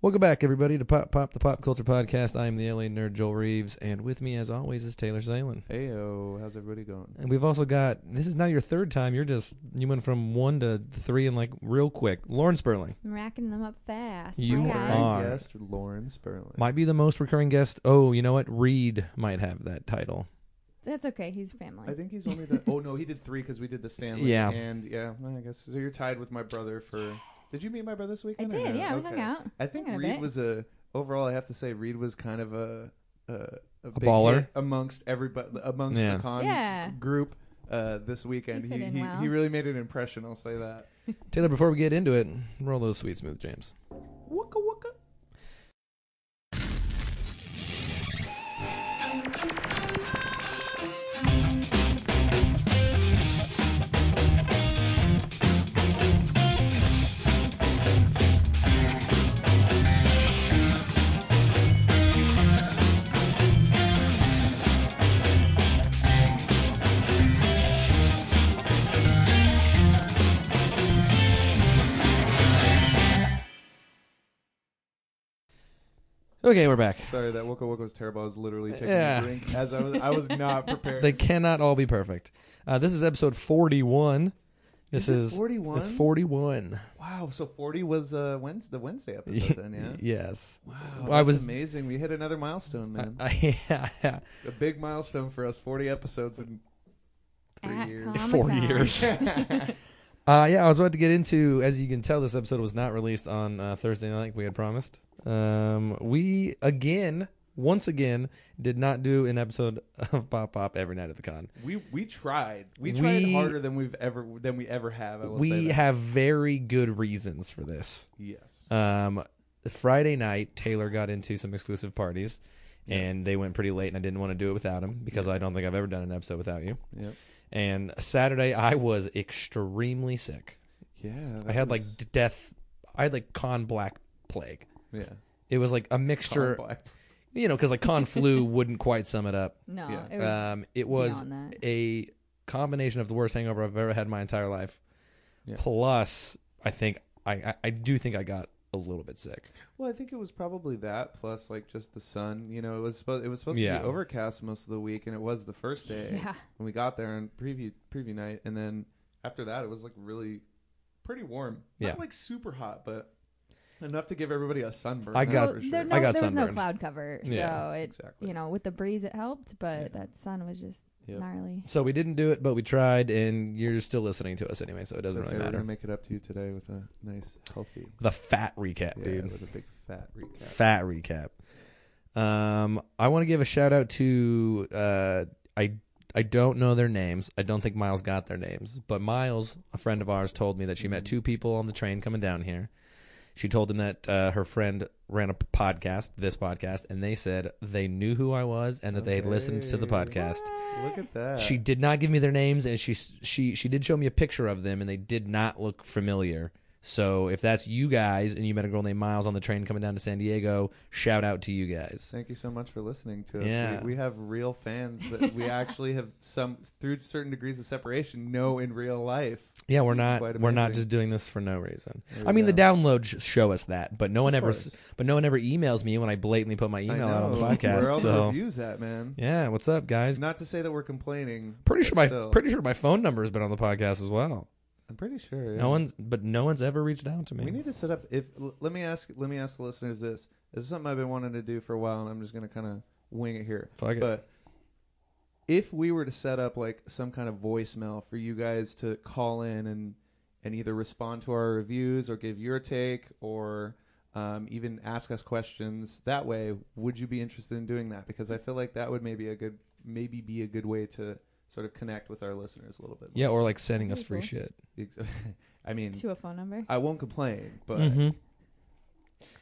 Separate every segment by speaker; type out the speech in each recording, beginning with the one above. Speaker 1: Welcome back, everybody, to Pop Pop, the Pop Culture Podcast. I am the LA nerd, Joel Reeves, and with me, as always, is Taylor Salen.
Speaker 2: Heyo, how's everybody going?
Speaker 1: And we've also got, this is now your third time. You're just, you went from one to three in like real quick. Lauren Sperling
Speaker 3: Racking them up fast.
Speaker 1: You
Speaker 3: Hi,
Speaker 2: Recurring
Speaker 3: guys.
Speaker 1: are.
Speaker 2: guest Lauren Sperling.
Speaker 1: might be the most recurring guest. Oh, you know what? Reed might have that title.
Speaker 3: That's okay. He's family.
Speaker 2: I think he's only done. oh no, he did three because we did the Stanley.
Speaker 1: Yeah.
Speaker 2: and yeah, well, I guess so. You're tied with my brother for. Did you meet my brother this
Speaker 3: I
Speaker 2: weekend? or
Speaker 3: did.
Speaker 2: no?
Speaker 3: Yeah, we
Speaker 2: Okay.
Speaker 3: hung out.
Speaker 2: I think
Speaker 3: Hung out a
Speaker 2: Reed
Speaker 3: bit.
Speaker 2: was a. Overall, I have to say Reed was kind of a a, a, big
Speaker 1: baller?
Speaker 2: hit amongst everybody amongst
Speaker 1: Yeah.
Speaker 2: the con
Speaker 3: Yeah.
Speaker 2: group uh, this weekend.
Speaker 3: He
Speaker 2: He
Speaker 3: fit
Speaker 2: he,
Speaker 3: in
Speaker 2: he,
Speaker 3: well.
Speaker 2: really made an impression. I'll say that.
Speaker 1: Taylor, before we get into it, roll those sweet, smooth jams.
Speaker 2: Wooka wooka.
Speaker 1: Okay, we're back.
Speaker 2: Sorry, that wooka wooka was terrible. I was literally taking
Speaker 1: Yeah.
Speaker 2: a drink as I was. I was not prepared.
Speaker 1: They cannot all be perfect. Uh, this is episode 41. This is,
Speaker 2: forty one.
Speaker 1: it's 41.
Speaker 2: Wow, so 40 was uh, Wednesday, the Wednesday episode then, yeah?
Speaker 1: yes.
Speaker 2: Wow,
Speaker 1: I
Speaker 2: that's
Speaker 1: was-
Speaker 2: amazing. We hit another milestone, man.
Speaker 1: I, I, yeah.
Speaker 2: a big milestone for us, 40 episodes in three
Speaker 3: At
Speaker 2: years.
Speaker 3: Comic-Con.
Speaker 1: Four years. Uh, yeah, I was about to get into. As you can tell, this episode was not released on uh, Thursday night. like We had promised. Um, we again, once again, did not do an episode of Pop Pop every night at the con.
Speaker 2: we we tried. We tried
Speaker 1: We-
Speaker 2: harder than we've ever than we ever have. I will say
Speaker 1: We
Speaker 2: that.
Speaker 1: have very good reasons for this.
Speaker 2: yes.
Speaker 1: Um, Friday night, Taylor got into some exclusive parties, and they went pretty late, and I didn't want to do it without him because I don't think I've ever done an episode without you.
Speaker 2: Yep.
Speaker 1: And Saturday, I was extremely sick.
Speaker 2: Yeah.
Speaker 1: I
Speaker 2: that
Speaker 1: had like
Speaker 2: was-
Speaker 1: d- death. I had like con black plague.
Speaker 2: yeah.
Speaker 1: It was like a mixture,
Speaker 2: Comic
Speaker 1: you know, because like con flu wouldn't quite sum it up.
Speaker 3: No,
Speaker 2: Yeah.
Speaker 3: it was
Speaker 1: Um, it was
Speaker 3: beyond that.
Speaker 1: a combination of the worst hangover I've ever had in my entire life.
Speaker 2: Yeah.
Speaker 1: Plus, I think I, I I do think I got a little bit sick.
Speaker 2: Well, I think it was probably that plus like just the sun. You know, it was supposed it was supposed
Speaker 1: Yeah.
Speaker 2: to be overcast most of the week, and it was the first day
Speaker 3: Yeah.
Speaker 2: when we got there on preview preview night, and then after that, it was like really pretty warm.
Speaker 1: Yeah.
Speaker 2: Not like super hot, but enough to give everybody a sunburn.
Speaker 1: I
Speaker 2: that's
Speaker 1: got-
Speaker 3: Well,
Speaker 2: for
Speaker 3: there,
Speaker 2: sure.
Speaker 3: no,
Speaker 1: I got
Speaker 3: there was no
Speaker 1: sunburned.
Speaker 3: cloud cover, so
Speaker 1: Yeah.
Speaker 3: it
Speaker 2: exactly.
Speaker 3: you know with the breeze it helped, but
Speaker 2: Yeah.
Speaker 3: that sun was just
Speaker 2: Yep.
Speaker 3: gnarly.
Speaker 1: So we didn't do it, but we tried, and you're still listening to us anyway, so it doesn't
Speaker 2: It's okay,
Speaker 1: really
Speaker 2: We're
Speaker 1: matter.
Speaker 2: gonna make it up to you today with a nice healthy,
Speaker 1: The fat recap,
Speaker 2: yeah,
Speaker 1: dude.
Speaker 2: with a big fat recap.
Speaker 1: Fat recap. Um, I want to give a shout out to uh, I I don't know their names. I don't think Miles got their names, but Miles, a friend of ours, told me that she met
Speaker 2: Mhm.
Speaker 1: two people on the train coming down here. She told them that uh, her friend ran a p- podcast, this podcast, and they said they knew who I was and that they had listened to the
Speaker 2: Okay.
Speaker 1: podcast.
Speaker 3: Ah,
Speaker 2: Look at that.
Speaker 1: She did not give me their names, and she she she did show me a picture of them, and they did not look familiar. So if that's you guys, and you met a girl named Miles on the train coming down to San Diego, shout out to you guys.
Speaker 2: Thank you so much for listening to us.
Speaker 1: Yeah.
Speaker 2: We, we have real fans that we actually have some through certain degrees of separation know in real life.
Speaker 1: Yeah, we're
Speaker 2: It's
Speaker 1: not
Speaker 2: quite
Speaker 1: we're not
Speaker 2: amazing.
Speaker 1: just doing this for no reason.
Speaker 2: There
Speaker 1: I
Speaker 2: we
Speaker 1: mean, the
Speaker 2: go.
Speaker 1: downloads sh- show us that, but no one ever
Speaker 2: course.
Speaker 1: s- but no one ever emails me when I blatantly put my
Speaker 2: I
Speaker 1: email out on the
Speaker 2: know. Where all
Speaker 1: podcast.
Speaker 2: the
Speaker 1: So
Speaker 2: reviews at man.
Speaker 1: yeah, what's up, guys?
Speaker 2: Not to say that we're complaining.
Speaker 1: Pretty
Speaker 2: but
Speaker 1: sure my
Speaker 2: still.
Speaker 1: pretty sure my phone number has been on the podcast as well.
Speaker 2: I'm pretty sure. yeah.
Speaker 1: No one's but no one's ever reached out to me.
Speaker 2: We need to set up. If l- let me ask, let me ask the listeners this. This is something I've been wanting to do for a while, and I'm just gonna kind of wing it here.
Speaker 1: Fuck it.
Speaker 2: But if we were to set up like some kind of voicemail for you guys to call in and and either respond to our reviews or give your take or um, even ask us questions that way, would you be interested in doing that? Because I feel like that would maybe a good maybe be a good way to sort of connect with our listeners a little bit.
Speaker 1: yeah,
Speaker 2: more.
Speaker 1: or like sending us
Speaker 3: That'd be
Speaker 1: free
Speaker 3: cool.
Speaker 1: shit.
Speaker 2: I mean,
Speaker 3: To a phone number.
Speaker 2: I won't complain, but
Speaker 1: Mhm.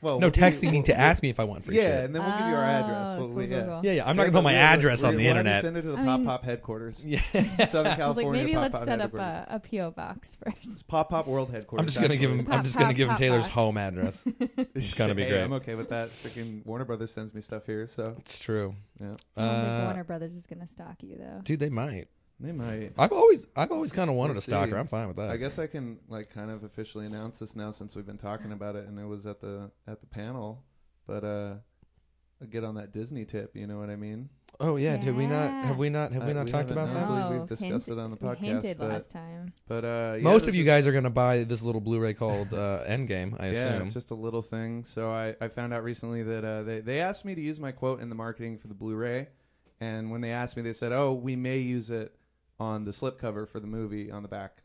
Speaker 2: well,
Speaker 1: No,
Speaker 2: we'll give
Speaker 1: texting
Speaker 2: Oh, you-
Speaker 1: me to
Speaker 2: we'll-
Speaker 1: ask me if I want free
Speaker 2: yeah,
Speaker 1: shit.
Speaker 2: and then we'll give you our address.
Speaker 3: Oh,
Speaker 2: What
Speaker 3: cool,
Speaker 2: we-
Speaker 3: cool,
Speaker 2: yeah.
Speaker 3: cool.
Speaker 1: Yeah, yeah. I'm not gonna
Speaker 2: Yeah,
Speaker 1: put
Speaker 2: but
Speaker 1: my
Speaker 2: we're-
Speaker 1: address
Speaker 2: we're
Speaker 1: on the
Speaker 2: wanting to
Speaker 1: internet.
Speaker 2: Send it to the
Speaker 3: I
Speaker 2: Pop
Speaker 3: mean-
Speaker 2: Pop headquarters,
Speaker 1: Yeah.
Speaker 2: Southern
Speaker 3: I was like,
Speaker 2: California.
Speaker 3: maybe
Speaker 2: Pop
Speaker 3: let's
Speaker 2: Pop
Speaker 3: set up uh,
Speaker 2: headquarters.
Speaker 3: a, a PO box first.
Speaker 2: It's Pop Pop World headquarters.
Speaker 1: I'm just gonna give him. I'm just gonna
Speaker 3: Pop,
Speaker 1: give him
Speaker 3: pop,
Speaker 1: Taylor's
Speaker 3: pops.
Speaker 1: home address. It's gonna be
Speaker 2: Hey,
Speaker 1: great.
Speaker 2: I'm okay with that. Freaking Warner Brothers sends me stuff here, so
Speaker 1: It's true.
Speaker 2: Yeah.
Speaker 3: I don't think
Speaker 1: Uh,
Speaker 3: Warner Brothers is gonna stalk you though.
Speaker 1: dude, they might.
Speaker 2: They might.
Speaker 1: I've always I've always kind of wanted
Speaker 2: We'll
Speaker 1: a stalker.
Speaker 2: see.
Speaker 1: I'm fine with that.
Speaker 2: I guess I can like kind of officially announce this now since we've been talking about it and it was at the at the panel, but uh, I get on that Disney tip. You know what I mean?
Speaker 1: Oh yeah, did we not
Speaker 3: Yeah.
Speaker 1: have we not have we
Speaker 2: Uh,
Speaker 1: not
Speaker 2: we
Speaker 1: talked
Speaker 2: haven't,
Speaker 1: about
Speaker 2: no.
Speaker 1: that?
Speaker 2: believe we've discussed
Speaker 3: Oh, hinted-
Speaker 2: it on the
Speaker 3: we
Speaker 2: podcast,
Speaker 3: Hinted
Speaker 2: but-
Speaker 3: last time.
Speaker 2: But uh, yeah,
Speaker 1: Most
Speaker 2: this
Speaker 1: of you
Speaker 2: is-
Speaker 1: guys are gonna buy this little Blu-ray called uh, Endgame. I
Speaker 2: yeah,
Speaker 1: assume.
Speaker 2: it's just a little thing. So I, I found out recently that uh, they they asked me to use my quote in the marketing for the Blu-ray, and when they asked me, they said, "Oh, we may use it on the slipcover for the movie on the back,"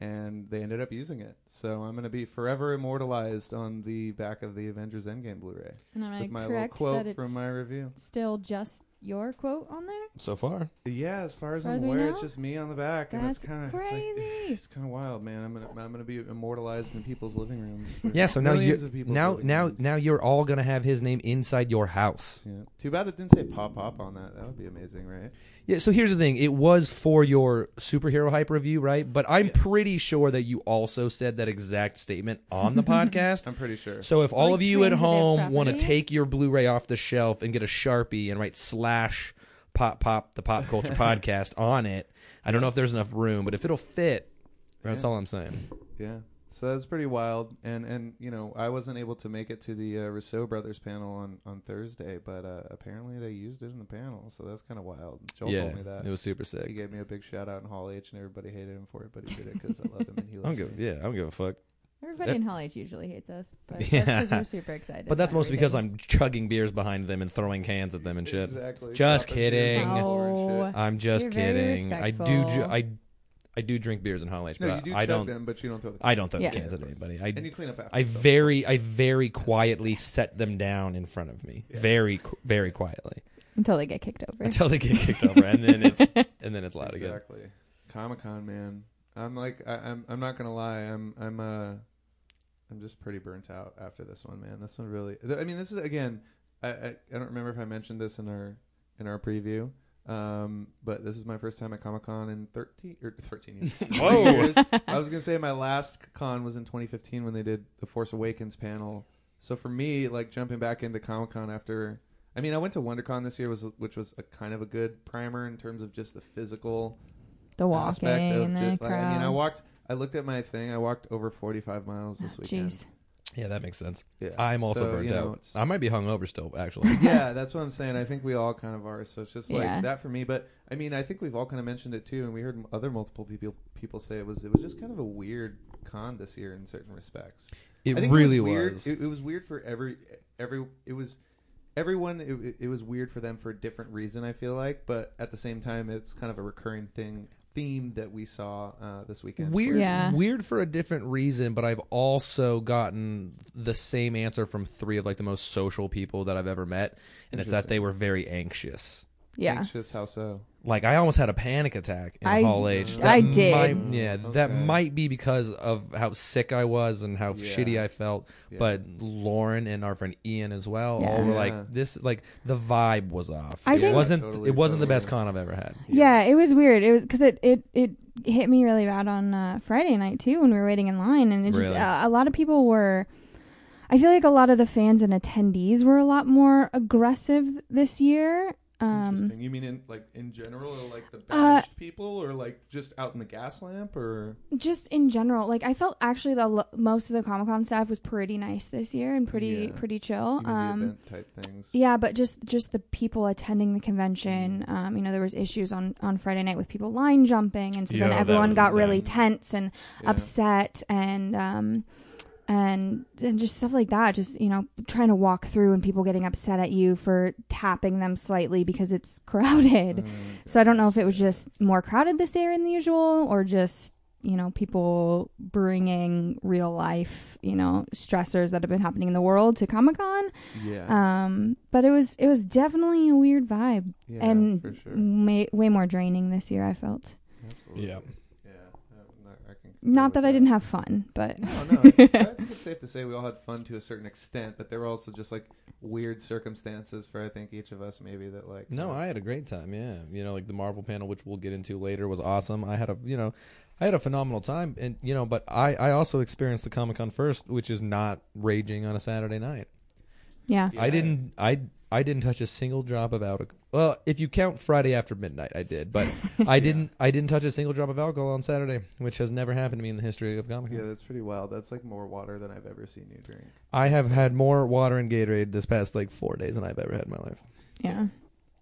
Speaker 2: and they ended up using it. So I'm gonna be forever immortalized on the back of the Avengers Endgame Blu-ray
Speaker 3: And I'm
Speaker 2: with
Speaker 3: going
Speaker 2: my
Speaker 3: to
Speaker 2: little
Speaker 3: correct that
Speaker 2: quote
Speaker 3: it's
Speaker 2: from my review.
Speaker 3: still just your quote on there.
Speaker 1: so far,
Speaker 2: Yeah, as far as,
Speaker 3: far
Speaker 2: I'm
Speaker 3: as we
Speaker 2: aware, it's
Speaker 3: know?
Speaker 2: just me on the back, and it's
Speaker 3: That's
Speaker 2: kind of It's,
Speaker 3: crazy.
Speaker 2: like, it's kind of wild, man. I'm gonna I'm gonna be immortalized in people's living rooms. for
Speaker 1: yeah. So now you
Speaker 2: millions of people's
Speaker 1: now
Speaker 2: living
Speaker 1: now
Speaker 2: rooms.
Speaker 1: now you're all gonna have his name inside your house.
Speaker 2: Yeah. Too bad it didn't say pop up on that. That would be amazing, right?
Speaker 1: Yeah. So here's the thing: it was for your superhero hype review, right? But I'm
Speaker 2: Yes.
Speaker 1: pretty sure that you also said that exact statement on the podcast.
Speaker 2: I'm pretty sure.
Speaker 1: So if
Speaker 3: So,
Speaker 1: all
Speaker 3: like,
Speaker 1: of you at
Speaker 3: transitive
Speaker 1: home want to
Speaker 3: property?
Speaker 1: take your Blu-ray off the shelf and get a Sharpie and write slash pop pop the pop culture podcast on it, I don't know if there's enough room, but if it'll fit, that's
Speaker 2: Yeah.
Speaker 1: all I'm saying.
Speaker 2: Yeah. So that's pretty wild. And and you know, I wasn't able to make it to the uh, Rousseau brothers panel on on Thursday, but uh, apparently they used it in the panel. So that's kind of wild. Joel
Speaker 1: yeah,
Speaker 2: told me that.
Speaker 1: it was super
Speaker 2: he
Speaker 1: sick.
Speaker 2: gave me a big shout out in Hall H, and everybody hated him for it, but he did it because I love him and he
Speaker 1: I don't
Speaker 2: loves
Speaker 1: give
Speaker 2: me.
Speaker 1: yeah, I don't give a fuck.
Speaker 3: Everybody
Speaker 1: That-
Speaker 3: in Holly usually hates us, but
Speaker 1: Yeah.
Speaker 3: that's because we're super excited.
Speaker 1: But that's
Speaker 3: about
Speaker 1: mostly because
Speaker 3: everything.
Speaker 1: I'm chugging beers behind them and throwing cans at them and shit.
Speaker 2: Exactly.
Speaker 1: Just
Speaker 2: Dropping beers on
Speaker 1: kidding.
Speaker 2: the floor and shit.
Speaker 1: I'm just
Speaker 3: You're very
Speaker 1: kidding. I do ju-
Speaker 3: respectful.
Speaker 1: I I do drink beers in Holland,
Speaker 2: No,
Speaker 1: but
Speaker 2: you do
Speaker 1: I
Speaker 2: chug
Speaker 1: don't
Speaker 2: them, but you don't throw the
Speaker 1: I don't throw
Speaker 3: Yeah.
Speaker 1: cans at anybody. I
Speaker 2: And you clean up after.
Speaker 1: I
Speaker 2: yourself.
Speaker 1: very, I very quietly set them down in front of me,
Speaker 2: Yeah.
Speaker 1: very, qu- very quietly
Speaker 3: until they get kicked over.
Speaker 1: until they get kicked over, and then it's and then it's loud again.
Speaker 2: exactly. Comic Con, man. I'm like, I, I'm, I'm not gonna lie. I'm, I'm, uh, I'm just pretty burnt out after this one, man. This one really. th- I mean, this is again. I, I, I don't remember if I mentioned this in our, in our preview. Um, but this is my first time at Comic Con in 13 or 13 years. Three
Speaker 1: Whoa.
Speaker 2: years. I was gonna say my last con was in 2015 when they did the Force Awakens panel. So for me, like jumping back into Comic Con after, I mean, I went to WonderCon this year, was which was a kind of a good primer in terms of just the physical
Speaker 3: the walking
Speaker 2: aspect of
Speaker 3: and the
Speaker 2: just, like, I mean, I
Speaker 3: crowds.
Speaker 2: walked. I looked at my thing. I walked over 45 miles this weekend.
Speaker 3: Ah, Jeez.
Speaker 1: Yeah, that makes sense.
Speaker 2: Yeah.
Speaker 1: I'm also
Speaker 2: So,
Speaker 1: burnt
Speaker 2: you know,
Speaker 1: out.
Speaker 2: it's-
Speaker 1: I might be hungover still, actually.
Speaker 2: yeah, that's what I'm saying. I think we all kind of are. So it's just like
Speaker 3: Yeah.
Speaker 2: that for me. But I mean, I think we've all kind of mentioned it too, and we heard m- other multiple people people say it was it was just kind of a weird con this year in certain respects.
Speaker 1: It
Speaker 2: I think
Speaker 1: really
Speaker 2: it was. Weird.
Speaker 1: was.
Speaker 2: It, it was weird for every every. It was everyone. It, it- it was weird for them for a different reason. I feel like, but at the same time, it's kind of a recurring thing theme that we saw uh, this weekend.
Speaker 1: Weird,
Speaker 3: Yeah.
Speaker 1: weird for a different reason, but I've also gotten the same answer from three of like the most social people that I've ever met, and it's that
Speaker 2: Interesting.
Speaker 1: they were very anxious.
Speaker 3: Yeah.
Speaker 2: Anxious. How so?
Speaker 1: Like I almost had a panic attack in
Speaker 3: I-
Speaker 1: Hall H.
Speaker 3: I
Speaker 1: That
Speaker 3: did.
Speaker 1: might- yeah, that
Speaker 2: Mm, Okay.
Speaker 1: might be because of how sick I was and how
Speaker 2: Yeah.
Speaker 1: shitty I felt.
Speaker 2: Yeah.
Speaker 1: But Lauren and our friend Ian as well, all
Speaker 3: Yeah.
Speaker 1: were
Speaker 2: Yeah.
Speaker 1: like this. Like the vibe was off.
Speaker 3: I
Speaker 1: it
Speaker 3: think-
Speaker 1: wasn't.
Speaker 2: Totally,
Speaker 1: it wasn't the
Speaker 2: totally.
Speaker 1: best con I've ever had.
Speaker 3: Yeah, it was weird. It was because it, it it hit me really bad on uh, Friday night too when we were waiting in line, and it just
Speaker 1: Really?
Speaker 3: uh, a lot of people were. I feel like a lot of the fans and attendees were a lot more aggressive this year. Um,
Speaker 2: Interesting. You mean in like in general, or like the
Speaker 3: Uh,
Speaker 2: badged people, or like just out in the gas lamp, or
Speaker 3: just in general, like I felt actually the lo- most of the Comic Con staff was pretty nice this year and pretty
Speaker 2: Yeah.
Speaker 3: pretty
Speaker 2: you mean
Speaker 3: chill.
Speaker 2: the
Speaker 3: Um,
Speaker 2: event type things?
Speaker 3: Yeah, but just just the people attending the convention.
Speaker 1: Mm-hmm.
Speaker 3: Um, you know, there was issues on on Friday night with people line jumping, and so
Speaker 1: Yeah,
Speaker 3: then
Speaker 1: that
Speaker 3: everyone
Speaker 1: was
Speaker 3: got
Speaker 1: insane.
Speaker 3: really tense and
Speaker 2: Yeah.
Speaker 3: upset and um and and just stuff like that. Just you know, trying to walk through and people getting upset at you for tapping them slightly because it's crowded.
Speaker 2: Um,
Speaker 3: So I don't know if it was just more crowded this year than usual, or just you know people bringing real life you know stressors that have been happening in the world to Comic Con.
Speaker 2: yeah,
Speaker 3: Um, but it was it was definitely a weird vibe
Speaker 2: yeah,
Speaker 3: and
Speaker 2: for sure,
Speaker 3: may, way more draining this year. I felt
Speaker 2: absolutely.
Speaker 1: Yeah.
Speaker 2: yeah. I'm Not, I can concur
Speaker 3: not
Speaker 2: with
Speaker 3: that I didn't have fun, but
Speaker 2: No, no. I think I think it's safe to say we all had fun to a certain extent, but there were also just like weird circumstances for I think each of us maybe that like
Speaker 1: No,
Speaker 2: uh,
Speaker 1: I had a great time. Yeah, you know, like the Marvel panel, which we'll get into later, was awesome. I had a, you know, I had a phenomenal time, and you know, but I, I also experienced the Comic Con first, which is not raging on a Saturday night.
Speaker 3: yeah,
Speaker 2: Yeah.
Speaker 1: I didn't. I I I didn't touch a single drop of alcohol. Well, if you count Friday after midnight, I did, but I didn't. I didn't touch a single drop of alcohol on Saturday, which has never happened to me in the history of Comic Con.
Speaker 2: Yeah, that's pretty wild. That's like more water than I've ever seen you drink.
Speaker 1: I have had more water and Gatorade this past like four days than I've ever had in my life.
Speaker 3: Yeah.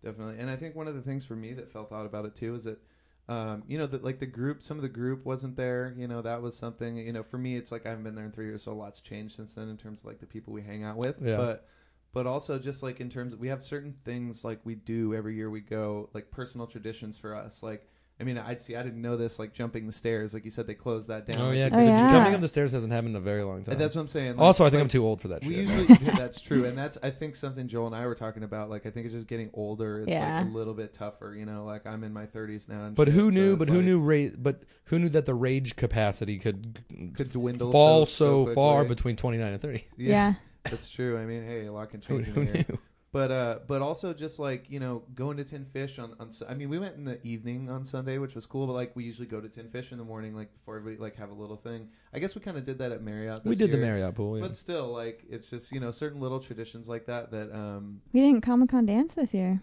Speaker 2: Definitely. And I think one of the things for me that felt odd about it too is that um, you know, that like the group, some of the group wasn't there. You know, that was something. You know, for me, it's like I haven't been there in three years, so a lot's changed since then in terms of like the people we hang out with.
Speaker 1: Yeah.
Speaker 2: But, but also just like in terms of we have certain things like we do every year we go like personal traditions for us. Like, I mean, I see. I didn't know this. Like jumping the stairs, like you said, they closed that down.
Speaker 1: Oh
Speaker 2: like,
Speaker 1: yeah,
Speaker 2: the-
Speaker 3: Oh, yeah.
Speaker 1: jumping up the stairs hasn't happened in a very long time.
Speaker 2: And that's what I'm saying. Like,
Speaker 1: also, I think
Speaker 2: like,
Speaker 1: I'm too old for that
Speaker 2: we
Speaker 1: shit.
Speaker 2: usually yeah, that's true, and that's I think something Joel and I were talking about. Like I think it's just getting older. It's
Speaker 3: Yeah.
Speaker 2: like a little bit tougher, you know. Like I'm in my 30s now. And
Speaker 1: but
Speaker 2: shit,
Speaker 1: who
Speaker 2: so
Speaker 1: knew?
Speaker 2: it's
Speaker 1: but who
Speaker 2: like,
Speaker 1: knew? Ra- but who knew that the rage capacity could,
Speaker 2: could dwindle
Speaker 1: fall
Speaker 2: so, so
Speaker 1: so, far
Speaker 2: quickly.
Speaker 1: between 29 and 30?
Speaker 3: Yeah.
Speaker 2: that's true. I mean, hey, a lot can
Speaker 1: Who,
Speaker 2: change in
Speaker 1: who
Speaker 2: a year.
Speaker 1: knew?
Speaker 2: But uh, but also just like you know, going to Tin Fish on on. Su- I mean, we went in the evening on Sunday, which was cool. But like we usually go to Tin Fish in the morning, like before everybody like have a little thing. I guess we kind of did that at Marriott. This
Speaker 1: We did the
Speaker 2: year.
Speaker 1: Marriott pool. Yeah.
Speaker 2: But still, like it's just you know certain little traditions like that that um.
Speaker 3: We didn't Comic Con dance this year.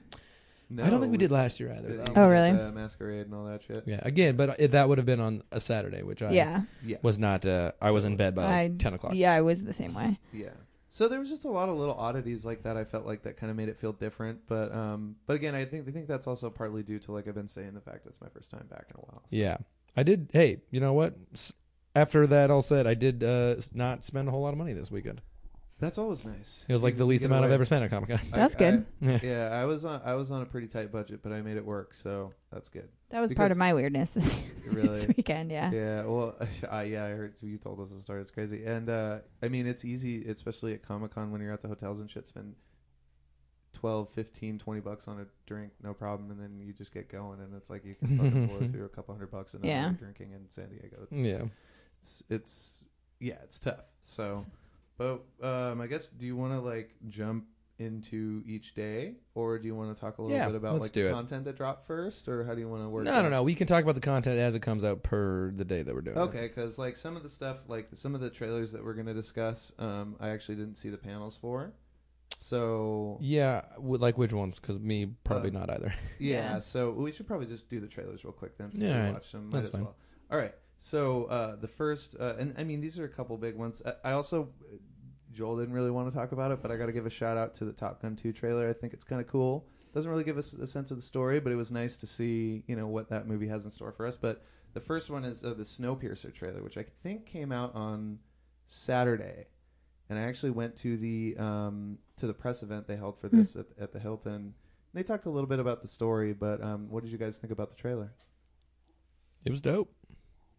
Speaker 2: No,
Speaker 1: I don't think we did last year either.
Speaker 2: Yeah,
Speaker 1: Though.
Speaker 2: you
Speaker 3: Oh,
Speaker 2: did
Speaker 3: really?
Speaker 2: the masquerade and all that shit.
Speaker 1: Yeah, again, but it, that would have been on a Saturday, which I
Speaker 3: Yeah.
Speaker 2: Yeah,
Speaker 1: was not. Uh, I was in bed by
Speaker 3: I-
Speaker 1: 10 o'clock.
Speaker 3: Yeah, I was the same way.
Speaker 2: yeah. So there was just a lot of little oddities like that. I felt like that kind of made it feel different, but um, but again, I think I think that's also partly due to like I've been saying the fact that's my first time back in a while.
Speaker 1: Yeah, I did. Hey, you know what? S- After that all said, I did uh, s- not spend a whole lot of money this weekend.
Speaker 2: That's always nice.
Speaker 1: It was like
Speaker 2: You
Speaker 1: the
Speaker 2: can
Speaker 1: least
Speaker 2: get
Speaker 1: amount I've
Speaker 2: away.
Speaker 1: ever spent at Comic Con.
Speaker 2: I-
Speaker 3: That's good.
Speaker 2: I-
Speaker 1: Yeah.
Speaker 2: yeah, I was on I was on a pretty tight budget, but I made it work, so that's good.
Speaker 3: That was part
Speaker 2: Because-
Speaker 3: of my weirdness this, this
Speaker 2: Really?
Speaker 3: weekend. Yeah.
Speaker 2: Yeah, well, I, yeah, I heard you told us the story. It's crazy, and uh, I mean, it's easy, especially at Comic Con when you're at the hotels and shit. Spend 12, 15, 20 bucks on a drink, no problem, and then you just get going, and it's like you can fucking blow through a couple hundred bucks and
Speaker 3: Yeah.
Speaker 2: yeah. drinking in San Diego. It's,
Speaker 1: Yeah.
Speaker 2: it's, it's yeah, it's tough. So, but um, I guess do you want to like jump into each day, or do you want to talk a little
Speaker 1: Yeah,
Speaker 2: bit about
Speaker 1: let's
Speaker 2: like
Speaker 1: do
Speaker 2: the
Speaker 1: it.
Speaker 2: content that dropped first, or how do you want to work?
Speaker 1: No,
Speaker 2: it?
Speaker 1: no, no. We can talk about the content as it comes out per the day that we're doing. it.
Speaker 2: Okay, because like some of the stuff, like some of the trailers that we're gonna discuss, um, I actually didn't see the panels for. So yeah,
Speaker 1: Yeah, w- like which ones? Because me, probably
Speaker 2: Um,
Speaker 1: not either.
Speaker 3: Yeah.
Speaker 2: so we should probably just do the trailers real quick then, since
Speaker 1: Yeah,
Speaker 2: we
Speaker 1: alright.
Speaker 2: watched them. Might
Speaker 1: That's
Speaker 2: as
Speaker 1: fine.
Speaker 2: well. All right. So uh, the first, uh, and I mean these are a couple big ones. I, I also uh, Joel didn't really want to talk about it, but I got to give a shout out to the Top Gun two trailer. I think it's kind of cool. Doesn't really give us a sense of the story, but it was nice to see you know what that movie has in store for us. But the first one is uh, the Snowpiercer trailer, which I think came out on Saturday, and I actually went to the um, to the press event they held for
Speaker 3: Hmm.
Speaker 2: this at, at the Hilton. They talked a little bit about the story, but um, what did you guys think about the trailer?
Speaker 1: It was dope.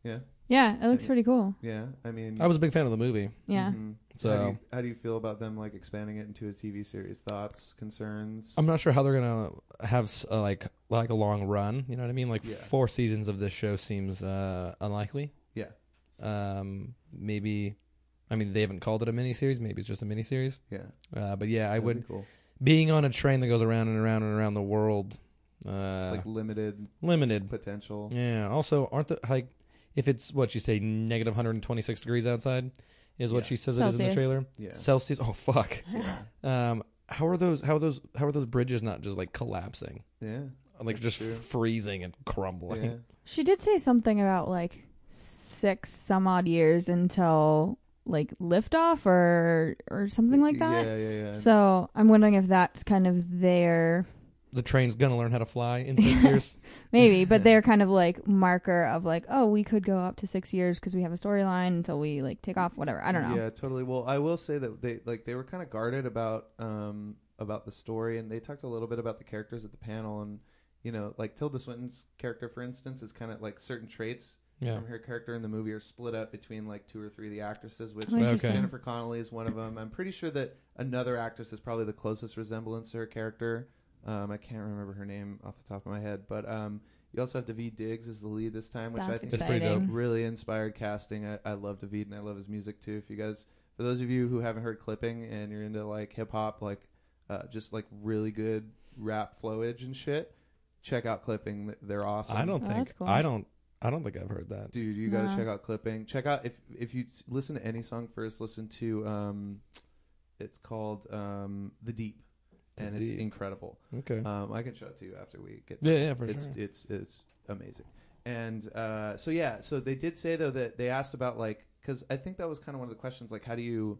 Speaker 2: Yeah,
Speaker 3: Yeah, it looks
Speaker 2: Hey.
Speaker 3: pretty cool.
Speaker 2: yeah. I mean,
Speaker 1: I was a big fan of the movie.
Speaker 3: Yeah.
Speaker 2: mhm. how do,
Speaker 1: So
Speaker 2: you, how do you feel about them like expanding it into a TV series? Thoughts, concerns?
Speaker 1: I'm not sure how they're gonna have s- uh, like like a long run. You know what I mean? Like
Speaker 2: Yeah.
Speaker 1: four seasons of this show seems uh, unlikely.
Speaker 2: Yeah.
Speaker 1: Um. Maybe. I mean, they haven't called it a miniseries. Maybe it's just a miniseries.
Speaker 2: yeah,
Speaker 1: Uh, but yeah, I
Speaker 2: that'd be
Speaker 1: would
Speaker 2: Cool.
Speaker 1: being on a train that goes around and around and around the world. Uh,
Speaker 2: It's like limited
Speaker 1: limited.
Speaker 2: potential.
Speaker 1: Yeah. Also, aren't the like if it's what you say negative 126 degrees outside is what
Speaker 2: Yeah.
Speaker 1: she says it is in the
Speaker 3: Celsius.
Speaker 1: trailer.
Speaker 2: Yeah.
Speaker 1: Celsius. Oh fuck.
Speaker 2: yeah,
Speaker 1: Um. How are those? How are those? How are those bridges not just like collapsing?
Speaker 2: yeah,
Speaker 1: Like
Speaker 2: That's
Speaker 1: just
Speaker 2: true.
Speaker 1: freezing and crumbling.
Speaker 2: yeah.
Speaker 3: She did say something about like six some odd years until like liftoff or or something like that.
Speaker 2: Yeah, yeah, yeah.
Speaker 3: So I'm wondering if that's kind of their
Speaker 1: The train's gonna learn how to fly in six years.
Speaker 3: maybe, but their kind of like marker of like, oh, we could go up to six years because we have a storyline until we like take off, whatever. I don't know.
Speaker 2: Yeah, totally. Well, I will say that they like they were kind of guarded about um about the story, and they talked a little bit about the characters at the panel, and you know, like Tilda Swinton's character, for instance, is kind of like certain traits
Speaker 1: Yeah.
Speaker 2: from her character in the movie are split up between like two or three of the actresses, which
Speaker 3: Oh, interesting.
Speaker 1: Okay.
Speaker 2: Jennifer Connelly is one of them. I'm pretty sure that another actress is probably the closest resemblance to her character. Um, I can't remember her name off the top of my head, but um, you also have David Diggs as the lead this time, which I
Speaker 3: That's
Speaker 2: think
Speaker 1: That's pretty dope.
Speaker 3: exciting.
Speaker 2: really inspired casting. I, I love David and I love his music too. If you guys, for those of you who haven't heard clipping and you're into like hip hop, like uh, just like really good rap flowage and shit, check out clipping. They're awesome.
Speaker 1: I don't
Speaker 3: Oh,
Speaker 1: think.
Speaker 3: that's cool.
Speaker 1: I don't. I don't think I've heard that.
Speaker 2: Dude, you gotta
Speaker 3: No.
Speaker 2: check out clipping. Check out if if you s- listen to any song first, listen to um, it's called um, the deep. and
Speaker 1: Indeed.
Speaker 2: it's incredible.
Speaker 1: Okay.
Speaker 2: Um, I can show it to you after we get.
Speaker 1: Yeah, yeah, for
Speaker 2: it's,
Speaker 1: sure.
Speaker 2: It's it's amazing. And uh, so yeah, so they did say though that they asked about like because I think that was kind of one of the questions like how do you,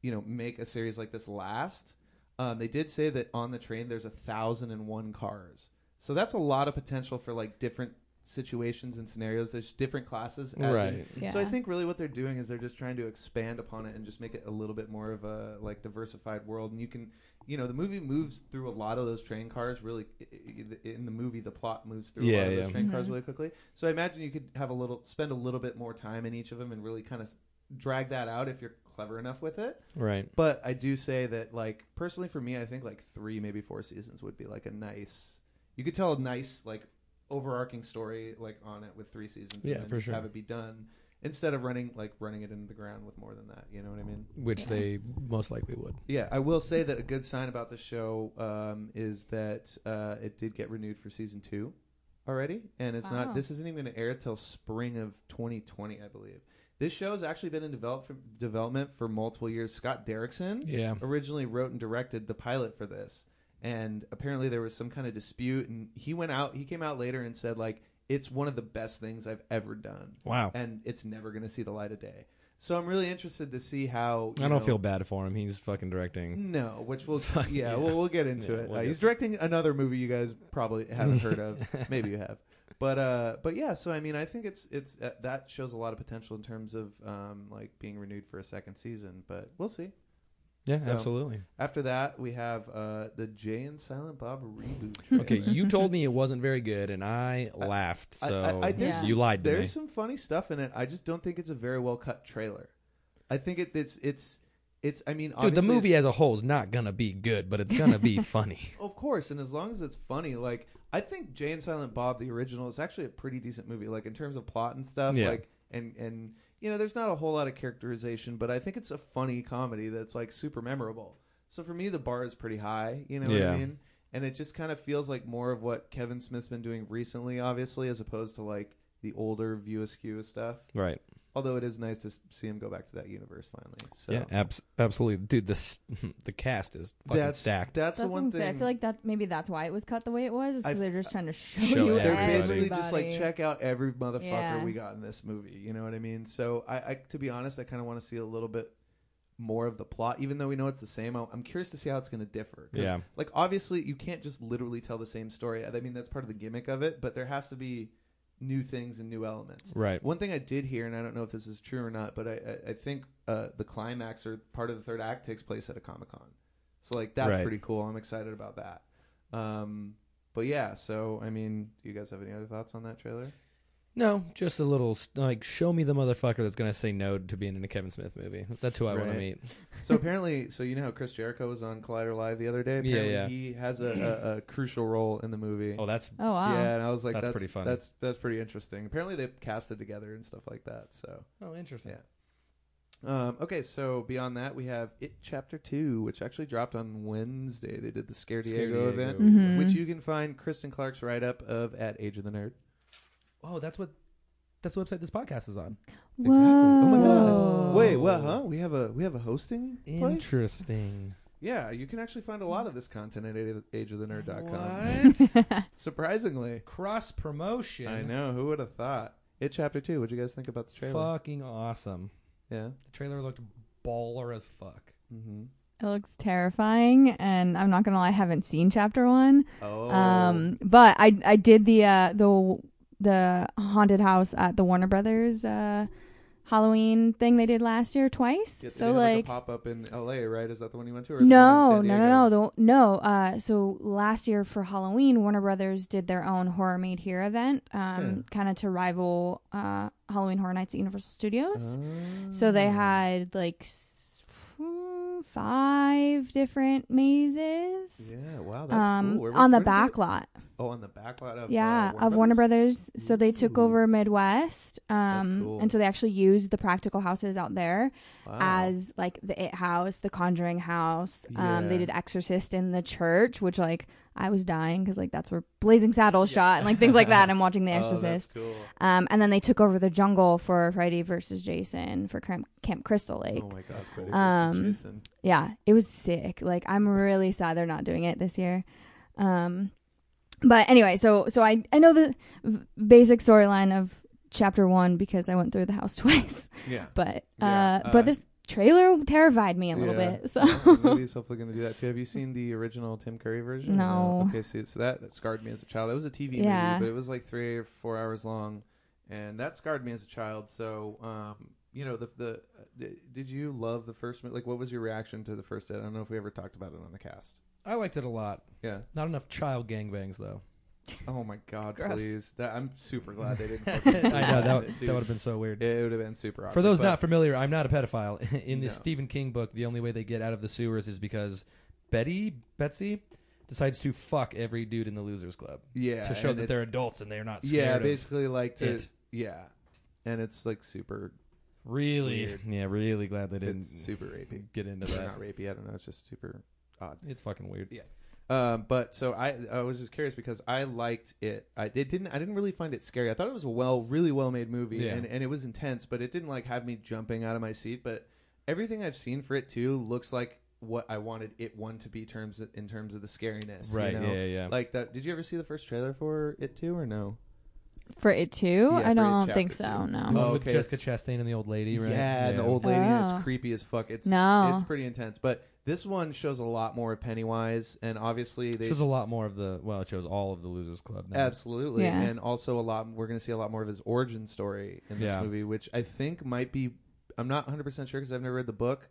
Speaker 2: you know, make a series like this last? Um, they did say that on the train there's a thousand and one cars, so that's a lot of potential for like different situations and scenarios. There's different classes, as in-
Speaker 1: Right.
Speaker 3: Yeah.
Speaker 2: so I think really what they're doing is they're just trying to expand upon it and just make it a little bit more of a like diversified world. And you can, you know, the movie moves through a lot of those train cars really. i- i- In the movie, the plot moves through a
Speaker 1: Yeah,
Speaker 2: lot of
Speaker 1: yeah.
Speaker 2: those train cars
Speaker 3: Mhm.
Speaker 2: really quickly. So I imagine you could have a little, spend a little bit more time in each of them and really kind of drag that out if you're clever enough with it.
Speaker 1: Right.
Speaker 2: But I do say that, like personally for me, I think like three, maybe four seasons would be like a nice. You could tell a nice like overarching story like on it with three seasons.
Speaker 1: Yeah,
Speaker 2: and then
Speaker 1: for
Speaker 2: just
Speaker 1: sure.
Speaker 2: Have it be done instead of running like running it into the ground with more than that. You know what I mean?
Speaker 1: Which
Speaker 3: Yeah.
Speaker 1: they most likely would.
Speaker 2: Yeah, I will say that a good sign about the show um, is that uh, it did get renewed for season two already, and it's
Speaker 3: Wow.
Speaker 2: not. This isn't even going to air till spring of 2020, I believe. This show has actually been in develop for, development for multiple years. Scott Derrickson
Speaker 1: Yeah.
Speaker 2: originally wrote and directed the pilot for this and apparently there was some kind of dispute and he went out he came out later and said like it's one of the best things i've ever done
Speaker 1: Wow.
Speaker 2: and it's never going to see the light of day so i'm really interested to see how you
Speaker 1: I don't
Speaker 2: know-
Speaker 1: feel bad for him. He's fucking directing.
Speaker 2: no which we'll
Speaker 1: Fuck,
Speaker 2: yeah,
Speaker 1: yeah.
Speaker 2: We'll, we'll get into
Speaker 1: Yeah,
Speaker 2: it
Speaker 1: we'll
Speaker 2: Uh,
Speaker 1: get-
Speaker 2: he's directing another movie you guys probably haven't heard of maybe you have but uh but yeah so i mean i think it's it's uh, that shows a lot of potential in terms of um like being renewed for a second season but we'll see
Speaker 1: Yeah,
Speaker 2: So-
Speaker 1: absolutely.
Speaker 2: After that, we have uh, the Jay and Silent Bob reboot.
Speaker 1: Okay,
Speaker 2: trailer.
Speaker 1: you told me it wasn't very good, and I
Speaker 2: I-
Speaker 1: laughed.
Speaker 2: I-
Speaker 1: So
Speaker 2: I- I-
Speaker 3: there's-
Speaker 1: you lied to
Speaker 2: There's
Speaker 1: me.
Speaker 2: some funny stuff in it. I just don't think it's a very well cut trailer. I think it, it's it's it's. I mean,
Speaker 1: Dude, the
Speaker 2: obviously
Speaker 1: movie
Speaker 2: it's-
Speaker 1: as a whole is not gonna be good, but it's gonna be funny.
Speaker 2: Of course, and as long as it's funny, like I think Jay and Silent Bob the original is actually a pretty decent movie, like in terms of plot and stuff,
Speaker 1: Yeah.
Speaker 2: like and and you know, there's not a whole lot of characterization, but I think it's a funny comedy that's like super memorable. So for me, the bar is pretty high, you know what
Speaker 1: Yeah.
Speaker 2: I mean? And it just kind of feels like more of what Kevin Smith's been doing recently, obviously, as opposed to like the older View Askew stuff.
Speaker 1: Right.
Speaker 2: Although it is nice to s- see him go back to that universe finally. So
Speaker 1: Yeah, abs- absolutely. Dude, the, s- the cast is fucking
Speaker 2: that's
Speaker 1: stacked.
Speaker 2: that's the
Speaker 3: That's what
Speaker 2: one
Speaker 3: I'm saying.
Speaker 2: thing.
Speaker 3: I feel like that maybe that's why it was cut the way it was.
Speaker 2: I-
Speaker 3: Because they're just trying to show,
Speaker 1: Show
Speaker 3: you
Speaker 2: They're
Speaker 1: everybody.
Speaker 2: basically just like
Speaker 3: everybody.
Speaker 2: check out every motherfucker
Speaker 3: Yeah.
Speaker 2: we got in this movie. You know what I mean? So I, I to be honest, I kind of want to see a little bit more of the plot, even though we know it's the same. I- I'm curious to see how it's going to differ. 'Cause,
Speaker 1: Yeah.
Speaker 2: like obviously you can't just literally tell the same story. I mean that's part of the gimmick of it, but there has to be new things and new elements.
Speaker 1: Right.
Speaker 2: One thing I did hear, and I don't know if this is true or not, but I, I, I think uh, the climax or part of the third act takes place at a comic con. So like that's
Speaker 1: Right.
Speaker 2: pretty cool. I'm excited about that. Um, but yeah, so I mean, do you guys have any other thoughts on that trailer?
Speaker 1: No, just a little s- like show me the motherfucker that's gonna say no to being in a Kevin Smith movie. That's who I want
Speaker 2: Right.
Speaker 1: to meet.
Speaker 2: So apparently, so you know how Chris Jericho was on Collider Live the other day.
Speaker 1: Yeah,
Speaker 2: Apparently
Speaker 1: yeah.
Speaker 2: He has a, a, a crucial role in the movie.
Speaker 1: Oh, that's
Speaker 3: Oh wow.
Speaker 2: Yeah, and I was like,
Speaker 1: That's
Speaker 2: that's,
Speaker 1: pretty funny.
Speaker 2: That's that's pretty interesting. Apparently, they casted together and stuff like that. So
Speaker 1: oh interesting.
Speaker 2: Yeah. Um, okay, so beyond that, we have It Chapter 2, which actually dropped on Wednesday. They did the Scare Diego, event,
Speaker 3: Mhm.
Speaker 2: which you can find Kristen Clark's write up of at Age of the Nerd.
Speaker 1: Oh, that's what that's the website this podcast is on.
Speaker 3: Whoa.
Speaker 2: Oh my
Speaker 1: Oh.
Speaker 2: god. Wait, what huh? We have a we have a hosting place?
Speaker 1: Interesting.
Speaker 2: Yeah, you can actually find a lot of this content at ageofthenerd.com.
Speaker 1: What?
Speaker 2: Surprisingly.
Speaker 1: Cross promotion.
Speaker 2: I know, who would have thought? It Chapter 2, what'd you guys think about the trailer?
Speaker 1: Fucking awesome.
Speaker 2: Yeah.
Speaker 1: The trailer looked baller as fuck.
Speaker 2: Mm-hmm.
Speaker 3: It looks terrifying, and I'm not gonna lie, I haven't seen chapter one.
Speaker 2: Oh.
Speaker 3: Um, but I I did the uh the the haunted house at the Warner Brothers uh Halloween thing they did last year twice.
Speaker 2: Yeah, they
Speaker 3: so
Speaker 2: have, like,
Speaker 3: like.
Speaker 2: a pop up in LA, right? Is that the one you went to? or the one in
Speaker 3: no,
Speaker 2: San
Speaker 3: no,
Speaker 2: Diego?
Speaker 3: no, no, the, no. Uh, so last year for Halloween, Warner Brothers did their own Horror Made Here event,
Speaker 2: Hmm.
Speaker 3: um, kind of to rival uh, Halloween Horror Nights at Universal Studios.
Speaker 2: Uh-huh.
Speaker 3: So they
Speaker 2: Oh.
Speaker 3: had like s- mm, five different mazes
Speaker 2: Yeah, wow, that's
Speaker 3: um,
Speaker 2: cool. Where was-
Speaker 3: on the
Speaker 2: where did
Speaker 3: back
Speaker 2: they-
Speaker 3: lot.
Speaker 2: Oh, on the backlot of uh,
Speaker 3: yeah, of Warner Brothers. So they took
Speaker 2: Ooh.
Speaker 3: over Midwest, um,
Speaker 2: cool. Oh.
Speaker 3: and so they actually used the practical houses out there
Speaker 2: Wow.
Speaker 3: as like the It House, the Conjuring House. Um, They
Speaker 2: Yeah.
Speaker 3: did Exorcist in the church, which like I was dying because like that's where Blazing Saddles shot and like things like that. I'm watching The
Speaker 2: Oh, that's
Speaker 3: Exorcist.
Speaker 2: cool.
Speaker 3: Um, and then they took over the jungle for Friday versus Jason for Camp, Camp Crystal Lake.
Speaker 2: oh my god, Freddy versus
Speaker 3: um,
Speaker 2: Jason.
Speaker 3: Yeah, it was sick. Like I'm really sad they're not doing it this year. Um, but anyway, so so I I know the v- basic storyline of chapter one because I went through the house twice.
Speaker 2: Yeah.
Speaker 3: But uh,
Speaker 2: Yeah, uh,
Speaker 3: but this trailer terrified me a little
Speaker 2: Yeah.
Speaker 3: bit. So
Speaker 2: Yeah, the movie's hopefully going to do that too. Have you seen the original Tim Curry version? Oh,
Speaker 3: No.
Speaker 2: Okay, see, so that, that scarred me as a child. That was a TV
Speaker 3: Yeah.
Speaker 2: movie, but it was like three or four hours long, and that scarred me as a child. So, um, you know, the the d- did you love the first? mo- Like, what was your reaction to the first? I don't know if we ever talked about it on the cast.
Speaker 1: I liked it a lot.
Speaker 2: Yeah.
Speaker 1: Not enough child gangbangs though.
Speaker 2: Oh my God!
Speaker 3: Gross.
Speaker 2: Please, that I'm super glad they didn't.
Speaker 1: I
Speaker 2: fucking do
Speaker 1: know that,
Speaker 2: Dude,
Speaker 1: that would have been so weird.
Speaker 2: It would have been super awkward.
Speaker 1: For those
Speaker 2: but-
Speaker 1: not familiar, I'm not a pedophile. In the
Speaker 2: No.
Speaker 1: Stephen King book, the only way they get out of the sewers is because Betty, Betsy, decides to fuck every dude in the Losers Club
Speaker 2: yeah,
Speaker 1: to show
Speaker 2: and
Speaker 1: that
Speaker 2: it's-
Speaker 1: they're adults and they're not
Speaker 2: yeah,
Speaker 1: scared. of
Speaker 2: basically like to
Speaker 1: it.
Speaker 2: yeah, and it's like super
Speaker 1: really,
Speaker 2: weird.
Speaker 1: yeah, really glad they didn't
Speaker 2: It's super rapey.
Speaker 1: get into
Speaker 2: It's
Speaker 1: that.
Speaker 2: not rapey. I don't know. It's just super odd.
Speaker 1: It's fucking weird.
Speaker 2: Um, but so I, I was just curious because I liked it. I it didn't. I didn't really find it scary. I thought it was a well, really well made movie,
Speaker 1: Yeah.
Speaker 2: and and it was intense, but it didn't like have me jumping out of my seat. But everything I've seen for it too looks like what I wanted it one to be terms in terms of the scariness.
Speaker 1: Right?
Speaker 2: You know?
Speaker 1: Yeah, yeah.
Speaker 2: Like that. Did you ever see the first trailer for it too, or no?
Speaker 3: for it too,
Speaker 2: Yeah, for
Speaker 3: I
Speaker 2: It
Speaker 3: don't
Speaker 2: chapter
Speaker 3: think
Speaker 2: two.
Speaker 3: so. No.
Speaker 1: The one
Speaker 2: Oh,
Speaker 1: with
Speaker 2: okay,
Speaker 1: Jessica Chastain and the old lady, right?
Speaker 2: Yeah, and the old lady. and
Speaker 3: Oh.
Speaker 2: it's creepy as fuck. It's
Speaker 3: No.
Speaker 2: it's pretty intense. But this one shows a lot more of Pennywise, and obviously they
Speaker 1: shows a lot more of the. Well, it shows all of the Losers Club. Now.
Speaker 2: absolutely,
Speaker 3: Yeah.
Speaker 2: and also a lot. We're going to see a lot more of his origin story in this
Speaker 1: Yeah.
Speaker 2: movie, which I think might be. I'm not 100 percent sure because I've never read the book.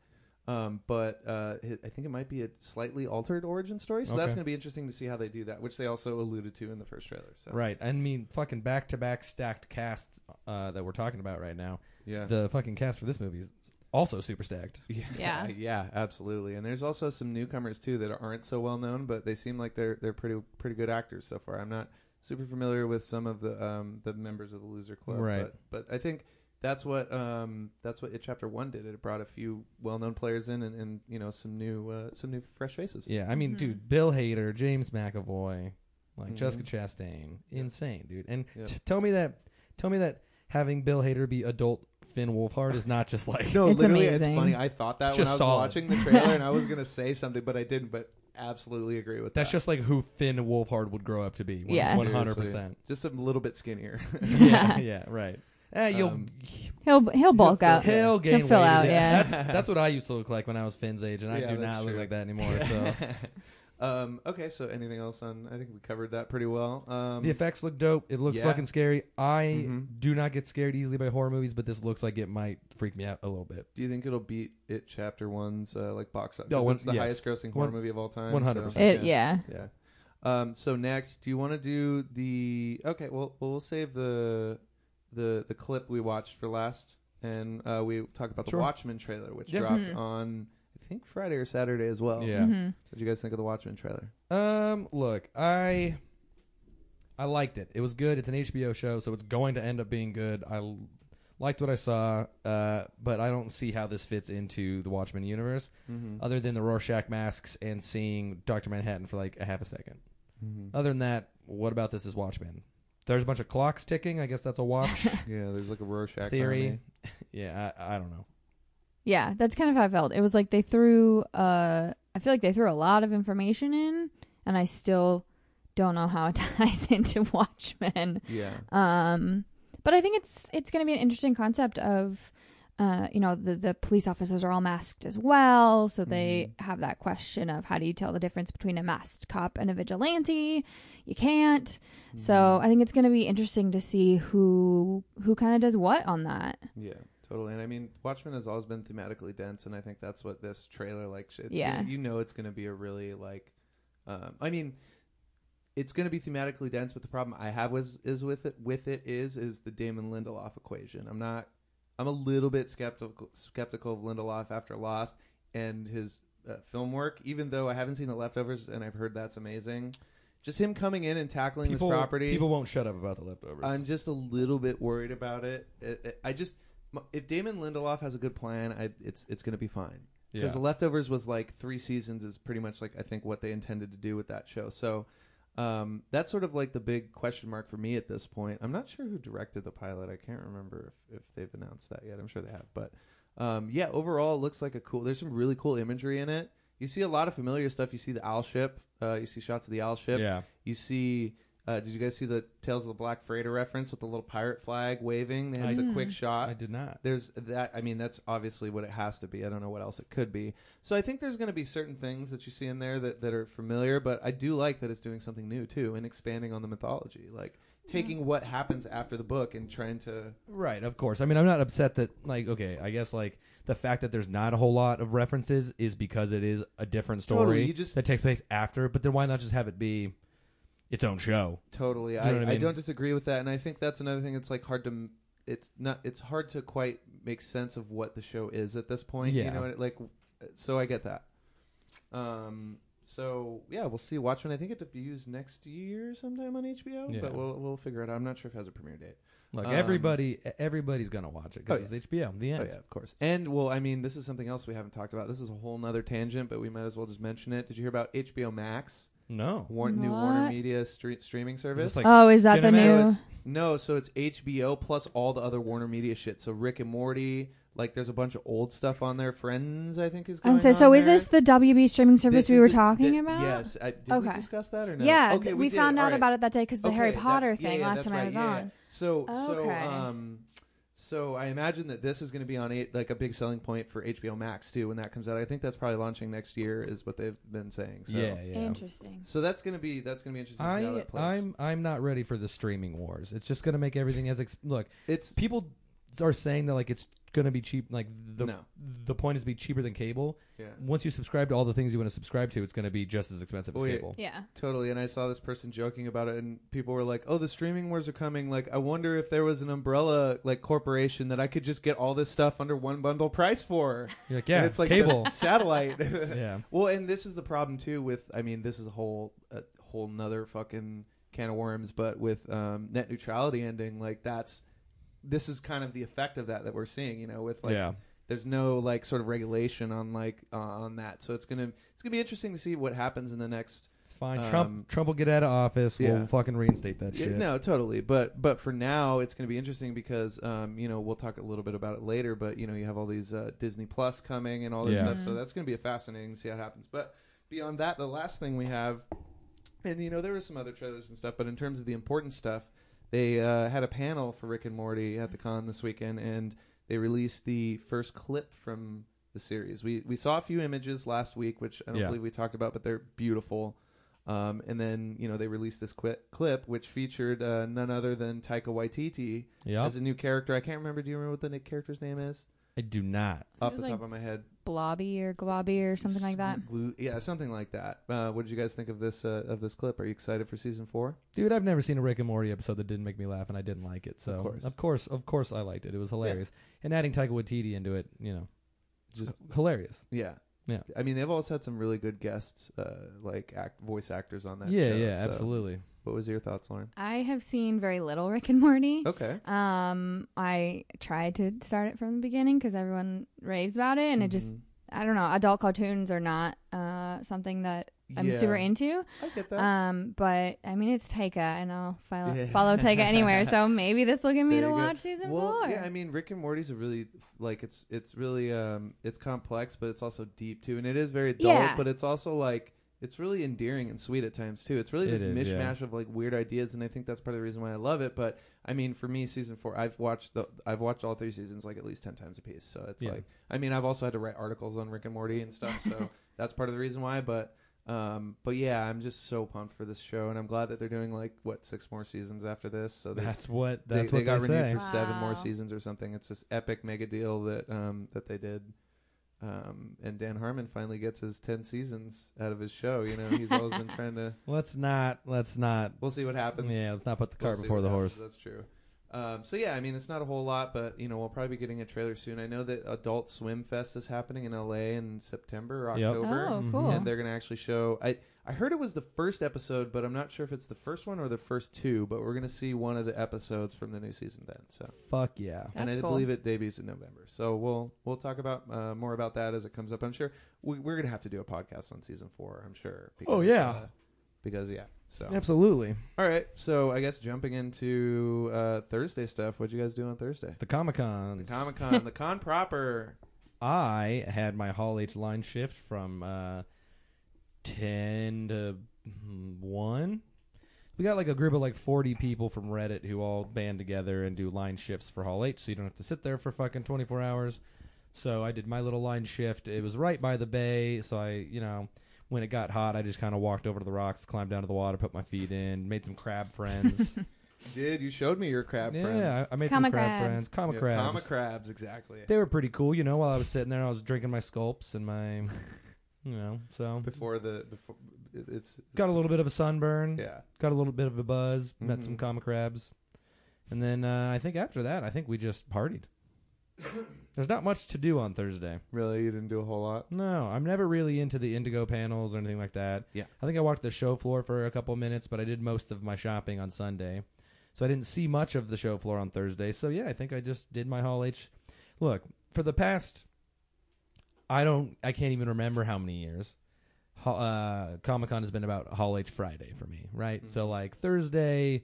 Speaker 2: Um, but uh, hi- I think it might be a slightly altered origin story, so that's
Speaker 1: Okay.
Speaker 2: going to be interesting to see how they do that, which they also alluded to in the first trailer. So
Speaker 1: Right. I mean, fucking back to back stacked casts uh, that we're talking about right now.
Speaker 2: yeah,
Speaker 1: The fucking cast for this movie is also super stacked.
Speaker 2: Yeah,
Speaker 3: Yeah.
Speaker 2: yeah, absolutely. And there's also some newcomers too that aren't so well known, but they seem like they're they're pretty pretty good actors so far. I'm not super familiar with some of the um, the members of the Loser Club,
Speaker 1: Right.
Speaker 2: But, but I think that's what um, that's what it Chapter One did. It brought a few well known players in and, and you know some new uh, some new fresh faces.
Speaker 1: Yeah, I mean,
Speaker 3: Mhm.
Speaker 1: dude, Bill Hader, James McAvoy, like
Speaker 2: Mhm.
Speaker 1: Jessica Chastain, insane, dude. And
Speaker 2: Yeah.
Speaker 1: t- tell me that, tell me that having Bill Hader be adult Finn Wolfhard is not just like
Speaker 2: No,
Speaker 3: It's
Speaker 2: literally,
Speaker 3: amazing.
Speaker 2: it's funny. I thought that
Speaker 1: It's
Speaker 2: when
Speaker 1: just
Speaker 2: I was
Speaker 1: solid.
Speaker 2: watching the trailer, and I was gonna say something, but I didn't. But absolutely agree with
Speaker 1: that's
Speaker 2: that.
Speaker 1: just like who Finn Wolfhard would grow up to be.
Speaker 3: Yeah.
Speaker 1: one hundred percent.
Speaker 2: just a little bit skinnier.
Speaker 1: Yeah, yeah, right. Eh, you'll
Speaker 2: Um,
Speaker 3: He'll he'll bulk
Speaker 2: fill-
Speaker 3: up.
Speaker 1: he'll gain
Speaker 3: uh, He'll fill
Speaker 1: weight.
Speaker 3: out, yeah.
Speaker 1: that's that's what I used to look like when I was Finn's age, and I
Speaker 2: Yeah,
Speaker 1: do
Speaker 2: that's
Speaker 1: not look
Speaker 2: true.
Speaker 1: like that anymore. So
Speaker 2: um, okay, so anything else on? I think we covered that pretty well. Um,
Speaker 1: the effects look dope. It looks
Speaker 2: yeah.
Speaker 1: fucking scary. I
Speaker 2: Mhm.
Speaker 1: do not get scared easily by horror movies, but this looks like it might freak me out a little bit.
Speaker 2: do you think it'll beat it Chapter One's uh, like box office?
Speaker 1: Oh,
Speaker 2: Oh,
Speaker 1: one-
Speaker 2: it's the
Speaker 1: yes.
Speaker 2: highest grossing horror
Speaker 1: One-
Speaker 2: movie of all time.
Speaker 1: 100%.
Speaker 3: It, yeah.
Speaker 2: So, yeah. Um, so next, do you want to do the? Okay, well, well, we'll save the the the clip we watched for last, and uh, we talk about the
Speaker 1: Sure.
Speaker 2: Watchmen trailer, which
Speaker 1: Yeah.
Speaker 2: dropped
Speaker 3: Mhm.
Speaker 2: on I think Friday or Saturday as well.
Speaker 1: Yeah.
Speaker 3: Mhm.
Speaker 2: What do you guys think of the Watchmen trailer?
Speaker 1: Um, look, I I liked it. It was good. It's an HBO show, so it's going to end up being good. I l- liked what I saw, uh, but I don't see how this fits into the Watchmen universe,
Speaker 2: Mm-hmm.
Speaker 1: other than the Rorschach masks and seeing Doctor Manhattan for like a half a second.
Speaker 2: Mm-hmm.
Speaker 1: Other than that, what about this is Watchmen? There's a bunch of clocks ticking. I guess that's a watch
Speaker 2: yeah, there's like a Rorschach
Speaker 1: theory.
Speaker 2: harmony.
Speaker 1: yeah, I, I don't know.
Speaker 3: Yeah, that's kind of how I felt. It was like they threw uh I feel like they threw a lot of information in and I still don't know how it ties into Watchmen.
Speaker 2: Yeah.
Speaker 3: Um but I think it's it's going to be an interesting concept of uh, you know the the police officers are all masked as well, so they have that question of how do you tell the difference between a masked cop and a vigilante? You can't. So
Speaker 2: Mm-hmm.
Speaker 3: I think it's going to be interesting to see who who kind of does what on that.
Speaker 2: Yeah, totally. And I mean, Watchmen has always been thematically dense, and I think that's what this trailer like. It's
Speaker 3: Yeah.
Speaker 2: gonna- you know, it's going to be a really like. Um, I mean, it's going to be thematically dense, but the problem I have was is with it with it is is the Damon Lindelof equation. I'm not. I'm a little bit skeptical skeptical of Lindelof after Lost and his uh, film work, even though I haven't seen The Leftovers and I've heard that's amazing. Just him coming in and tackling
Speaker 1: people,
Speaker 2: this property.
Speaker 1: people won't shut up about the leftovers.
Speaker 2: I'm just a little bit worried about it. It- it- I just m- if Damon Lindelof has a good plan, I, it's it's going to be fine.
Speaker 1: yeah.
Speaker 2: Because The Leftovers was like three seasons is pretty much like I think what they intended to do with that show. So um, that's sort of like the big question mark for me at this point. I'm not sure who directed the pilot. I can't remember if, if they've announced that yet. I'm sure they have, but um, yeah, overall it looks like a cool. There's some really cool imagery in it. You see a lot of familiar stuff. You see the owl ship. Uh, you see shots of the owl ship.
Speaker 1: yeah.
Speaker 2: You see, uh, did you guys see the Tales of the Black Freighter reference with the little pirate flag waving? They had
Speaker 1: I-
Speaker 2: a quick
Speaker 1: I
Speaker 2: shot.
Speaker 1: did not.
Speaker 2: There's that. I mean, that's obviously what it has to be. I don't know what else it could be. So I think there's going to be certain things that you see in there that, that are familiar, but I do like that it's doing something new too and expanding on the mythology, like taking what happens after the book and trying to.
Speaker 1: Right, of course. I mean, I'm not upset that like okay, I guess like the fact that there's not a whole lot of references is because it is a different story
Speaker 2: Totally, you just-
Speaker 1: that takes place after, but then why not just have it be its own show?
Speaker 2: Totally,
Speaker 1: know
Speaker 2: I,
Speaker 1: what I
Speaker 2: I,
Speaker 1: mean?
Speaker 2: don't disagree with that, and I think that's another thing. It's like hard to, m- it's not, it's hard to quite make sense of what the show is at this point.
Speaker 1: Yeah.
Speaker 2: you know, and it, like, so I get that. Um, so yeah, we'll see. Watchmen, I think it debuts next year sometime on HBO,
Speaker 1: Yeah.
Speaker 2: but we'll we'll figure it out. I'm not sure if it has a premiere date.
Speaker 1: Like
Speaker 2: Um,
Speaker 1: everybody e, everybody's going to watch it
Speaker 2: Oh,
Speaker 1: cuz it's HBO, the end.
Speaker 2: Oh yeah, of course. And well, I mean, this is something else we haven't talked about. This is a whole nother tangent, but we might as well just mention it. Did you hear about HBO Max,
Speaker 1: No.
Speaker 2: War- new Warner
Speaker 3: What?
Speaker 2: Media stre- streaming service?
Speaker 1: Is this, like,
Speaker 3: Oh, is that the
Speaker 1: Cinemax?
Speaker 2: So
Speaker 3: new-
Speaker 2: it's- no, so it's HBO plus all the other Warner Media shit. So Rick and Morty, like there's a bunch of old stuff on there. Friends, I think is.
Speaker 3: I
Speaker 2: Going
Speaker 3: was gonna say, so
Speaker 2: on
Speaker 3: is
Speaker 2: there.
Speaker 3: this the WB streaming service
Speaker 2: This
Speaker 3: we
Speaker 2: is
Speaker 3: were
Speaker 2: the-
Speaker 3: talking
Speaker 2: the-
Speaker 3: about?
Speaker 2: Yes, I, did we
Speaker 3: Okay.
Speaker 2: discuss that or no?
Speaker 3: Yeah,
Speaker 2: okay,
Speaker 3: th- we,
Speaker 2: did.
Speaker 3: found
Speaker 2: All
Speaker 3: out
Speaker 2: right.
Speaker 3: about it that day because the Harry
Speaker 2: Okay, that's-
Speaker 3: Potter
Speaker 2: yeah,
Speaker 3: thing
Speaker 2: yeah,
Speaker 3: last
Speaker 2: that's
Speaker 3: time I
Speaker 2: right,
Speaker 3: was
Speaker 2: yeah, yeah.
Speaker 3: on.
Speaker 2: So
Speaker 3: Okay.
Speaker 2: so um so I imagine that this is going to be on eight, like a big selling point for HBO Max too when that comes out. I think that's probably launching next year is what they've been saying. So.
Speaker 1: yeah, yeah.
Speaker 3: Interesting.
Speaker 2: So that's gonna be that's gonna be interesting. to see how
Speaker 1: I
Speaker 2: that plays.
Speaker 1: I'm I'm not ready for the streaming wars. It's just going to make everything as ex- look,
Speaker 2: it's
Speaker 1: people are saying that like it's going to be cheap like the
Speaker 2: no
Speaker 1: the point is to be cheaper than cable.
Speaker 2: yeah
Speaker 1: Once you subscribe to all the things you want to subscribe to, it's going to be just as expensive as
Speaker 2: Wait.
Speaker 1: cable.
Speaker 3: Yeah.
Speaker 2: Totally, and I saw this person joking about it, and people were like, "Oh, the streaming wars are coming." Like, I wonder if there was an umbrella like corporation that I could just get all this stuff under one bundle price for.
Speaker 1: You're like, yeah,
Speaker 2: and it's like
Speaker 1: cable.
Speaker 2: the satellite.
Speaker 1: yeah.
Speaker 2: Well, and this is the problem too. With I mean, this is a whole a whole nother fucking can of worms. But with um, net neutrality ending, like that's this is kind of the effect of that that we're seeing. You know, with like
Speaker 1: yeah.
Speaker 2: there's no like sort of regulation on like uh, on that. So it's gonna it's gonna be interesting to see what happens in the next
Speaker 1: It's fine.
Speaker 2: Um,
Speaker 1: Trump Trump will get out of office.
Speaker 2: yeah.
Speaker 1: We'll fucking reinstate that
Speaker 2: Yeah,
Speaker 1: shit.
Speaker 2: No, totally. But but for now, it's going to be interesting because um, you know we'll talk a little bit about it later. But you know you have all these uh, Disney Plus coming and all this
Speaker 1: Yeah.
Speaker 2: stuff, so
Speaker 3: Mhm.
Speaker 2: that's going to be fascinating to see how it happens. But beyond that, the last thing we have, and you know there were some other trailers and stuff, but in terms of the important stuff, they uh, had a panel for Rick and Morty at the con this weekend, and they released the first clip from the series. We we saw a few images last week, which I don't
Speaker 1: Yeah.
Speaker 2: believe we talked about, but they're beautiful. Um, and then you know they released this qui- clip which featured uh, none other than Taika Waititi
Speaker 1: Yeah.
Speaker 2: as a new character. I can't remember. Do you remember what the ni- character's name is
Speaker 1: I do not.
Speaker 2: off
Speaker 3: was
Speaker 2: the
Speaker 3: like
Speaker 2: top of Mm-hmm. my head?
Speaker 3: Blobby or Globby or something like that.
Speaker 2: Glu- yeah, something like that. Uh, what did you guys think of this uh, of this clip? Are you excited for season four?
Speaker 1: Dude, I've never seen a Rick and Morty episode that didn't make me laugh, and I didn't like it. So
Speaker 2: Of course.
Speaker 1: of course, of course I liked it. It was hilarious, and adding Taika Waititi into it, you know,
Speaker 2: Just
Speaker 1: hilarious.
Speaker 2: yeah,
Speaker 1: Yeah.
Speaker 2: I mean, they've always had some really good guests, uh, like act voice actors on that.
Speaker 1: Yeah,
Speaker 2: show,
Speaker 1: yeah,
Speaker 2: so-
Speaker 1: absolutely.
Speaker 2: What was your thoughts, Lauren?
Speaker 3: I have seen very little Rick and Morty.
Speaker 2: Okay.
Speaker 3: Um, I tried to start it from the beginning because everyone raves about it, and it just
Speaker 2: Mhm.
Speaker 3: I don't know. Adult cartoons are not uh something that I'm
Speaker 2: Yeah,
Speaker 3: super into.
Speaker 2: I get that.
Speaker 3: Um, but I mean, it's Taika, and I'll follow,
Speaker 2: Yeah.
Speaker 3: follow Taika anywhere. So maybe this will get me
Speaker 2: There
Speaker 3: to
Speaker 2: you go.
Speaker 3: watch season
Speaker 2: well,
Speaker 3: four.
Speaker 2: yeah, I mean, Rick and Morty's a really like it's it's really um it's complex, but it's also deep too, and it is very adult,
Speaker 3: Yeah.
Speaker 2: but it's also like it's really endearing and sweet at times too. It's really
Speaker 1: It
Speaker 2: this
Speaker 1: is, yeah.
Speaker 2: mishmash of like weird ideas, and I think that's part of the reason why I love it. But I mean, for me, season four, I've watched the I've watched all three seasons like at least ten times a piece, so it's
Speaker 1: Yeah.
Speaker 2: like I mean, I've also had to write articles on Rick and Morty and stuff, so that's part of the reason why. But um, but yeah, I'm just so pumped for this show, and I'm glad that they're doing like what six more seasons after this. So there's
Speaker 1: That's what
Speaker 2: they,
Speaker 1: that's
Speaker 2: they
Speaker 1: what
Speaker 2: got
Speaker 1: they
Speaker 2: renewed
Speaker 1: say.
Speaker 2: for seven more
Speaker 3: Wow.
Speaker 2: seasons or something. It's this epic mega deal that um, that they did. Um, and Dan Harmon finally gets his ten seasons out of his show. You know, he's always been trying to.
Speaker 1: Let's not. Let's not.
Speaker 2: We'll see what happens.
Speaker 1: Yeah, let's not put the
Speaker 2: We'll
Speaker 1: cart
Speaker 2: see
Speaker 1: before
Speaker 2: what
Speaker 1: the
Speaker 2: happens.
Speaker 1: horse.
Speaker 2: That's true. Um, so yeah, I mean, it's not a whole lot, but you know, we'll probably be getting a trailer soon. I know that Adult Swim Fest is happening in LA in September, or
Speaker 1: Yep.
Speaker 2: October,
Speaker 3: Oh,
Speaker 1: Mhm.
Speaker 3: cool.
Speaker 2: Mm-hmm. and they're going to actually show. I I heard it was the first episode, but I'm not sure if it's the first one or the first two. But we're going to see one of the episodes from the new season then. So,
Speaker 1: Fuck yeah.
Speaker 2: and
Speaker 3: That's
Speaker 2: I
Speaker 3: cool.
Speaker 2: believe it debuts in November. So we'll we'll talk about uh, more about that as it comes up. I'm sure we, we're going to have to do a podcast on season four. I'm sure.
Speaker 1: Oh, yeah.
Speaker 2: uh, because yeah. So
Speaker 1: Absolutely.
Speaker 2: all right, so I guess jumping into uh, Thursday stuff. What'd you guys do on Thursday?
Speaker 1: The Comic Con.
Speaker 2: The Comic Con, the con proper.
Speaker 1: I had my Hall H line shift from uh, 10 to mm, 1. We got like a group of like 40 people from Reddit who all band together and do line shifts for Hall H, so you don't have to sit there for fucking 24 hours. So I did my little line shift. It was right by the bay, so I, you know, when it got hot, I just kind of walked over to the rocks, climbed down to the water, put my feet in, made some crab friends.
Speaker 2: Did you showed me your crab
Speaker 1: yeah,
Speaker 2: friends?
Speaker 1: I, I made
Speaker 3: Comic
Speaker 1: some crab
Speaker 3: crabs.
Speaker 1: friends. Comic
Speaker 2: Yeah,
Speaker 1: crabs.
Speaker 2: Comic crabs, exactly.
Speaker 1: They were pretty cool, you know. While I was sitting there, I was drinking my sculpts and my, you know, so
Speaker 2: Before the before it- it's
Speaker 1: got a little bit of a sunburn,
Speaker 2: yeah.
Speaker 1: got a little bit of a buzz, met some
Speaker 2: Mhm.
Speaker 1: comic crabs, and then uh, I think after that, I think we just partied. There's not much to do on Thursday.
Speaker 2: Really, you didn't do a whole lot.
Speaker 1: No, I'm never really into the indigo panels or anything like that.
Speaker 2: Yeah.
Speaker 1: I think I walked the show floor for a couple minutes, but I did most of my shopping on Sunday. So I didn't see much of the show floor on Thursday. So yeah, I think I just did my Hall H. Look, for the past I don't I can't even remember how many years. Ho- Uh, Comic Con has been about Hall H Friday for me, right? So like Thursday,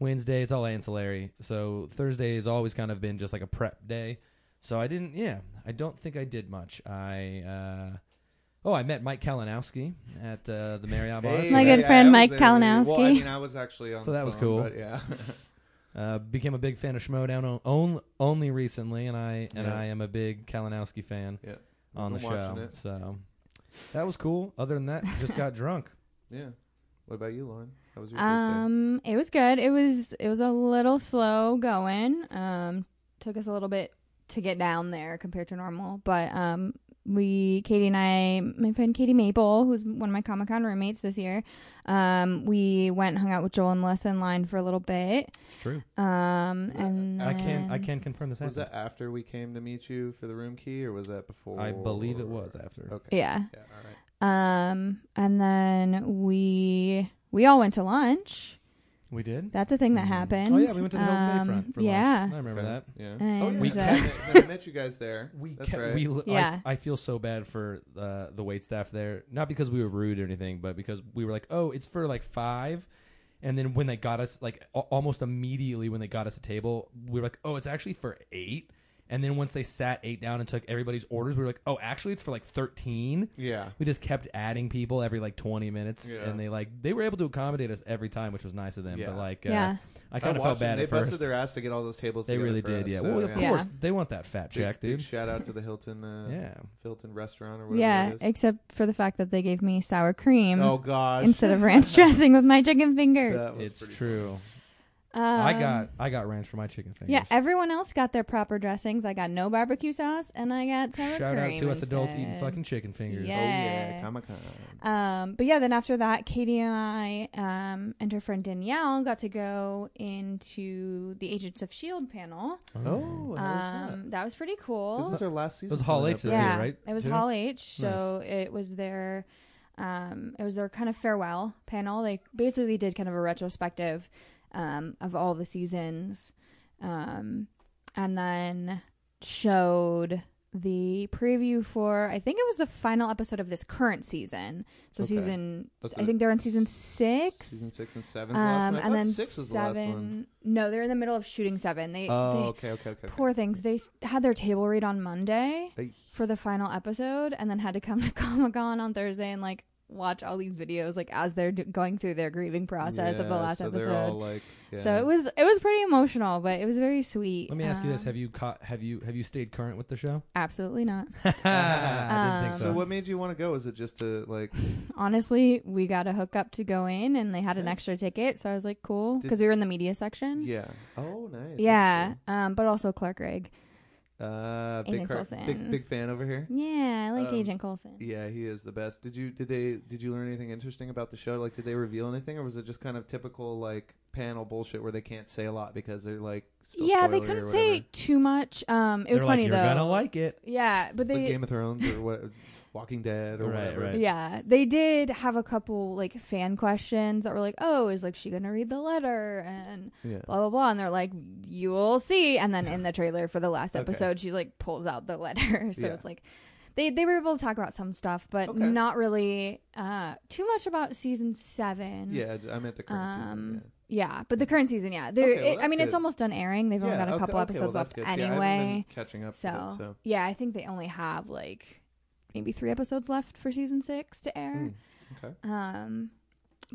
Speaker 1: Wednesday, it's all ancillary. So Thursday has always kind of been just like a prep day. So I didn't. Yeah, I don't think I did much. I uh, oh, I met Mike Kalinowski at uh, the Marriott bar.
Speaker 2: Hey,
Speaker 1: so
Speaker 3: My
Speaker 1: that-
Speaker 3: good
Speaker 2: I
Speaker 3: friend
Speaker 2: was
Speaker 3: Mike
Speaker 2: able to- Well, I
Speaker 3: Kalinowski.
Speaker 2: mean, I was actually on.
Speaker 1: So
Speaker 2: the
Speaker 1: that was
Speaker 2: phone,
Speaker 1: cool.
Speaker 2: But yeah,
Speaker 1: uh, became a big fan of Schmodown on, on, only recently, and I and
Speaker 2: Yeah.
Speaker 1: I am a big Kalinowski fan
Speaker 2: Yeah.
Speaker 1: on the
Speaker 2: We've been watching
Speaker 1: show.
Speaker 2: it.
Speaker 1: So that was cool. Other than that, just got drunk.
Speaker 2: yeah. What about you, Lauren? How was your Thursday?
Speaker 3: Um, it was good. It was it was a little slow going. Um, took us a little bit to get down there compared to normal, but um, we Katie and I, my friend Katie Maple, who's one of my Comic Con roommates this year, um, we went and hung out with Joel and Melissa in line for a little bit.
Speaker 1: It's true.
Speaker 3: Um,
Speaker 2: Was that-
Speaker 3: and
Speaker 1: I can I
Speaker 3: then-
Speaker 1: can confirm this.
Speaker 2: Was
Speaker 1: happened.
Speaker 2: that after we came to meet you for the room key, or was that Oh. before?
Speaker 1: I believe it was after.
Speaker 2: Okay.
Speaker 3: yeah.
Speaker 2: Yeah. All right.
Speaker 3: Um, and then we we all went to lunch.
Speaker 1: We did.
Speaker 3: That's a thing that
Speaker 2: Mm.
Speaker 3: happened.
Speaker 1: Oh yeah, we went to the
Speaker 3: Um,
Speaker 1: Hilton Bayfront for
Speaker 3: yeah.
Speaker 1: lunch. I remember
Speaker 2: Okay.
Speaker 1: that.
Speaker 2: Yeah. oh
Speaker 3: And,
Speaker 2: yeah.
Speaker 1: We
Speaker 2: I
Speaker 1: kept-
Speaker 2: met- no, I met you guys there.
Speaker 1: We
Speaker 2: That's
Speaker 1: kept,
Speaker 2: right.
Speaker 1: we I-
Speaker 3: Yeah.
Speaker 1: I, feel so bad for uh, the wait staff there, not because we were rude or anything, but because we were like, oh, it's for like five, and then when they got us, like a- almost immediately when they got us a table, we were like, oh, it's actually for eight, and then once they sat eight down and took everybody's orders, we were like, oh, actually, it's for like thirteen.
Speaker 2: Yeah.
Speaker 1: We just kept adding people every like twenty minutes,
Speaker 2: Yeah.
Speaker 1: and they like they were able to accommodate us every time, which was nice of them.
Speaker 2: Yeah.
Speaker 1: But like, uh,
Speaker 3: yeah.
Speaker 1: I kind of
Speaker 2: watched
Speaker 1: felt
Speaker 2: them.
Speaker 1: bad
Speaker 2: They
Speaker 1: at
Speaker 2: busted
Speaker 1: first.
Speaker 2: their ass to get all those tables.
Speaker 1: they
Speaker 2: together
Speaker 1: really
Speaker 2: for
Speaker 1: did,
Speaker 2: us,
Speaker 1: yeah.
Speaker 2: so,
Speaker 1: well, of
Speaker 2: yeah.
Speaker 3: Yeah.
Speaker 1: course, they want that fat
Speaker 2: Big-
Speaker 1: check,
Speaker 2: big
Speaker 1: dude.
Speaker 2: shout out to the Hilton. Uh,
Speaker 1: yeah.
Speaker 2: Hilton restaurant or whatever.
Speaker 3: Yeah,
Speaker 2: It is.
Speaker 3: except for the fact that they gave me sour cream
Speaker 2: oh gosh.
Speaker 3: instead of ranch dressing with my chicken fingers.
Speaker 2: That was
Speaker 1: It's
Speaker 2: pretty-
Speaker 1: true.
Speaker 3: Um,
Speaker 1: I got I got ranch for my chicken fingers.
Speaker 3: Yeah, everyone else got their proper dressings. I got no barbecue sauce, and I got sour
Speaker 1: Shout
Speaker 3: cream.
Speaker 1: out to us adults eating
Speaker 3: instead.
Speaker 1: fucking chicken fingers.
Speaker 2: Oh yeah,
Speaker 3: Yeah.
Speaker 2: Comic Con.
Speaker 3: Um, but yeah, then after that, Katie and I um, and her friend Danielle got to go into the Agents of Shield E panel.
Speaker 2: Oh, how was
Speaker 3: Um, that was pretty
Speaker 2: that?
Speaker 3: cool.
Speaker 2: This is our last season.
Speaker 1: was Hall
Speaker 2: coming
Speaker 1: H
Speaker 2: up,
Speaker 1: this
Speaker 2: right?
Speaker 3: yeah,
Speaker 1: year, right,
Speaker 3: It was
Speaker 1: Jenna?
Speaker 3: Hall H, so it was their um it was their kind of farewell panel. They basically did kind of a retrospective um of all the seasons. Um and then showed the preview for I think it was the final episode of this current season. So
Speaker 2: Okay.
Speaker 3: season
Speaker 2: That's
Speaker 3: I
Speaker 2: the-
Speaker 3: think they're on season 6.
Speaker 2: Season six and seven.
Speaker 3: um and then
Speaker 2: six was the last one.
Speaker 3: seven. No, they're in the middle of shooting 7. They
Speaker 2: Oh,
Speaker 3: they
Speaker 2: okay, okay, okay. okay.
Speaker 3: poor things. They s- had their table read on Monday
Speaker 2: Hey.
Speaker 3: for the final episode, and then had to come to Comic Con on Thursday and like watch all these videos like as they're d- going through their grieving process of the
Speaker 2: Yeah,
Speaker 3: last
Speaker 2: so
Speaker 3: episode.
Speaker 2: They're all like, yeah.
Speaker 3: So it was it was pretty emotional, but it was very sweet.
Speaker 1: Let me ask you this:
Speaker 3: Um,
Speaker 1: Have you caught? Have you have you stayed current with the show?
Speaker 3: absolutely not?
Speaker 1: I didn't
Speaker 3: Um,
Speaker 1: think
Speaker 2: So
Speaker 1: so.
Speaker 2: what made you want to go? Is it just to like?
Speaker 3: Honestly, we got a hookup to go in, and they had an
Speaker 2: Nice.
Speaker 3: extra ticket, so I was like, cool,
Speaker 2: Did-
Speaker 3: because we were in the media section.
Speaker 2: Yeah. Oh, nice. that's
Speaker 3: Yeah, um, but also Clark Gregg.
Speaker 2: cool. Uh, big,
Speaker 3: Agent
Speaker 2: car-
Speaker 3: Coulson.
Speaker 2: big big fan over here.
Speaker 3: Yeah, I like
Speaker 2: Um,
Speaker 3: Agent Coulson.
Speaker 2: Yeah, he is the best. Did you did they did you learn anything interesting about the show? Like, did they reveal anything, or was it just kind of typical like panel bullshit where they can't say a lot because they're like still
Speaker 3: yeah, they
Speaker 2: spoilery or
Speaker 3: couldn't
Speaker 2: whatever?
Speaker 3: say too much. Um, it was
Speaker 1: They're
Speaker 3: funny
Speaker 1: like,
Speaker 3: though.
Speaker 1: You're gonna like it.
Speaker 3: yeah, but
Speaker 2: like
Speaker 3: they
Speaker 2: Game of Thrones or what, Walking Dead or
Speaker 1: Right,
Speaker 2: whatever.
Speaker 1: right.
Speaker 3: Yeah, they did have a couple like fan questions that were like, "Oh, is like she gonna read the letter?" and
Speaker 2: Yeah.
Speaker 3: blah blah blah. And they're like, "You'll see." And then in the trailer for the last
Speaker 2: Okay.
Speaker 3: episode, she like pulls out the letter. so
Speaker 2: Yeah.
Speaker 3: it's like they they were able to talk about some stuff, but
Speaker 2: Okay.
Speaker 3: not really uh too much about season seven.
Speaker 2: Yeah, j- I meant the current
Speaker 3: Um,
Speaker 2: season.
Speaker 3: yeah, but the current season, yeah, they're.
Speaker 2: Okay, well,
Speaker 3: it- I
Speaker 2: that's
Speaker 3: mean, it's
Speaker 2: good.
Speaker 3: almost done airing. They've
Speaker 2: Yeah.
Speaker 3: only got a
Speaker 2: Yeah,
Speaker 3: couple
Speaker 2: okay, okay, well,
Speaker 3: episodes
Speaker 2: that's
Speaker 3: left
Speaker 2: good. See, I haven't been
Speaker 3: anyway.
Speaker 2: catching up.
Speaker 3: so,
Speaker 2: to it, so.
Speaker 3: yeah, I think they only have like maybe three episodes left for season six to air.
Speaker 2: Mm, okay.
Speaker 3: Um,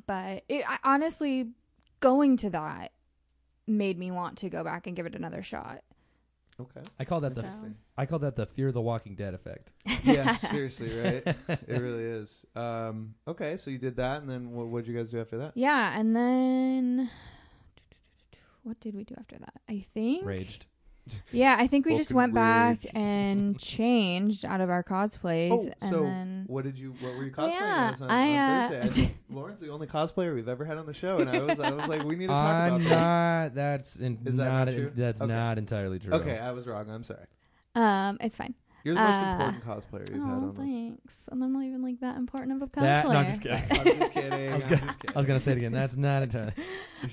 Speaker 3: but it, I, honestly, going to that made me want to go back and give it another shot.
Speaker 2: Okay.
Speaker 1: I call that the
Speaker 3: So-
Speaker 1: I call that the Fear the Walking Dead effect.
Speaker 2: yeah, seriously, right? It really is. Um, okay, so you did that, and then what would you guys do after that?
Speaker 3: Yeah, and then what did we do after that? I think
Speaker 1: Raged.
Speaker 3: Yeah, I think we
Speaker 2: Fucking
Speaker 3: just went back
Speaker 2: raged.
Speaker 3: and changed out of our cosplays,
Speaker 2: Oh,
Speaker 3: and
Speaker 2: so
Speaker 3: then
Speaker 2: What did you? What were you
Speaker 3: Oh,
Speaker 2: cosplaying
Speaker 3: yeah,
Speaker 2: as on,
Speaker 3: I,
Speaker 2: on
Speaker 3: uh,
Speaker 2: Thursday? I said, Lauren's the only cosplayer we've ever had on the show, and I was, I was like, we need to talk
Speaker 1: I'm
Speaker 2: about
Speaker 1: not. That's in,
Speaker 2: Is that
Speaker 1: not.
Speaker 2: not true?
Speaker 1: That's
Speaker 2: Okay.
Speaker 1: not entirely true.
Speaker 2: this. Okay, I was wrong. I'm sorry.
Speaker 3: um, it's fine.
Speaker 2: You're the most
Speaker 3: Uh,
Speaker 2: important cosplayer you've had
Speaker 3: Oh,
Speaker 2: on
Speaker 3: thanks. And I'm not even like that important of a cosplayer.
Speaker 1: That- no, I'm just kidding.
Speaker 2: this. I'm just kidding. I
Speaker 1: was
Speaker 2: am
Speaker 1: gonna-
Speaker 2: just kidding.
Speaker 1: I was gonna say it again. That's not entirely.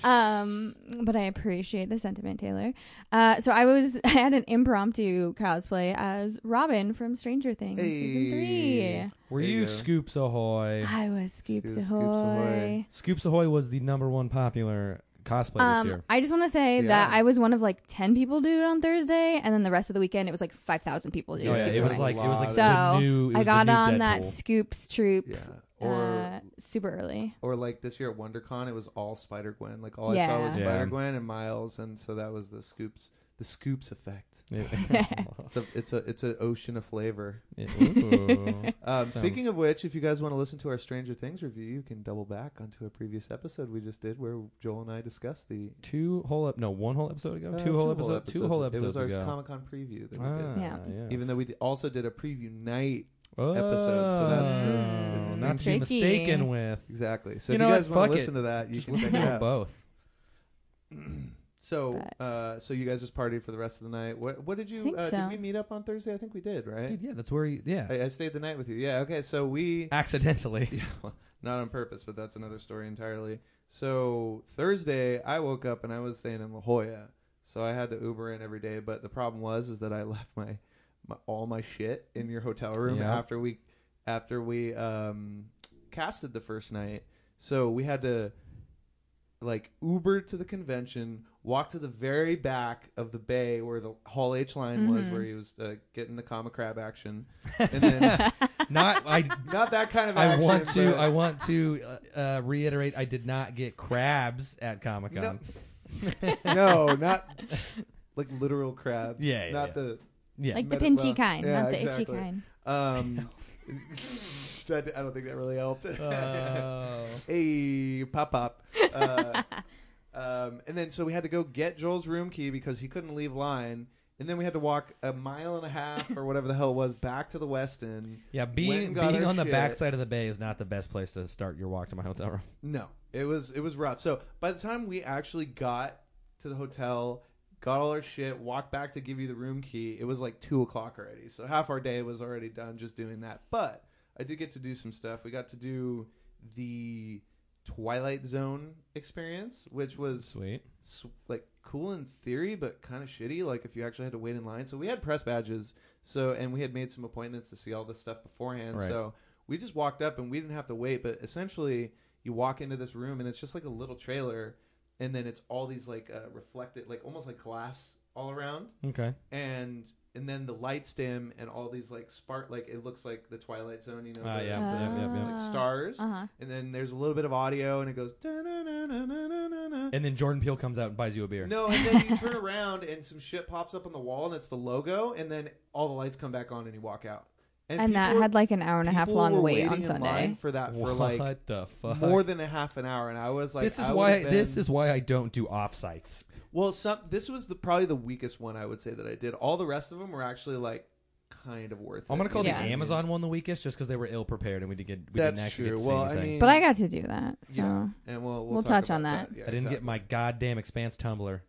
Speaker 3: um, but I appreciate the sentiment, Taylor. Uh, so I was I had an impromptu cosplay as Robin from Stranger Things season
Speaker 2: Hey.
Speaker 3: three.
Speaker 1: Were
Speaker 2: There you
Speaker 1: you,
Speaker 2: go.
Speaker 1: Scoops Ahoy?
Speaker 3: I was Scoops
Speaker 2: was Scoops
Speaker 3: Ahoy.
Speaker 2: Ahoy.
Speaker 1: Scoops Ahoy was the number one popular cosplay this
Speaker 3: Um,
Speaker 1: year.
Speaker 3: I just want to say
Speaker 2: Yeah.
Speaker 3: that I was one of like ten people do it on Thursday, and then the rest of the weekend it was like five thousand people do
Speaker 2: yeah,
Speaker 1: oh,
Speaker 3: Scoops
Speaker 1: yeah, it
Speaker 3: Ahoy.
Speaker 1: was like it was like
Speaker 3: So,
Speaker 1: the new. It
Speaker 3: I
Speaker 1: was
Speaker 3: got
Speaker 1: the new
Speaker 3: on that
Speaker 1: Deadpool.
Speaker 3: Scoops troop
Speaker 2: Yeah. Or
Speaker 3: uh, super early.
Speaker 2: or like this year at WonderCon, it was all Spider Gwen. Like all I saw was
Speaker 1: Yeah. Yeah.
Speaker 2: Spider Gwen and Miles, and so that was the scoops, the scoops effect.
Speaker 1: Yeah.
Speaker 2: It's a, it's a, it's an ocean of flavor.
Speaker 1: Ooh.
Speaker 2: Um,
Speaker 1: Sounds-
Speaker 2: speaking of which, if you guys want to listen to our Stranger Things review, you can double back onto a previous episode we just did where Joel and I discussed the
Speaker 1: two whole ep- no one whole episode ago
Speaker 2: uh,
Speaker 1: two whole episode two whole
Speaker 2: It
Speaker 1: episodes
Speaker 2: was our
Speaker 1: ago.
Speaker 2: Comic Con preview that we
Speaker 1: Ah,
Speaker 2: did.
Speaker 3: Yeah.
Speaker 1: yes.
Speaker 2: Even though we d- also did a preview night,
Speaker 1: oh,
Speaker 2: episode, so that's the- the
Speaker 1: Oh, not to be
Speaker 3: distinction.
Speaker 1: mistaken with.
Speaker 2: exactly. So
Speaker 1: You
Speaker 2: if
Speaker 1: know
Speaker 2: you
Speaker 1: what?
Speaker 2: guys want
Speaker 1: Fuck
Speaker 2: to
Speaker 1: it.
Speaker 2: listen to that, you
Speaker 1: Just
Speaker 2: can check
Speaker 1: listen
Speaker 2: it
Speaker 1: to them
Speaker 2: out.
Speaker 1: both.
Speaker 2: So,
Speaker 3: But-
Speaker 2: uh, so you guys just partied for the rest of the night. What, what did you?
Speaker 3: think
Speaker 2: Uh,
Speaker 3: so.
Speaker 2: Did we meet up on Thursday? I think we did, right?
Speaker 1: Dude, yeah, that's where. You, yeah,
Speaker 2: I, I stayed the night with you. Yeah. Okay. So we
Speaker 1: accidentally.
Speaker 2: Yeah, well, not on purpose, but that's another story entirely. So Thursday, I woke up and I was staying in La Jolla, so I had to Uber in every day. But the problem was is that I left my, my all my shit in your hotel room
Speaker 1: Yeah.
Speaker 2: after we after we um, casted the first night. So we had to like Uber to the convention, walk to the very back of the bay where the Hall H line was,
Speaker 3: Mhm.
Speaker 2: where he was uh, getting the Comic Crab action, and then
Speaker 1: not I.
Speaker 2: not that kind of.
Speaker 1: I
Speaker 2: action,
Speaker 1: want to.
Speaker 2: but-
Speaker 1: I want to uh, uh, reiterate. I did not get crabs at Comic Con.
Speaker 2: no, not like literal crabs.
Speaker 1: Yeah, yeah,
Speaker 2: not
Speaker 1: yeah.
Speaker 2: the
Speaker 1: Yeah,
Speaker 3: Like the
Speaker 2: Meta-
Speaker 3: pinchy
Speaker 2: well,
Speaker 3: kind,
Speaker 2: yeah,
Speaker 3: not the itchy
Speaker 2: exactly.
Speaker 3: kind.
Speaker 2: um. that, I don't think that really helped.
Speaker 1: Oh.
Speaker 2: hey, pop pop. Uh, um, and then so we had to go get Joel's room key because he couldn't leave line. And then we had to walk a mile and a half or whatever the hell it was back to the West End.
Speaker 1: yeah,
Speaker 2: Went
Speaker 1: being
Speaker 2: and got
Speaker 1: being
Speaker 2: our
Speaker 1: on the
Speaker 2: shit.
Speaker 1: backside of the bay is not the best place to start your walk to my hotel room.
Speaker 2: No, it was it was rough. So by the time we actually got to the hotel, got all our shit, walked back to give you the room key, it was like two o'clock already. So half our day was already done just doing that. But I did get to do some stuff. We got to do the Twilight Zone experience, which was
Speaker 1: Sweet.
Speaker 2: s- like cool in theory, but kind of shitty. Like if you actually had to wait in line. So we had press badges. So and we had made some appointments to see all this stuff beforehand.
Speaker 1: Right.
Speaker 2: So we just walked up and we didn't have to wait. But essentially, you walk into this room and it's just like a little trailer, and then it's all these like uh, reflected, like almost like glass all around,
Speaker 1: Okay.
Speaker 2: and and then the lights dim and all these like spark, like it looks like the Twilight Zone, you know,
Speaker 1: Ah,
Speaker 2: the-
Speaker 1: yeah,
Speaker 2: the,
Speaker 1: yeah, yeah, yeah.
Speaker 2: like stars.
Speaker 3: Uh huh.
Speaker 2: And then there's a little bit of audio, and it goes. "Da-na-na-na-na-na-na-na."
Speaker 1: And then Jordan Peele comes out and buys you a beer.
Speaker 2: No, and then you turn around and some shit pops up on the wall and it's the logo, and then all the lights come back on and you walk out.
Speaker 3: And
Speaker 2: people
Speaker 3: that
Speaker 2: were-
Speaker 3: had like an hour and a half
Speaker 2: people
Speaker 3: long
Speaker 2: were
Speaker 3: wait
Speaker 2: waiting
Speaker 3: on
Speaker 2: in
Speaker 3: Sunday.
Speaker 2: line for that for
Speaker 1: what
Speaker 2: like
Speaker 1: the fuck?
Speaker 2: more than a half an hour, and I was like,
Speaker 1: this is
Speaker 2: I would've
Speaker 1: why
Speaker 2: been-
Speaker 1: this is why I don't do offsites.
Speaker 2: Well, some this was the probably the weakest one I would say that I did. All the rest of them were actually like kind of worth.
Speaker 1: I'm
Speaker 2: it,
Speaker 1: gonna call
Speaker 2: you
Speaker 3: Yeah.
Speaker 2: know what
Speaker 1: the
Speaker 2: I
Speaker 1: Amazon one the weakest, just because they were ill prepared and we did get we
Speaker 2: That's
Speaker 1: didn't actually
Speaker 2: true.
Speaker 1: get to see
Speaker 2: Well, I
Speaker 1: anything.
Speaker 2: mean-
Speaker 3: But I got to do that, so
Speaker 2: Yeah. mean? And we'll we'll,
Speaker 3: We'll
Speaker 2: talk
Speaker 3: touch on
Speaker 2: about
Speaker 3: that.
Speaker 1: I didn't get my goddamn expanse tumbler.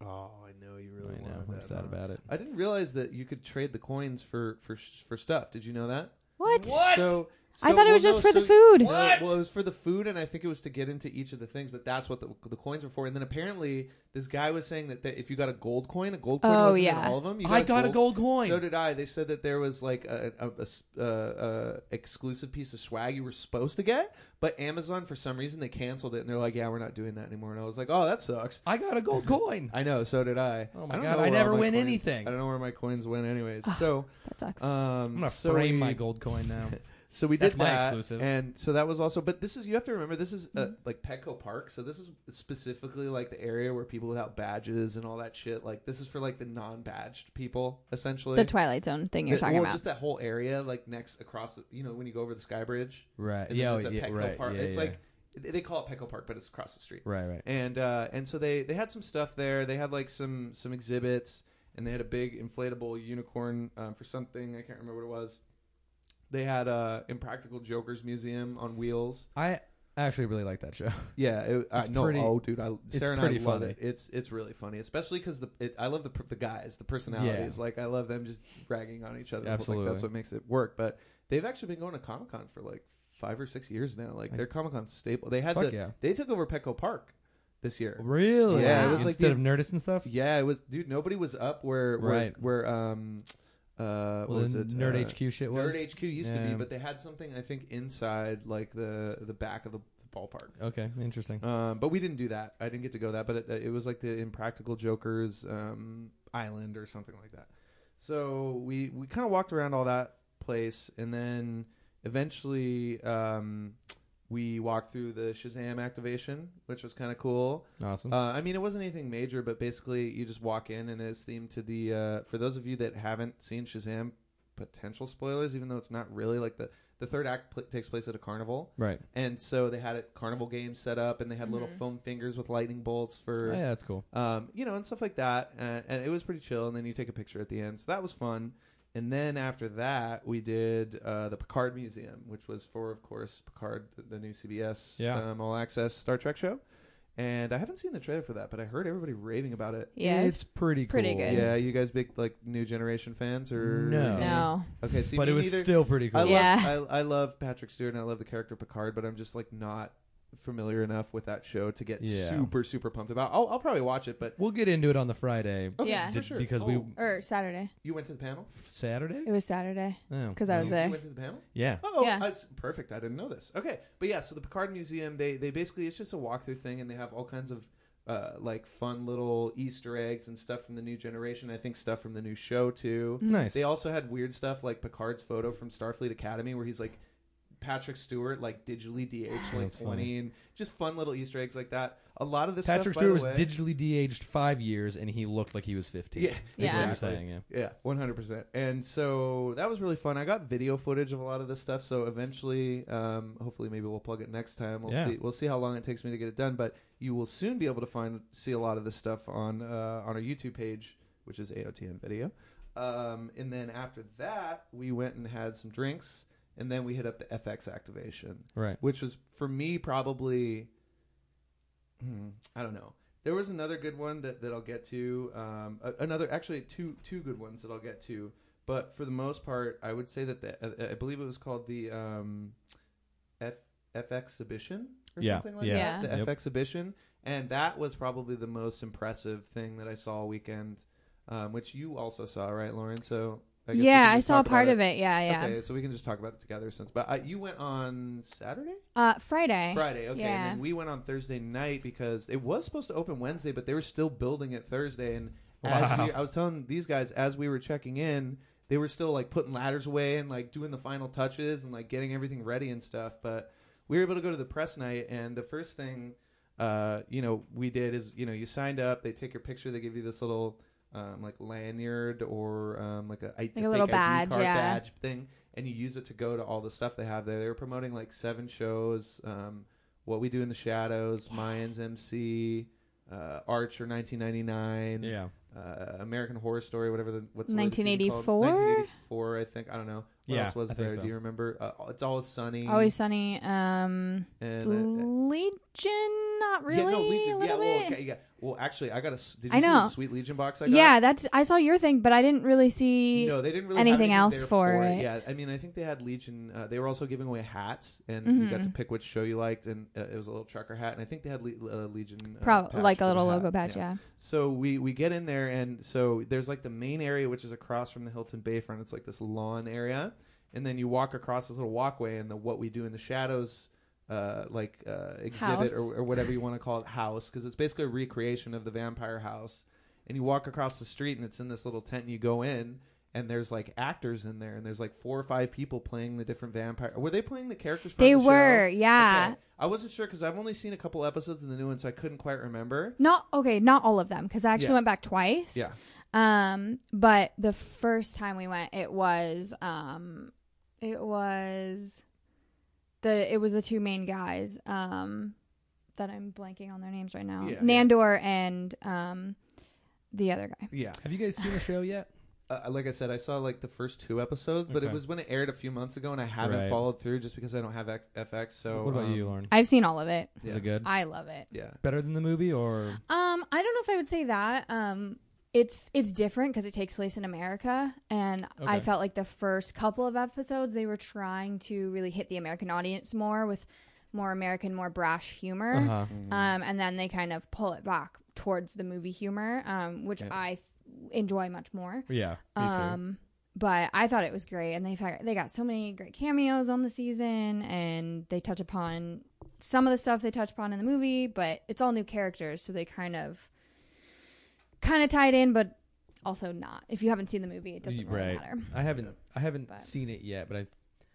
Speaker 2: my. Oh, I know you really.
Speaker 1: I know.
Speaker 2: wanted
Speaker 1: I'm
Speaker 2: that,
Speaker 1: sad
Speaker 2: huh?
Speaker 1: about it.
Speaker 2: I didn't realize that you could trade the coins for for sh- for stuff. Did you know that?
Speaker 3: what?
Speaker 2: So,
Speaker 3: I thought it
Speaker 2: well,
Speaker 3: was just
Speaker 2: no,
Speaker 3: for
Speaker 2: so-
Speaker 3: the food.
Speaker 2: No, well, it was for the food, and I think it was to get into each of the things. But that's what the, the coins were for. And then apparently, this guy was saying that, that if you got a gold coin, a gold coin
Speaker 3: Oh,
Speaker 2: wasn't
Speaker 3: yeah.
Speaker 2: in all of them. You
Speaker 1: I got a gold coin.
Speaker 2: So did I. They said that there was like a, a, a s- uh, uh, exclusive piece of swag you were supposed to get, but Amazon for some reason they canceled it, and they're like, "Yeah, we're not doing that anymore." And I was like, "Oh, that sucks."
Speaker 1: I got a gold coin.
Speaker 2: I know. So did I.
Speaker 1: Oh my
Speaker 2: I
Speaker 1: God,
Speaker 2: don't know
Speaker 1: I
Speaker 2: where all
Speaker 1: never
Speaker 2: my
Speaker 1: win
Speaker 2: coins-
Speaker 1: anything.
Speaker 2: I don't know where my coins went, anyways. So
Speaker 3: That sucks.
Speaker 2: um,
Speaker 1: I'm gonna
Speaker 2: so
Speaker 1: frame
Speaker 2: we-
Speaker 1: my gold coin now.
Speaker 2: so we did
Speaker 1: That's my
Speaker 2: that,
Speaker 1: exclusive. Mm-hmm.
Speaker 2: and so that was also. But this is you have to remember this is uh, like Petco Park, so this is specifically like the area where people without badges and all that shit. Like this is for like the non-badged people, essentially.
Speaker 3: the Twilight Zone thing you're
Speaker 2: The-
Speaker 3: talking
Speaker 2: well,
Speaker 3: about.
Speaker 2: just that whole area, like next across, the, you know, when you go over the Sky Bridge,
Speaker 1: right.
Speaker 2: and
Speaker 1: Yeah.
Speaker 2: then
Speaker 1: oh,
Speaker 2: there's a
Speaker 1: yeah,
Speaker 2: Petco
Speaker 1: right.
Speaker 2: Park.
Speaker 1: yeah,
Speaker 2: it's
Speaker 1: yeah.
Speaker 2: like they they call it Petco Park, but it's across the street
Speaker 1: right. Right.
Speaker 2: and uh, and so they they had some stuff there. They had like some some exhibits, and they had a big inflatable unicorn um, for something I can't remember what it was. They had uh, Impractical Jokers Museum on wheels.
Speaker 1: I actually really like that show.
Speaker 2: Yeah, it, I
Speaker 1: It's
Speaker 2: no,
Speaker 1: pretty-
Speaker 2: oh dude, I, Sarah and I
Speaker 1: pretty
Speaker 2: love
Speaker 1: funny.
Speaker 2: it. It's it's really funny, especially because the it, I love the per- the guys, the personalities. Like I love them just ragging on each other.
Speaker 1: Absolutely.
Speaker 2: like, that's what makes it work. But they've actually been going to Comic Con for like five or six years now. Like
Speaker 1: I-
Speaker 2: they're Comic Con staple. They had
Speaker 1: Fuck
Speaker 2: the
Speaker 1: yeah.
Speaker 2: they took over Petco Park this year.
Speaker 1: Really?
Speaker 2: Yeah,
Speaker 3: it was
Speaker 2: like
Speaker 1: instead
Speaker 2: the-
Speaker 1: of Nerdist and stuff.
Speaker 2: Yeah, it was dude. Nobody was up where where,
Speaker 1: Right.
Speaker 2: where um uh what
Speaker 1: Well,
Speaker 2: was
Speaker 1: the
Speaker 2: it
Speaker 1: Nerd
Speaker 2: uh,
Speaker 1: HQ shit was.
Speaker 2: Nerd HQ used to be,
Speaker 1: Yeah.
Speaker 2: but they had something I think inside like the the back of the ballpark.
Speaker 1: Okay, interesting.
Speaker 2: Um, but we didn't do that. I didn't get to go that, but it, it was like the Impractical Jokers um, island or something like that. So we we kind of walked around all that place, and then eventually um, we walked through the Shazam activation, which was kind of cool.
Speaker 1: Awesome.
Speaker 2: Uh, I mean, it wasn't anything major, but basically, you just walk in and it's themed to the. Uh, for those of you that haven't seen Shazam, potential spoilers, even though it's not really like the the third act pl- takes place at a carnival,
Speaker 1: right.
Speaker 2: and so they had a carnival game set up, and they had little
Speaker 3: Mhm.
Speaker 2: foam fingers with lightning bolts for
Speaker 1: Oh, yeah, that's cool.
Speaker 2: um, you know, and stuff like that. And, and it was pretty chill. And then you take a picture at the end, so that was fun. And then after that, we did uh, the Picard Museum, which was for, of course, Picard, the, the new CBS
Speaker 1: Yeah.
Speaker 2: um, All Access Star Trek show. And I haven't seen the trailer for that, but I heard everybody raving about it.
Speaker 3: yeah,
Speaker 1: it's
Speaker 3: it's,
Speaker 1: pretty cool.
Speaker 3: pretty good.
Speaker 2: Yeah, you guys big like new generation fans or
Speaker 1: No.
Speaker 3: no.
Speaker 2: Okay, see,
Speaker 1: but
Speaker 2: me
Speaker 1: it was
Speaker 2: neither.
Speaker 1: still pretty
Speaker 2: I
Speaker 1: cool.
Speaker 3: Yeah.
Speaker 2: love I, I love Patrick Stewart and I love the character Picard, but I'm just like not familiar enough with that show to get
Speaker 1: Yeah.
Speaker 2: super super pumped about. I'll, I'll probably watch it, but
Speaker 1: We'll get into it on the Friday.
Speaker 2: okay,
Speaker 3: Yeah.
Speaker 2: for
Speaker 1: Did-
Speaker 2: sure.
Speaker 1: because
Speaker 2: oh,
Speaker 1: we-
Speaker 3: Or Er, Saturday.
Speaker 2: you went to the panel
Speaker 1: Saturday?
Speaker 3: It was Saturday
Speaker 1: Oh.
Speaker 3: because I was
Speaker 2: you,
Speaker 3: there.
Speaker 2: You went to the panel.
Speaker 1: Yeah.
Speaker 2: Oh,
Speaker 3: Yeah.
Speaker 2: that's perfect. I didn't know this. Okay, but yeah, so the Picard Museum, they they basically it's just a walkthrough thing, and they have all kinds of uh, like fun little Easter eggs and stuff from the new generation. I think stuff from the new show too.
Speaker 1: Nice.
Speaker 2: They also had weird stuff like Picard's photo from Starfleet Academy, where he's like Patrick Stewart, like digitally DH like
Speaker 1: That's funny.
Speaker 2: twenty, and just fun little Easter eggs like that. A lot of this
Speaker 1: Patrick
Speaker 2: stuff,
Speaker 1: Stewart
Speaker 2: by
Speaker 1: was
Speaker 2: the way,
Speaker 1: digitally de-aged five years, and he looked like he was 15.
Speaker 2: Yeah,
Speaker 1: That's what
Speaker 3: Yeah.
Speaker 1: you're
Speaker 2: exactly.
Speaker 1: saying, yeah.
Speaker 2: Yeah, one hundred percent. And so that was really fun. I got video footage of a lot of this stuff. So eventually, um, hopefully, maybe we'll plug it next time. We'll
Speaker 1: Yeah.
Speaker 2: see. We'll see how long it takes me to get it done. But you will soon be able to find see a lot of this stuff on uh, on our YouTube page, which is AOTN Video. Um, and then after that, we went and had some drinks, and then we hit up the FX activation
Speaker 1: Right.
Speaker 2: which was for me probably hmm, I don't know. There was another good one that, that I'll get to. Um, a- another actually two two good ones that I'll get to. But for the most part, I would say that the, uh, I- I believe it was called the um, F F exhibition or
Speaker 1: Yeah,
Speaker 2: something like
Speaker 3: yeah.
Speaker 2: that. The
Speaker 1: Yep.
Speaker 2: F exhibition, and that was probably the most impressive thing that I saw all weekend, um, which you also saw, right, Lauren? So guess we
Speaker 3: yeah,
Speaker 2: can
Speaker 3: I
Speaker 2: just
Speaker 3: saw
Speaker 2: talk about
Speaker 3: part of it. Yeah, yeah.
Speaker 2: Okay, so we can just talk about it together since. But uh, you went on Saturday.
Speaker 3: Uh, Friday.
Speaker 2: Friday, okay.
Speaker 3: Yeah.
Speaker 2: And then we went on Thursday night because it was supposed to open Wednesday, but they were still building it Thursday. And as
Speaker 1: Wow.
Speaker 2: we, I was telling these guys as we were checking in, they were still like putting ladders away and like doing the final touches and like getting everything ready and stuff. But we were able to go to the press night, and the first thing, uh, you know, we did is you know you signed up, they take your picture, they give you this little. Um, like lanyard or um, like a, I-
Speaker 3: a
Speaker 2: fake
Speaker 3: little
Speaker 2: ID
Speaker 3: badge,
Speaker 2: card
Speaker 3: yeah.
Speaker 2: badge thing, and you use it to go to all the stuff they have there. They were promoting like seven shows, um, what we do in the shadows, Mayans MC, uh, Archer 1999,
Speaker 1: Yeah.
Speaker 2: uh, American Horror Story, whatever the what's the latest season called?
Speaker 3: 1984?
Speaker 2: 1984, I think. I don't know. What
Speaker 1: Yeah,
Speaker 2: else was
Speaker 1: I think
Speaker 2: there?
Speaker 1: so.
Speaker 2: Do you remember? Uh, it's always sunny.
Speaker 3: Always sunny. Um,
Speaker 2: And, uh,
Speaker 3: Legion, not really.
Speaker 2: Yeah, no, Legion.
Speaker 3: A
Speaker 2: yeah,
Speaker 3: little
Speaker 2: well,
Speaker 3: bit.
Speaker 2: okay, yeah. Well, actually, I got a. s- Did you
Speaker 3: I
Speaker 2: see
Speaker 3: know.
Speaker 2: the Sweet Legion box? I got?
Speaker 3: yeah, that's. I saw your thing, but I didn't really see.
Speaker 2: No, uh, they didn't really have
Speaker 3: anything else
Speaker 2: there
Speaker 3: for it.
Speaker 2: Yeah, I mean, I think they had Legion. Uh, they were also giving away hats, and you got to
Speaker 3: Mhm.
Speaker 2: pick which show you liked, and uh, it was a little trucker hat, and I think they had Le- uh, Legion, uh,
Speaker 3: prob-
Speaker 2: patch
Speaker 3: like
Speaker 2: for
Speaker 3: a
Speaker 2: the
Speaker 3: little
Speaker 2: hat.
Speaker 3: logo patch. Yeah.
Speaker 2: So we we get in there, and so there's like the main area, which is across from the Hilton Bayfront. It's like this lawn area, and then you walk across this little walkway, and the What We Do in the Shadows, uh, like uh, exhibit
Speaker 3: House.
Speaker 2: or, or whatever you want to call it, house, because it's basically a recreation of the vampire house. And you walk across the street, and it's in this little tent, and you go in. And there's like actors in there, and there's like four or five people playing the different vampire. Were they playing the characters? From
Speaker 3: They
Speaker 2: the show?
Speaker 3: were. Yeah.
Speaker 2: Okay. I wasn't sure because I've only seen a couple episodes in the new one, so I couldn't quite remember.
Speaker 3: Not okay. Not all of them, because I actually
Speaker 2: Yeah.
Speaker 3: went back twice.
Speaker 2: Yeah.
Speaker 3: Um, but the first time we went, it was um, it was the it was the two main guys um that I'm blanking on their names right now.
Speaker 2: Yeah, yeah.
Speaker 3: Nandor and um the other guy.
Speaker 2: Yeah.
Speaker 1: Have you guys seen the show yet?
Speaker 2: uh, like I said, I saw like the first two episodes, but it
Speaker 1: Okay.
Speaker 2: was when it aired a few months ago, and I haven't
Speaker 1: Right.
Speaker 2: followed through just because I don't have X- FX. So
Speaker 1: what about
Speaker 2: um,
Speaker 1: you, Lauren?
Speaker 3: I've seen all of it.
Speaker 2: Yeah,
Speaker 1: Is it good?
Speaker 3: I love it.
Speaker 2: yeah,
Speaker 1: Better than the movie or
Speaker 3: Um, I don't know if I would say that. Um, it's it's different because it takes place in America, and I
Speaker 1: Okay.
Speaker 3: felt like the first couple of episodes they were trying to really hit the American audience more with more American, more brash humor.
Speaker 1: uh-huh.
Speaker 3: Um, and then they kind of pull it back towards the movie humor, um, which
Speaker 2: Yeah.
Speaker 3: I th- enjoy much more.
Speaker 1: Yeah. Me too.
Speaker 3: Um, but I thought it was great, and they they got so many great cameos on the season, and they touch upon some of the stuff they touch upon in the movie, but it's all new characters, so they kind of kind of tied in, but also not. If you haven't seen the movie, it doesn't really
Speaker 1: Right.
Speaker 3: matter.
Speaker 1: I haven't I haven't
Speaker 3: But-
Speaker 1: seen it yet, but I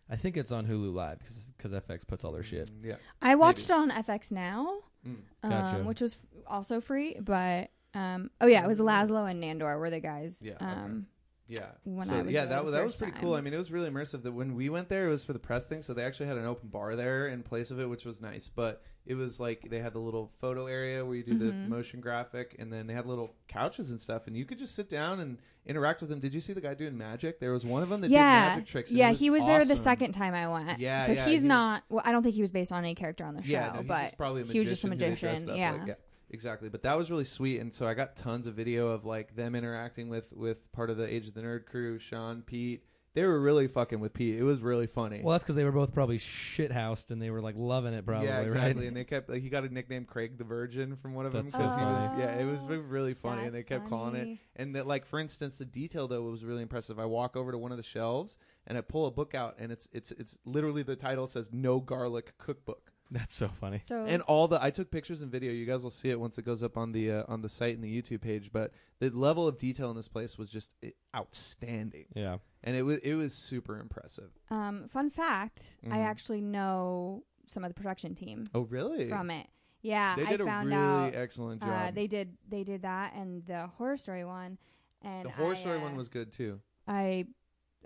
Speaker 1: I think it's on Hulu Live because FX puts all their shit.
Speaker 2: Mm, Yeah,
Speaker 3: I watched it on FX now,
Speaker 2: Mm.
Speaker 3: um,
Speaker 1: Gotcha.
Speaker 3: which was f- also free, but um, oh yeah, it was Laszlo and Nandor were the guys.
Speaker 2: Yeah, okay.
Speaker 3: Um,
Speaker 2: yeah.
Speaker 3: When
Speaker 2: So,
Speaker 3: I was
Speaker 2: yeah,
Speaker 3: there
Speaker 2: that
Speaker 3: the
Speaker 2: was that was
Speaker 3: first
Speaker 2: pretty
Speaker 3: time.
Speaker 2: cool. I mean, it was really immersive. That when we went there, it was for the press thing, so they actually had an open bar there in place of it, which was nice. But it was like they had the little photo area where you do the
Speaker 3: Mhm.
Speaker 2: motion graphic, and then they had little couches and stuff, and you could just sit down and interact with them. Did you see the guy doing magic? There was one of them that
Speaker 3: yeah,
Speaker 2: did magic tricks. and it
Speaker 3: yeah, he was there the
Speaker 2: awesome.
Speaker 3: second time I went.
Speaker 2: Yeah,
Speaker 3: so
Speaker 2: yeah,
Speaker 3: he's
Speaker 2: he was-
Speaker 3: not. Well, I don't think he was based on any character on the show,
Speaker 2: Yeah, no, he's
Speaker 3: but
Speaker 2: just probably a
Speaker 3: he was just a
Speaker 2: magician who they
Speaker 3: magician,
Speaker 2: dressed up
Speaker 3: yeah.
Speaker 2: like. exactly. But that was really sweet, and so I got tons of video of like them interacting with with part of the Age of the Nerd crew, Sean, Pete. They were really fucking with Pete. It was really funny.
Speaker 3: Mm.
Speaker 1: Well, that's because they were both probably shit housed and they were like loving it, probably.
Speaker 2: yeah, exactly.
Speaker 1: Right?
Speaker 2: And they kept like he got a nickname Craig the Virgin from one of
Speaker 1: That's
Speaker 2: them because
Speaker 1: so
Speaker 2: he was
Speaker 3: funny.
Speaker 2: yeah, it was really funny, and
Speaker 3: That's
Speaker 2: they kept calling it.
Speaker 3: funny.
Speaker 2: And that, like for instance, the detail though was really impressive. I walk over to one of the shelves and I pull a book out, and it's it's it's literally the title says "No Garlic Cookbook."
Speaker 1: That's so funny.
Speaker 3: So
Speaker 2: and all the I took pictures and video. You guys will see it once it goes up on the uh, on the site and the YouTube page. But the level of detail in this place was just eh, outstanding,
Speaker 1: Yeah.
Speaker 2: and it was it was super impressive.
Speaker 3: Um, fun fact: I
Speaker 2: Mhm.
Speaker 3: actually know some of the production team
Speaker 2: Oh, really?
Speaker 3: from it. Yeah,
Speaker 2: they did
Speaker 3: I
Speaker 2: a
Speaker 3: found
Speaker 2: really
Speaker 3: out.
Speaker 2: excellent job.
Speaker 3: Uh, they did. They did that, and the horror story one. And
Speaker 2: the horror
Speaker 3: I,
Speaker 2: story one
Speaker 3: uh,
Speaker 2: was good too.
Speaker 3: I,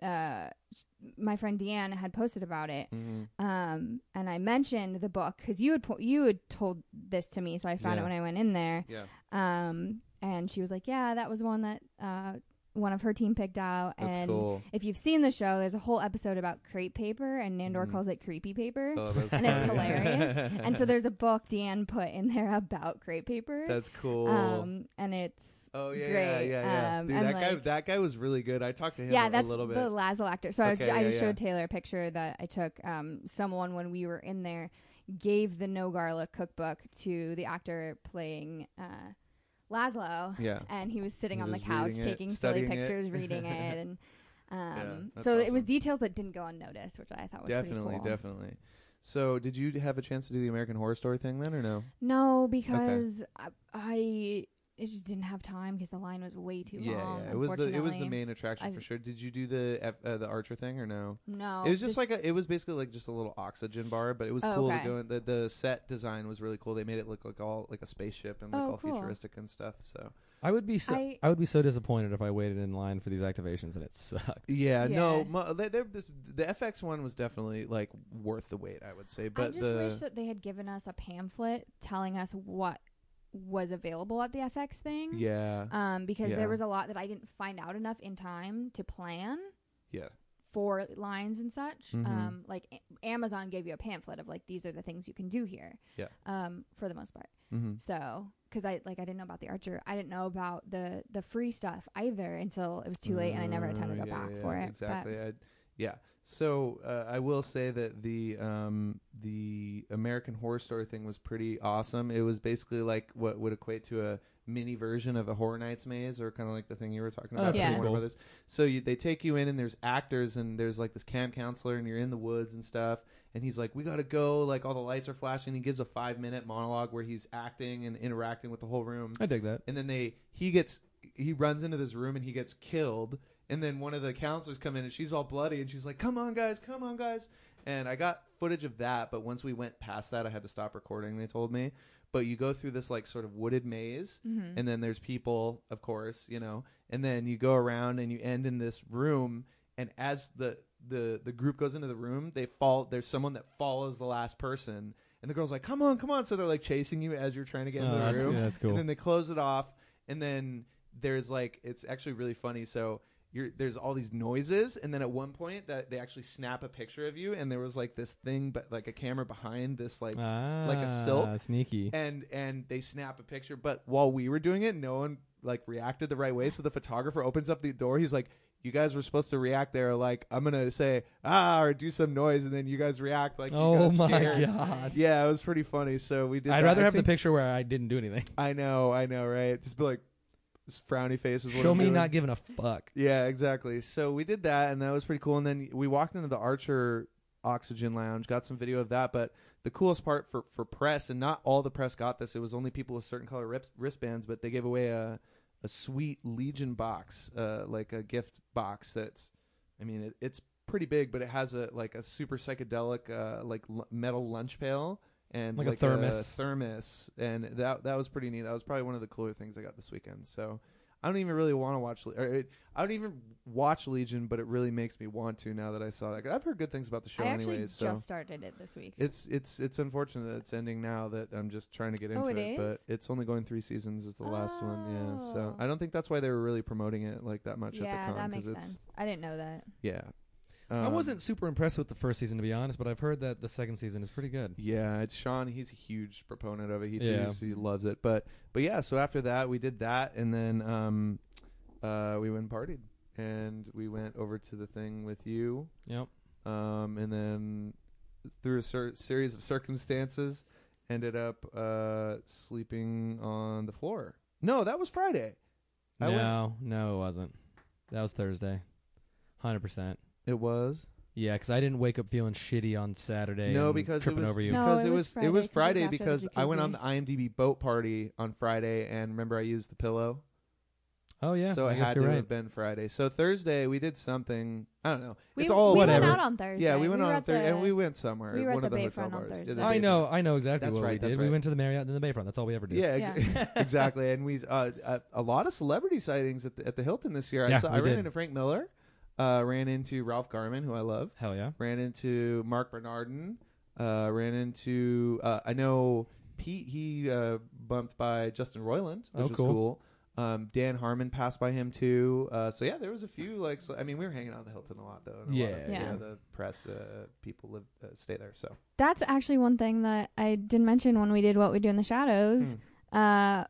Speaker 3: uh, my friend Deanne had posted about it,
Speaker 2: Mm-hmm.
Speaker 3: um, and I mentioned the book because you had po- you had told this to me, so I found
Speaker 2: Yeah.
Speaker 3: it when I went in there.
Speaker 2: Yeah,
Speaker 3: Um, and she was like, "Yeah, that was one that uh, one of her team picked out."
Speaker 2: that's
Speaker 3: and
Speaker 2: cool.
Speaker 3: if you've seen the show, there's a whole episode about crepe paper, and Nandor
Speaker 2: Mhm.
Speaker 3: calls it creepy paper.
Speaker 2: Oh, that's
Speaker 3: and it's
Speaker 2: funny.
Speaker 3: hilarious. And so there's a book Deanne put in there about crepe paper.
Speaker 2: that's cool.
Speaker 3: Um, and it's
Speaker 2: oh yeah, yeah,
Speaker 3: great.
Speaker 2: yeah, yeah.
Speaker 3: Um,
Speaker 2: Dude,
Speaker 3: and
Speaker 2: that guy
Speaker 3: like-
Speaker 2: that guy was really good. I talked to him
Speaker 3: yeah,
Speaker 2: a,
Speaker 3: that's
Speaker 2: a little bit.
Speaker 3: the Lazo actor. So I-
Speaker 2: Okay,
Speaker 3: I,
Speaker 2: yeah,
Speaker 3: just
Speaker 2: yeah.
Speaker 3: showed Taylor a picture that I took. Um, someone when we were in there gave the no garlic cookbook to the actor playing uh, Laszlo,
Speaker 2: yeah.
Speaker 3: and he was sitting
Speaker 2: He
Speaker 3: on
Speaker 2: was
Speaker 3: the couch
Speaker 2: reading it,
Speaker 3: taking silly
Speaker 2: studying it.
Speaker 3: pictures, reading it, and. Um,
Speaker 2: that's
Speaker 3: so it was
Speaker 2: awesome.
Speaker 3: details that didn't go unnoticed, which I thought was pretty
Speaker 2: Definitely,
Speaker 3: cool.
Speaker 2: definitely. So, did you have a chance to do the American Horror Story thing then, or no?
Speaker 3: No, because I, I it just didn't have time because the line was way too long.
Speaker 2: it was the it was the
Speaker 3: unfortunately.
Speaker 2: main attraction
Speaker 3: I-
Speaker 2: for sure. Did you do the F, uh, the Archer thing or no?
Speaker 3: No,
Speaker 2: it was just like a, it was basically like just a little oxygen bar, but it was
Speaker 3: Oh,
Speaker 2: cool
Speaker 3: okay.
Speaker 2: to go in. The, the set design was really cool. They made it look like all like a spaceship and like
Speaker 3: Oh,
Speaker 2: all
Speaker 3: cool.
Speaker 2: futuristic and stuff. So
Speaker 1: I would be so I,
Speaker 3: I-
Speaker 1: would be so disappointed if I waited in line for these activations and it sucked.
Speaker 2: yeah, no,
Speaker 3: Yeah.
Speaker 2: mo- they, they're this, the FX one was definitely like worth the wait, I would say. But
Speaker 3: I just
Speaker 2: the
Speaker 3: wish that they had given us a pamphlet telling us what was available at the FX thing.
Speaker 2: Yeah.
Speaker 3: Um, because
Speaker 2: Yeah.
Speaker 3: there was a lot that I didn't find out enough in time to plan
Speaker 2: yeah.
Speaker 3: for lines and such.
Speaker 2: Mhm.
Speaker 3: Um, like A- Amazon gave you a pamphlet of like these are the things you can do here.
Speaker 2: Yeah.
Speaker 3: Um, for the most part.
Speaker 2: Mm-hmm.
Speaker 3: So, because I like I didn't know about the Archer, I didn't know about the the free stuff either until it was too late, and I never had time to
Speaker 2: Oh,
Speaker 3: go
Speaker 2: yeah,
Speaker 3: back
Speaker 2: yeah,
Speaker 3: for it.
Speaker 2: Exactly. I, yeah. So uh, I will say that the um, the American Horror Story thing was pretty awesome. It was basically like what would equate to a mini version of a Horror Nights maze, or kind of like the thing you were talking
Speaker 1: Oh,
Speaker 2: about,
Speaker 3: that's
Speaker 2: from
Speaker 3: pretty
Speaker 2: Warner
Speaker 1: cool.
Speaker 2: Brothers. So you, they take you in, and there's actors, and there's like this camp counselor, and you're in the woods and stuff. And he's like, "We got to go!" Like all the lights are flashing. He gives a five minute monologue where he's acting and interacting with the whole room
Speaker 1: I dig that.
Speaker 2: and then they he gets he runs into this room and he gets killed and then one of the counselors come in and she's all bloody and she's like come on guys come on guys and i got footage of that but once we went past that i had to stop recording they told me but you go through this like sort of wooded maze
Speaker 1: Mm-hmm.
Speaker 3: Mhm.
Speaker 2: and then there's people of course you know and then you go around and you end in this room and as the the the group goes into the room they fall there's someone that follows the last person and the girl's like come on come on so they're like chasing you as you're trying to get
Speaker 1: Oh,
Speaker 2: into the
Speaker 1: that's,
Speaker 2: room
Speaker 1: yeah, that's cool.
Speaker 2: and then they close it off, and then there's like it's actually really funny. So you're there's all these noises, and then at one point that they actually snap a picture of you, and there was like this thing, but like a camera behind this like.
Speaker 1: ah,
Speaker 2: like a silk.
Speaker 1: Sneaky.
Speaker 2: and and they snap a picture, but while we were doing it, no one like reacted the right way. So the photographer opens up the door. He's like, "You guys were supposed to react there. Like, I'm gonna say ah or do some noise, and then you guys react like." You
Speaker 1: Oh
Speaker 2: got
Speaker 1: my
Speaker 2: scared.
Speaker 1: god.
Speaker 2: Yeah, it was pretty funny. So we did.
Speaker 1: I'd
Speaker 2: that.
Speaker 1: rather
Speaker 2: I
Speaker 1: have
Speaker 2: think-
Speaker 1: the picture where I didn't do anything.
Speaker 2: I know, I know, right? Just be like, this frowny face is what
Speaker 1: Show
Speaker 2: I'm
Speaker 1: me
Speaker 2: doing.
Speaker 1: not giving a fuck.
Speaker 2: Yeah, exactly. So we did that, and that was pretty cool. And then we walked into the Archer Oxygen Lounge, got some video of that. But the coolest part for for press, and not all the press got this. It was only people with certain color rips, wristbands, but they gave away a a sweet Legion box, uh, like a gift box. That's, I mean, it, it's pretty big, but it has a like a super psychedelic, uh, like l- metal lunch pail. And
Speaker 1: Like a thermos.
Speaker 2: thermos, and that that was pretty neat. That was probably one of the cooler things I got this weekend. So I don't even really want to watch. Le- Or it, I don't even watch Legion, but it really makes me want to now that I saw that. 'Cause I've heard good things about the show,
Speaker 3: I actually
Speaker 2: anyways.
Speaker 3: just
Speaker 2: So
Speaker 3: started it this week.
Speaker 2: it's it's it's unfortunate that it's ending now. That I'm just trying to get into
Speaker 3: Oh, it
Speaker 2: but
Speaker 3: is?
Speaker 2: it's only going three seasons. Is the last one, yeah. So
Speaker 3: Oh.
Speaker 2: I don't think that's why they were really promoting it like that much
Speaker 3: yeah,
Speaker 2: at the con.
Speaker 3: that makes
Speaker 2: 'cause it's,
Speaker 3: sense. I didn't know that.
Speaker 2: Yeah,
Speaker 1: I
Speaker 2: Um,
Speaker 1: wasn't super impressed with the first season to be honest, but I've heard that the second season is pretty good.
Speaker 2: Yeah, it's Sean. He's a huge proponent of it. He
Speaker 1: Yeah.
Speaker 2: teaches, he loves it. But but yeah, so after that we did that, and then um, uh, we went and partied, and we went over to the thing with you,
Speaker 1: Yep.
Speaker 2: um, and then through a cer- series of circumstances, ended up uh, sleeping on the floor. No, that was Friday. I went-
Speaker 1: no, no, it wasn't. That was Thursday. Hundred percent.
Speaker 2: It was
Speaker 1: Yeah, because I didn't wake up feeling shitty on Saturday.
Speaker 2: no
Speaker 1: and
Speaker 2: because
Speaker 1: tripping
Speaker 2: it was
Speaker 1: over you.
Speaker 3: No,
Speaker 2: because
Speaker 3: it
Speaker 2: it
Speaker 3: was
Speaker 2: was it was
Speaker 3: Friday, 'cause it was
Speaker 2: Friday
Speaker 3: after the
Speaker 2: because I went on the
Speaker 3: jacuzzi.
Speaker 2: IMDb boat party on Friday, and remember I used the pillow.
Speaker 1: Oh yeah.
Speaker 2: so
Speaker 1: I
Speaker 2: it
Speaker 1: guess
Speaker 2: had to
Speaker 1: you're right.
Speaker 2: have been Friday. So Thursday we did something. I don't know.
Speaker 3: We,
Speaker 2: it's all
Speaker 3: we
Speaker 1: whatever.
Speaker 3: went out on Thursday.
Speaker 2: Yeah, we went
Speaker 3: were
Speaker 2: on
Speaker 3: at
Speaker 2: Thursday
Speaker 3: the-
Speaker 2: and we went somewhere.
Speaker 3: we were
Speaker 2: one of
Speaker 3: at
Speaker 2: the
Speaker 3: the
Speaker 2: hotel
Speaker 3: Bayfront on
Speaker 2: bars. Yeah, the
Speaker 3: Thursday.
Speaker 1: I
Speaker 2: Bayfront.
Speaker 1: Oh, know. I know exactly
Speaker 2: That's
Speaker 1: what we
Speaker 2: right, that's
Speaker 1: did.
Speaker 2: right.
Speaker 1: We went to the Marriott and then the Bayfront. That's all we ever did.
Speaker 2: Yeah, ex- exactly. And we uh, uh, a lot of celebrity sightings at the, at the Hilton this year. I
Speaker 1: Yeah,
Speaker 2: saw.
Speaker 1: we
Speaker 2: I ran
Speaker 1: did.
Speaker 2: into Frank Miller. Uh, ran into Ralph Garman, who I love.
Speaker 1: Hell yeah.
Speaker 2: Ran into Mark Bernardin. Uh, ran into uh, I know Pete. He uh, bumped by Justin Roiland, which
Speaker 1: Oh,
Speaker 2: was
Speaker 1: cool.
Speaker 2: cool. Um, Dan Harmon passed by him too. Uh, so yeah, there was a few like so, I mean we were hanging out at the Hilton a lot though. And a lot
Speaker 1: Yeah.
Speaker 2: of,
Speaker 3: Yeah.
Speaker 2: You know, the press uh, people live uh, stay there. So
Speaker 3: That's actually one thing that I didn't mention when we did what we do in the
Speaker 2: Hmm.
Speaker 3: shadows. Uh,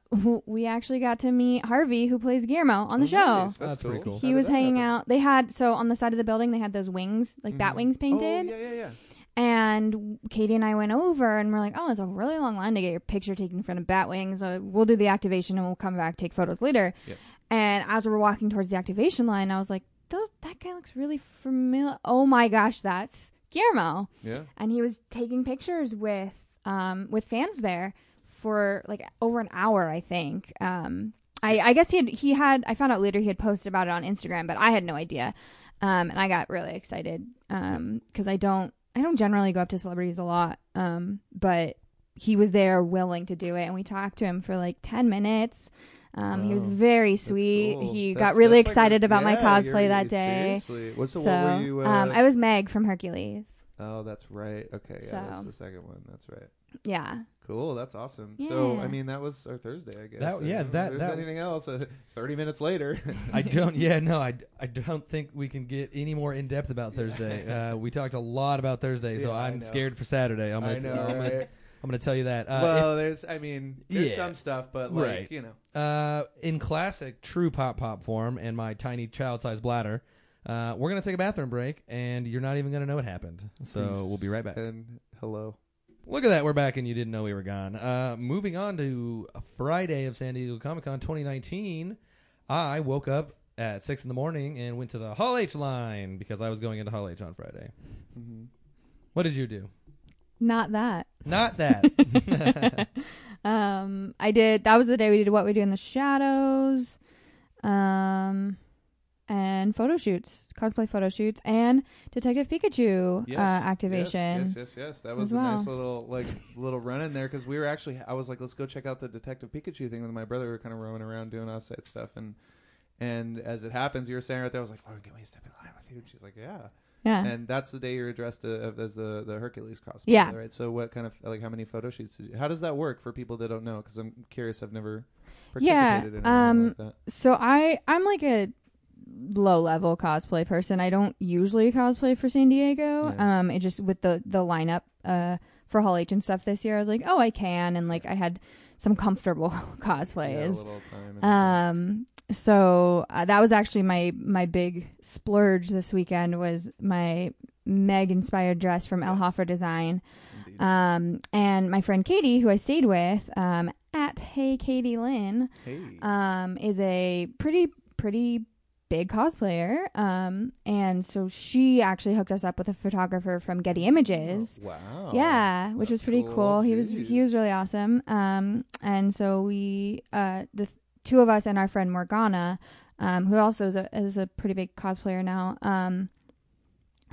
Speaker 3: we actually got to meet Harvey, who plays Guillermo on the
Speaker 2: Oh,
Speaker 3: show.
Speaker 2: nice.
Speaker 1: That's pretty cool.
Speaker 2: How
Speaker 3: He
Speaker 2: did
Speaker 3: was
Speaker 2: that
Speaker 3: hanging
Speaker 2: happen?
Speaker 3: out. They had so on the side of the building they had those wings,
Speaker 1: Mm-hmm.
Speaker 3: like bat
Speaker 2: Mhm.
Speaker 3: wings painted.
Speaker 2: Oh, yeah, yeah, yeah.
Speaker 3: And Katie and I went over and we're like, oh, it's a really long line to get your picture taken in front of bat wings. Uh, we'll do the activation and we'll come back take photos later.
Speaker 2: Yep.
Speaker 3: And as we were walking towards the activation line, I was like, Those, that guy looks really familiar. Oh my gosh, that's Guillermo.
Speaker 2: Yeah.
Speaker 3: And he was taking pictures with um with fans there for like over an hour, I think. Um, I, I guess he had, he had I found out later he had posted about it on Instagram, but I had no idea, um, and I got really excited because I don't I don't generally go up to celebrities a lot, um, but he was there willing to do it, and we talked to him for like ten minutes. Um, He was
Speaker 2: Wow.
Speaker 3: very
Speaker 2: Oh, That's
Speaker 3: sweet.
Speaker 2: cool.
Speaker 3: He
Speaker 2: That's-
Speaker 3: got really
Speaker 2: that's like
Speaker 3: excited
Speaker 2: a-
Speaker 3: about my
Speaker 2: yeah,
Speaker 3: cosplay
Speaker 2: you're-
Speaker 3: that day.
Speaker 2: Seriously. What, so,
Speaker 3: So,
Speaker 2: what were you? Uh,
Speaker 3: um, I was Meg from Hercules.
Speaker 2: Oh, that's right. Okay, yeah, that's
Speaker 3: So.
Speaker 2: the second one. That's right.
Speaker 3: Yeah.
Speaker 2: Cool, that's awesome. So, I
Speaker 3: Yeah.
Speaker 2: mean, that was our Thursday, I guess.
Speaker 1: That- yeah,
Speaker 2: I don't know if
Speaker 1: that-
Speaker 2: There's
Speaker 1: that-
Speaker 2: anything else? Uh, Thirty minutes later.
Speaker 1: I don't. Yeah, no, I, I don't think we can get any more in depth about Thursday. Uh, we talked a lot about Thursday, so
Speaker 2: Yeah, I
Speaker 1: I'm
Speaker 2: know.
Speaker 1: scared for Saturday. I'm gonna,
Speaker 2: I know.
Speaker 1: I'm gonna,
Speaker 2: right?
Speaker 1: I'm gonna tell you that. Uh,
Speaker 2: well, there's. I mean, there's
Speaker 1: Yeah.
Speaker 2: some stuff, but like
Speaker 1: Right.
Speaker 2: you know,
Speaker 1: Uh, in classic true pop pop form and my tiny child sized bladder, uh, we're going to take a bathroom break and you're not even going to know it happened. So we'll be right back.
Speaker 2: And hello.
Speaker 1: Look at that. We're back and you didn't know we were gone. Uh, moving on to Friday of San Diego Comic Con 2019, I woke up at 6 in the morning and went to the Hall H line because I was going into Hall H on Friday.
Speaker 2: Mhm.
Speaker 3: Uh,
Speaker 1: What did you do?
Speaker 3: Not that.
Speaker 1: Not that.
Speaker 3: um, I did. That was the day we did what we do in the shadows, um, and photo shoots, cosplay photo shoots, and Detective Pikachu
Speaker 2: Yes,
Speaker 3: uh,
Speaker 2: yes,
Speaker 3: activation.
Speaker 2: Yes, yes, yes. That was
Speaker 3: as
Speaker 2: a nice
Speaker 3: well.
Speaker 2: little like little run in there because we were actually. I was like, let's go check out the Detective Pikachu thing with my brother. We were kind of roaming around doing offsite stuff, and and as it happens, you were saying right there, I was like, Lauren, can we step in line with you? And she's like, yeah.
Speaker 3: Yeah.
Speaker 2: And that's the day you're addressed uh, as the the Hercules cosplay.
Speaker 3: Yeah.
Speaker 2: Right. So what kind of like how many photo shoots? Did you, how does that work for people that don't know? Because I'm curious. I've never
Speaker 3: Yeah,
Speaker 2: participated in anything
Speaker 3: um,
Speaker 2: like that.
Speaker 3: so I I'm like a low level cosplay person. I don't usually cosplay for San Diego.
Speaker 2: Yeah.
Speaker 3: Um, it just with the the lineup uh for Hall H and stuff this year, I was like, oh, I can, and like I had some comfortable
Speaker 2: Yeah, a
Speaker 3: cosplays.
Speaker 2: little time. and-
Speaker 3: Um, so uh, that was actually my my big splurge this weekend was my Meg inspired dress from El
Speaker 2: Yes.
Speaker 3: Hoffer Design.
Speaker 2: Indeed.
Speaker 3: Um, and my friend Katie, who I stayed with, um, at Hey Katie Lynn,
Speaker 2: hey. Oh,
Speaker 3: um, is a pretty pretty big cosplayer. Um, and so she actually hooked us up with a photographer from Getty Images.
Speaker 2: Wow.
Speaker 3: yeah, which was
Speaker 2: that's
Speaker 3: pretty
Speaker 2: cool.
Speaker 3: cool. He was he
Speaker 2: Jeez.
Speaker 3: was really awesome. Um, and so we uh the th- two of us and our friend Morgana, um, who also is a is a pretty big cosplayer now. Um,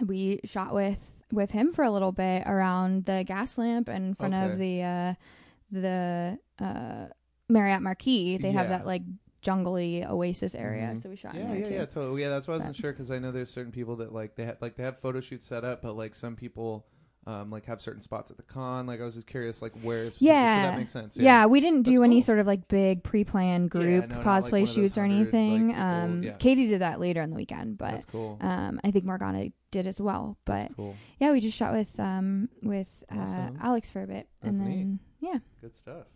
Speaker 3: we shot with with him for a little bit around the gas lamp and in front of the uh the uh Marriott Marquis. They have
Speaker 2: Yeah.
Speaker 3: that like jungly oasis area,
Speaker 2: Mhm.
Speaker 3: so we shot in
Speaker 2: Yeah,
Speaker 3: there
Speaker 2: yeah,
Speaker 3: too.
Speaker 2: yeah, totally. Yeah, that's why I wasn't
Speaker 3: But-
Speaker 2: sure because I know there's certain people that like they ha- like they have photo shoots set up, but like some people um like have certain spots at the con. Like I was just curious, like where specifically. so
Speaker 3: Yeah.
Speaker 2: that makes sense.
Speaker 3: Yeah, we didn't
Speaker 2: That's
Speaker 3: do any
Speaker 2: cool.
Speaker 3: sort of like big pre-planned
Speaker 2: Yeah,
Speaker 3: group
Speaker 2: no, not like
Speaker 3: cosplay
Speaker 2: one of those
Speaker 3: shoots or
Speaker 2: 100, like,
Speaker 3: anything.
Speaker 2: people-
Speaker 3: um,
Speaker 2: yeah.
Speaker 3: Katie did that later in the weekend, but
Speaker 2: that's cool.
Speaker 3: um, I think Morgana did as well. But
Speaker 2: that's cool.
Speaker 3: yeah, we just shot with um with uh,
Speaker 2: Awesome.
Speaker 3: Alex for a bit, and
Speaker 2: That's neat.
Speaker 3: then yeah,
Speaker 2: Good stuff.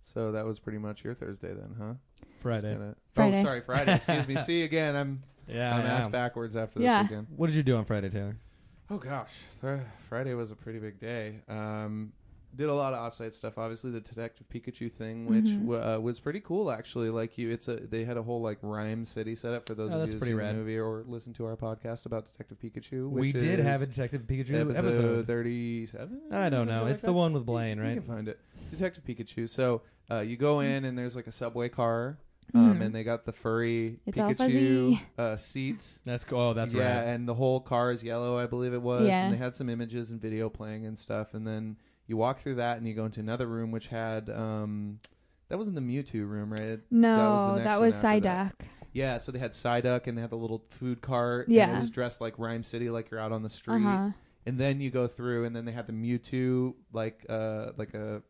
Speaker 2: So that was pretty much your Thursday then, huh? Just
Speaker 1: Friday.
Speaker 2: gonna-
Speaker 3: Friday.
Speaker 2: Oh, sorry, Friday. Excuse me. See again. I'm
Speaker 1: Yeah.
Speaker 2: I'm
Speaker 1: I
Speaker 2: ass
Speaker 1: am.
Speaker 2: backwards after this
Speaker 3: Yeah.
Speaker 2: weekend.
Speaker 1: What did you do on Friday, Taylor?
Speaker 2: Oh gosh, Th- Friday was a pretty big day. Um, did a lot of offsite stuff. Obviously, the Detective Pikachu thing, which
Speaker 3: Mhm.
Speaker 2: wa- uh, was pretty cool, actually. Like you, it's a they had a whole like rhyme city set up for those
Speaker 1: Oh,
Speaker 2: of
Speaker 1: that's
Speaker 2: you who've
Speaker 1: pretty
Speaker 2: seen
Speaker 1: rad.
Speaker 2: the movie or listen to our podcast about Detective Pikachu.
Speaker 1: We
Speaker 2: Which
Speaker 1: did have a
Speaker 2: is
Speaker 1: Detective Pikachu
Speaker 2: episode,
Speaker 1: episode.
Speaker 2: thirty-seven.
Speaker 1: I don't
Speaker 2: something
Speaker 1: know.
Speaker 2: like
Speaker 1: It's
Speaker 2: that?
Speaker 1: the one with Blaine,
Speaker 2: you, You
Speaker 1: right?
Speaker 2: can find it. Detective Pikachu. So uh, you
Speaker 3: Hmm.
Speaker 2: go in and there's like a subway car, um,
Speaker 3: Mhm.
Speaker 2: and they got the furry
Speaker 3: It's all
Speaker 2: Pikachu
Speaker 3: fuzzy.
Speaker 2: uh, seats
Speaker 1: That's cool. Oh, that's
Speaker 2: yeah,
Speaker 1: right.
Speaker 2: and the whole car is yellow, I believe it was.
Speaker 3: Yeah.
Speaker 2: And they had some images and video playing and stuff. And then you walk through that and you go into another room which had um that wasn't the Mewtwo room, right? It-
Speaker 3: no,
Speaker 2: the next
Speaker 3: that
Speaker 2: one
Speaker 3: was,
Speaker 2: after
Speaker 3: Psyduck.
Speaker 2: that. Yeah, so they had Psyduck and they had the little food cart. And
Speaker 3: Yeah.
Speaker 2: it was dressed like Rhyme City, like you're out on the street.
Speaker 3: Uh-huh.
Speaker 2: And then you go through and then they had the Mewtwo like uh like a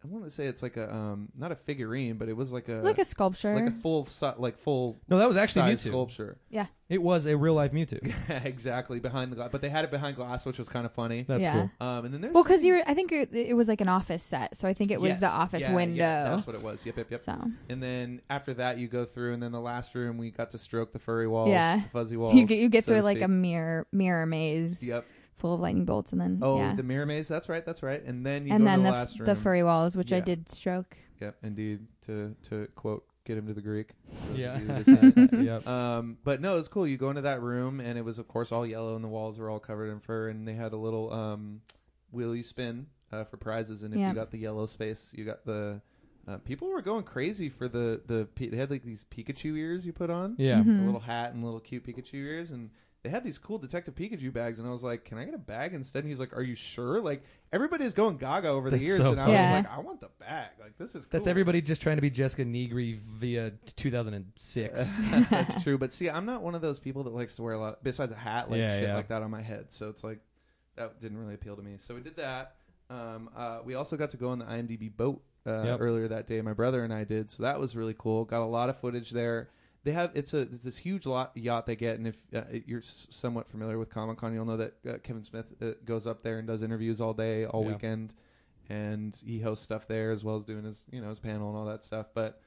Speaker 2: I want to say it's like a um not a figurine, but it was like a
Speaker 3: It's like a sculpture.
Speaker 2: Uh, like a full si- like full
Speaker 1: No, that was actually
Speaker 2: size
Speaker 1: Mewtwo.
Speaker 2: sculpture.
Speaker 1: It was a real life Mewtwo.
Speaker 2: exactly behind the glass, but they had it behind glass, which was kind of funny.
Speaker 1: That's
Speaker 3: Yeah.
Speaker 1: cool.
Speaker 2: Um, and then there's
Speaker 3: well, because you were, I think you're, it was like an office set, so I think it was
Speaker 2: Yes.
Speaker 3: the office
Speaker 2: Yeah, yeah,
Speaker 3: window.
Speaker 2: that's what it was. Yep, yep, yep.
Speaker 3: So
Speaker 2: And then after that, you go through, and then the last room we got to stroke the furry walls,
Speaker 3: Yeah.
Speaker 2: the fuzzy walls.
Speaker 3: you get you get
Speaker 2: so to
Speaker 3: through like a
Speaker 2: speak.
Speaker 3: mirror mirror maze
Speaker 2: yep.
Speaker 3: full of lightning bolts, and then
Speaker 2: Oh,
Speaker 3: yeah,
Speaker 2: the mirror maze. That's right. That's right. And then you
Speaker 3: and
Speaker 2: go
Speaker 3: then
Speaker 2: to
Speaker 3: the
Speaker 2: the,
Speaker 3: f-
Speaker 2: last room.
Speaker 3: the furry walls, which I
Speaker 2: Yeah.
Speaker 3: did stroke.
Speaker 2: Yep, indeed. To to quote, get him to the Greek. for those of
Speaker 1: Yeah.
Speaker 2: you that said it.
Speaker 1: yep.
Speaker 2: Um, but no, it was cool. You go into that room, and it was, of course, all yellow, and the walls were all covered in fur, and they had a little um, wheel you spin uh, for prizes, and if
Speaker 3: Yeah.
Speaker 2: you got the yellow space, you got the. Uh, people were going crazy for the the. P- They had like these Pikachu ears you put on,
Speaker 1: Yeah.
Speaker 3: Mhm.
Speaker 2: a little hat and little cute Pikachu ears, and they had these cool Detective Pikachu bags, and I was like, "Can I get a bag instead?" And he's like, "Are you sure?" Like everybody is going gaga over the
Speaker 1: That's
Speaker 2: ears,
Speaker 1: so
Speaker 2: and I
Speaker 1: funny.
Speaker 2: was
Speaker 3: Yeah.
Speaker 2: like, "I want the bag! Like this is
Speaker 1: That's
Speaker 2: cool.
Speaker 1: everybody just trying to be Jessica Negri via 2006.
Speaker 2: That's true. But see, I'm not one of those people that likes to wear a lot, besides a hat, like
Speaker 1: Yeah,
Speaker 2: shit
Speaker 1: yeah.
Speaker 2: like that on my head. So it's like, that didn't really appeal to me. So we did that. Um, uh, we also got to go on the IMDb boat uh,
Speaker 1: Yep.
Speaker 2: earlier that day. My brother and I did, so that was really cool. Got a lot of footage there. They have it's a it's this huge lot, yacht they get, and if uh, you're s- somewhat familiar with Comic Con, you'll know that uh, Kevin Smith uh, goes up there and does interviews all day, all
Speaker 1: Yeah.
Speaker 2: weekend, and he hosts stuff there as well as doing his you know his panel and all that stuff. But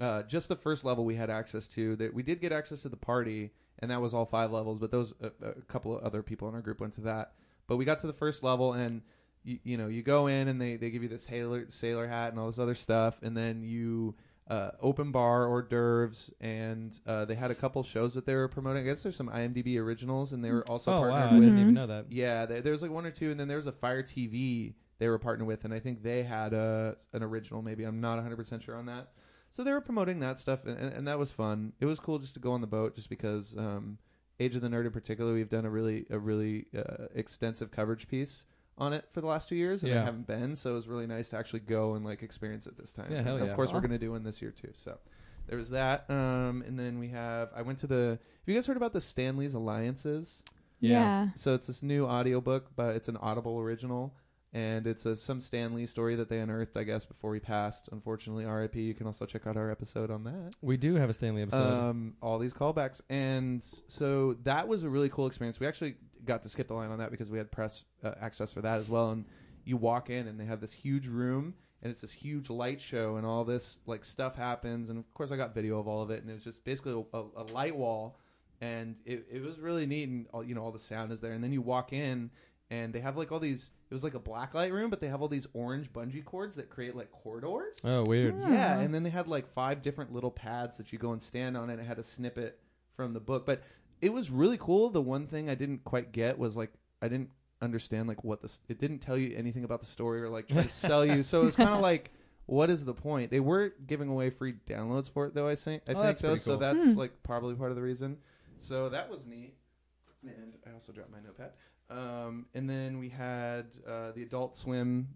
Speaker 2: uh, just the first level we had access to that we did get access to the party, and that was all five levels. But those a, a couple of other people in our group went to that. But we got to the first level and you, you know you go in and they, they give you this sailor sailor hat and all this other stuff and then you uh, open bar hors d'oeuvres and uh, they had a couple shows that they were promoting. I guess there's some IMDb originals and they were also
Speaker 1: oh wow, I
Speaker 2: partnered
Speaker 1: didn't
Speaker 2: with.
Speaker 3: Mhm.
Speaker 1: even know that.
Speaker 2: Yeah, there, there was like one or two, and then there was a Fire TV they were partnered with, and I think they had a an original. Maybe I'm not 100 percent sure on that. So they were promoting that stuff, and, and, and that was fun. It was cool just to go on the boat, just because um, Age of the Nerd in particular, we've done a really a really uh, extensive coverage piece on it for the last two years, and I
Speaker 1: Yeah.
Speaker 2: haven't been, so it was really nice to actually go and like experience it this time.
Speaker 1: Yeah, hell
Speaker 2: And
Speaker 1: yeah.
Speaker 2: Of course, we're
Speaker 3: Cool.
Speaker 2: gonna do one this year too. So. There was that, um, and then we have. I went to the. Have you guys heard about the Stanley's Alliances?
Speaker 1: Yeah.
Speaker 3: Yeah.
Speaker 2: So it's this new audiobook, but it's an Audible original. And it's a some Stan Lee story that they unearthed, I guess, before he passed. Unfortunately, RIP. You can also check out our episode on that.
Speaker 1: We do have a Stanley episode.
Speaker 2: Um, all these callbacks, and so that was a really cool experience. We actually got to skip the line on that because we had press uh, access for that as well. And you walk in, and they have this huge room, and it's this huge light show, and all this like stuff happens. And of course, I got video of all of it, and it was just basically a, a light wall, and it, it was really neat. And all, you know, all the sound is there, and then you walk in. And they have like all these. It was like a blacklight room, but they have all these orange bungee cords that create like corridors.
Speaker 1: oh weird.
Speaker 3: Yeah.
Speaker 2: Yeah, and then they had like five different little pads that you go and stand on, and it had a snippet from the book. But it was really cool. The one thing I didn't quite get was like I didn't understand like what this. It didn't tell you anything about the story or like try to sell you. So it was kind of like, what is the point? They were giving away free downloads for it though. I think I
Speaker 1: Oh,
Speaker 2: think
Speaker 1: that's
Speaker 2: though,
Speaker 1: pretty
Speaker 2: so
Speaker 1: cool.
Speaker 2: that's
Speaker 3: Hmm.
Speaker 2: like probably part of the reason. So that was neat. And I also dropped my notepad. Um, and then we had uh, the Adult Swim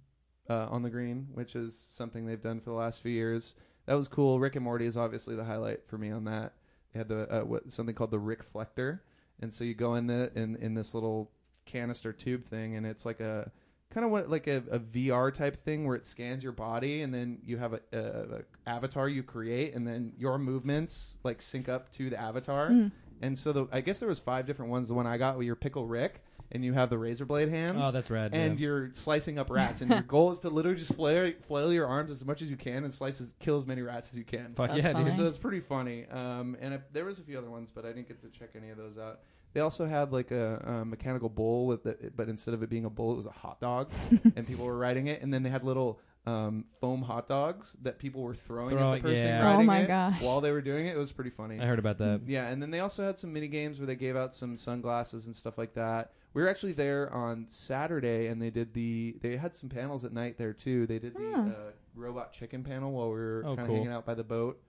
Speaker 2: uh, on the green, which is something they've done for the last few years. That was cool. Rick and Morty is obviously the highlight for me on that. They had the uh, what, something called the Rick Flector, and so you go in the in, in this little canister tube thing, and it's like a kind of what like a, a VR type thing where it scans your body, and then you have a, a, a avatar you create, and then your movements like sync up to the avatar.
Speaker 3: Mm.
Speaker 2: And so the, I guess there was five different ones. The one I got where you're Pickle Rick, and you have the razor blade hands
Speaker 1: Oh, that's rad.
Speaker 2: and
Speaker 1: yeah.
Speaker 2: you're slicing up rats, and your goal is to literally just flail, flail your arms as much as you can and slice as, kill as many rats as you can.
Speaker 1: Fuck
Speaker 3: That's
Speaker 1: yeah, dude.
Speaker 3: fine.
Speaker 2: So it's pretty funny. Um, and I, there was a few other ones, but I didn't get to check any of those out. They also had like a, uh mechanical bull with, the, but instead of it being a bull, it was a hot dog, and people were riding it. And then they had little um, foam hot dogs that people were throwing at
Speaker 1: Throwing-
Speaker 2: the person
Speaker 1: yeah.
Speaker 2: riding
Speaker 3: Oh my
Speaker 2: it
Speaker 3: gosh.
Speaker 2: while they were doing it. It was pretty funny.
Speaker 1: I heard about that.
Speaker 2: Yeah, and then they also had some mini games where they gave out some sunglasses and stuff like that. We were actually there on Saturday, and they did the they had some panels at night there too. They did the
Speaker 3: Hmm.
Speaker 2: uh, robot chicken panel while we were
Speaker 1: Oh,
Speaker 2: kind of
Speaker 1: cool.
Speaker 2: hanging out by the boat.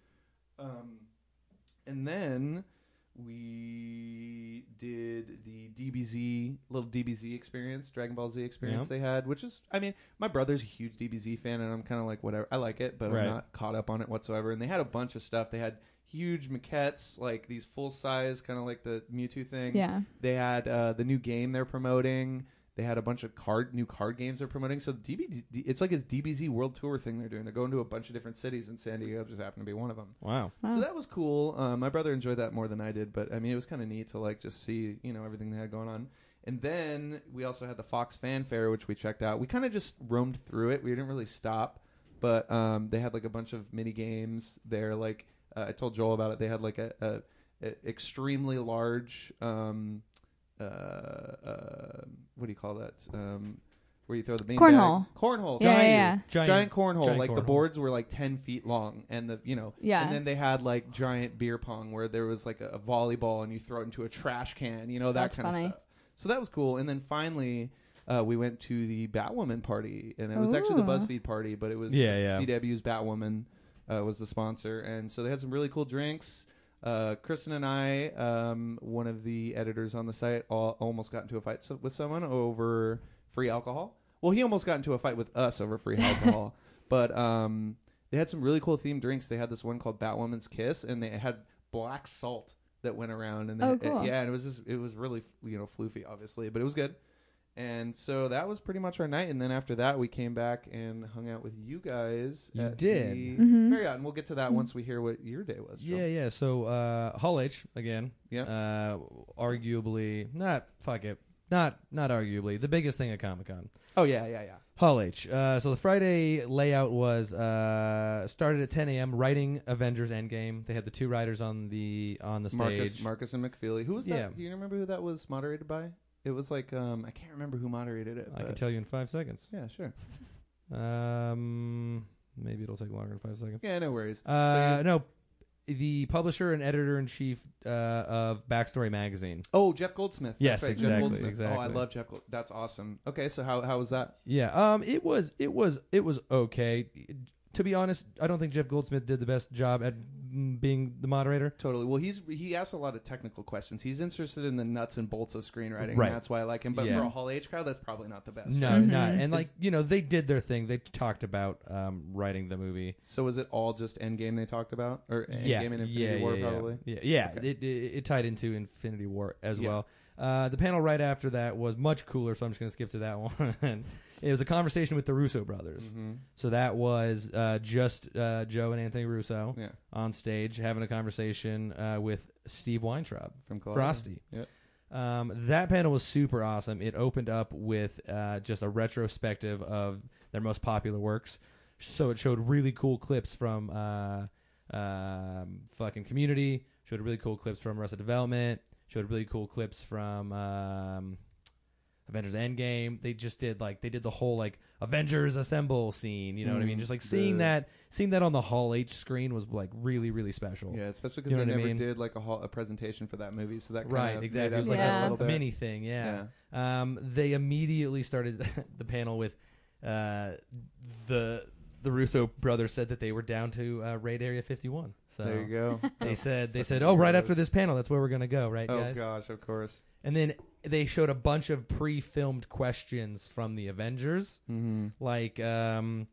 Speaker 2: Um, and then we did the DBZ little DBZ experience, Dragon Ball Z experience
Speaker 1: Yeah.
Speaker 2: they had, which is I mean, my brother's a huge DBZ fan, and I'm kind of like whatever. I like it, but
Speaker 1: Right.
Speaker 2: I'm not caught up on it whatsoever. And they had a bunch of stuff. They had huge maquettes, like these full size, kind of like the Mewtwo thing.
Speaker 3: Yeah.
Speaker 2: They had uh, the new game they're promoting. They had a bunch of card new card games they're promoting. So DBZ, it's like it's DBZ World Tour thing they're doing. They're going to a bunch of different cities, and San Diego just happened to be one of them.
Speaker 1: Wow.
Speaker 3: Wow.
Speaker 2: So that was cool. Uh, my brother enjoyed that more than I did, but I mean, it was kind of neat to like just see you know everything they had going on. And then we also had the Fox Fanfare, which we checked out. We kind of just roamed through it. We didn't really stop, but um, they had like a bunch of mini games there. Like uh, I told Joel about it. They had like a, a, a extremely large um, uh, uh, what do you call that? Um, where you throw the beanbag.
Speaker 3: Cornhole.
Speaker 2: Cornhole.
Speaker 3: Yeah,
Speaker 2: Giant,
Speaker 3: yeah, yeah.
Speaker 1: Giant.
Speaker 2: cornhole.
Speaker 1: giant
Speaker 2: like the
Speaker 1: cornhole.
Speaker 2: boards were like ten feet long, and the you know
Speaker 3: Yeah.
Speaker 2: and then they had like giant beer pong where there was like a, a volleyball and you throw it into a trash can, you know, that
Speaker 3: That's
Speaker 2: kind
Speaker 3: funny.
Speaker 2: of stuff. So that was cool. And then finally, uh, we went to the Batwoman party. And it was actually the
Speaker 3: Ooh.
Speaker 2: BuzzFeed party, but it was
Speaker 1: Yeah, yeah.
Speaker 2: CW's Batwoman uh, was the sponsor. And so they had some really cool drinks. Uh, Kristen and I, um, one of the editors on the site, all, almost got into a fight so, with someone over free alcohol. Well, he almost got into a fight with us over free alcohol. but um, they had some really cool themed drinks. They had this one called Batwoman's Kiss, and they had black salt that went around. And they,
Speaker 3: Oh, cool.
Speaker 2: yeah, and it was just, it was really you know floofy, obviously, but it was good. And so that was pretty much our night. And then after that, we came back and hung out with you guys.
Speaker 1: You
Speaker 2: at
Speaker 1: did.
Speaker 2: the
Speaker 3: Mhm.
Speaker 2: Marriott, and we'll get to that
Speaker 3: Mhm.
Speaker 2: once we hear what your day was. Joe.
Speaker 1: Yeah, yeah. So uh, Hall H again.
Speaker 2: Yeah.
Speaker 1: Uh, arguably not. Fuck it. Not not arguably the biggest thing at Comic Con.
Speaker 2: Oh yeah, yeah, yeah.
Speaker 1: Hall H. Uh, so the Friday layout was uh, started at 10 a.m. writing Avengers Endgame. They had the two writers on the on the stage.
Speaker 2: Marcus, Marcus and McFeely. Who was that?
Speaker 1: Yeah.
Speaker 2: Do you remember who that was moderated by? It was like um, I can't remember who moderated it.
Speaker 1: I can
Speaker 2: but-
Speaker 1: tell you in five seconds.
Speaker 2: Yeah, sure.
Speaker 1: Um, maybe it'll take longer than five seconds.
Speaker 2: Yeah, no worries. So
Speaker 1: Uh,
Speaker 2: you-
Speaker 1: no, the publisher and editor in chief uh, of Backstory Magazine.
Speaker 2: oh, Jeff Goldsmith. That's
Speaker 1: Yes,
Speaker 2: right, Jeff
Speaker 1: exactly,
Speaker 2: Goldsmith. Oh, I
Speaker 1: exactly.
Speaker 2: love Jeff. Gold- That's awesome. Okay, so how how was that?
Speaker 1: Yeah. Um. It was. It was. It was okay. To be honest, I don't think Jeff Goldsmith did the best job at mm, being the moderator.
Speaker 2: Totally. Well, he's he asks a lot of technical questions. He's interested in the nuts and bolts of screenwriting.
Speaker 1: Right.
Speaker 2: And that's why I like him. But
Speaker 1: Yeah.
Speaker 2: for a Hall H crowd, that's probably not the best.
Speaker 1: No,
Speaker 2: right?
Speaker 3: Mhm.
Speaker 1: not and
Speaker 2: Mm-hmm. It's-
Speaker 1: like you know they did their thing. They talked about um, writing the movie.
Speaker 2: So was it all just Endgame they talked about, or Endgame
Speaker 1: yeah,
Speaker 2: and Infinity
Speaker 1: yeah,
Speaker 2: War
Speaker 1: yeah, yeah.
Speaker 2: probably?
Speaker 1: Yeah, yeah.
Speaker 2: Okay.
Speaker 1: It, it it tied into Infinity War as
Speaker 2: Yeah.
Speaker 1: well. Uh, the panel right after that was much cooler, so I'm just gonna skip to that one. it was a conversation with the Russo brothers.
Speaker 2: Mm-hmm.
Speaker 1: So that was uh, just uh, Joe and Anthony Russo
Speaker 2: Yeah,
Speaker 1: on stage having a conversation uh, with Steve Weintraub,
Speaker 2: from Colorado.
Speaker 1: Frosty.
Speaker 2: Yep.
Speaker 1: Um, that panel was super awesome. It opened up with uh, just a retrospective of their most popular works. So it showed really cool clips from uh, um, fucking Community. Showed really cool clips from Arrested Development. Showed really cool clips from um, Avengers Endgame. They just did like they did the whole like Avengers Assemble scene. You know what I
Speaker 2: Mm,
Speaker 1: mean? Just like seeing
Speaker 2: the-
Speaker 1: that seeing that on the Hall H screen was like really really special.
Speaker 2: Yeah, especially
Speaker 1: You
Speaker 2: because
Speaker 1: know
Speaker 2: they
Speaker 1: what I
Speaker 2: never
Speaker 1: mean?
Speaker 2: did like a, hall, a presentation for that movie, so that kind
Speaker 1: Right,
Speaker 2: of
Speaker 1: exactly. It
Speaker 2: Made
Speaker 1: was
Speaker 2: up
Speaker 1: like
Speaker 2: for that
Speaker 3: Yeah.
Speaker 2: a little
Speaker 1: a
Speaker 2: bit.
Speaker 1: mini thing, yeah.
Speaker 2: yeah.
Speaker 1: Um, they immediately started the panel with uh, the the Russo brothers said that they were down to uh, raid Area 51. So
Speaker 2: There you go.
Speaker 1: they said they said,
Speaker 2: Fucking
Speaker 1: "Oh, right
Speaker 2: weirdos.
Speaker 1: after this panel, that's where we're gonna go, right,
Speaker 2: oh
Speaker 1: guys?"
Speaker 2: gosh, of course.
Speaker 1: And then they showed a bunch of pre-filmed questions from the Avengers,
Speaker 2: Mm-hmm.
Speaker 1: like. Um,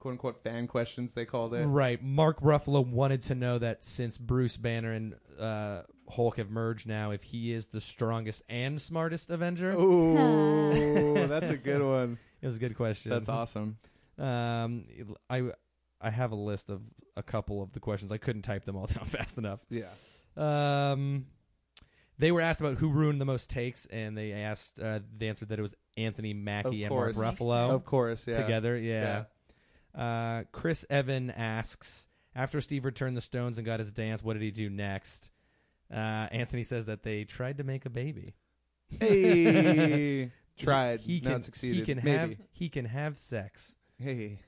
Speaker 2: "Quote unquote" fan questions they called it.
Speaker 1: Right. Mark Ruffalo wanted to know that since Bruce Banner and uh, Hulk have merged now, if he is the strongest and smartest Avenger.
Speaker 2: Oh, that's a good one.
Speaker 1: It was a good question.
Speaker 2: That's awesome.
Speaker 1: Um, I I have a list of a couple of the questions. I couldn't type them all down fast enough.
Speaker 2: Yeah.
Speaker 1: Um, they were asked about who ruined the most takes, and they asked. Uh, they answered that it was Anthony Mackie
Speaker 2: Of
Speaker 1: and Mark
Speaker 2: course.
Speaker 1: Ruffalo
Speaker 2: Of course, yeah.
Speaker 1: together. Yeah. Uh, Chris Evan asks after Steve returned the stones and got his dance, what did he do next? Uh, Anthony says that they tried to make a baby.
Speaker 2: Hey, tried.
Speaker 1: He,
Speaker 2: not
Speaker 1: can
Speaker 2: succeeded.
Speaker 1: he can have
Speaker 2: Maybe.
Speaker 1: he can have sex.
Speaker 2: Hey,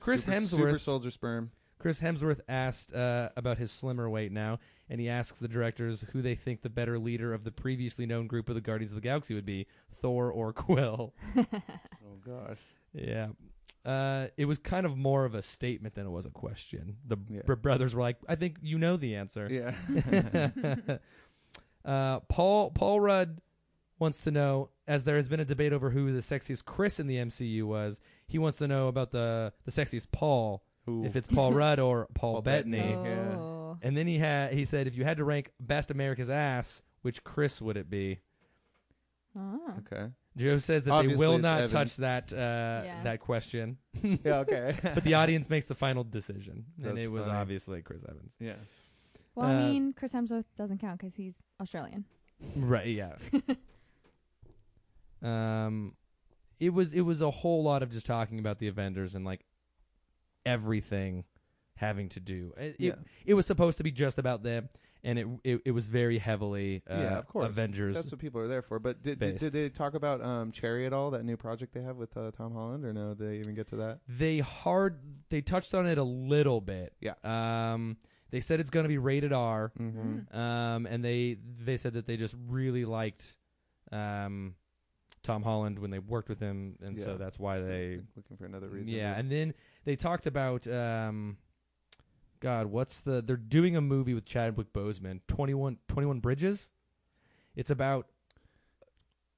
Speaker 1: Chris
Speaker 2: super,
Speaker 1: Hemsworth
Speaker 2: super soldier sperm.
Speaker 1: Chris Hemsworth asked uh, about his slimmer weight now, and he asks the directors who they think the better leader of the previously known group of the Guardians of the Galaxy would be Thor or Quill.
Speaker 2: Oh gosh.
Speaker 1: yeah. Uh, it was kind of more of a statement than it was a question. The
Speaker 2: Yeah.
Speaker 1: br- brothers were like, I think you know the answer.
Speaker 2: Yeah.
Speaker 1: uh, Paul, Paul Rudd wants to know, as there has been a debate over who the sexiest Chris in the MCU was, he wants to know about the, the sexiest Paul,
Speaker 2: Ooh.
Speaker 1: if it's Paul Rudd or Paul,
Speaker 2: Paul
Speaker 1: Bettany.
Speaker 2: Bettany. Yeah.
Speaker 3: Oh.
Speaker 1: And then he had he said if you had to rank best America's ass, which Chris would it be?
Speaker 3: Oh.
Speaker 2: okay.
Speaker 1: Joe says that
Speaker 2: Obviously,
Speaker 1: they will
Speaker 2: it's
Speaker 1: not
Speaker 2: Evan.
Speaker 1: touch that uh,
Speaker 3: Yeah.
Speaker 1: that question,
Speaker 2: Yeah. Okay.
Speaker 1: but the audience makes the final decision, and
Speaker 2: That's
Speaker 1: it was
Speaker 2: funny.
Speaker 1: obviously Chris Evans.
Speaker 2: yeah.
Speaker 3: Well, I
Speaker 1: Uh,
Speaker 3: mean, Chris Hemsworth doesn't count because he's Australian.
Speaker 1: Right? Yeah. um, it was it was a whole lot of just talking about the Avengers and like everything having to do. It,
Speaker 2: yeah.
Speaker 1: it, it was supposed to be just about them, and it it, it was very heavily uh,
Speaker 2: Yeah, of course.
Speaker 1: Avengers.
Speaker 2: That's what people are there for. But did, did,
Speaker 1: Based.
Speaker 2: did they talk about um, Cherry at all? That new project they have with uh, Tom Holland, or no? Did they even get to that?
Speaker 1: they hard they touched on it a little bit.
Speaker 2: Yeah.
Speaker 1: Um they said it's going to be rated R.
Speaker 2: Mm-hmm.
Speaker 1: Um and they they said that they just really liked um Tom Holland when they worked with him and
Speaker 2: Yeah.
Speaker 1: so that's why they
Speaker 2: looking for another reason?
Speaker 1: Yeah,
Speaker 2: to-
Speaker 1: and then they talked about um God, what's the they're doing a movie with Chadwick Boseman, 21, 21 Bridges. It's about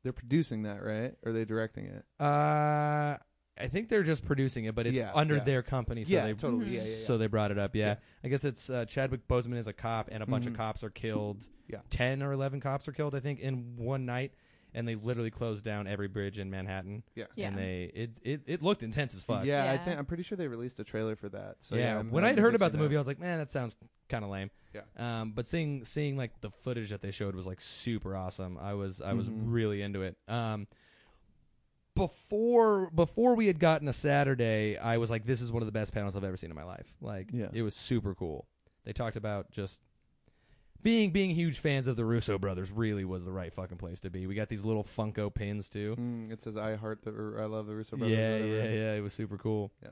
Speaker 2: they're producing that, right? Or are they directing it?
Speaker 1: uh I think they're just producing it, but it's
Speaker 2: Yeah,
Speaker 1: under
Speaker 2: yeah.
Speaker 1: their company, so
Speaker 2: yeah,
Speaker 1: they
Speaker 2: totally.
Speaker 3: Mhm.
Speaker 2: Yeah, yeah, yeah.
Speaker 1: So they brought it up. Yeah,
Speaker 2: Yeah.
Speaker 1: I guess it's uh, Chadwick Boseman is a cop, and a bunch
Speaker 2: Mhm.
Speaker 1: of cops are killed.
Speaker 2: Yeah.
Speaker 1: ten or eleven cops are killed, I think, in one night. and they literally closed down every bridge in Manhattan.
Speaker 2: Yeah.
Speaker 3: Yeah.
Speaker 1: And they it, it it looked intense as fuck.
Speaker 2: Yeah, I
Speaker 3: Yeah.
Speaker 2: think I'm pretty sure they released a trailer for that. So
Speaker 1: yeah.
Speaker 2: yeah, I'm-
Speaker 1: when
Speaker 2: I'm
Speaker 1: I had heard
Speaker 2: interested
Speaker 1: about the
Speaker 2: in
Speaker 1: movie, I
Speaker 2: that.
Speaker 1: was like, man, that sounds kind of lame.
Speaker 2: Yeah.
Speaker 1: Um, but seeing seeing like the footage that they showed was like super awesome. I was I was
Speaker 2: Mhm.
Speaker 1: really into it. Um, before before we had gotten a Saturday, I was like, this is one of the best panels I've ever seen in my life. Like,
Speaker 2: Yeah.
Speaker 1: it was super cool. They talked about just being being huge fans of the Russo brothers. Really was the right fucking place to be. We got these little Funko pins too.
Speaker 2: Mm, it says I heart the or I love the Russo brothers. or
Speaker 1: yeah,
Speaker 2: whatever.
Speaker 1: yeah, yeah. It was super cool.
Speaker 2: Yeah.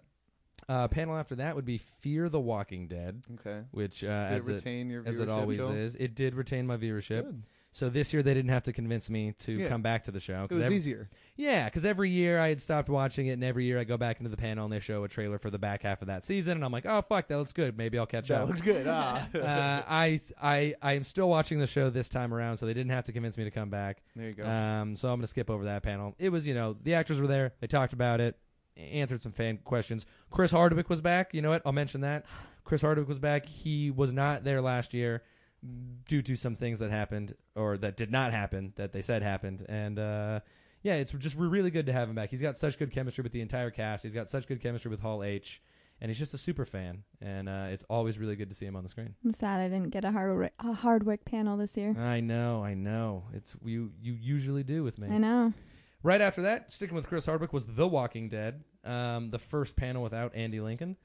Speaker 1: Uh, panel after that would be Fear the Walking Dead,
Speaker 2: Okay.
Speaker 1: which uh,
Speaker 2: Did
Speaker 1: as
Speaker 2: it retain your viewership?
Speaker 1: as it always
Speaker 2: Joel?
Speaker 1: is. It did retain my viewership.
Speaker 2: Good.
Speaker 1: So this year they didn't have to convince me to
Speaker 2: Yeah.
Speaker 1: come back to the show.
Speaker 2: It
Speaker 1: 'cause
Speaker 2: was
Speaker 1: ev-
Speaker 2: easier.
Speaker 1: Yeah, because every year I had stopped watching it, and every year I go back into the panel and they show a trailer for the back half of that season, and I'm like, oh fuck, that looks good. Maybe I'll catch
Speaker 2: That
Speaker 1: up.
Speaker 2: looks good. Ah.
Speaker 1: uh, I I I am still watching the show this time around, so they didn't have to convince me to come back.
Speaker 2: there you go.
Speaker 1: Um, so I'm gonna skip over that panel. It was you know the actors were there, they talked about it, answered some fan questions. Chris Hardwick was back. You know what? I'll mention that. Chris Hardwick was back. He was not there last year due to some things that happened or that did not happen that they said happened. And uh, yeah, it's just really good to have him back. He's got such good chemistry with the entire cast. He's got such good chemistry with Hall H. And he's just a super fan, and uh, it's always really good to see him on the screen.
Speaker 3: I'm sad I didn't get a, Hardwick, a Hardwick panel this year.
Speaker 1: I know, I know. It's you. You usually do with me.
Speaker 3: I know.
Speaker 1: Right after that, sticking with Chris Hardwick was The Walking Dead, um, the first panel without Andy Lincoln.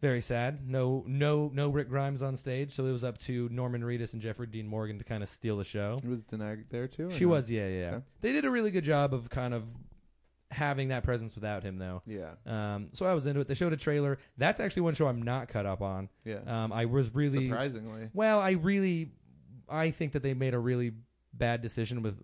Speaker 1: Very sad. No, no, no Rick Grimes on stage, so it was up to Norman Reedus and Jeffrey Dean Morgan to kind of steal the show.
Speaker 2: It was denied there too. or
Speaker 1: She
Speaker 2: no?
Speaker 1: was, yeah, yeah. yeah.
Speaker 2: Okay.
Speaker 1: They did a really good job of kind of having that presence without him, though.
Speaker 2: Yeah.
Speaker 1: Um, so I was into it. They showed a trailer. That's actually one show I'm not caught up on.
Speaker 2: Yeah.
Speaker 1: Um, I was really
Speaker 2: Surprisingly.
Speaker 1: well, I really, I think that they made a really bad decision with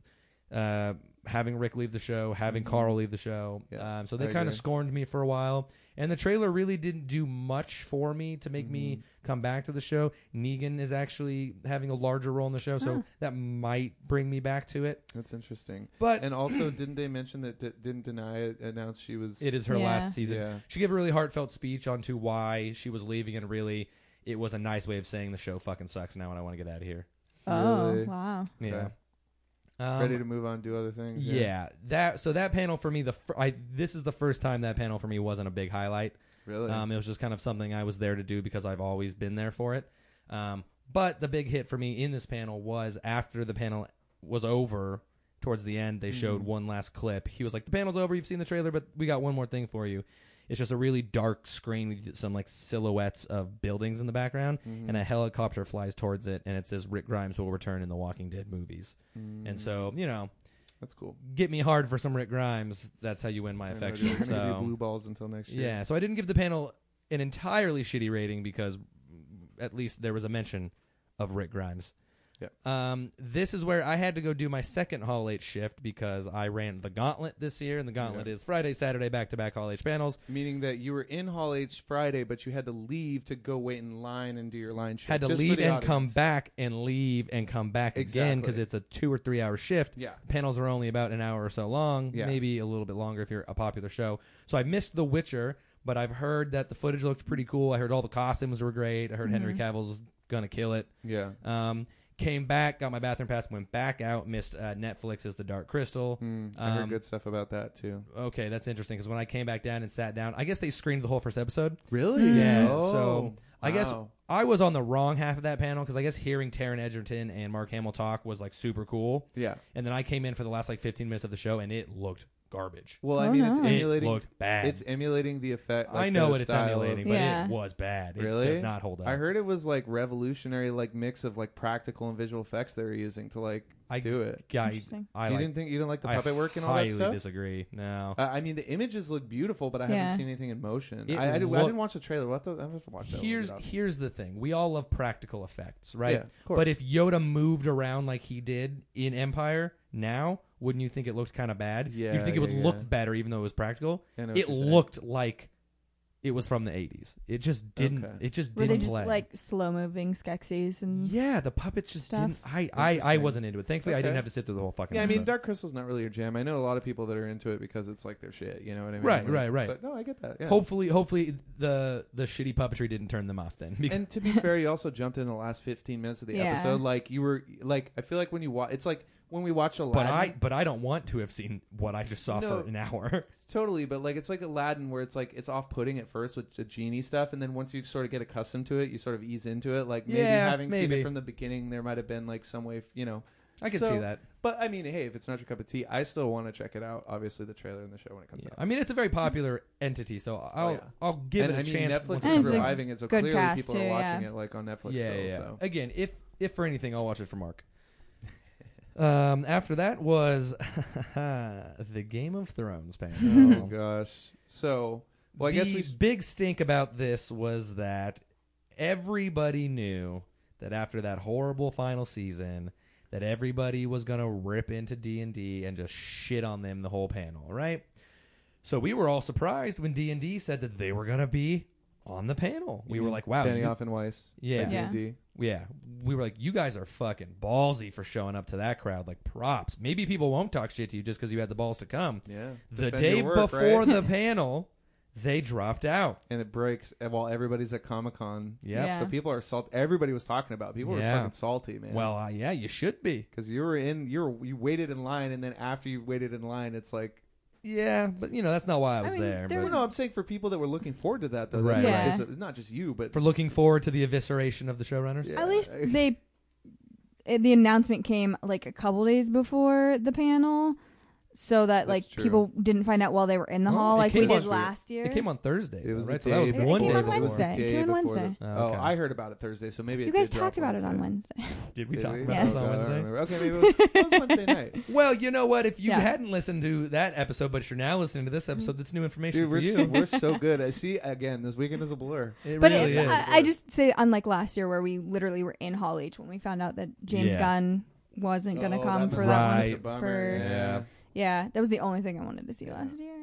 Speaker 1: uh, having Rick leave the show, having
Speaker 2: Mhm.
Speaker 1: Carl leave the show.
Speaker 2: Yeah,
Speaker 1: um, so
Speaker 2: I
Speaker 1: they kind
Speaker 2: agree.
Speaker 1: of scorned me for a while, and the trailer really didn't do much for me to make me
Speaker 2: Mm-hmm.
Speaker 1: come back to the show. Negan is actually having a larger role in the show, so
Speaker 3: Ah.
Speaker 1: that might bring me back to it.
Speaker 2: That's interesting.
Speaker 1: But
Speaker 2: And also, didn't they mention that d- didn't deny it? Announced she was.
Speaker 1: it is her
Speaker 3: Yeah.
Speaker 1: last season.
Speaker 2: Yeah.
Speaker 1: She gave a really heartfelt speech onto why she was leaving, and really, it was a nice way of saying the show fucking sucks now, and I want to get out of here.
Speaker 3: Oh,
Speaker 2: Really?
Speaker 3: wow.
Speaker 1: Yeah.
Speaker 2: Okay.
Speaker 1: Um,
Speaker 2: Ready to move on, do other things.
Speaker 1: Yeah. that so that panel for me the fir- I this is the first time that panel for me wasn't a big highlight.
Speaker 2: Really.
Speaker 1: Um, it was just kind of something I was there to do because I've always been there for it. Um, but the big hit for me in this panel was after the panel was over. Towards the end, they showed
Speaker 2: Mhm.
Speaker 1: one last clip. He was like, "The panel's over. You've seen the trailer, but we got one more thing for you." It's just a really dark screen with some like silhouettes of buildings in the background,
Speaker 2: Mhm.
Speaker 1: and a helicopter flies towards it, and it says Rick Grimes will return in the Walking Dead movies.
Speaker 2: Mm.
Speaker 1: And so, you know,
Speaker 2: that's cool.
Speaker 1: get me hard for some Rick Grimes. That's how you win my
Speaker 2: I know,
Speaker 1: affection.
Speaker 2: They're gonna give you
Speaker 1: So
Speaker 2: blue balls until next year.
Speaker 1: yeah, so I didn't give the panel an entirely shitty rating because at least there was a mention of Rick Grimes.
Speaker 2: Yeah.
Speaker 1: Um, this is where I had to go do my second Hall H shift because I ran the Gauntlet this year, and the Gauntlet
Speaker 2: Yeah.
Speaker 1: is Friday, Saturday, back to back Hall H panels.
Speaker 2: Meaning that you were in Hall H Friday, but you had to leave to go wait in line and do your line shift.
Speaker 1: Had to
Speaker 2: just for
Speaker 1: leave
Speaker 2: the
Speaker 1: and
Speaker 2: audience.
Speaker 1: come back, and leave and come back again because
Speaker 2: Exactly.
Speaker 1: it's a two or three hour shift.
Speaker 2: Yeah.
Speaker 1: panels are only about an hour or so long,
Speaker 2: Yeah.
Speaker 1: maybe a little bit longer if you're a popular show. So I missed The Witcher, but I've heard that the footage looked pretty cool. I heard all the costumes were great. I heard Henry
Speaker 3: Mhm.
Speaker 1: Cavill's gonna kill it.
Speaker 2: Yeah.
Speaker 1: Um, came back, got my bathroom pass, went back out, missed uh, Netflix's The Dark Crystal.
Speaker 2: Mm, I heard
Speaker 1: Um,
Speaker 2: good stuff about that too.
Speaker 1: Okay, that's interesting because when I came back down and sat down, I guess they screened the whole first episode.
Speaker 2: Really?
Speaker 3: Mm.
Speaker 1: Yeah,
Speaker 2: Oh.
Speaker 1: so I guess I was on the wrong half of that panel because I guess hearing Taryn Edgerton and Mark Hamill talk was like super cool.
Speaker 2: Yeah.
Speaker 1: And then I came in for the last like 15 minutes of the show and it looked garbage.
Speaker 2: Well, I
Speaker 3: Oh,
Speaker 2: mean, it's
Speaker 3: no. It
Speaker 1: It
Speaker 2: emulating.
Speaker 1: looked bad.
Speaker 2: It's emulating the effect. Like,
Speaker 1: I know
Speaker 2: the
Speaker 1: what it's
Speaker 2: style of-
Speaker 1: emulating, but
Speaker 3: Yeah.
Speaker 1: it was bad. It
Speaker 2: Really?
Speaker 1: does not hold up.
Speaker 2: I heard it was like revolutionary, like mix of like practical and visual effects they were using to like
Speaker 1: I-
Speaker 2: do it.
Speaker 1: I,
Speaker 3: Interesting.
Speaker 1: I
Speaker 2: you
Speaker 1: like,
Speaker 2: didn't think you didn't like the
Speaker 1: I
Speaker 2: puppet work and all
Speaker 1: highly
Speaker 2: that stuff.
Speaker 1: disagree. No.
Speaker 2: Uh, I mean, the images look beautiful, but I
Speaker 3: Yeah.
Speaker 2: haven't seen anything in motion.
Speaker 1: It
Speaker 2: I, I, did,
Speaker 1: look-
Speaker 2: I didn't watch the trailer. We'll have to, I have to watch that. when we
Speaker 1: Here's
Speaker 2: get off.
Speaker 1: here's the thing. We all love practical effects, right?
Speaker 2: Yeah, of course.
Speaker 1: but if Yoda moved around like he did in Empire now, wouldn't you think it looked kind of bad?
Speaker 2: Yeah,
Speaker 1: You'd think it would
Speaker 2: yeah,
Speaker 1: look
Speaker 2: yeah.
Speaker 1: better even though it was practical.
Speaker 2: I know what
Speaker 1: It
Speaker 2: you're saying.
Speaker 1: looked like it was from the 80s. It just didn't
Speaker 2: Okay.
Speaker 1: it just
Speaker 3: Were
Speaker 1: didn't
Speaker 3: they just
Speaker 1: play.
Speaker 3: like slow moving Skeksis and
Speaker 1: yeah, the puppets just
Speaker 3: stuff?
Speaker 1: didn't I, I I
Speaker 2: Interesting.
Speaker 1: wasn't into it. Thankfully I
Speaker 2: Okay.
Speaker 1: didn't have to sit through the whole fucking
Speaker 2: Yeah, I mean,
Speaker 1: episode.
Speaker 2: Dark Crystal's not really your jam. I know a lot of people that are into it because it's like their shit. You know what I mean?
Speaker 1: Right,
Speaker 2: Like,
Speaker 1: right, right.
Speaker 2: But no, I get that. Yeah.
Speaker 1: Hopefully, hopefully the the shitty puppetry didn't turn them off then. Because
Speaker 2: and to be fair, you also jumped in the last 15 minutes of the
Speaker 3: Yeah.
Speaker 2: episode. Like you were like, I feel like when you watch, it's like when we watch Aladdin.
Speaker 1: But I but I don't want to have seen what I just saw
Speaker 2: No.
Speaker 1: for an hour.
Speaker 2: Totally, but like it's like Aladdin, where it's like it's off-putting at first with the genie stuff, and then once you sort of get accustomed to it, you sort of ease into it. Like maybe
Speaker 1: Yeah,
Speaker 2: having seen
Speaker 1: maybe.
Speaker 2: it from the beginning, there might have been like some way, f- you know.
Speaker 1: I can
Speaker 2: So,
Speaker 1: see that.
Speaker 2: But I mean, hey, if it's not your cup of tea, I still want to check it out. Obviously, the trailer and the show when it comes
Speaker 1: Yeah.
Speaker 2: out. Oh,
Speaker 1: I mean, it's a very popular entity, so I'll
Speaker 2: yeah.
Speaker 1: I'll give
Speaker 2: and
Speaker 1: it a
Speaker 2: I mean,
Speaker 1: chance. once it's
Speaker 2: Netflix
Speaker 3: And
Speaker 2: is
Speaker 3: it's a
Speaker 1: around.
Speaker 2: reviving it, so
Speaker 3: good
Speaker 2: clearly
Speaker 3: cast
Speaker 2: people
Speaker 3: too,
Speaker 2: are watching
Speaker 3: yeah.
Speaker 2: it like on Netflix
Speaker 1: yeah,
Speaker 2: still.
Speaker 1: yeah.
Speaker 2: So
Speaker 1: Again, if if for anything, I'll watch it for Mark. um, after that was the Game of Thrones panel.
Speaker 2: oh gosh, so well, I
Speaker 1: the
Speaker 2: guess we.
Speaker 1: big stink about this was that everybody knew that after that horrible final season, that everybody was gonna rip into D and D and just shit on them the whole panel, right? So we were all surprised when D and D said that they were gonna be on the panel. We
Speaker 2: Mm-hmm.
Speaker 1: were like, "Wow, you-
Speaker 2: Danny and Weiss.
Speaker 1: yeah,
Speaker 3: Yeah.
Speaker 1: yeah, we were like, you guys are fucking ballsy for showing up to that crowd. Like, props. Maybe people won't talk shit to you just because you had the balls to come.
Speaker 2: yeah.
Speaker 1: The
Speaker 2: Defend
Speaker 1: day
Speaker 2: your work,
Speaker 1: before
Speaker 2: right?
Speaker 1: the panel, they dropped out.
Speaker 2: and it breaks and while everybody's at Comic Con.
Speaker 1: Yep.
Speaker 3: Yeah.
Speaker 2: So people are salt. Everybody was talking about. it. People
Speaker 1: Yeah.
Speaker 2: were fucking salty, man.
Speaker 1: Well, uh, yeah, you should be.
Speaker 2: because you were in, you were, you waited in line, and then after you waited in line, it's like.
Speaker 1: Yeah, but you know that's not why I was
Speaker 3: mean,
Speaker 1: there.
Speaker 3: there
Speaker 1: but
Speaker 2: Well, no, I'm saying for people that were looking forward to that, though.
Speaker 1: Right.
Speaker 2: That's like
Speaker 3: Yeah.
Speaker 2: dis- not just you, but
Speaker 1: for looking forward to the evisceration of the showrunners.
Speaker 2: Yeah.
Speaker 3: At least they eh, the announcement came like a couple days before the panel so that
Speaker 2: That's
Speaker 3: like
Speaker 2: true.
Speaker 3: people didn't find out while they were in the
Speaker 1: Well,
Speaker 3: hall
Speaker 1: it
Speaker 3: like we
Speaker 1: came
Speaker 3: did
Speaker 2: on-
Speaker 3: last year.
Speaker 1: It came on Thursday,
Speaker 2: it was
Speaker 1: though, right? So
Speaker 2: the day
Speaker 1: that was
Speaker 3: It
Speaker 1: one
Speaker 3: came
Speaker 1: day
Speaker 3: on
Speaker 1: before.
Speaker 3: Wednesday.
Speaker 2: It was
Speaker 3: It
Speaker 2: the
Speaker 3: came
Speaker 2: day
Speaker 3: on
Speaker 2: before
Speaker 3: Wednesday.
Speaker 2: The,
Speaker 1: Oh, okay.
Speaker 2: Oh, I heard about it Thursday, so maybe
Speaker 3: you
Speaker 2: it
Speaker 3: guys
Speaker 2: did
Speaker 3: talked
Speaker 2: drop
Speaker 3: about it on Wednesday.
Speaker 1: Did we
Speaker 2: Did
Speaker 1: talk
Speaker 2: we?
Speaker 1: about
Speaker 3: Yes.
Speaker 1: this on
Speaker 2: Oh, God, I
Speaker 1: Wednesday?
Speaker 2: don't remember. Okay, maybe it was, it was Wednesday night.
Speaker 1: Well, you know what? If you
Speaker 3: Yeah.
Speaker 1: hadn't listened to that episode, but you're now listening to this episode, that's new information
Speaker 2: Dude,
Speaker 1: for
Speaker 2: we're,
Speaker 1: you.
Speaker 2: so, we're so good. I see again. This weekend is a blur.
Speaker 1: It
Speaker 3: but
Speaker 1: really
Speaker 3: it,
Speaker 1: is.
Speaker 3: I, I just say unlike last year where we literally were in Hall H when we found out that James
Speaker 1: Yeah.
Speaker 3: Gunn wasn't gonna
Speaker 2: Oh,
Speaker 3: come
Speaker 2: that
Speaker 3: for
Speaker 2: was
Speaker 3: that
Speaker 1: Right.
Speaker 3: one.
Speaker 2: such a
Speaker 1: one.
Speaker 2: bummer.
Speaker 3: For-
Speaker 2: Yeah.
Speaker 3: Yeah, that was the only thing I wanted to see
Speaker 2: Yeah.
Speaker 3: last year.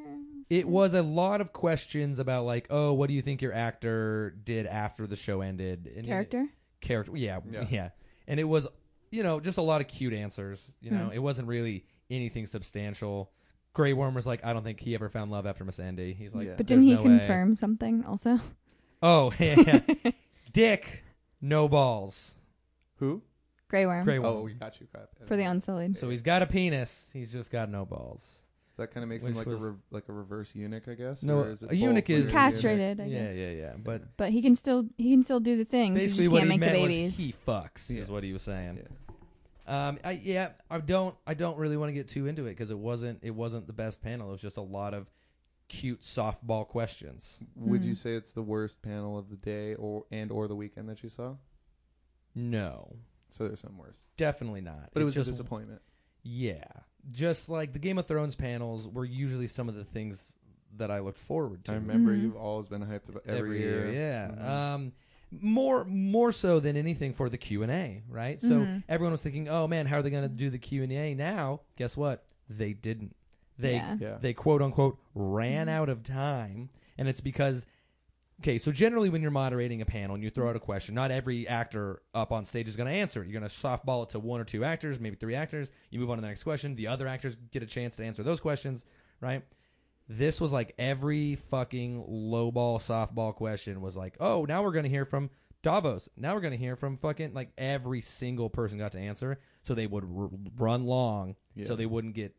Speaker 1: It was a lot of questions about like, oh, what do you think your actor did after the show ended? And
Speaker 3: character.
Speaker 1: character, yeah, yeah,
Speaker 2: Yeah.
Speaker 1: And it was, you know, just a lot of cute answers. You know,
Speaker 3: Mm.
Speaker 1: it wasn't really anything substantial. Grey Worm was like, I don't think he ever found love after Miss Andy. He's like,
Speaker 2: Yeah.
Speaker 3: But
Speaker 1: "There's
Speaker 3: didn't he
Speaker 1: no way."
Speaker 3: confirm something also?
Speaker 1: Oh yeah, Dick, no balls.
Speaker 2: Who?
Speaker 3: Grey Worm
Speaker 1: Grey
Speaker 2: Oh,
Speaker 1: Worm.
Speaker 2: we got you. Crap.
Speaker 3: for the Unsullied.
Speaker 1: so he's got a penis. He's just got no balls.
Speaker 2: So that kind of makes him
Speaker 1: Which
Speaker 2: like
Speaker 1: was-
Speaker 2: a re- like a reverse eunuch, I guess.
Speaker 1: No,
Speaker 2: or is it
Speaker 1: a
Speaker 2: both
Speaker 1: eunuch
Speaker 2: when
Speaker 1: is-
Speaker 2: you're a
Speaker 3: Castrated, I
Speaker 1: yeah,
Speaker 3: guess.
Speaker 1: yeah, yeah. But
Speaker 3: But he can still he can still do the things. He
Speaker 1: basically,
Speaker 3: just
Speaker 1: what
Speaker 3: can't
Speaker 1: he
Speaker 3: make the
Speaker 1: meant
Speaker 3: babies.
Speaker 1: was he fucks.
Speaker 2: Yeah.
Speaker 1: Is what he was saying.
Speaker 2: eunuch? Yeah.
Speaker 1: Um, I, yeah, I don't, I don't really want to get too into it because it wasn't, it wasn't the best panel. It was just a lot of cute softball questions.
Speaker 2: Would
Speaker 3: Hmm.
Speaker 2: you say it's the worst panel of the day or and or the weekend that you saw?
Speaker 1: No,
Speaker 2: So there's some worse,
Speaker 1: definitely not.
Speaker 2: but it, was
Speaker 1: just,
Speaker 2: a disappointment.
Speaker 1: yeah, just like the Game of Thrones panels were usually some of the things that I looked forward to.
Speaker 2: I remember
Speaker 3: Mhm.
Speaker 2: you've always been hyped about every, year.
Speaker 1: yeah.
Speaker 2: Mhm.
Speaker 1: Um, more, more so than anything for the Q and A, right? So
Speaker 3: Mhm.
Speaker 1: everyone was thinking, oh man, how are they going to do the Q and A now? Guess what? They didn't. They
Speaker 3: yeah.
Speaker 2: yeah.
Speaker 1: they quote unquote ran out of time and it's because okay so generally when you're moderating a panel and you throw out a question not every actor up on stage is going to answer it you're going to softball it to one or two actors maybe three actors you move on to the next question the other actors get a chance to answer those questions right this was like every fucking low ball softball question was like oh now we're going to hear from davos now we're going to hear from fucking like every single person got to answer so they would r- run long
Speaker 2: yeah.
Speaker 1: so they wouldn't get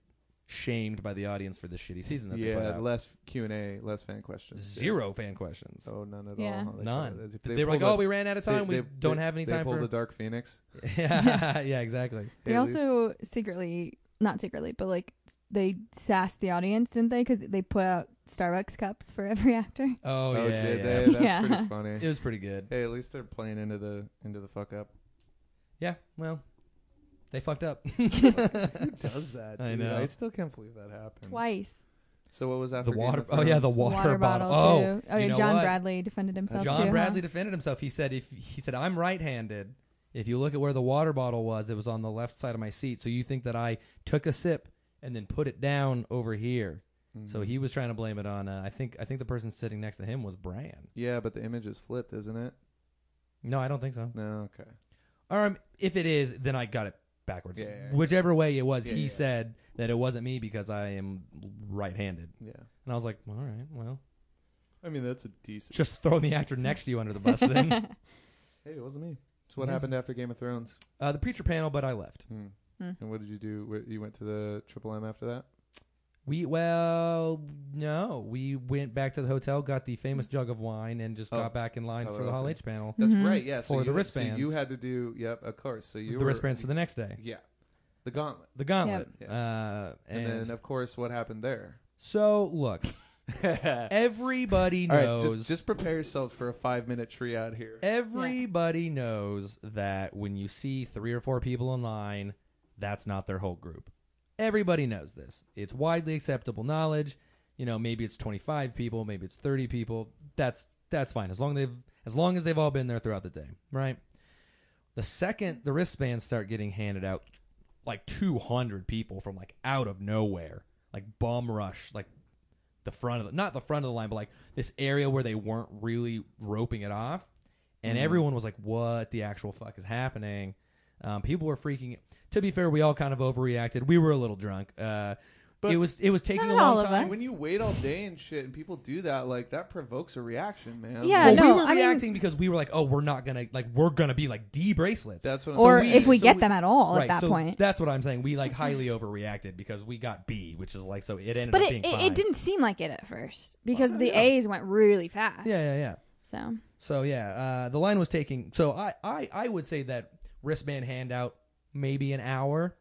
Speaker 1: shamed by the audience for the shitty season that they put
Speaker 2: yeah
Speaker 1: out.
Speaker 2: less Q and A, less fan questions.
Speaker 1: Zero fan questions.
Speaker 2: Oh, none at
Speaker 3: Yeah.
Speaker 2: all. huh? They
Speaker 1: None.
Speaker 2: pulled-
Speaker 1: They, were like,
Speaker 2: pulled
Speaker 1: "Oh,
Speaker 2: a-
Speaker 1: we ran out of
Speaker 2: they-
Speaker 1: time. we
Speaker 2: they-
Speaker 1: don't
Speaker 2: they-
Speaker 1: have any
Speaker 2: they
Speaker 1: time
Speaker 2: pulled
Speaker 1: for."
Speaker 2: the Dark Phoenix.
Speaker 1: yeah, yeah, exactly.
Speaker 3: They
Speaker 2: Haley's-
Speaker 3: also secretly, not secretly, but like they sassed the audience, didn't they? Because they put out Starbucks cups for every actor.
Speaker 1: Oh, yeah,
Speaker 2: did
Speaker 1: yeah.
Speaker 2: they? That's
Speaker 3: Yeah.
Speaker 2: pretty funny.
Speaker 1: It was pretty good.
Speaker 2: Hey, at least they're playing into the into the fuck up.
Speaker 1: Yeah. Well, they fucked up.
Speaker 2: Who does that?
Speaker 1: I
Speaker 2: dude?
Speaker 1: know.
Speaker 2: I still can't believe that
Speaker 1: Mm.
Speaker 2: happened.
Speaker 3: Twice.
Speaker 2: So what was after
Speaker 1: the
Speaker 2: Game
Speaker 1: water.
Speaker 2: of
Speaker 1: Oh yeah, the
Speaker 2: Thrones?
Speaker 1: water, bottle. Oh,
Speaker 3: too. Oh,
Speaker 1: you
Speaker 3: yeah.
Speaker 1: know
Speaker 3: John
Speaker 1: what?
Speaker 3: Bradley defended himself
Speaker 1: John
Speaker 3: too.
Speaker 1: Bradley
Speaker 3: Huh?
Speaker 1: defended himself. He said, "If he said I'm right-handed, if you look at where the water bottle was, it was on the left side of my seat. So you think that I took a sip and then put it down over here."
Speaker 2: Mhm.
Speaker 1: So he was trying to blame it on. Uh, I think. I think the person sitting next to him was Bran.
Speaker 2: Yeah, but the image is flipped, isn't it?
Speaker 1: No, I don't think so.
Speaker 2: No. Okay.
Speaker 1: Or um, if it is, then I got it backwards.
Speaker 2: Yeah, yeah, yeah.
Speaker 1: Whichever way it was,
Speaker 2: Yeah,
Speaker 1: he
Speaker 2: yeah.
Speaker 1: said that it wasn't me because I am right-handed,
Speaker 2: Yeah.
Speaker 1: and I was like, "All right, well,
Speaker 2: I mean, that's a decent.
Speaker 1: just throwing the actor next to you under the bus." Then
Speaker 2: Hey, it wasn't me. So what
Speaker 1: Yeah.
Speaker 2: happened after Game of Thrones?
Speaker 1: uh, the preacher panel, but I left.
Speaker 2: Hmm.
Speaker 3: Mm.
Speaker 2: And what did you do? Wh- You went to the Triple M after that.
Speaker 1: We well, no, we went back to the hotel, got the famous jug of wine, and just
Speaker 2: Oh.
Speaker 1: got back in line
Speaker 2: Oh,
Speaker 1: for
Speaker 2: that
Speaker 1: the Hall
Speaker 2: was
Speaker 1: H panel.
Speaker 2: That's
Speaker 3: Mhm.
Speaker 2: right. Yeah. so
Speaker 1: Mm-hmm. For
Speaker 2: you
Speaker 1: the
Speaker 2: had- so you
Speaker 1: wristbands.
Speaker 2: had to do. Yep. Of course. So you
Speaker 1: the
Speaker 2: were,
Speaker 1: wristbands for the next day.
Speaker 2: Yeah. The gauntlet.
Speaker 1: The gauntlet.
Speaker 2: Yep.
Speaker 1: Uh,
Speaker 2: And,
Speaker 1: and
Speaker 2: then of course, what happened there?
Speaker 1: so look, everybody
Speaker 2: All right.
Speaker 1: knows.
Speaker 2: Just just prepare yourselves for a five minute tree out here.
Speaker 1: Everybody knows that when you see three or four people online, that's not their whole group. Everybody knows this. It's widely acceptable knowledge. You know, maybe it's 25 people, maybe it's 30 people. That's that's fine as long as they've as long as they've all been there throughout the day, right? The second the wristbands start getting handed out, like 200 people from like out of nowhere, like bum rush, like the front of the, not the front of the line, but like this area where they weren't really roping it off, and
Speaker 2: Mhm.
Speaker 1: everyone was like, "What the actual fuck is happening?" Um, people were freaking. To be fair, we all kind of overreacted. We were a little drunk. Uh,
Speaker 2: But-
Speaker 1: it was it was taking
Speaker 3: Not
Speaker 1: a long
Speaker 3: all of
Speaker 1: time.
Speaker 3: us.
Speaker 2: When you wait all day and shit, and people do that, like that provokes a reaction, man.
Speaker 3: Yeah,
Speaker 1: Well,
Speaker 2: Like,
Speaker 3: no,
Speaker 1: we were
Speaker 3: I mean-
Speaker 1: reacting because we were like, "Oh, we're not gonna like we're gonna be like D bracelets."
Speaker 2: that's what. I'm
Speaker 3: or
Speaker 2: saying.
Speaker 1: we-
Speaker 3: if we
Speaker 1: so
Speaker 3: get
Speaker 1: we-
Speaker 3: them at all
Speaker 1: right,
Speaker 3: at that
Speaker 1: so
Speaker 3: point. Mm-hmm.
Speaker 1: That's what I'm saying. We like highly overreacted because we got B, which is like so it ended
Speaker 3: but
Speaker 1: up
Speaker 3: it,
Speaker 1: being
Speaker 3: it,
Speaker 1: fine.
Speaker 3: it didn't seem like it at first because
Speaker 1: Well,
Speaker 3: the
Speaker 1: yeah.
Speaker 3: A's went really fast.
Speaker 1: Yeah, yeah, yeah.
Speaker 3: So
Speaker 1: So yeah, uh, the line was taking. So I, I, I would say that wristband handout maybe an hour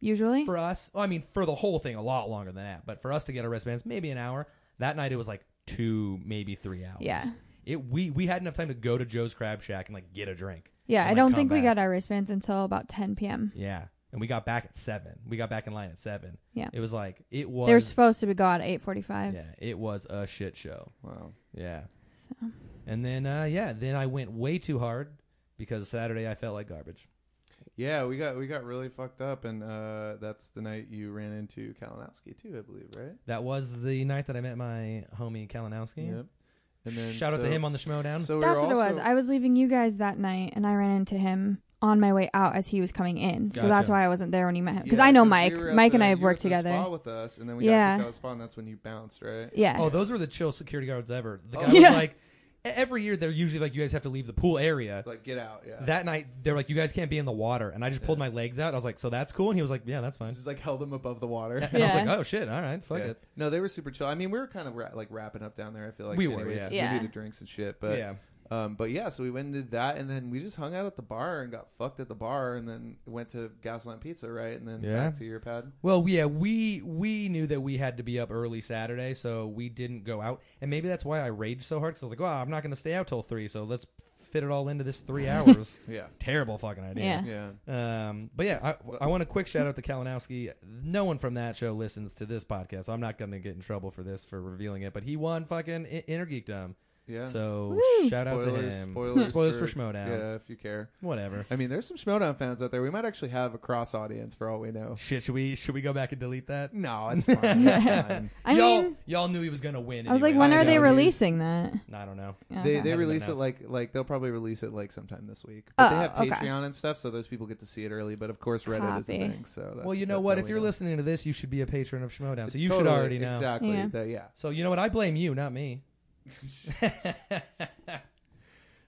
Speaker 3: usually,
Speaker 1: for us. Well, I mean, for the whole thing, a lot longer than that. But for us to get our wristbands, maybe an hour. That night it was like two, maybe three hours.
Speaker 3: Yeah.
Speaker 1: It we we had enough time to go to Joe's Crab Shack and like get a drink.
Speaker 3: yeah,
Speaker 1: and,
Speaker 3: I
Speaker 1: like,
Speaker 3: don't
Speaker 1: come
Speaker 3: think we
Speaker 1: back.
Speaker 3: got our wristbands until about 10 p.m.
Speaker 1: Yeah. And we got back at seven. We got back in line at seven.
Speaker 3: Yeah.
Speaker 1: It was like it
Speaker 3: They were
Speaker 1: was.
Speaker 3: supposed to be gone at 8:45.
Speaker 1: Yeah. It was a shit show.
Speaker 2: Wow.
Speaker 1: Yeah. And then uh, yeah, then I went way too hard because Saturday I felt like garbage.
Speaker 2: Yeah, we got we got really fucked up, and uh, that's the night you ran into Kalinowski too, I believe, right?
Speaker 1: That was the night that I met my homie Kalinowski.
Speaker 2: Yep. And then
Speaker 1: Shout out to
Speaker 2: so-
Speaker 1: him on the Schmodown.
Speaker 2: So we
Speaker 3: That's
Speaker 2: were
Speaker 3: what it was.
Speaker 2: also-
Speaker 3: I was leaving you guys that night, and I ran into him on my way out as he was coming in. So that's
Speaker 1: Gotcha.
Speaker 3: why I wasn't there when he met him. Because
Speaker 2: Yeah,
Speaker 3: I know
Speaker 2: 'cause we
Speaker 3: Mike.
Speaker 2: were at
Speaker 3: Mike and
Speaker 2: the-
Speaker 3: I have
Speaker 2: you were
Speaker 3: worked
Speaker 2: at the spa
Speaker 3: together.
Speaker 2: with us, and then we got
Speaker 3: Yeah.
Speaker 2: kicked out of the spa, and that's when you bounced, right?
Speaker 3: Yeah.
Speaker 1: oh, those were the chill security guards ever. The
Speaker 2: Oh.
Speaker 1: guy
Speaker 3: Yeah.
Speaker 1: was like, e- every year they're usually like, you guys have to leave the pool area.
Speaker 2: Like get out, yeah.
Speaker 1: That night they're like, you guys can't be in the water, and I just pulled
Speaker 2: Yeah.
Speaker 1: my legs out. I was like, so that's cool, and he was like, yeah, that's fine.
Speaker 2: just like held him above the water.
Speaker 1: And I was
Speaker 3: Yeah.
Speaker 1: like, oh shit, all right, fuck
Speaker 2: Yeah.
Speaker 1: it.
Speaker 2: No, they were super chill. I mean, we were kind of ra- like wrapping up down there. I feel like
Speaker 1: We were,
Speaker 2: anyways,
Speaker 1: yeah.
Speaker 2: 'cause
Speaker 3: Yeah.
Speaker 2: We needed drinks and shit, but
Speaker 1: yeah,
Speaker 2: Um, but yeah, so we went and did that, and then we just hung out at the bar and got fucked at the bar, and then went to Gaslamp Pizza, right? And then
Speaker 1: Yeah.
Speaker 2: back to your pad.
Speaker 1: well, yeah, we we knew that we had to be up early Saturday, so we didn't go out, and maybe that's why I raged so hard because I was like, well, I'm not going to stay out till three, so let's fit it all into this three hours.
Speaker 2: Yeah,
Speaker 1: Terrible fucking idea.
Speaker 3: Yeah.
Speaker 2: yeah.
Speaker 1: Um, but yeah, I, I want a quick shout out to Kalinowski. No one from that show listens to this podcast, so I'm not going to get in trouble for this for revealing it. But he won fucking I- Inner Geekdom,
Speaker 2: Yeah.
Speaker 1: so shout out to
Speaker 2: Spoilers,
Speaker 1: him.
Speaker 2: spoilers
Speaker 1: for,
Speaker 2: for-
Speaker 1: Schmodown.
Speaker 2: yeah, if you care.
Speaker 1: Whatever.
Speaker 2: I mean, there's some Schmodown fans out there. We might actually have a cross audience for all we know.
Speaker 1: Shit, should we should we go back and delete that?
Speaker 2: No, it's fine. it's fine.
Speaker 3: I
Speaker 1: y'all
Speaker 3: mean,
Speaker 1: y'all knew he was going to win.
Speaker 3: I was
Speaker 1: anyway.
Speaker 3: like, when
Speaker 2: I
Speaker 3: are
Speaker 2: know,
Speaker 3: they
Speaker 2: he's-
Speaker 3: releasing that?
Speaker 1: I don't know.
Speaker 2: They
Speaker 3: Okay.
Speaker 2: they
Speaker 1: Hasn't been
Speaker 2: release it
Speaker 1: announced.
Speaker 2: like like they'll probably release it like sometime this week. But they
Speaker 3: Oh,
Speaker 2: have
Speaker 3: okay.
Speaker 2: Patreon and stuff, so those people get to see it early. But of course, Reddit is the
Speaker 3: Copy.
Speaker 2: thing. So that's,
Speaker 1: well, you know
Speaker 2: that's
Speaker 1: what?
Speaker 2: how
Speaker 1: If
Speaker 2: we
Speaker 1: you're
Speaker 2: know.
Speaker 1: listening to this, you should be a patron of Schmodown, so you should
Speaker 2: Totally,
Speaker 1: already know.
Speaker 2: exactly.
Speaker 3: Yeah.
Speaker 2: that- yeah.
Speaker 1: So you know what? I blame you, not me.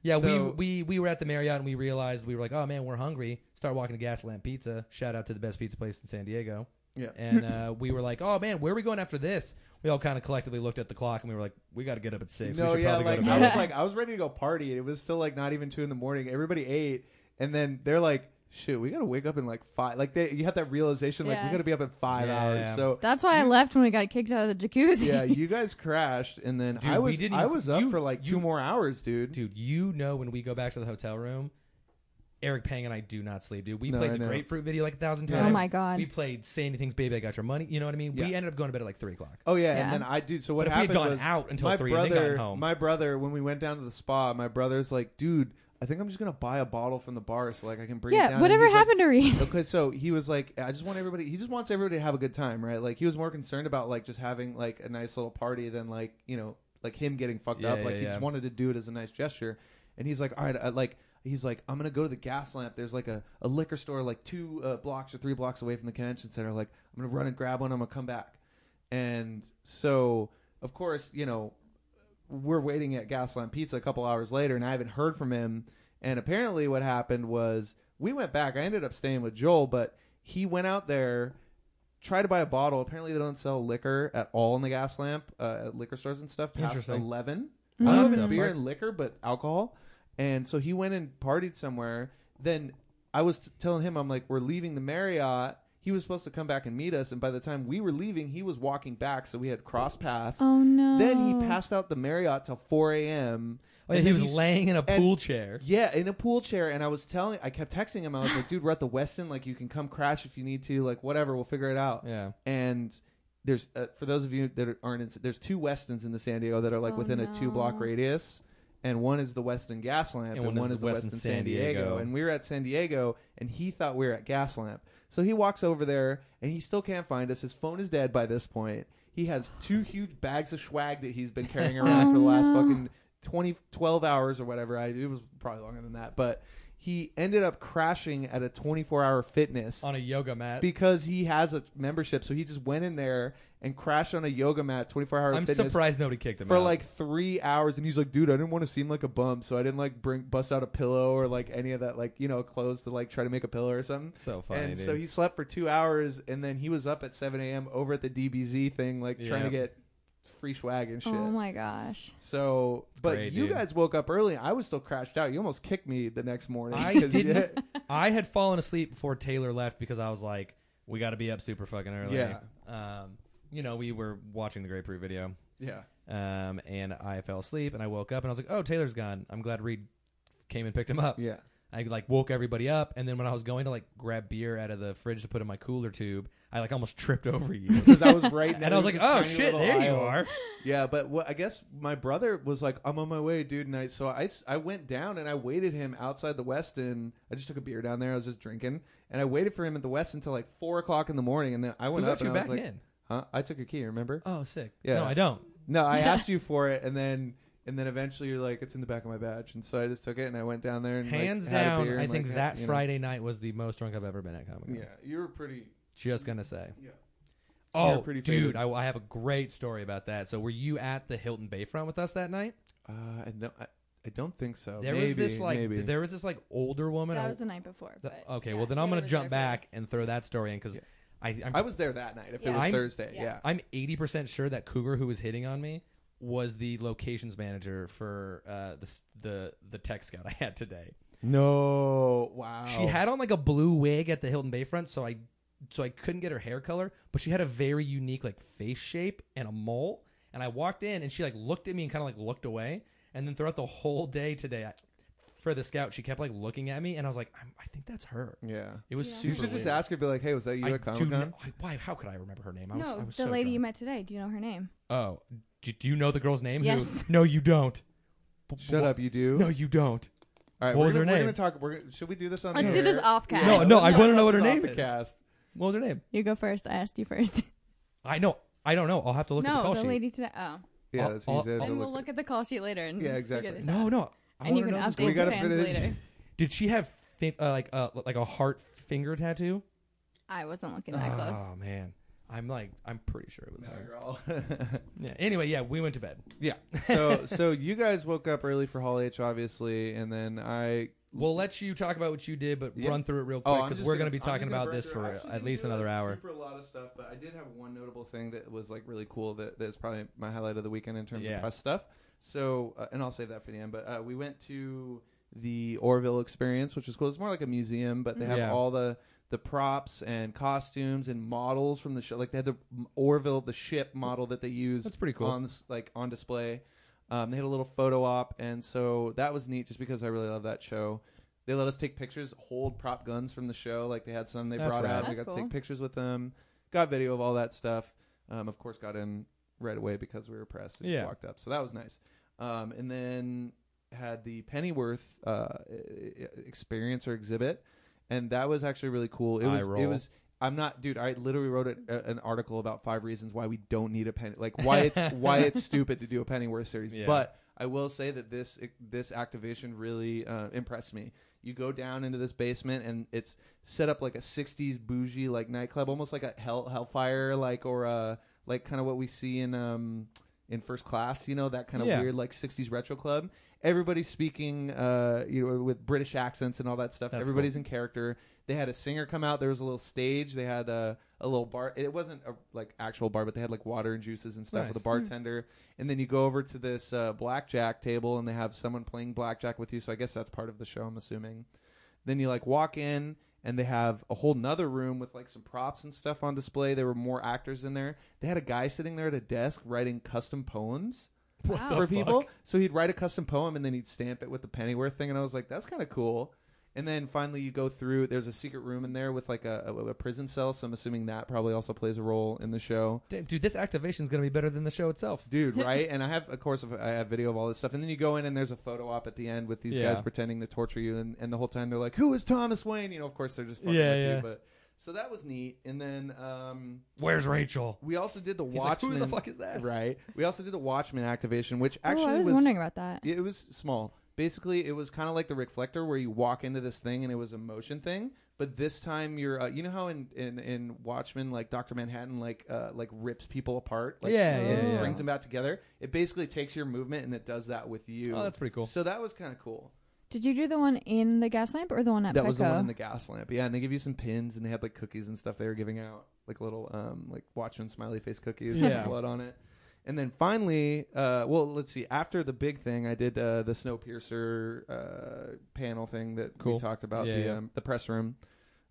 Speaker 1: yeah,
Speaker 2: So-
Speaker 1: we, we we were at the Marriott and we realized we were like, oh man, we're hungry. Start walking to Gaslamp Pizza. Shout out to the best pizza place in San Diego.
Speaker 2: Yeah.
Speaker 1: And uh, we were like, oh man, where are we going after this? We all kind of collectively looked at the clock and we were like, we got to get up at six. we
Speaker 2: No,
Speaker 1: should
Speaker 2: yeah,
Speaker 1: probably
Speaker 2: like
Speaker 1: go to
Speaker 2: I
Speaker 1: bed.
Speaker 2: was like I was ready to go party, and it was still like not even two in the morning. Everybody ate, and then they're like, "Shit, we gotta wake up in like five. Like they, you had that realization, like we
Speaker 3: Yeah.
Speaker 2: gotta be up at five
Speaker 1: Yeah.
Speaker 2: hours. So
Speaker 3: That's why I left when we got kicked out of the jacuzzi.
Speaker 2: yeah, you guys crashed, and then
Speaker 1: Dude,
Speaker 2: I
Speaker 1: we
Speaker 2: was
Speaker 1: didn't
Speaker 2: I
Speaker 1: even-
Speaker 2: was up
Speaker 1: you-
Speaker 2: for like
Speaker 1: you-
Speaker 2: two more hours, dude.
Speaker 1: dude, you know when we go back to the hotel room, Eric Pang and I do not sleep, dude. We
Speaker 2: No,
Speaker 1: played
Speaker 2: I
Speaker 1: the
Speaker 2: know.
Speaker 1: grapefruit video like a thousand
Speaker 2: Yeah.
Speaker 1: times.
Speaker 3: oh my
Speaker 1: We
Speaker 3: god.
Speaker 1: played Say Anything's Baby, I Got Your Money. You know what I mean? We
Speaker 2: Yeah.
Speaker 1: ended up going to bed at like three o'clock.
Speaker 2: Oh yeah,
Speaker 3: Yeah.
Speaker 2: and then I dude. So what
Speaker 1: But if we
Speaker 2: happened
Speaker 1: had gone
Speaker 2: was
Speaker 1: out until
Speaker 2: my
Speaker 1: three
Speaker 2: brother,
Speaker 1: and then gotten home.
Speaker 2: my brother, when we went down to the spa, my brother's like, dude, I think I'm just gonna buy a bottle from the bar so like I can bring. it down.
Speaker 3: Yeah,
Speaker 2: And
Speaker 3: whatever
Speaker 2: he's like,
Speaker 3: happened to Reed?
Speaker 2: Okay, so he was like, I just want everybody. He just wants everybody to have a good time, right? Like he was more concerned about like just having like a nice little party than like you know like him getting fucked
Speaker 1: Yeah,
Speaker 2: up. Like
Speaker 1: yeah,
Speaker 2: he just
Speaker 1: yeah.
Speaker 2: wanted to do it as a nice gesture. And he's like, all right, I, like he's like, I'm gonna go to the gas lamp. There's like a, a liquor store like two uh, blocks or three blocks away from the convention center. Like I'm gonna run and grab one. I'm gonna come back. And so of course you know we're waiting at Gaslamp Pizza a couple hours later, and I haven't heard from him. And apparently, what happened was we went back. I ended up staying with Joel, but He went out there, tried to buy a bottle. Apparently, they don't sell liquor at all in the gas lamp uh, at liquor stores and stuff past
Speaker 1: Interesting.
Speaker 2: eleven. I
Speaker 3: Mhm.
Speaker 2: don't know
Speaker 1: What
Speaker 2: if it's
Speaker 1: the
Speaker 2: beer
Speaker 1: fuck?
Speaker 2: and liquor, but alcohol. And so he went and partied somewhere. Then I was t- telling him, I'm like, we're leaving the Marriott. He was supposed to come back and meet us, and by the time we were leaving, he was walking back, so we had cross paths.
Speaker 3: Oh no.
Speaker 2: Then he passed out the Marriott till 4 a.m.
Speaker 1: Oh, yeah,
Speaker 2: and
Speaker 1: he
Speaker 2: then
Speaker 1: was
Speaker 2: he's-
Speaker 1: laying in a
Speaker 2: and-
Speaker 1: pool chair.
Speaker 2: Yeah, in a pool chair, and I was telling, I kept texting him. I was like, "Dude, we're at the Westin. Like, you can come crash if you need to. Like, whatever, we'll figure it out."
Speaker 1: Yeah.
Speaker 2: And there's uh, for those of you that aren't in, there's two Westins in the San Diego that are like
Speaker 3: Oh,
Speaker 2: within a two block
Speaker 3: no.
Speaker 2: radius, and one is the Westin Gaslamp, and, one is, the Westin, San Diego. And we were at San Diego, and he thought we were at Gaslamp, so he walks over there, and he still can't find us. His phone is dead by this point. He has two huge bags of swag that he's been carrying around
Speaker 3: Oh,
Speaker 2: for the last
Speaker 3: no.
Speaker 2: fucking 20, 12 hours or whatever. I it was probably longer than that, but he ended up crashing at a twenty four hour fitness
Speaker 1: On a yoga mat.
Speaker 2: because he has a membership. So he just went in there and crashed on a yoga mat, 24 hour
Speaker 1: I'm
Speaker 2: fitness
Speaker 1: surprised nobody kicked him
Speaker 2: for
Speaker 1: out.
Speaker 2: like three hours. And he's like, dude, I didn't want to seem like a bum, so I didn't like bring bust out a pillow or like any of that like you know clothes to like try to make a pillow or something.
Speaker 1: so funny.
Speaker 2: and
Speaker 1: dude.
Speaker 2: so he slept for two hours, and then he was up at 7 a.m. over at the DBZ thing, like trying to
Speaker 1: Yeah.
Speaker 2: get free swag and shit.
Speaker 3: Oh my gosh.
Speaker 2: So, but
Speaker 1: great,
Speaker 2: you
Speaker 1: dude.
Speaker 2: guys woke up early. I was still crashed out. You almost kicked me the next morning.
Speaker 1: I
Speaker 2: 'cause you-
Speaker 1: didn't- I had fallen asleep before Taylor left because I was like, we got to be up super fucking early.
Speaker 2: Yeah.
Speaker 1: Um, you know, we were watching the Grapefruit video,
Speaker 2: yeah.
Speaker 1: um, and I fell asleep, and I woke up, and I was like, oh, Taylor's gone. I'm glad Reed came and picked him up.
Speaker 2: Yeah.
Speaker 1: I like woke everybody up, and then when I was going to like grab beer out of the fridge to put in my cooler tube, I like almost tripped over you.
Speaker 2: Because I was right next
Speaker 1: And I was like,
Speaker 2: this
Speaker 1: "Oh
Speaker 2: tiny
Speaker 1: shit,
Speaker 2: little
Speaker 1: there you
Speaker 2: aisle.
Speaker 1: are!"
Speaker 2: Yeah, but what, I guess my brother was like, "I'm on my way, dude," and I so I, s- I went down and I waited him outside the Westin. I just took a beer down there. I was just drinking, and I waited for him at the Westin until like four o'clock in the morning, and then I
Speaker 1: Who
Speaker 2: went
Speaker 1: got
Speaker 2: up
Speaker 1: you
Speaker 2: and I
Speaker 1: back
Speaker 2: was like,
Speaker 1: in?
Speaker 2: "Huh?" I took your key, remember?
Speaker 1: Oh, sick.
Speaker 2: Yeah.
Speaker 1: No, I don't.
Speaker 2: No, I asked you for it, and then and then eventually you're like, "It's in the back of my badge," and so I just took it and I went down there and like,
Speaker 1: Hands
Speaker 2: had a
Speaker 1: down,
Speaker 2: beer
Speaker 1: I
Speaker 2: and,
Speaker 1: think
Speaker 2: like,
Speaker 1: that
Speaker 2: you know.
Speaker 1: Friday night was the most drunk I've ever been at Comic Con.
Speaker 2: Yeah, you were pretty.
Speaker 1: Just gonna say.
Speaker 2: Yeah.
Speaker 1: Oh,
Speaker 2: You're pretty
Speaker 1: dude,
Speaker 2: faded.
Speaker 1: I, I have a great story about that. So, were you at the Hilton Bayfront with us that night?
Speaker 2: Uh, I don't. I, I don't think so.
Speaker 1: there
Speaker 2: Oh, maybe,
Speaker 1: was this like,
Speaker 2: maybe.
Speaker 1: there was this like older woman.
Speaker 3: That
Speaker 1: I-
Speaker 3: was the night before.
Speaker 1: the-
Speaker 3: but
Speaker 1: okay,
Speaker 3: yeah,
Speaker 1: well then I'm
Speaker 3: Taylor
Speaker 1: gonna
Speaker 3: was
Speaker 1: jump
Speaker 3: there
Speaker 1: back
Speaker 3: first.
Speaker 1: and throw that story in because
Speaker 2: Yeah.
Speaker 1: I, I'm
Speaker 2: I was there that night. If
Speaker 3: Yeah.
Speaker 2: it was
Speaker 1: I'm-
Speaker 2: Thursday,
Speaker 3: Yeah.
Speaker 2: yeah.
Speaker 1: I'm 80% sure that Cougar, who was hitting on me, was the locations manager for uh, the, s- the the tech scout I had today.
Speaker 2: No, wow.
Speaker 1: She had on like a blue wig at the Hilton Bayfront, so I so I couldn't get her hair color, but she had a very unique like face shape and a mole. And I walked in, and she like looked at me and kind of like looked away. And then throughout the whole day today, I, for the scout, she kept like looking at me, and I was like, I'm, I think that's her.
Speaker 2: Yeah.
Speaker 1: It was
Speaker 3: Yeah.
Speaker 1: super.
Speaker 2: You should just
Speaker 1: weird.
Speaker 2: ask her, be like, "Hey, was that you
Speaker 1: I do
Speaker 2: at Comic
Speaker 1: kn-
Speaker 2: Con?"
Speaker 1: I- Why? How could I remember her name? I was,
Speaker 3: no,
Speaker 1: I was
Speaker 3: the
Speaker 1: so
Speaker 3: lady
Speaker 1: drunk.
Speaker 3: you met today. Do you know her name?
Speaker 1: Oh, do, do you know the girl's name?
Speaker 3: Yes.
Speaker 1: Who, no, you don't. B-
Speaker 2: Shut
Speaker 1: wha-
Speaker 2: up, you do.
Speaker 1: No, you don't.
Speaker 2: All right,
Speaker 1: what
Speaker 2: we're
Speaker 1: was
Speaker 2: gonna,
Speaker 1: her
Speaker 2: we're
Speaker 1: name?
Speaker 2: gonna talk. We're gonna, should we do this on?
Speaker 3: Let's do
Speaker 2: here?
Speaker 3: this off cast.
Speaker 1: No, no, I
Speaker 2: Let's
Speaker 1: wanna
Speaker 2: talk
Speaker 1: know what
Speaker 2: about
Speaker 1: her
Speaker 2: this
Speaker 1: name
Speaker 2: off the
Speaker 1: is.
Speaker 2: Cast.
Speaker 1: What was her name?
Speaker 3: You go first. I asked you first.
Speaker 1: I know. I don't know. I'll have to look at the
Speaker 3: no,
Speaker 1: call
Speaker 3: the
Speaker 1: sheet.
Speaker 3: lady today. Oh,
Speaker 2: Yeah,
Speaker 1: I'll-
Speaker 2: that's
Speaker 1: I'll-
Speaker 2: what he
Speaker 1: I'll-
Speaker 2: said. So
Speaker 3: then we'll
Speaker 2: look-
Speaker 3: look at the call sheet later and
Speaker 2: Yeah,
Speaker 3: figure
Speaker 2: exactly.
Speaker 3: this
Speaker 1: No,
Speaker 3: out.
Speaker 1: no. I
Speaker 3: And you
Speaker 1: wanna
Speaker 3: can
Speaker 1: know this girl's-
Speaker 3: update
Speaker 2: We
Speaker 3: the
Speaker 2: gotta
Speaker 3: fans
Speaker 2: finish.
Speaker 3: later.
Speaker 1: Did she have fa- uh, like a like a heart finger tattoo?
Speaker 3: I wasn't looking that close.
Speaker 1: Oh man, I'm like I'm pretty sure it was
Speaker 2: No,
Speaker 1: her.
Speaker 2: you're all-
Speaker 1: Yeah. Anyway, yeah, we went to bed.
Speaker 2: yeah. So, so you guys woke up early for Hall H, obviously, and then I.
Speaker 1: We'll let you talk about what you did, but
Speaker 2: Yeah.
Speaker 1: run through it real quick
Speaker 2: Oh,
Speaker 1: because we're going to be talking about this for at least another hour.
Speaker 2: Super a lot of stuff, but I did have one notable thing that was like really cool. That that's probably my highlight of the weekend in terms
Speaker 1: Yeah.
Speaker 2: of press stuff. So, uh, and I'll save that for the end. But uh, we went to the Orville Experience, which was cool. It's more like a museum, but they have
Speaker 1: Yeah.
Speaker 2: all the the props and costumes and models from the show. Like they had the Orville, the ship model that they used
Speaker 1: That's pretty cool.
Speaker 2: on this, like on display. Um, they had a little photo op, and so that was neat, just because I really love that show. They let us take pictures, hold prop guns from the show. Like they had some they
Speaker 1: That's
Speaker 2: brought
Speaker 1: rad.
Speaker 2: out. and We
Speaker 3: That's
Speaker 2: got to
Speaker 3: cool.
Speaker 2: take pictures with them. Got video of all that stuff. Um, of course, got in right away because we were pressed. And
Speaker 1: Yeah.
Speaker 2: just walked up, so that was nice. Um, and then had the Pennyworth uh, e- e- experience or exhibit, and that was actually really cool. It
Speaker 1: Eye
Speaker 2: was. It
Speaker 1: roll.
Speaker 2: was. I'm not, dude. I literally wrote it, a, an article about five reasons why we don't need a penny, like why it's why it's stupid to do a Pennyworth series.
Speaker 1: Yeah.
Speaker 2: But I will say that this this activation really uh, impressed me. You go down into this basement and it's set up like a '60s bougie uh, like nightclub, almost like a hell hellfire like or a like kind of what we see in um in first class, you know, that kind of
Speaker 1: Yeah.
Speaker 2: weird like 60s retro club. Everybody's speaking, uh, you know, with British accents and all that stuff.
Speaker 1: That's
Speaker 2: Everybody's in character. They had a singer come out. There was a little stage. They had a, a little bar. It wasn't a like actual bar, but they had like water and juices and stuff
Speaker 1: Nice.
Speaker 2: with a bartender. And then you go over to this uh, blackjack table and they have someone playing blackjack with you. So I guess that's part of the show, I'm assuming. Then you like walk in and they have a whole nother room with like some props and stuff on display. There were more actors in there. They had a guy sitting there at a desk writing custom poems
Speaker 1: What
Speaker 3: Wow.
Speaker 1: the
Speaker 2: for
Speaker 1: fuck?
Speaker 2: people. So he'd write a custom poem and then he'd stamp it with the Pennyworth thing. And I was like, that's kind of cool. And then finally, you go through. There's a secret room in there with like a, a, a prison cell. So I'm assuming that probably also plays a role in the show,
Speaker 1: Damn, dude, this activation is gonna be better than the show itself.
Speaker 2: dude. Right? And I have, of course, I have video of all this stuff. And then you go in and there's a photo op at the end with these
Speaker 1: Yeah.
Speaker 2: guys pretending to torture you. And, and the whole time they're like, "Who is Thomas Wayne?" You know, of course, they're just fucking
Speaker 1: Yeah,
Speaker 2: with
Speaker 1: yeah.
Speaker 2: you. But so that was neat. And then um,
Speaker 1: Where's Rachel?
Speaker 2: we also did the
Speaker 1: He's like,
Speaker 2: Watchmen.
Speaker 1: Who the fuck is that?
Speaker 2: Right. We also did the Watchmen activation, which actually
Speaker 3: oh, I was, wondering about that.
Speaker 2: yeah, It was small. Basically, it was kind of like the reflector where you walk into this thing and it was a motion thing. But this time, you're uh, you know how in, in in Watchmen, like Doctor Manhattan, like uh, like rips people apart, like,
Speaker 1: Yeah,
Speaker 2: and
Speaker 3: yeah, yeah.
Speaker 2: brings them back together. It basically takes your movement and it does that with you.
Speaker 1: Oh, that's pretty cool.
Speaker 2: So that was kind of cool.
Speaker 3: Did you do the one in the gas lamp or the one at
Speaker 2: that
Speaker 3: Petco?
Speaker 2: was the one in the gas lamp. Yeah, and they give you some pins and they had like cookies and stuff they were giving out, like little um like Watchmen smiley face cookies
Speaker 1: Yeah.
Speaker 2: with blood on it. And then finally, uh, well, let's see. After the big thing, I did uh, the Snowpiercer uh, panel thing that
Speaker 1: Cool.
Speaker 2: we talked about
Speaker 1: Yeah,
Speaker 2: the
Speaker 1: yeah.
Speaker 2: Um, the press room.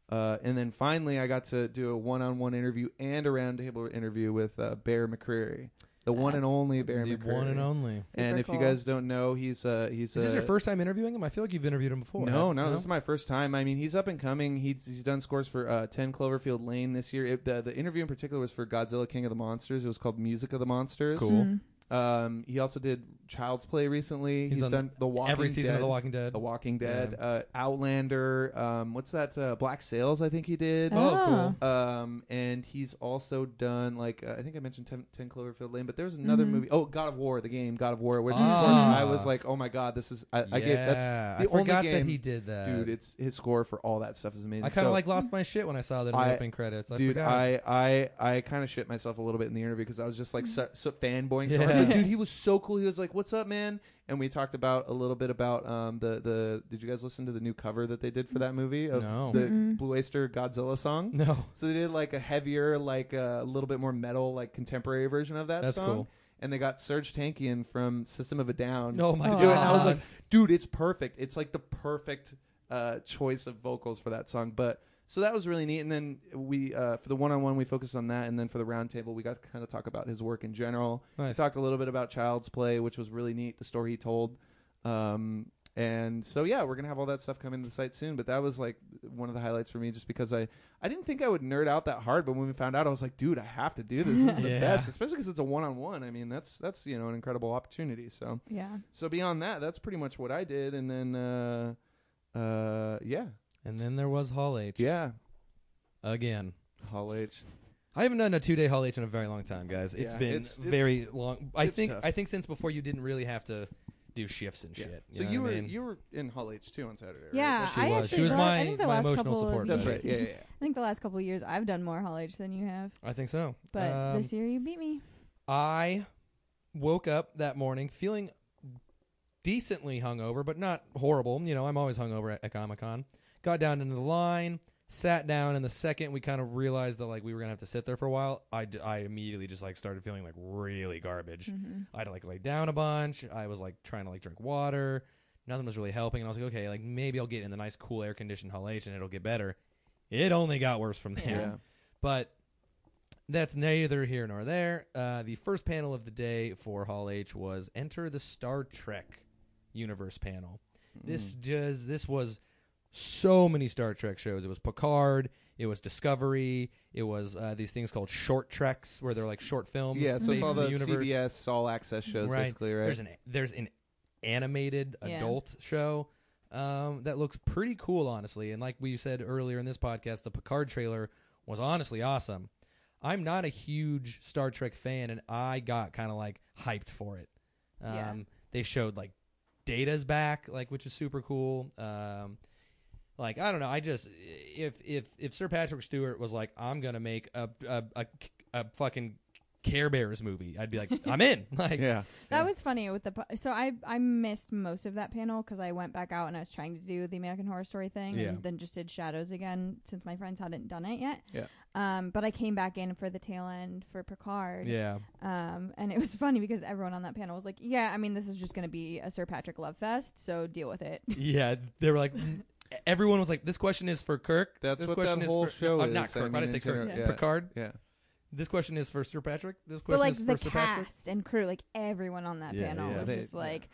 Speaker 2: Uh, and then finally, I got to do a one-on-one interview and a roundtable interview with uh, Bear McCreary, the one and
Speaker 3: That's
Speaker 2: only Bear
Speaker 1: the
Speaker 2: McCreary.
Speaker 1: one and only.
Speaker 2: And
Speaker 3: Super
Speaker 2: if you
Speaker 3: cool.
Speaker 2: guys don't know, he's uh, he's
Speaker 1: Is this
Speaker 2: uh,
Speaker 1: your first time interviewing him? I feel like you've interviewed him before.
Speaker 2: no,
Speaker 1: huh?
Speaker 2: no, this is my first time. I mean, he's up and coming. He's he's done scores for uh, Ten Cloverfield Lane this year. It, the the interview in particular was for Godzilla King of the Monsters. It was called Music of the Monsters.
Speaker 1: Cool.
Speaker 3: Mm.
Speaker 2: Um, he also did Child's Play recently.
Speaker 1: He's
Speaker 2: He's,
Speaker 1: done
Speaker 2: done, The Walking
Speaker 1: every season
Speaker 2: Dead,
Speaker 1: of The Walking Dead.
Speaker 2: The Walking Dead, uh, Outlander. Um, what's that? Uh, Black Sails, I think he did.
Speaker 1: Oh,
Speaker 3: Ah.
Speaker 1: cool.
Speaker 2: Um, and he's also done like uh, I think I mentioned 10, 10 Cloverfield Lane, but there was another
Speaker 3: Mhm.
Speaker 2: movie. Oh, God of War, the game God of War, which of course
Speaker 1: Mm-hmm. Ah.
Speaker 2: I was like, oh my god, this is I, I gave that's
Speaker 1: Yeah,
Speaker 2: the
Speaker 1: I
Speaker 2: only
Speaker 1: forgot
Speaker 2: game-
Speaker 1: that he did that,
Speaker 2: dude. It's his score for all that stuff is amazing.
Speaker 1: Uh, I kind of
Speaker 2: So-
Speaker 1: like lost my shit when I saw that in the
Speaker 2: I-
Speaker 1: opening credits. I
Speaker 2: dude,
Speaker 1: forgot.
Speaker 2: I I I kind of shit myself a little bit in the interview because I was just like so, so fanboying. So hard.
Speaker 1: Mm. Yeah.
Speaker 2: Like, dude, he was so cool. He was like, "What's up, man?" And we talked about a little bit about um the the. Did you guys listen to the new cover that they did for that movie of
Speaker 1: No. Mm.
Speaker 2: the
Speaker 3: Mm-mm.
Speaker 2: Blue Oyster Godzilla song?
Speaker 1: no,
Speaker 2: So they did like a heavier, like uh, a little bit more metal, like contemporary version of that
Speaker 1: That's
Speaker 2: song.
Speaker 1: cool.
Speaker 2: And they got Serge Tankian from System of a Down
Speaker 1: no, Oh my
Speaker 2: to
Speaker 1: god.
Speaker 2: do it. And I was like, dude, it's perfect. It's like the perfect uh, choice of vocals for that song. But so that was really neat. And then we uh, for the one on one we focused on that, and then for the roundtable we got to kind of talk about his work in general.
Speaker 1: Nice.
Speaker 2: We talked a little bit about Child's Play, which was really neat. The story he told. Um, and so yeah, we're gonna have all that stuff coming to the site soon. But that was like one of the highlights for me, just because I I didn't think I would nerd out that hard, but when we found out, I was like, dude, I have to do this. This is the
Speaker 1: Yeah.
Speaker 2: best, especially because it's a one on one. I mean, that's that's you know an incredible opportunity. So
Speaker 3: Yeah.
Speaker 2: so beyond that, that's pretty much what I did, and then uh, uh, yeah,
Speaker 1: and then there was Hall H.
Speaker 2: yeah,
Speaker 1: again.
Speaker 2: Hall H.
Speaker 1: I haven't done a two day Hall H in a very long time, guys. It's
Speaker 2: Yeah,
Speaker 1: been
Speaker 2: it's- it's-
Speaker 1: very long. I
Speaker 2: it's
Speaker 1: think
Speaker 2: tough.
Speaker 1: I think since before you didn't really have to do shifts and
Speaker 2: Yeah.
Speaker 1: shit.
Speaker 2: So
Speaker 1: know
Speaker 2: you
Speaker 1: what
Speaker 2: were
Speaker 1: I mean?
Speaker 2: you were in Hall H too on Saturday. Right?
Speaker 3: Yeah,
Speaker 1: She
Speaker 3: I
Speaker 1: was.
Speaker 3: actually
Speaker 1: She was
Speaker 3: the la-
Speaker 1: my-
Speaker 3: I think the
Speaker 1: my
Speaker 3: last
Speaker 1: emotional
Speaker 3: couple
Speaker 1: support
Speaker 3: Of
Speaker 2: that's
Speaker 1: buddy.
Speaker 2: right. Yeah, yeah, yeah.
Speaker 3: I think the last couple of years I've done more Hall H than you have,
Speaker 1: I think so.
Speaker 3: but
Speaker 1: Um,
Speaker 3: this year you beat me.
Speaker 1: I woke up that morning feeling decently hungover, but not horrible. You know, I'm always hungover at, at Comic Con. Got down into the line, sat down, and the second we kind of realized that like we were gonna have to sit there for a while, I, d- I immediately just like started feeling like really garbage.
Speaker 3: Mhm.
Speaker 1: I had to like lay down a bunch. I was like trying to like drink water. Nothing was really helping, and I was like, okay, like maybe I'll get in the nice cool air conditioned Hall H and it'll get better. It only got worse from there.
Speaker 2: Yeah.
Speaker 1: But that's neither here nor there. Uh, the first panel of the day for Hall H was Enter the Star Trek Universe panel. This
Speaker 2: Hmm.
Speaker 1: does this was so many Star Trek shows. It was Picard, it was Discovery, it was uh, these things called short treks where they're like short films.
Speaker 2: Yeah, so it's
Speaker 1: based
Speaker 2: all
Speaker 1: in the
Speaker 2: the
Speaker 1: universe.
Speaker 2: CBS all access shows
Speaker 1: Right.
Speaker 2: basically, right?
Speaker 1: There's an there's an animated
Speaker 3: Yeah.
Speaker 1: adult show um, that looks pretty cool, honestly. And like we said earlier in this podcast, the Picard trailer was honestly awesome. I'm not a huge Star Trek fan, and I got kind of like hyped for it. Um,
Speaker 3: Yeah.
Speaker 1: They showed like Data's back, like which is super cool. Um, like I don't know, I just if if if Sir Patrick Stewart was like, I'm gonna make a a a, a fucking Care Bears movie, I'd be like, I'm in. Like,
Speaker 2: yeah.
Speaker 3: That was funny with the pu- so I I missed most of that panel because I went back out and I was trying to do the American Horror Story thing
Speaker 1: Yeah.
Speaker 3: and then just did Shadows again since my friends hadn't done it yet.
Speaker 2: Yeah.
Speaker 3: Um, but I came back in for the tail end for Picard.
Speaker 1: yeah,
Speaker 3: Um, and it was funny because everyone on that panel was like, "Yeah, I mean, this is just going to be a Sir Patrick love fest, so deal with it."
Speaker 1: yeah. They were like, everyone was like, this question is for Kirk.
Speaker 2: That's
Speaker 1: this
Speaker 2: what
Speaker 1: question
Speaker 2: that whole
Speaker 1: is for,
Speaker 2: show
Speaker 1: no,
Speaker 2: is.
Speaker 1: Not Kirk.
Speaker 2: I
Speaker 1: why
Speaker 2: mean,
Speaker 1: did I say
Speaker 2: in
Speaker 1: Kirk?
Speaker 2: general- yeah.
Speaker 1: Picard.
Speaker 2: Yeah.
Speaker 1: This question is for Sir Patrick. This question
Speaker 3: but like
Speaker 1: is
Speaker 3: the
Speaker 1: for Sir Patrick.
Speaker 3: cast and crew, like everyone on that
Speaker 1: Yeah,
Speaker 3: panel
Speaker 1: yeah.
Speaker 3: was
Speaker 2: They-
Speaker 3: just
Speaker 2: yeah.
Speaker 3: like,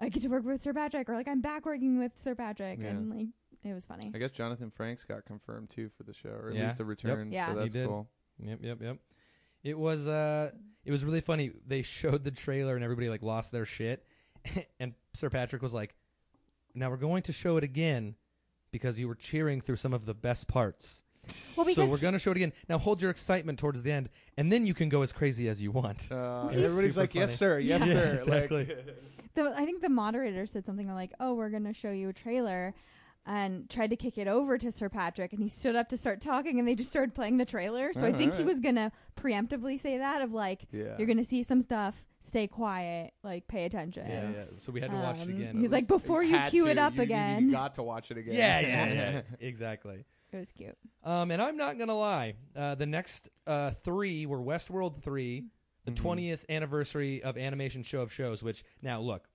Speaker 3: "I get to work with Sir Patrick," or like, "I'm back working with Sir Patrick,"
Speaker 2: Yeah.
Speaker 3: and like, it was funny.
Speaker 2: I guess Jonathan Franks got confirmed too for the show, or at
Speaker 1: Yeah.
Speaker 2: least a return.
Speaker 3: Yeah.
Speaker 2: So
Speaker 3: He
Speaker 2: that's
Speaker 1: did.
Speaker 2: cool.
Speaker 1: Yep, yep, yep. It was uh it was really funny. They showed the trailer and everybody like lost their shit. and Sir Patrick was like, "Now we're going to show it again because you were cheering through some of the best parts. so
Speaker 3: Well, because
Speaker 1: we're going to show it again. Now hold your excitement towards the end and then you can go as crazy as you want."
Speaker 2: Uh,
Speaker 1: It was
Speaker 2: everybody's
Speaker 1: super
Speaker 2: like, yes,
Speaker 1: funny.
Speaker 2: sir, yes,
Speaker 1: Yeah,
Speaker 2: sir.
Speaker 1: exactly.
Speaker 2: Like,
Speaker 3: the, I think the moderator said something like, "Oh, we're going to show you a trailer." And tried to kick it over to Sir Patrick, and he stood up to start talking, and they just started playing the trailer. So I
Speaker 2: Oh,
Speaker 3: think he
Speaker 2: alright.
Speaker 3: was gonna preemptively say that of like,
Speaker 2: yeah.
Speaker 3: "You're gonna see some stuff, stay quiet, like pay attention."
Speaker 1: Yeah, yeah. So we had to watch it
Speaker 3: Um,
Speaker 1: again.
Speaker 3: He's
Speaker 2: It
Speaker 1: It
Speaker 3: like,
Speaker 1: was-
Speaker 3: "Before you
Speaker 2: had
Speaker 3: cue
Speaker 2: to.
Speaker 3: it up
Speaker 2: You- you-
Speaker 3: again."
Speaker 2: You got to watch it again.
Speaker 1: Yeah, yeah, yeah. exactly.
Speaker 3: It was cute.
Speaker 1: Um, and I'm not gonna lie. Uh, the next uh, three were Westworld three, the
Speaker 2: Mhm.
Speaker 1: 20th anniversary of Animation Show of Shows. Which now look,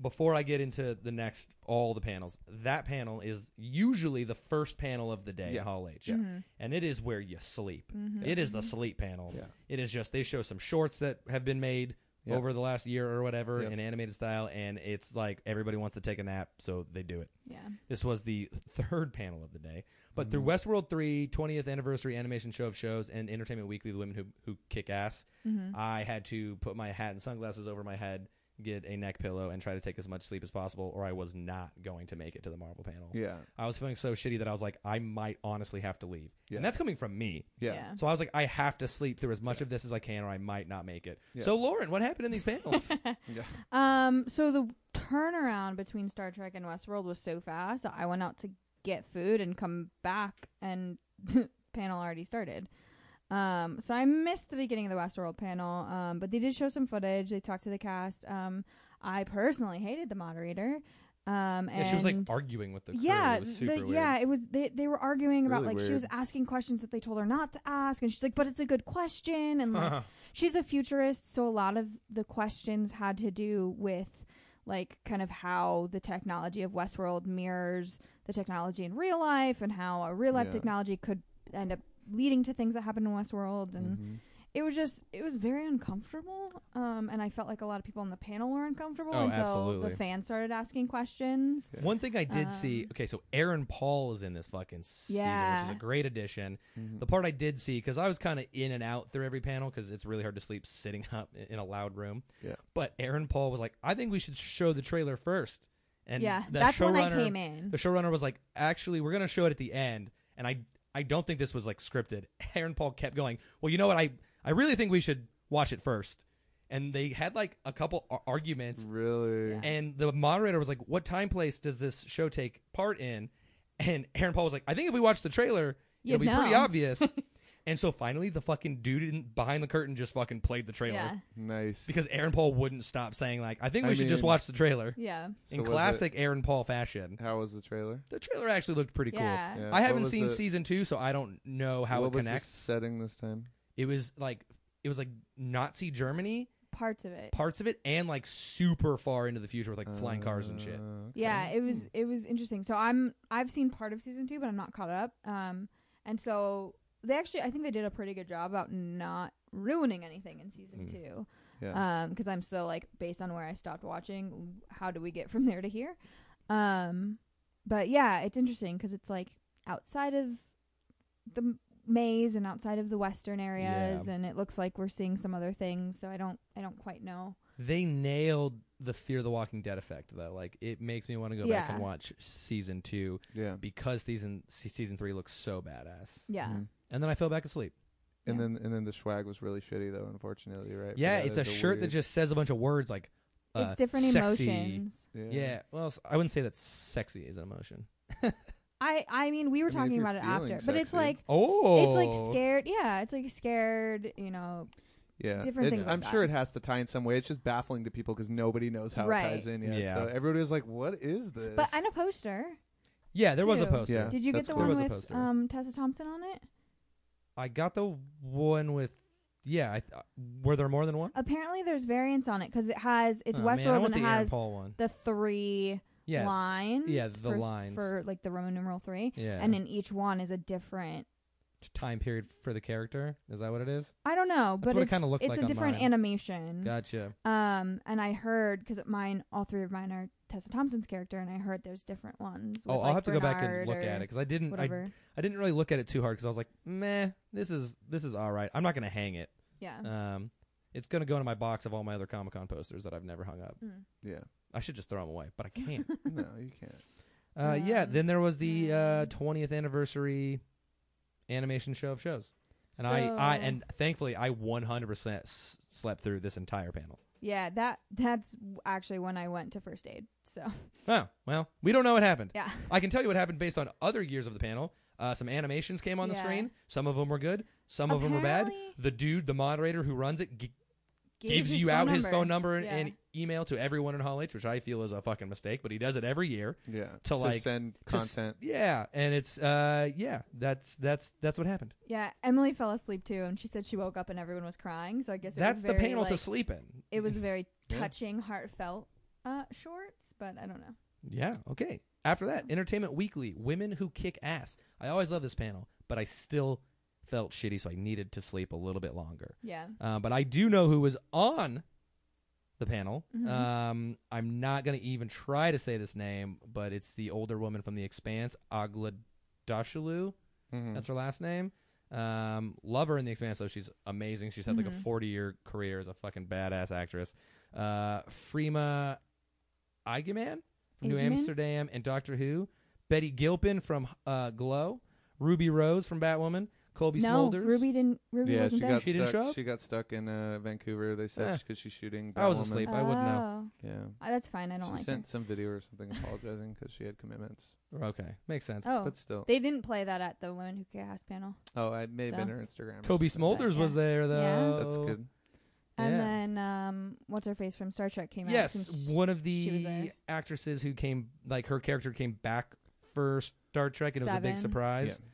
Speaker 1: before I get into the next all the panels, that panel is usually the first panel of the day
Speaker 2: Yeah.
Speaker 1: at Hall H,
Speaker 3: Mhm.
Speaker 1: and it is where you sleep.
Speaker 3: Mhm.
Speaker 1: It is the sleep panel.
Speaker 2: Yeah.
Speaker 1: It is just they show some shorts that have been made
Speaker 2: Yep.
Speaker 1: over the last year or whatever
Speaker 2: Yep.
Speaker 1: in animated style, and it's like everybody wants to take a nap, so they do it.
Speaker 3: Yeah.
Speaker 1: This was the third panel of the day. But through
Speaker 2: Mhm.
Speaker 3: Mm-hmm.
Speaker 1: Westworld 3, 20th Anniversary Animation Show of Shows, and Entertainment Weekly, The Women Who, who Kick Ass,
Speaker 3: Mm-hmm.
Speaker 1: I had to put my hat and sunglasses over my head, get a neck pillow, and try to take as much sleep as possible, or I was not going to make it to the Marvel panel.
Speaker 2: Yeah.
Speaker 1: I was feeling so shitty that I was like, I might honestly have to leave.
Speaker 2: Yeah.
Speaker 1: And that's coming from me.
Speaker 2: Yeah.
Speaker 1: So I was like, I have to sleep through as much of this as I can, or I might not make it.
Speaker 2: Yeah.
Speaker 1: So, Lauren, what happened in these panels?
Speaker 2: Yeah.
Speaker 3: Um. So the turnaround between Star Trek and Westworld was so fast. that I went out to get food and come back, and panel already started. Um. So I missed the beginning of the Westworld panel. Um. But they did show some footage. They talked to the cast. Um. I personally hated the moderator. Um. And
Speaker 1: yeah, she was like arguing with the crew.
Speaker 3: yeah,
Speaker 1: it was super
Speaker 3: the-
Speaker 1: weird.
Speaker 3: yeah, it was. They they were arguing about
Speaker 2: really
Speaker 3: like she was
Speaker 2: weird.
Speaker 3: asking questions that they told her not to ask, and she's like, "But it's a good question," and like, she's a futurist, so a lot of the questions had to do with like kind of how the technology of Westworld mirrors the technology in real life, and how a real life
Speaker 2: Yeah.
Speaker 3: technology could end up leading to things that happen in Westworld,
Speaker 2: Mm-hmm.
Speaker 3: and
Speaker 1: Mm-hmm.
Speaker 3: it was just it was very uncomfortable, um, and I felt like a lot of people on the panel were uncomfortable
Speaker 1: Oh,
Speaker 3: until
Speaker 1: absolutely.
Speaker 3: the fans started asking questions.
Speaker 2: Yeah.
Speaker 1: One thing I did see,
Speaker 3: Um,
Speaker 1: okay, so Aaron Paul is in this fucking season,
Speaker 3: Yeah.
Speaker 1: which is a great addition.
Speaker 2: Mhm.
Speaker 1: The part I did see, because I was kind of in and out through every panel, because it's really hard to sleep sitting up i- in a loud room.
Speaker 2: Yeah.
Speaker 1: But Aaron Paul was like, I think we should show the trailer first. And
Speaker 3: yeah,
Speaker 1: the
Speaker 3: that's when I
Speaker 1: showrunner-
Speaker 3: came in.
Speaker 1: The showrunner was like, actually, we're going to show it at the end. And I, I don't think this was like scripted. Aaron Paul kept going, well, you know what? I, I really think we should watch it first. And they had like a couple ar- arguments.
Speaker 2: Really?
Speaker 3: Yeah.
Speaker 1: And the moderator was like, "What time place does this show take part in?" And Aaron Paul was like, "I think if we watch the trailer,
Speaker 3: You'd
Speaker 1: it'll be pretty
Speaker 3: know."
Speaker 1: obvious." and so finally, the fucking dude in, behind the curtain just fucking played the trailer
Speaker 3: Yeah,
Speaker 2: Nice.
Speaker 1: because Aaron Paul wouldn't stop saying like, "I think we
Speaker 2: I
Speaker 1: should just
Speaker 2: mean-
Speaker 1: watch the trailer."
Speaker 3: yeah,
Speaker 2: So
Speaker 1: in
Speaker 2: was it-
Speaker 1: classic Aaron Paul fashion,
Speaker 2: how was the trailer?
Speaker 1: the trailer actually looked pretty
Speaker 3: yeah.
Speaker 1: cool.
Speaker 2: Yeah.
Speaker 1: I
Speaker 2: What
Speaker 1: haven't
Speaker 2: was
Speaker 1: seen
Speaker 2: the-
Speaker 1: season two, so I don't know how
Speaker 2: what
Speaker 1: it
Speaker 2: was
Speaker 1: connects.
Speaker 2: the setting this time?
Speaker 1: It was like it was like Nazi Germany,
Speaker 3: Parts of it.
Speaker 1: parts of it, and like super far into the future with like flying cars and shit.
Speaker 2: Uh, okay.
Speaker 3: Yeah, it was
Speaker 1: Hmm.
Speaker 3: it was interesting. So I'm I've seen part of season two, but I'm not caught up. Um, and so they actually I think they did a pretty good job about not ruining anything in season
Speaker 1: Mm.
Speaker 3: two.
Speaker 2: Yeah.
Speaker 3: Um, because I'm still like based on where I stopped watching, how do we get from there to here? Um, but yeah, it's interesting because it's like outside of the m- maze and outside of the western areas,
Speaker 1: Yeah.
Speaker 3: and it looks like we're seeing some other things. So I don't I don't quite know.
Speaker 1: They nailed the Fear the Walking Dead effect though. Like it makes me want to go back
Speaker 3: Yeah.
Speaker 1: and watch season two
Speaker 2: yeah.
Speaker 1: because season se- season three looks so badass.
Speaker 3: Yeah.
Speaker 2: Mhm.
Speaker 1: And then I fell back asleep.
Speaker 2: And
Speaker 3: Yeah.
Speaker 2: then and then the swag was really shitty though, unfortunately, right?
Speaker 1: yeah, it's a shirt that just says a bunch of words like uh,
Speaker 3: it's different
Speaker 1: sexy.
Speaker 3: emotions.
Speaker 2: that is a weird-
Speaker 1: Yeah. Well, s- I wouldn't say that sexy is an emotion.
Speaker 3: I I mean, we
Speaker 2: I mean,
Speaker 3: were
Speaker 2: if
Speaker 3: talking
Speaker 2: you're
Speaker 3: about it after,
Speaker 2: feeling
Speaker 3: but it's
Speaker 2: sexy.
Speaker 3: like
Speaker 1: Oh,
Speaker 3: it's like scared. Yeah, it's like scared. You know,
Speaker 2: Yeah,
Speaker 3: Different
Speaker 2: It's-
Speaker 3: things like
Speaker 2: I'm
Speaker 3: that.
Speaker 2: sure it has to tie in some way. It's just baffling to people because nobody knows how
Speaker 3: Right.
Speaker 2: it ties in yet.
Speaker 1: Yeah.
Speaker 2: So everybody was like, "What is this?"
Speaker 3: But and a poster.
Speaker 1: Yeah, there was a
Speaker 3: Two.
Speaker 1: poster.
Speaker 2: Yeah.
Speaker 3: Did you get
Speaker 2: that's
Speaker 3: the
Speaker 2: cool.
Speaker 1: There
Speaker 3: one
Speaker 1: was a
Speaker 3: with
Speaker 1: poster.
Speaker 3: um, Tessa Thompson on it?
Speaker 1: I got the one with. Yeah, I th- were there more than one?
Speaker 3: Apparently, there's variants on it because it has it's
Speaker 1: Oh, man, I
Speaker 3: Westworld
Speaker 1: want
Speaker 3: and it
Speaker 1: the Aaron
Speaker 3: has
Speaker 1: Paul one.
Speaker 3: the three
Speaker 1: Yeah,
Speaker 3: lines.
Speaker 1: yeah, the
Speaker 3: for,
Speaker 1: lines.
Speaker 3: for like the Roman numeral three,
Speaker 1: yeah.
Speaker 3: and in each one is a different.
Speaker 1: time period for the character. Is that what it is?
Speaker 3: I don't know,
Speaker 1: That's
Speaker 3: but
Speaker 1: what it
Speaker 3: it's
Speaker 1: kinda looked
Speaker 3: it's
Speaker 1: like
Speaker 3: a
Speaker 1: on
Speaker 3: different
Speaker 1: mine.
Speaker 3: animation.
Speaker 1: Gotcha.
Speaker 3: Um, and I heard because mine, all three of mine are Tessa Thompson's character, and I heard there's different ones. With,
Speaker 1: oh, I'll
Speaker 3: like,
Speaker 1: have to go back and
Speaker 3: Bernard
Speaker 1: look
Speaker 3: or
Speaker 1: at it because I didn't. I,
Speaker 3: Whatever.
Speaker 1: I didn't really look at it too hard because I was like, meh, this is this is all right. I'm not gonna hang it.
Speaker 3: yeah.
Speaker 1: Um, it's gonna go into my box of all my other Comic Con posters that I've never hung up.
Speaker 3: Mm.
Speaker 2: yeah,
Speaker 1: I should just throw them away, but I can't.
Speaker 2: no, you can't.
Speaker 1: uh, yeah.
Speaker 3: Um,
Speaker 1: Then there was the uh,
Speaker 3: mm.
Speaker 1: 20th anniversary animation show of shows, and I, I
Speaker 3: So-
Speaker 1: and thankfully I 100% s- slept through this entire panel.
Speaker 3: Yeah, that that's actually when I went to first aid. So
Speaker 1: Oh well, we don't know what happened.
Speaker 3: yeah,
Speaker 1: I can tell you what happened based on other years of the panel. Uh, some animations came on the
Speaker 3: Yeah.
Speaker 1: screen. Some of them were good. Some of them were bad.
Speaker 3: Apparently
Speaker 1: The dude, the moderator who runs it, g-
Speaker 3: gave
Speaker 1: gives
Speaker 3: his
Speaker 1: you
Speaker 3: phone
Speaker 1: out
Speaker 3: number.
Speaker 1: his phone number and,
Speaker 3: Yeah.
Speaker 1: and email to everyone in Hall H, which I feel is a fucking mistake, but he does it every year.
Speaker 2: Yeah,
Speaker 1: To, like,
Speaker 2: send
Speaker 1: to s-
Speaker 2: content.
Speaker 1: Yeah, and it's uh, yeah, that's that's that's what happened.
Speaker 3: Yeah, Emily fell asleep too, and she said she woke up and everyone was crying. So I guess it
Speaker 1: that's
Speaker 3: was
Speaker 1: the
Speaker 3: very,
Speaker 1: panel to
Speaker 3: like,
Speaker 1: sleep in.
Speaker 3: It was very
Speaker 2: Yeah.
Speaker 3: touching, heartfelt uh, shorts, but I don't know.
Speaker 1: Yeah. Okay. After that, Entertainment Weekly, Women Who Kick Ass. I always love this panel, but I still felt shitty, so I needed to sleep a little bit longer.
Speaker 3: Yeah,
Speaker 1: Uh, but I do know who was on the panel.
Speaker 3: Mhm.
Speaker 1: Um, I'm not going to even try to say this name, but it's the older woman from The Expanse, Agla Dashalu.
Speaker 2: Mhm.
Speaker 1: That's her last name. Um, love her in The Expanse, though. She's amazing. She's had like a
Speaker 3: Mhm.
Speaker 1: 40 year career as a fucking badass actress. Uh, Freema Eigenman from New
Speaker 3: Eigenman?
Speaker 1: Amsterdam and Doctor Who. Betty Gilpin from uh, Glow. Ruby Rose from Batwoman. Colby
Speaker 3: no,
Speaker 1: Smulders.
Speaker 3: Ruby didn't. Ruby
Speaker 2: yeah, she
Speaker 3: wasn't there.
Speaker 2: got
Speaker 1: She didn't
Speaker 2: stuck.
Speaker 1: show up?
Speaker 2: She got stuck in uh, Vancouver. They
Speaker 1: Eh.
Speaker 2: said because she's shooting.
Speaker 1: I was
Speaker 2: Batwoman.
Speaker 1: asleep.
Speaker 3: oh,
Speaker 1: I wouldn't know.
Speaker 2: Yeah,
Speaker 3: Uh, that's fine. I don't
Speaker 2: she
Speaker 3: like.
Speaker 2: sent
Speaker 3: it.
Speaker 2: some video or something apologizing because she had commitments.
Speaker 1: Okay, makes sense.
Speaker 3: Oh,
Speaker 2: But still,
Speaker 3: They didn't play that at the Women Who Kick Ass panel.
Speaker 2: oh, I may have been
Speaker 3: So.
Speaker 2: her Instagram. or
Speaker 1: Kobe
Speaker 2: something.
Speaker 1: Smolders
Speaker 3: Yeah.
Speaker 1: was there though.
Speaker 2: That's good.
Speaker 1: Yeah.
Speaker 3: And then um, what's her face from Star Trek came out.
Speaker 1: Yes,
Speaker 3: since-
Speaker 1: one of
Speaker 3: she was
Speaker 1: the
Speaker 3: there.
Speaker 1: actresses who came, like her character came back for Star Trek, and it was a big
Speaker 3: Seven.
Speaker 1: surprise.
Speaker 2: Yeah.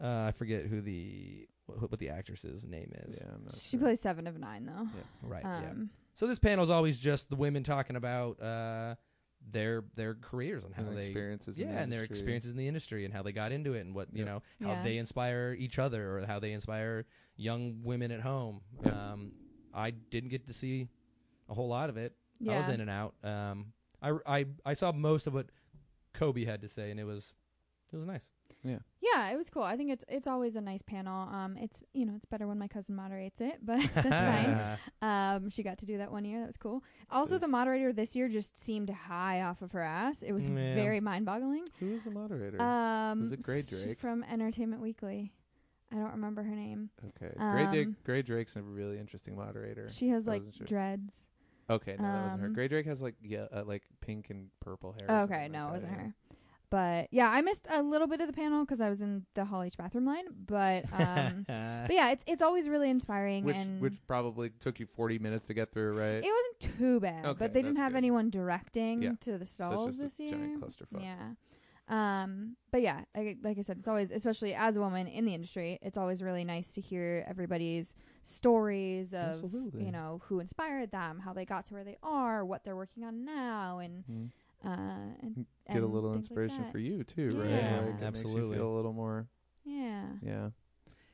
Speaker 1: Uh, I forget who the what, what the actress's name is.
Speaker 2: Yeah, I'm not
Speaker 3: she
Speaker 2: sure.
Speaker 3: plays Seven of Nine though.
Speaker 1: Right. yeah.
Speaker 3: Um,
Speaker 1: So this panel is always just the women talking about uh, their their careers and how
Speaker 2: And their
Speaker 1: they
Speaker 2: experiences.
Speaker 1: yeah,
Speaker 2: in the
Speaker 1: and their
Speaker 2: industry.
Speaker 1: experiences in the industry and how they got into it and what you
Speaker 2: Yep.
Speaker 1: know how
Speaker 3: Yeah.
Speaker 1: they inspire each other or how they inspire young women at home.
Speaker 2: Yep.
Speaker 1: Um, I didn't get to see a whole lot of it.
Speaker 3: yeah.
Speaker 1: I was in and out. Um, I, I I saw most of what Kobe had to say, and it was it was nice.
Speaker 3: Yeah, it was cool. I think it's it's always a nice panel. Um, it's you know it's better when my cousin moderates it, but that's fine. Um, she got to do that one year. That was cool. Also, the
Speaker 2: Yes.
Speaker 3: moderator this year just seemed high off of her ass. It was
Speaker 1: Yeah.
Speaker 3: very mind boggling.
Speaker 2: Who is the moderator?
Speaker 3: Um,
Speaker 2: Was it Grey
Speaker 3: she's
Speaker 2: Drake?
Speaker 3: from Entertainment Weekly? I don't remember her name.
Speaker 2: okay, Gray,
Speaker 3: um,
Speaker 2: Drake, Gray Drake's a really interesting moderator.
Speaker 3: She has
Speaker 2: I
Speaker 3: like
Speaker 2: wasn't sure.
Speaker 3: dreads.
Speaker 2: Okay, no, that wasn't her.
Speaker 3: Um,
Speaker 2: Grey Drake has like yeah, uh, like pink and purple hair. or
Speaker 3: Okay,
Speaker 2: something
Speaker 3: no,
Speaker 2: like
Speaker 3: it
Speaker 2: that,
Speaker 3: wasn't
Speaker 2: yeah.
Speaker 3: her. But yeah, I missed a little bit of the panel because I was in the Hall H bathroom line. But um, but yeah, it's it's always really inspiring
Speaker 2: Which
Speaker 3: and
Speaker 2: which probably took you forty minutes to get through, right?
Speaker 3: it wasn't too bad.
Speaker 2: Okay,
Speaker 3: but they didn't
Speaker 2: that's
Speaker 3: have
Speaker 2: good.
Speaker 3: anyone directing
Speaker 2: Yeah.
Speaker 3: to the
Speaker 2: so
Speaker 3: stalls
Speaker 2: it's just
Speaker 3: this
Speaker 2: a
Speaker 3: year.
Speaker 2: giant clusterfuck.
Speaker 3: Yeah. Um, but yeah, like, like I said, it's always, especially as a woman in the industry, it's always really nice to hear everybody's stories of,
Speaker 2: Absolutely.
Speaker 3: you know, who inspired them, how they got to where they are, what they're working on now, and
Speaker 2: Mhm.
Speaker 3: uh, and
Speaker 2: Get a little inspiration for you too, right?
Speaker 3: Yeah.
Speaker 2: Like, it Makes
Speaker 1: Absolutely.
Speaker 2: you feel a little more.
Speaker 3: Yeah.
Speaker 2: Yeah.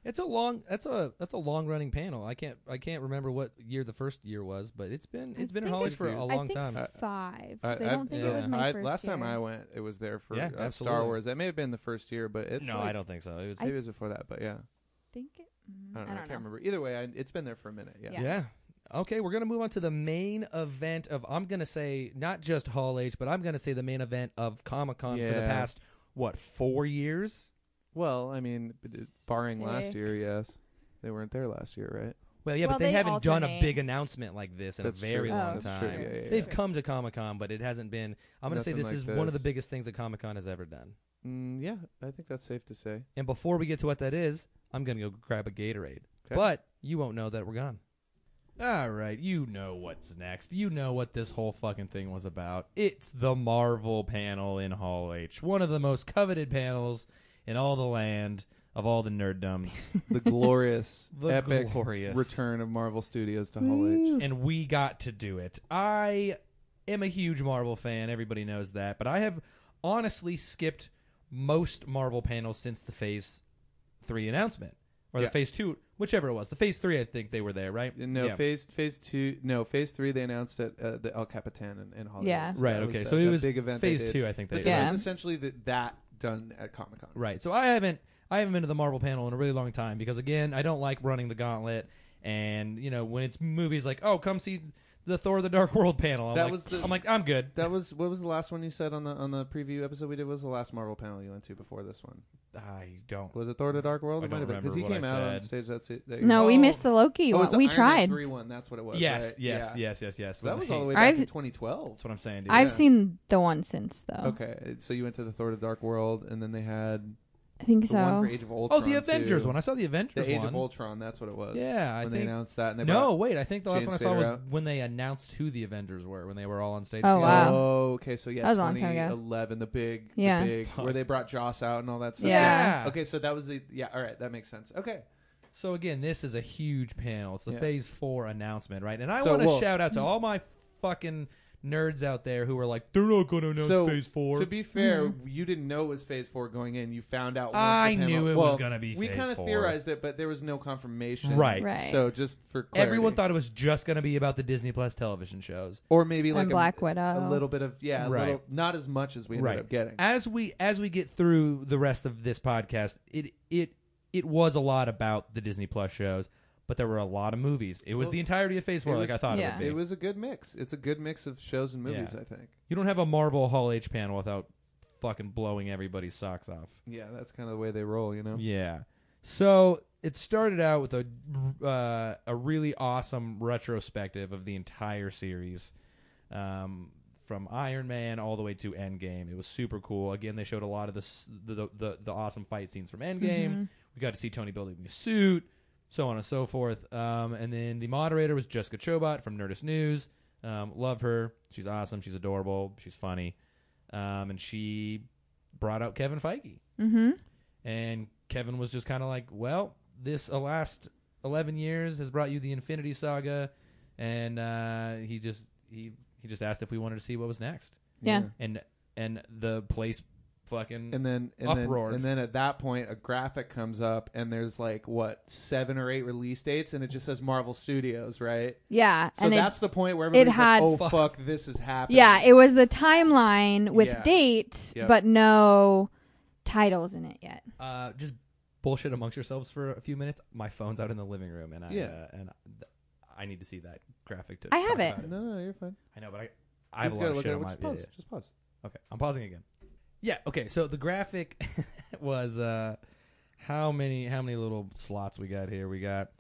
Speaker 1: it's a long that's a that's a long running panel. I can't I can't remember what year the first year was, but it's been
Speaker 3: I
Speaker 1: it's been in
Speaker 3: think
Speaker 1: Hollywood
Speaker 2: it's-
Speaker 1: for a
Speaker 2: I
Speaker 3: I
Speaker 1: long
Speaker 3: think
Speaker 1: time.
Speaker 2: Uh,
Speaker 3: five. 'cause I, don't think it
Speaker 1: yeah.
Speaker 3: was my
Speaker 2: I-
Speaker 3: first
Speaker 2: Last time
Speaker 3: year.
Speaker 2: I went, it was there for
Speaker 1: Yeah,
Speaker 2: uh, Star
Speaker 1: absolutely.
Speaker 2: Wars. That may have been the first year, but it's
Speaker 1: no,
Speaker 2: like,
Speaker 1: I don't think so. It was
Speaker 3: I-
Speaker 2: Maybe it was before that, but yeah,
Speaker 3: think it. mm,
Speaker 2: I don't know. I, can't remember. Either way, I, it's been there for a minute. Yeah.
Speaker 1: yeah. Okay, we're gonna move on to the main event of I'm gonna say not just Hall H, but I'm gonna say the main event of Comic Con for the
Speaker 2: Yeah.
Speaker 1: past what four years.
Speaker 2: Well, I mean, b- d- barring
Speaker 3: eh.
Speaker 2: last year,
Speaker 3: Six.
Speaker 2: yes, they weren't there last year, right?
Speaker 1: Well, yeah,
Speaker 3: Well,
Speaker 1: but they,
Speaker 3: they
Speaker 1: haven't done a
Speaker 3: alternate.
Speaker 1: big announcement like this in
Speaker 2: That's
Speaker 1: a
Speaker 2: true.
Speaker 1: very
Speaker 2: Oh,
Speaker 1: long
Speaker 2: that's
Speaker 1: time.
Speaker 2: true. Yeah, yeah, yeah.
Speaker 1: They've come to Comic Con, but it hasn't been. I'm going to say
Speaker 2: Nothing
Speaker 1: this
Speaker 2: like
Speaker 1: is one of the
Speaker 2: this.
Speaker 1: biggest things that Comic Con has ever done.
Speaker 2: Mm, yeah, I think that's safe to say.
Speaker 1: And before we get to what that is, I'm going to go grab a Gatorade.
Speaker 2: Okay.
Speaker 1: But you won't know that we're gone. All right, you know what's next. You know what this whole fucking thing was about. It's the Marvel panel in Hall H, one of the most coveted panels in all the land of all the nerddoms.
Speaker 2: The glorious,
Speaker 1: The
Speaker 2: epic
Speaker 1: glorious.
Speaker 2: return of Marvel Studios to
Speaker 3: Mm.
Speaker 2: Hall H.
Speaker 1: and we got to do it. I am a huge Marvel fan. Everybody knows that. But I have honestly skipped most Marvel panels since the Phase 3 announcement. Or
Speaker 2: Yeah.
Speaker 1: the Phase 2, whichever it was. The Phase 3, I think they were there, right?
Speaker 2: No,
Speaker 1: Yeah.
Speaker 2: phase phase two. No, phase three. They announced at uh, the El Capitan in, in Hall H.
Speaker 3: Yeah.
Speaker 2: So
Speaker 1: Right,
Speaker 2: that was
Speaker 1: okay.
Speaker 2: the-
Speaker 1: so it
Speaker 2: the
Speaker 1: was
Speaker 2: big event. they
Speaker 1: Phase
Speaker 2: did.
Speaker 1: 2, I think they
Speaker 2: But
Speaker 1: did.
Speaker 2: this
Speaker 3: Yeah.
Speaker 2: is essentially the, that done at Comic Con.
Speaker 1: Right. So I haven't I haven't been to the Marvel panel in a really long time because again, I don't like running the gauntlet and you know, when it's movies like, "Oh, come see the Thor the Dark World panel." I'm
Speaker 2: That
Speaker 1: like,
Speaker 2: was the-
Speaker 1: I'm like, "I'm good."
Speaker 2: That was what was the last one you said on the on the preview episode we did? What was the last Marvel panel you went to before this one?
Speaker 1: I don't
Speaker 2: Was it Thor: The Dark World?
Speaker 1: I
Speaker 2: It might
Speaker 1: don't
Speaker 2: have been because he
Speaker 1: remember what
Speaker 2: came
Speaker 1: I
Speaker 2: out on
Speaker 1: said.
Speaker 2: stage. That's it. That
Speaker 3: No, we
Speaker 1: Oh.
Speaker 3: missed the Loki
Speaker 2: Oh, it
Speaker 3: one.
Speaker 2: was the
Speaker 3: we
Speaker 2: Iron Man
Speaker 3: tried.
Speaker 2: Three one. That's what it was.
Speaker 1: Yes,
Speaker 2: right?
Speaker 1: yes,
Speaker 2: Yeah.
Speaker 1: yes, yes, yes.
Speaker 2: So that was all the way
Speaker 1: Hey,
Speaker 2: back in
Speaker 3: I've-
Speaker 2: 2012.
Speaker 1: That's what I'm saying, dude.
Speaker 2: Yeah.
Speaker 3: I've seen the one since though.
Speaker 2: Okay, so you went to the Thor: The Dark World, and then they had
Speaker 3: I think
Speaker 2: the one
Speaker 3: so.
Speaker 2: for Age of Ultron.
Speaker 1: Oh, the Avengers
Speaker 2: too.
Speaker 1: one. I saw the Avengers
Speaker 2: The Age
Speaker 1: one.
Speaker 2: of Ultron. That's what it was.
Speaker 1: yeah, I
Speaker 2: when they
Speaker 1: think.
Speaker 2: announced that, and they
Speaker 1: No,
Speaker 2: brought-
Speaker 1: wait. I think the last
Speaker 2: James
Speaker 1: one I saw
Speaker 2: Spader
Speaker 1: was
Speaker 2: out.
Speaker 1: when they announced who the Avengers were when they were all on stage.
Speaker 3: Oh,
Speaker 1: together.
Speaker 3: wow.
Speaker 2: Oh, okay. So yeah,
Speaker 3: That was a long time ago.
Speaker 2: 2011, the big,
Speaker 3: Yeah.
Speaker 2: the big, where they brought Joss out and all that stuff.
Speaker 1: Yeah.
Speaker 2: Okay, so that was the yeah. All right, that makes sense. Okay,
Speaker 1: So again, this is a huge panel. It's the
Speaker 2: Yeah.
Speaker 1: Phase Four announcement, right? And I
Speaker 2: So,
Speaker 1: want to
Speaker 2: well-
Speaker 1: shout out to all my fucking nerds out there who are like, they're not going to announce
Speaker 2: So,
Speaker 1: Phase Four.
Speaker 2: To be fair, you didn't know it was Phase Four going in. You found out. Once
Speaker 1: Hmm. I
Speaker 2: the panel-
Speaker 1: knew it
Speaker 2: well,
Speaker 1: was gonna be
Speaker 2: We
Speaker 1: Phase
Speaker 2: kind of
Speaker 1: Four.
Speaker 2: theorized it, but there was no confirmation.
Speaker 1: Right.
Speaker 3: Right.
Speaker 2: So just for clarity.
Speaker 1: Everyone thought it was just going to be about the Disney Plus television shows.
Speaker 2: or maybe like
Speaker 3: and
Speaker 2: a,
Speaker 3: Black Widow.
Speaker 2: a little bit of yeah, a
Speaker 1: Right.
Speaker 2: little, not as much as we ended
Speaker 1: Right.
Speaker 2: up getting.
Speaker 1: As we as we get through the rest of this podcast, it it it was a lot about the Disney Plus shows, but there were a lot of movies. It was
Speaker 2: Well,
Speaker 1: the entirety of Phase Four,
Speaker 2: it
Speaker 1: like
Speaker 2: was-
Speaker 1: I thought
Speaker 3: Yeah.
Speaker 1: it would be.
Speaker 2: It was a good mix. It's a good mix of shows and movies.
Speaker 1: Yeah.
Speaker 2: I think.
Speaker 1: You don't have a Marvel Hall H panel without fucking blowing everybody's socks off.
Speaker 2: Yeah, that's kind of the way they roll. You know.
Speaker 1: Yeah. So it started out with a uh, a really awesome retrospective of the entire series, um, from Iron Man all the way to Endgame. It was super cool. Again, they showed a lot of the s- the the, the awesome fight scenes from Endgame.
Speaker 2: Mm-hmm.
Speaker 1: We got to see Tony building a suit, so on and so forth. Um, and then the moderator was Jessica Chobot from Nerdist News. Um, love her. She's awesome. She's adorable. She's funny. Um, and she brought out Kevin Feige.
Speaker 3: Mm-hmm.
Speaker 1: And Kevin was just kind of like, well, this uh, last 11 years has brought you the Infinity Saga. And uh, he just he, he just asked if we wanted to see what was next.
Speaker 3: Yeah.
Speaker 1: And and the place fucking
Speaker 2: And then and
Speaker 1: Uproar.
Speaker 2: then and then at that point a graphic comes up and there's like what seven or eight release dates and it just says Marvel Studios, right?
Speaker 3: Yeah,
Speaker 2: So
Speaker 3: and it,
Speaker 2: that's the point where everybody's
Speaker 3: had-
Speaker 2: like, "Oh
Speaker 1: Fuck.
Speaker 2: fuck, this is happening."
Speaker 3: yeah, it was the timeline with
Speaker 2: Yeah.
Speaker 3: dates,
Speaker 2: Yep.
Speaker 3: but no titles in it yet.
Speaker 1: uh, just bullshit amongst yourselves for a few minutes. My phone's out in the living room, and I
Speaker 2: Yeah.
Speaker 1: uh, and th- I need to see that graphic. To
Speaker 3: I have
Speaker 1: talk
Speaker 3: it.
Speaker 1: about
Speaker 2: No, no, you're fine.
Speaker 1: I know, but I I
Speaker 2: You
Speaker 1: have
Speaker 2: just
Speaker 1: a lot
Speaker 2: gotta
Speaker 1: of
Speaker 2: look
Speaker 1: shit
Speaker 2: at
Speaker 1: on
Speaker 2: it.
Speaker 1: my.
Speaker 2: Just pause.
Speaker 1: yeah,
Speaker 2: Just pause.
Speaker 1: yeah. Okay, I'm pausing again. Yeah. Okay. So the graphic was uh, how many how many little slots we got here? We got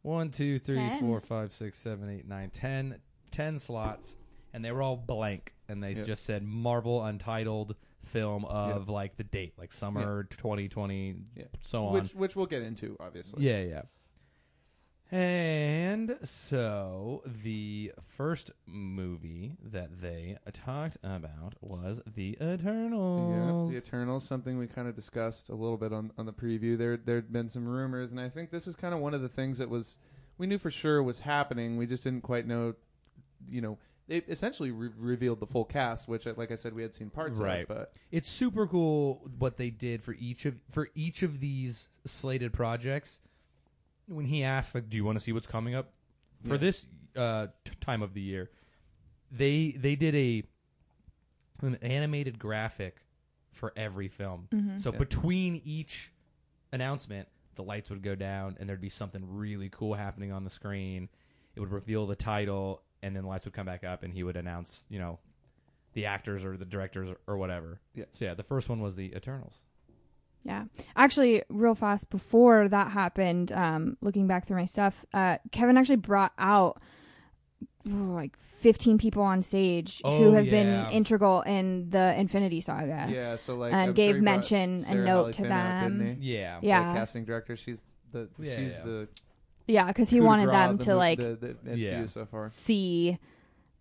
Speaker 1: one, two, three,
Speaker 3: Ten.
Speaker 1: four, five, six, seven, eight, nine, ten, ten slots, and they were all blank, and they
Speaker 2: Yep.
Speaker 1: just said Marvel Untitled film of like the date, like summer 2020,
Speaker 2: Yeah.
Speaker 1: so on.
Speaker 2: Which which we'll get into obviously.
Speaker 1: Yeah, yeah. And so the first movie that they talked about was The
Speaker 2: Yeah,
Speaker 1: Eternals.
Speaker 2: the Eternals, something we kind of discussed a little bit on, on the preview. There there had been some rumors, and I think this is kind of one of the things that was we knew for sure was happening. We just didn't quite know, you know. They essentially re- revealed the full cast, which, uh, like I said, we had seen parts
Speaker 1: Right.
Speaker 2: of, but
Speaker 1: It's super cool what they did for each of for each of these slated projects. When he asked, like, "Do you want to see what's coming up for
Speaker 2: Yeah.
Speaker 1: this uh, t- time of the year?" They they did a an animated graphic for every film. So
Speaker 2: Yeah.
Speaker 1: between each announcement, the lights would go down and there'd be something really cool happening on the screen. It would reveal the title and then the lights would come back up and he would announce, you know, the actors or the directors or, or whatever.
Speaker 2: Yeah.
Speaker 1: So yeah, the first one was the Eternals.
Speaker 3: Yeah. Actually, real fast before that happened, um, looking back through my stuff, uh, Kevin actually brought out oh, like 15 people on stage
Speaker 1: Oh,
Speaker 3: who have
Speaker 1: yeah.
Speaker 3: been integral in the Infinity Saga.
Speaker 2: Yeah, so like
Speaker 3: and
Speaker 2: I'm
Speaker 3: gave
Speaker 2: sure he brought
Speaker 3: mention and
Speaker 2: Sarah
Speaker 3: note
Speaker 2: Hallie
Speaker 3: to
Speaker 2: Finn out, didn't
Speaker 3: them.
Speaker 2: he?
Speaker 1: Yeah.
Speaker 3: Yeah.
Speaker 2: The casting director. She's the
Speaker 1: Yeah,
Speaker 2: she's
Speaker 1: yeah.
Speaker 2: the
Speaker 3: yeah, because he
Speaker 2: coup de
Speaker 3: wanted
Speaker 2: grace
Speaker 3: them
Speaker 2: the
Speaker 3: to
Speaker 2: mo-
Speaker 3: like
Speaker 2: the, the MCU
Speaker 1: Yeah.
Speaker 2: so far.
Speaker 3: see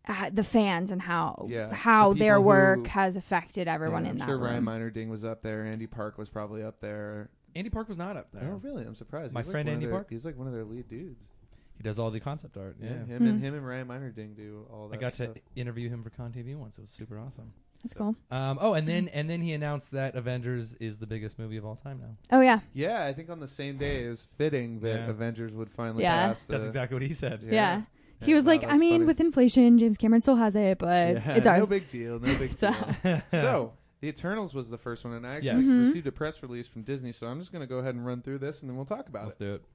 Speaker 3: uh, the fans and how
Speaker 2: Yeah, the
Speaker 3: how their
Speaker 2: people
Speaker 3: work
Speaker 2: who-
Speaker 3: has affected everyone
Speaker 2: Yeah,
Speaker 3: in
Speaker 2: I'm
Speaker 3: that
Speaker 2: sure Ryan
Speaker 3: room.
Speaker 2: Minor Ding was up there. Andy Park was probably up there.
Speaker 1: Andy Park was not up there.
Speaker 2: Oh, really? I'm surprised.
Speaker 1: My
Speaker 2: He's like
Speaker 1: friend
Speaker 2: one of
Speaker 1: Andy
Speaker 2: their-
Speaker 1: Park?
Speaker 2: He's like one of their lead dudes.
Speaker 1: He does all the concept art. Yeah.
Speaker 2: him and
Speaker 3: Hmm.
Speaker 2: him and Ryan Minor Ding do all that.
Speaker 1: I got
Speaker 2: stuff.
Speaker 1: to interview him for Con TV once. It was super awesome.
Speaker 3: That's cool.
Speaker 1: Um, oh, and then and then he announced that Avengers is the biggest movie of all time now.
Speaker 3: Oh yeah,
Speaker 2: Yeah, I think on the same day it was fitting that
Speaker 1: Yeah.
Speaker 2: Avengers would finally
Speaker 3: Yeah.
Speaker 2: pass the.
Speaker 1: That's exactly what he said.
Speaker 3: yeah.
Speaker 2: Yeah,
Speaker 3: He was
Speaker 2: wow,
Speaker 3: like, I
Speaker 2: that's
Speaker 3: mean,
Speaker 2: funny.
Speaker 3: with inflation, James Cameron still has it, but
Speaker 2: Yeah,
Speaker 3: it's
Speaker 2: No
Speaker 3: ours.
Speaker 2: big deal. No big
Speaker 3: So-
Speaker 2: deal. so the Eternals was the first one, and I
Speaker 1: Yes.
Speaker 2: actually
Speaker 3: Mhm.
Speaker 2: received a press release from Disney. So I'm just going to go ahead and run through this, and then we'll talk about
Speaker 1: Let's
Speaker 2: it.
Speaker 1: do it.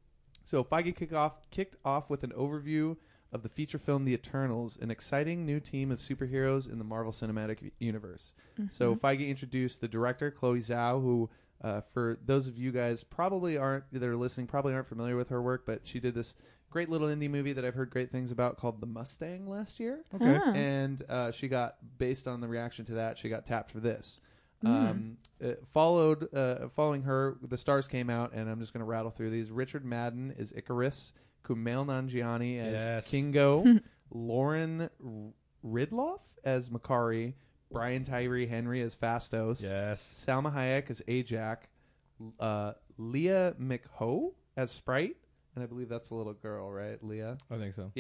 Speaker 2: So Feige kick off, kicked off with an overview of the feature film The Eternals, an exciting new team of superheroes in the Marvel Cinematic Universe.
Speaker 3: Mm-hmm.
Speaker 2: So Feige introduced the director Chloe Zhao, who, uh, for those of you guys probably aren't that are listening, probably aren't familiar with her work, but she did this great little indie movie that I've heard great things about called The Mustang last year
Speaker 1: Okay.
Speaker 3: Ah.
Speaker 2: and uh, she got based on the reaction to that she got tapped for this
Speaker 3: Mm.
Speaker 2: um, it followed uh, following her the stars came out and i'm just going to rattle through these richard madden is icarus kumail nanjiani as
Speaker 1: Yes.
Speaker 2: kingo lauren R- ridloff as makari brian tyree henry as fastos
Speaker 1: Yes.
Speaker 2: salma hayek as ajak uh, leah mcho as sprite and i believe that's the little girl right leah
Speaker 1: I think so.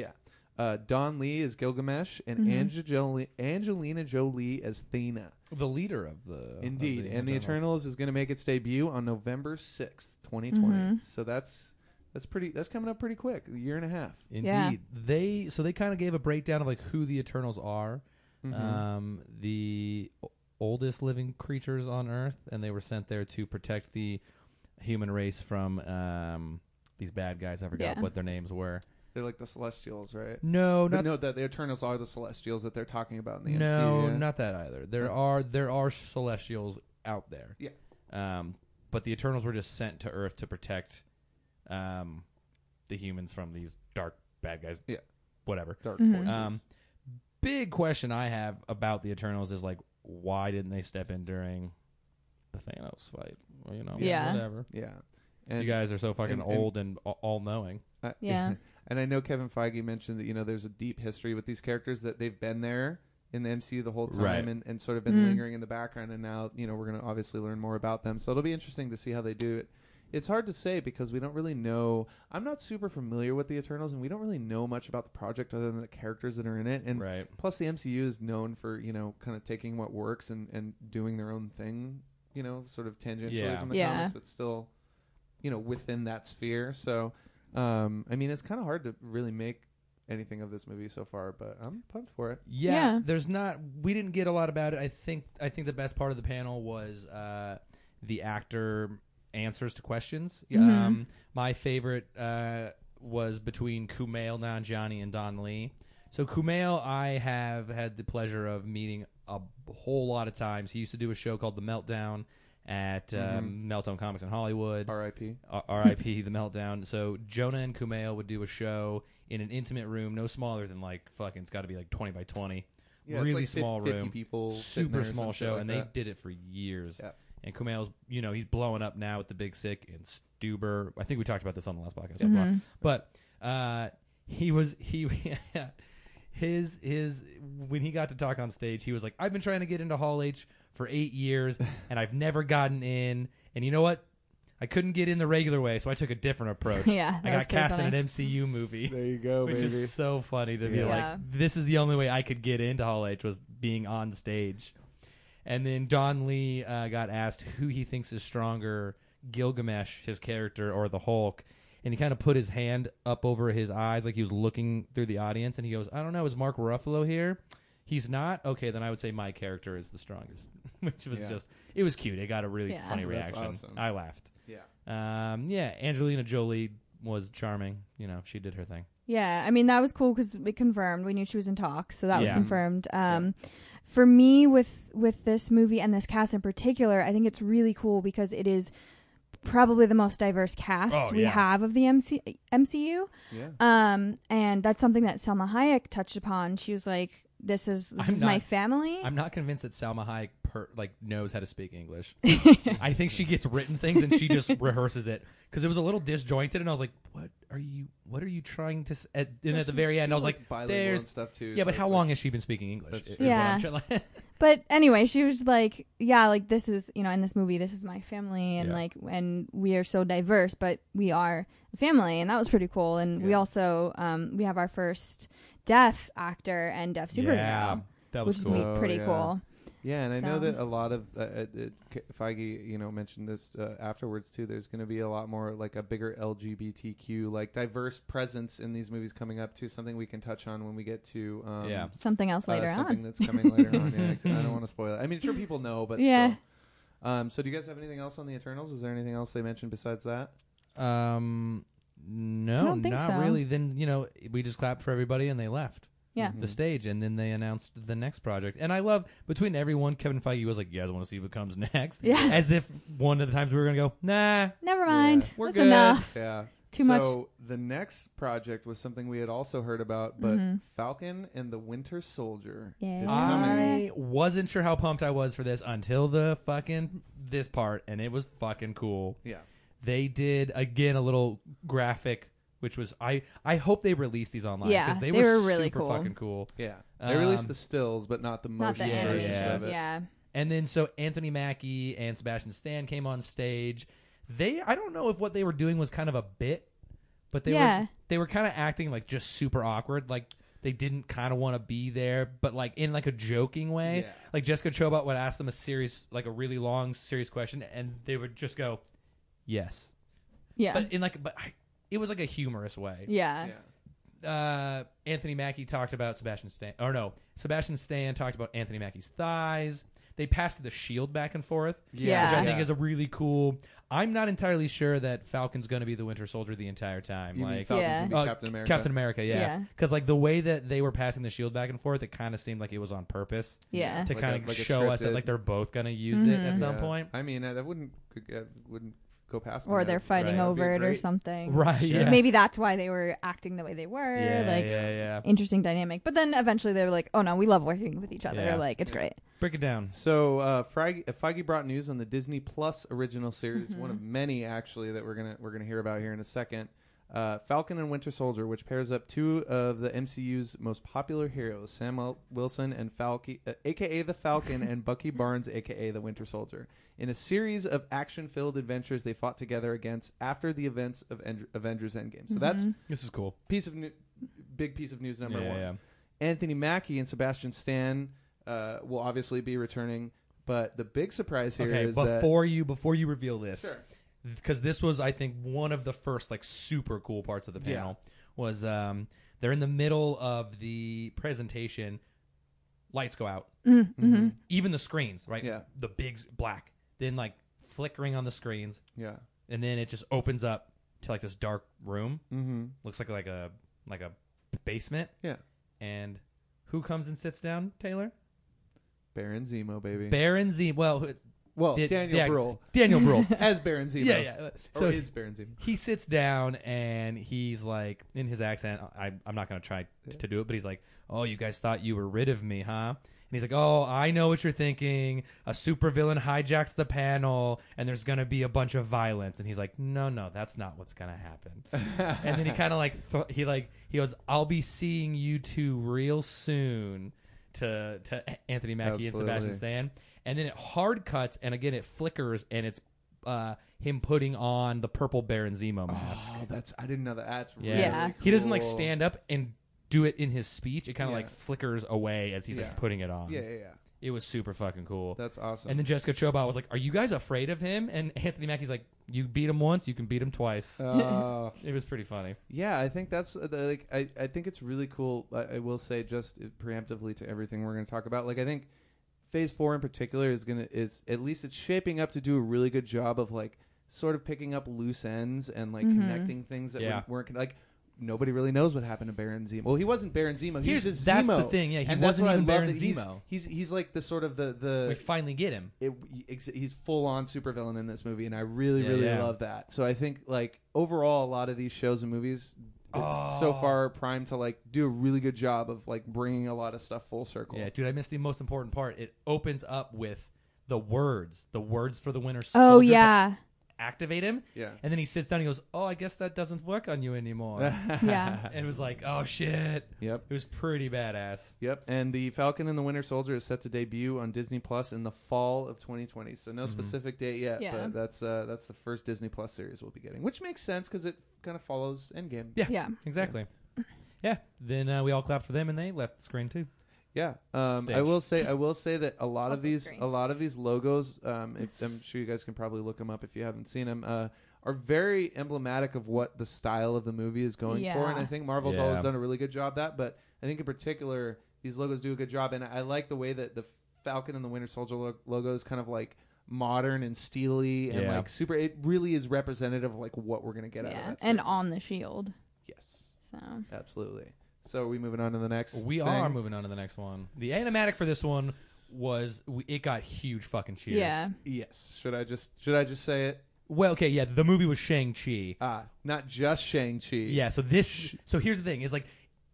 Speaker 2: uh, Don Lee is Gilgamesh, and
Speaker 3: Mhm.
Speaker 2: Angeli- Angelina Jolie as Thena.
Speaker 1: The leader of the
Speaker 2: Indeed,
Speaker 1: of
Speaker 2: and the Eternals is going to make its debut on November sixth, twenty
Speaker 3: Mhm.
Speaker 2: So that's that's pretty. That's coming up pretty quick. A year and a half.
Speaker 1: Indeed,
Speaker 3: Yeah.
Speaker 1: they so they kind of gave a breakdown of like who the Eternals are,
Speaker 2: Mhm.
Speaker 1: um, the o- oldest living creatures on Earth, and they were sent there to protect the human race from um, these bad guys. I forgot
Speaker 3: Yeah.
Speaker 1: what their names were.
Speaker 2: They're like the Celestials, right?
Speaker 1: No,
Speaker 2: But
Speaker 1: not
Speaker 2: no, that the Eternals are the Celestials that they're talking about in the
Speaker 1: no,
Speaker 2: MCU. yeah.
Speaker 1: not that either. There
Speaker 2: Oh.
Speaker 1: are there are Celestials out there.
Speaker 2: Yeah.
Speaker 1: Um, but the Eternals were just sent to Earth to protect, um, the humans from these dark bad guys.
Speaker 2: Yeah.
Speaker 1: Whatever.
Speaker 2: Dark
Speaker 3: Mhm.
Speaker 2: Forces.
Speaker 1: Um, big question I have about the Eternals is like, why didn't they step in during the Thanos fight? Well, you know,
Speaker 3: Yeah.
Speaker 1: whatever.
Speaker 2: yeah, and
Speaker 1: you guys are so fucking
Speaker 2: and- and-
Speaker 1: old and all knowing.
Speaker 2: I-
Speaker 3: Yeah.
Speaker 2: Uh, and I know Kevin Feige mentioned that you know there's a deep history with these characters that they've been there in the MCU the whole time
Speaker 1: Right.
Speaker 2: and, and sort of been
Speaker 3: Mm.
Speaker 2: lingering in the background and now you know we're going to obviously learn more about them so it'll be interesting to see how they do it. It's hard to say because we don't really know. I'm not super familiar with the Eternals and we don't really know much about the project other than the characters that are in it and
Speaker 1: right.
Speaker 2: plus the MCU is known for you know kind of taking what works and and doing their own thing you know sort of tangentially
Speaker 1: Yeah.
Speaker 2: from the
Speaker 3: Yeah.
Speaker 2: comics but still you know within that sphere so um I mean it's kind of hard to really make anything of this movie so far but I'm pumped for it
Speaker 1: Yeah,
Speaker 3: Yeah.
Speaker 1: There's not. We didn't get a lot about it. I think. I think the best part of the panel was uh, the actor answers to questions.
Speaker 3: Yeah.
Speaker 1: Um, my favorite uh, was between Kumail Nanjiani and Don Lee. So Kumail, I have had the pleasure of meeting a whole lot of times. He used to do a show called The Meltdown at um, Meltdown Comics in Hollywood.
Speaker 2: R.I.P.
Speaker 1: R- R.I.P. The Meltdown. So Jonah and Kumail would do a show in an intimate room, no smaller than like fucking. It's got to be like twenty by twenty.
Speaker 2: Yeah, it's
Speaker 1: really
Speaker 2: like fif-
Speaker 1: small
Speaker 2: 50
Speaker 1: room,
Speaker 2: people sitting
Speaker 1: super
Speaker 2: there or some
Speaker 1: small
Speaker 2: shit
Speaker 1: show,
Speaker 2: like
Speaker 1: and
Speaker 2: that.
Speaker 1: they did it for years.
Speaker 2: Yep.
Speaker 1: And Kumail's, you know, he's blowing up now with the Big Sick and Stuber. I think we talked about this on the last podcast,
Speaker 3: Mhm.
Speaker 1: but uh, he was he. His his when he got to talk on stage, he was like, "I've been trying to get into Hall H for eight years, and I've never gotten in. And you know what? I couldn't get in the regular way, so I took a different approach.
Speaker 3: yeah.
Speaker 1: I
Speaker 3: that was
Speaker 1: got
Speaker 3: pretty
Speaker 1: cast in
Speaker 3: funny.
Speaker 1: an MCU movie,
Speaker 2: there you go
Speaker 1: which
Speaker 2: baby
Speaker 1: is so funny to be
Speaker 2: Yeah.
Speaker 1: like,
Speaker 3: Yeah.
Speaker 1: this is the only way I could get into Hall H was being on stage. And then Don Lee uh, got asked who he thinks is stronger, Gilgamesh, his character, or the Hulk. And he kind of put his hand up over his eyes like he was looking through the audience. And he goes, I don't know, is Mark Ruffalo here? He's not? Okay, then I would say my character is the strongest, which was
Speaker 2: Yeah.
Speaker 1: just, it was cute. It got a really
Speaker 3: Yeah.
Speaker 1: funny
Speaker 2: That's
Speaker 1: reaction.
Speaker 2: awesome.
Speaker 1: I laughed.
Speaker 2: yeah
Speaker 1: Um, yeah, Angelina Jolie was charming. You know, she did her thing.
Speaker 3: Yeah, I mean that was cool because we confirmed we knew she was in talks, so that was
Speaker 1: Yeah.
Speaker 3: confirmed. Um, For me, with with this movie and this cast in particular, I think it's really cool because it is probably the most diverse cast
Speaker 1: Oh,
Speaker 3: we
Speaker 1: yeah.
Speaker 3: have of the MC- MCU.
Speaker 2: yeah
Speaker 3: Um, and that's something that Selma Hayek touched upon. She was like, "This is this
Speaker 1: I'm
Speaker 3: is my
Speaker 1: not-
Speaker 3: family."
Speaker 1: I'm not convinced that Salma Hayek per, like knows how to speak English. I think she gets written things and she just rehearses it because it was a little disjointed, and I was like, "What are you? What are you trying to?" s- At, and at the very end, I was like,
Speaker 2: bilingual
Speaker 1: there's-
Speaker 2: and stuff too.
Speaker 1: "Yeah, but
Speaker 2: so
Speaker 1: how
Speaker 2: it's like-
Speaker 1: long has she been speaking English?"
Speaker 2: That's
Speaker 1: is
Speaker 2: true.
Speaker 1: what I'm trying-
Speaker 3: But anyway, she was like, yeah, like this is, you know, in this movie, this is my family and
Speaker 1: Yeah.
Speaker 3: like and we are so diverse, but we are a family and that was pretty cool and we
Speaker 2: Yeah.
Speaker 3: also um we have our first deaf actor and deaf superhero.
Speaker 1: Yeah, that
Speaker 3: which
Speaker 1: was
Speaker 3: is
Speaker 1: cool.
Speaker 2: neat.
Speaker 3: pretty- pretty
Speaker 2: Oh, yeah.
Speaker 3: cool.
Speaker 2: Yeah, and I know
Speaker 3: So-
Speaker 2: that a lot of uh, uh, uh, K- Feige, you know, mentioned this uh, afterwards too. There's going to be a lot more like a bigger LGBTQ, like diverse presence in these movies coming up too. Something we can touch on when we get to um,
Speaker 1: Yeah.
Speaker 3: Something else
Speaker 2: uh,
Speaker 3: later
Speaker 2: something
Speaker 3: on.
Speaker 2: that's coming later on. Yeah, ex- I don't want to spoil it. I mean, sure people know, but
Speaker 3: Yeah.
Speaker 2: still. Um, so do you guys have anything else on the Eternals? Is there anything else they mentioned besides that?
Speaker 1: Um, no,
Speaker 3: I don't think
Speaker 1: not
Speaker 3: so.
Speaker 1: really. Then you know, we just clapped for everybody and they left.
Speaker 3: Yeah.
Speaker 2: Mm-hmm.
Speaker 1: the stage, and then they announced the next project. And I love between everyone, Kevin Feige was like, "You guys want to see what comes next?"
Speaker 3: Yeah.
Speaker 1: as if one of the times we were gonna go, "Nah,
Speaker 3: Never mind.
Speaker 2: Yeah.
Speaker 1: We're
Speaker 3: That's
Speaker 1: good.
Speaker 3: enough.
Speaker 2: Yeah.
Speaker 3: Too
Speaker 2: so
Speaker 3: much.
Speaker 2: the next project was something we had also heard about, but
Speaker 3: Mhm.
Speaker 2: Falcon and the Winter Soldier
Speaker 3: Yeah.
Speaker 2: is coming.
Speaker 1: I wasn't sure how pumped I was for this until the fucking this part, and it was fucking cool."
Speaker 2: Yeah.
Speaker 1: They did again a little graphic, which was I I hope they release these online
Speaker 3: Yeah,
Speaker 1: they,
Speaker 3: they
Speaker 1: were
Speaker 3: were really
Speaker 1: super
Speaker 3: cool.
Speaker 1: fucking cool.
Speaker 2: Yeah. They released
Speaker 1: Um,
Speaker 2: the stills, but not the
Speaker 3: Not
Speaker 2: motion
Speaker 3: the
Speaker 1: Yeah,
Speaker 2: versions
Speaker 3: animations,
Speaker 2: of it.
Speaker 3: yeah.
Speaker 1: And then so Anthony Mackie and Sebastian Stan came on stage. They I don't know if what they were doing was kind of a bit, but they
Speaker 3: Yeah.
Speaker 1: were they were kind of acting like just super awkward, like they didn't kind of want to be there, but like in like a joking way.
Speaker 2: Yeah.
Speaker 1: Like Jessica Chobot would ask them a serious, like a really long serious question, and they would just go, "Yes,"
Speaker 3: Yeah.
Speaker 1: but in like but I, it was like a humorous way
Speaker 3: yeah.
Speaker 2: Yeah.
Speaker 1: uh, Anthony Mackie talked about Sebastian Stan, or no, Sebastian Stan talked about Anthony Mackie's thighs. They passed the shield back and forth,
Speaker 3: Yeah.
Speaker 1: which I think is a really cool. I'm not entirely sure that Falcon's going to be the Winter Soldier the entire time.
Speaker 2: You mean
Speaker 1: like
Speaker 2: Falcon
Speaker 3: Yeah.
Speaker 2: should be
Speaker 1: uh,
Speaker 2: Captain America.
Speaker 1: Captain America, yeah,
Speaker 3: Yeah.
Speaker 1: because like the way that they were passing the shield back and forth, it kind of seemed like it was on purpose
Speaker 3: Yeah.
Speaker 1: to
Speaker 2: Like
Speaker 1: kind
Speaker 2: a-
Speaker 1: of
Speaker 2: like a
Speaker 1: show us that
Speaker 2: scripted-
Speaker 1: like they're both going to use it at
Speaker 3: Mhm.
Speaker 1: some
Speaker 2: Yeah.
Speaker 1: point,
Speaker 2: I mean, I, that wouldn't uh, wouldn't go past. my
Speaker 3: Or
Speaker 2: head.
Speaker 3: they're fighting
Speaker 1: Right.
Speaker 3: over
Speaker 2: That'd
Speaker 3: it
Speaker 2: be
Speaker 3: or
Speaker 2: great.
Speaker 3: something.
Speaker 1: right?
Speaker 2: Sure.
Speaker 1: Yeah.
Speaker 3: Maybe that's why they were acting the way they were.
Speaker 1: yeah,
Speaker 3: like
Speaker 1: yeah, yeah.
Speaker 3: interesting dynamic. But then eventually they were like, oh no, we love working with each other.
Speaker 1: Yeah.
Speaker 3: Like it's great.
Speaker 1: Break it down.
Speaker 2: So uh, Feige, uh, Feige brought news on the Disney Plus original series, one of many actually that we're gonna we're gonna hear about here in a second. Uh, Falcon and Winter Soldier, which pairs up two of the MCU's most popular heroes, Sam L- Wilson and Falcon, uh, aka the Falcon, and Bucky Barnes, aka the Winter Soldier, in a series of action-filled adventures they fought together against after the events of End- Avengers Endgame. So that's
Speaker 3: Mhm.
Speaker 1: This is cool.
Speaker 2: piece of new- big piece of news number
Speaker 1: yeah,
Speaker 2: one.
Speaker 1: yeah.
Speaker 2: Anthony Mackie and Sebastian Stan uh, will obviously be returning, but the big surprise here is
Speaker 1: Okay,
Speaker 2: that
Speaker 1: before you before you reveal this,
Speaker 2: Sure.
Speaker 1: because this was I think one of the first like super cool parts of the
Speaker 2: Yeah.
Speaker 1: panel was um they're in the middle of the presentation, lights go out,
Speaker 3: Mm, hmm
Speaker 2: Mhm.
Speaker 1: even the screens right,
Speaker 2: Yeah.
Speaker 1: the big s- black, then like flickering on the screens,
Speaker 2: yeah,
Speaker 1: and then it just opens up to like this dark room,
Speaker 2: mm-hmm.
Speaker 1: looks like like a like a basement,
Speaker 2: Yeah.
Speaker 1: and who comes and sits down? Taylor
Speaker 2: Baron Zemo, baby.
Speaker 1: Baron Z. Well, who-
Speaker 2: well,
Speaker 1: Did-
Speaker 2: Oh, Daniel
Speaker 1: yeah.
Speaker 2: Bruhl
Speaker 1: Daniel Brule.
Speaker 2: as Baron Zemo.
Speaker 1: yeah, yeah.
Speaker 2: Or
Speaker 1: So
Speaker 2: is Baron Zemo?
Speaker 1: he sits down and he's like in his accent I, i'm not going to try t- to do it but he's like oh you guys thought you were rid of me huh and he's like oh i know what you're thinking a supervillain hijacks the panel and there's going to be a bunch of violence and he's like no no that's not what's going to happen and then he kind of like th- he like he goes i'll be seeing you two real soon to to anthony mackie
Speaker 2: Absolutely.
Speaker 1: and sebastian stan and then it hard cuts and again it flickers and it's uh, him putting on the purple Baron Zemo mask.
Speaker 2: Oh, that's I didn't know that. That's
Speaker 1: Yeah.
Speaker 2: Oh, really
Speaker 3: Yeah.
Speaker 1: He doesn't like
Speaker 2: cool.
Speaker 1: stand up and do it in his speech. It kind of
Speaker 2: Yeah.
Speaker 1: like flickers away as he's
Speaker 2: Yeah.
Speaker 1: like putting it on.
Speaker 2: Yeah, yeah, yeah.
Speaker 1: It was super fucking cool.
Speaker 2: That's awesome.
Speaker 1: and then Jessica Chobot was like, "Are you guys afraid of him?" And Anthony Mackie's like, "You beat him once, you can beat him twice."
Speaker 2: Oh.
Speaker 1: it was pretty funny.
Speaker 2: Yeah, I think that's uh, the, like I, I think it's really cool. I, I will say just uh, preemptively to everything we're going to talk about. Like I think Phase Four in particular is going to is at least it's shaping up to do a really good job of like sort of picking up loose ends and like
Speaker 3: Mhm.
Speaker 2: connecting things that
Speaker 1: Yeah.
Speaker 2: weren't, weren't con- like nobody really knows what happened to Baron Zemo. Well, he wasn't Baron Zemo. He
Speaker 1: Here's
Speaker 2: was just
Speaker 1: that's
Speaker 2: Zemo.
Speaker 1: the thing. Yeah, he
Speaker 2: and
Speaker 1: wasn't
Speaker 2: that's
Speaker 1: even
Speaker 2: what I love
Speaker 1: Baron
Speaker 2: that he's-
Speaker 1: Zemo.
Speaker 2: He's, he's like the sort of the the
Speaker 1: we finally get him.
Speaker 2: it, ex- he's full on supervillain in this movie, and I really,
Speaker 1: Yeah,
Speaker 2: really
Speaker 1: yeah.
Speaker 2: love that. So I think like overall, a lot of these shows and movies it's so
Speaker 1: Oh.
Speaker 2: far primed to like do a really good job of like bringing a lot of stuff full circle.
Speaker 1: Yeah, dude, I missed the most important part. It opens up with the words, the words for the winner.
Speaker 3: Oh yeah.
Speaker 1: activate him.
Speaker 2: Yeah.
Speaker 1: And then he sits down. and He goes, "Oh, I guess that doesn't work on you anymore." and
Speaker 3: Yeah.
Speaker 1: it was like, "Oh shit!"
Speaker 2: Yep.
Speaker 1: It was pretty badass.
Speaker 2: Yep, and the Falcon and the Winter Soldier is set to debut on Disney Plus in the fall of 2020. So no
Speaker 1: Mhm.
Speaker 2: specific date yet,
Speaker 3: Yeah.
Speaker 2: but that's uh, that's the first Disney Plus series we'll be getting, which makes sense because it kind of follows Endgame.
Speaker 1: Yeah.
Speaker 3: yeah.
Speaker 1: Exactly. Yeah. Then uh, we all clapped for them, and they left the screen too.
Speaker 2: Yeah, um, I
Speaker 1: Stage.
Speaker 2: will say I will say that a lot of
Speaker 3: Off the
Speaker 2: these
Speaker 3: screen.
Speaker 2: a lot of these logos, um, if, I'm sure you guys can probably look them up if you haven't seen them, uh, are very emblematic of what the style of the movie is going for, and I
Speaker 3: Yeah.
Speaker 2: think Marvel's
Speaker 1: Yeah.
Speaker 2: always done a really good job that. But I think in particular these logos do a good job, and I like the way that the Falcon and the Winter Soldier lo- logo is kind of like modern and steely and
Speaker 1: Yeah.
Speaker 2: like super. It really is representative of like what we're gonna get out of
Speaker 3: yeah.
Speaker 2: that.
Speaker 3: And
Speaker 2: series.
Speaker 3: on the shield.
Speaker 2: yes,
Speaker 3: So
Speaker 2: absolutely. So are we moving on to the next?
Speaker 1: We
Speaker 2: thing?
Speaker 1: are moving on to the next one. The animatic for this one was we, it got huge fucking cheers.
Speaker 3: yeah.
Speaker 2: Yes. Should I just should I just say it?
Speaker 1: Well, okay, yeah. The movie was Shang Chi.
Speaker 2: Ah, not just Shang Chi.
Speaker 1: Yeah. So this. So here's the thing: is like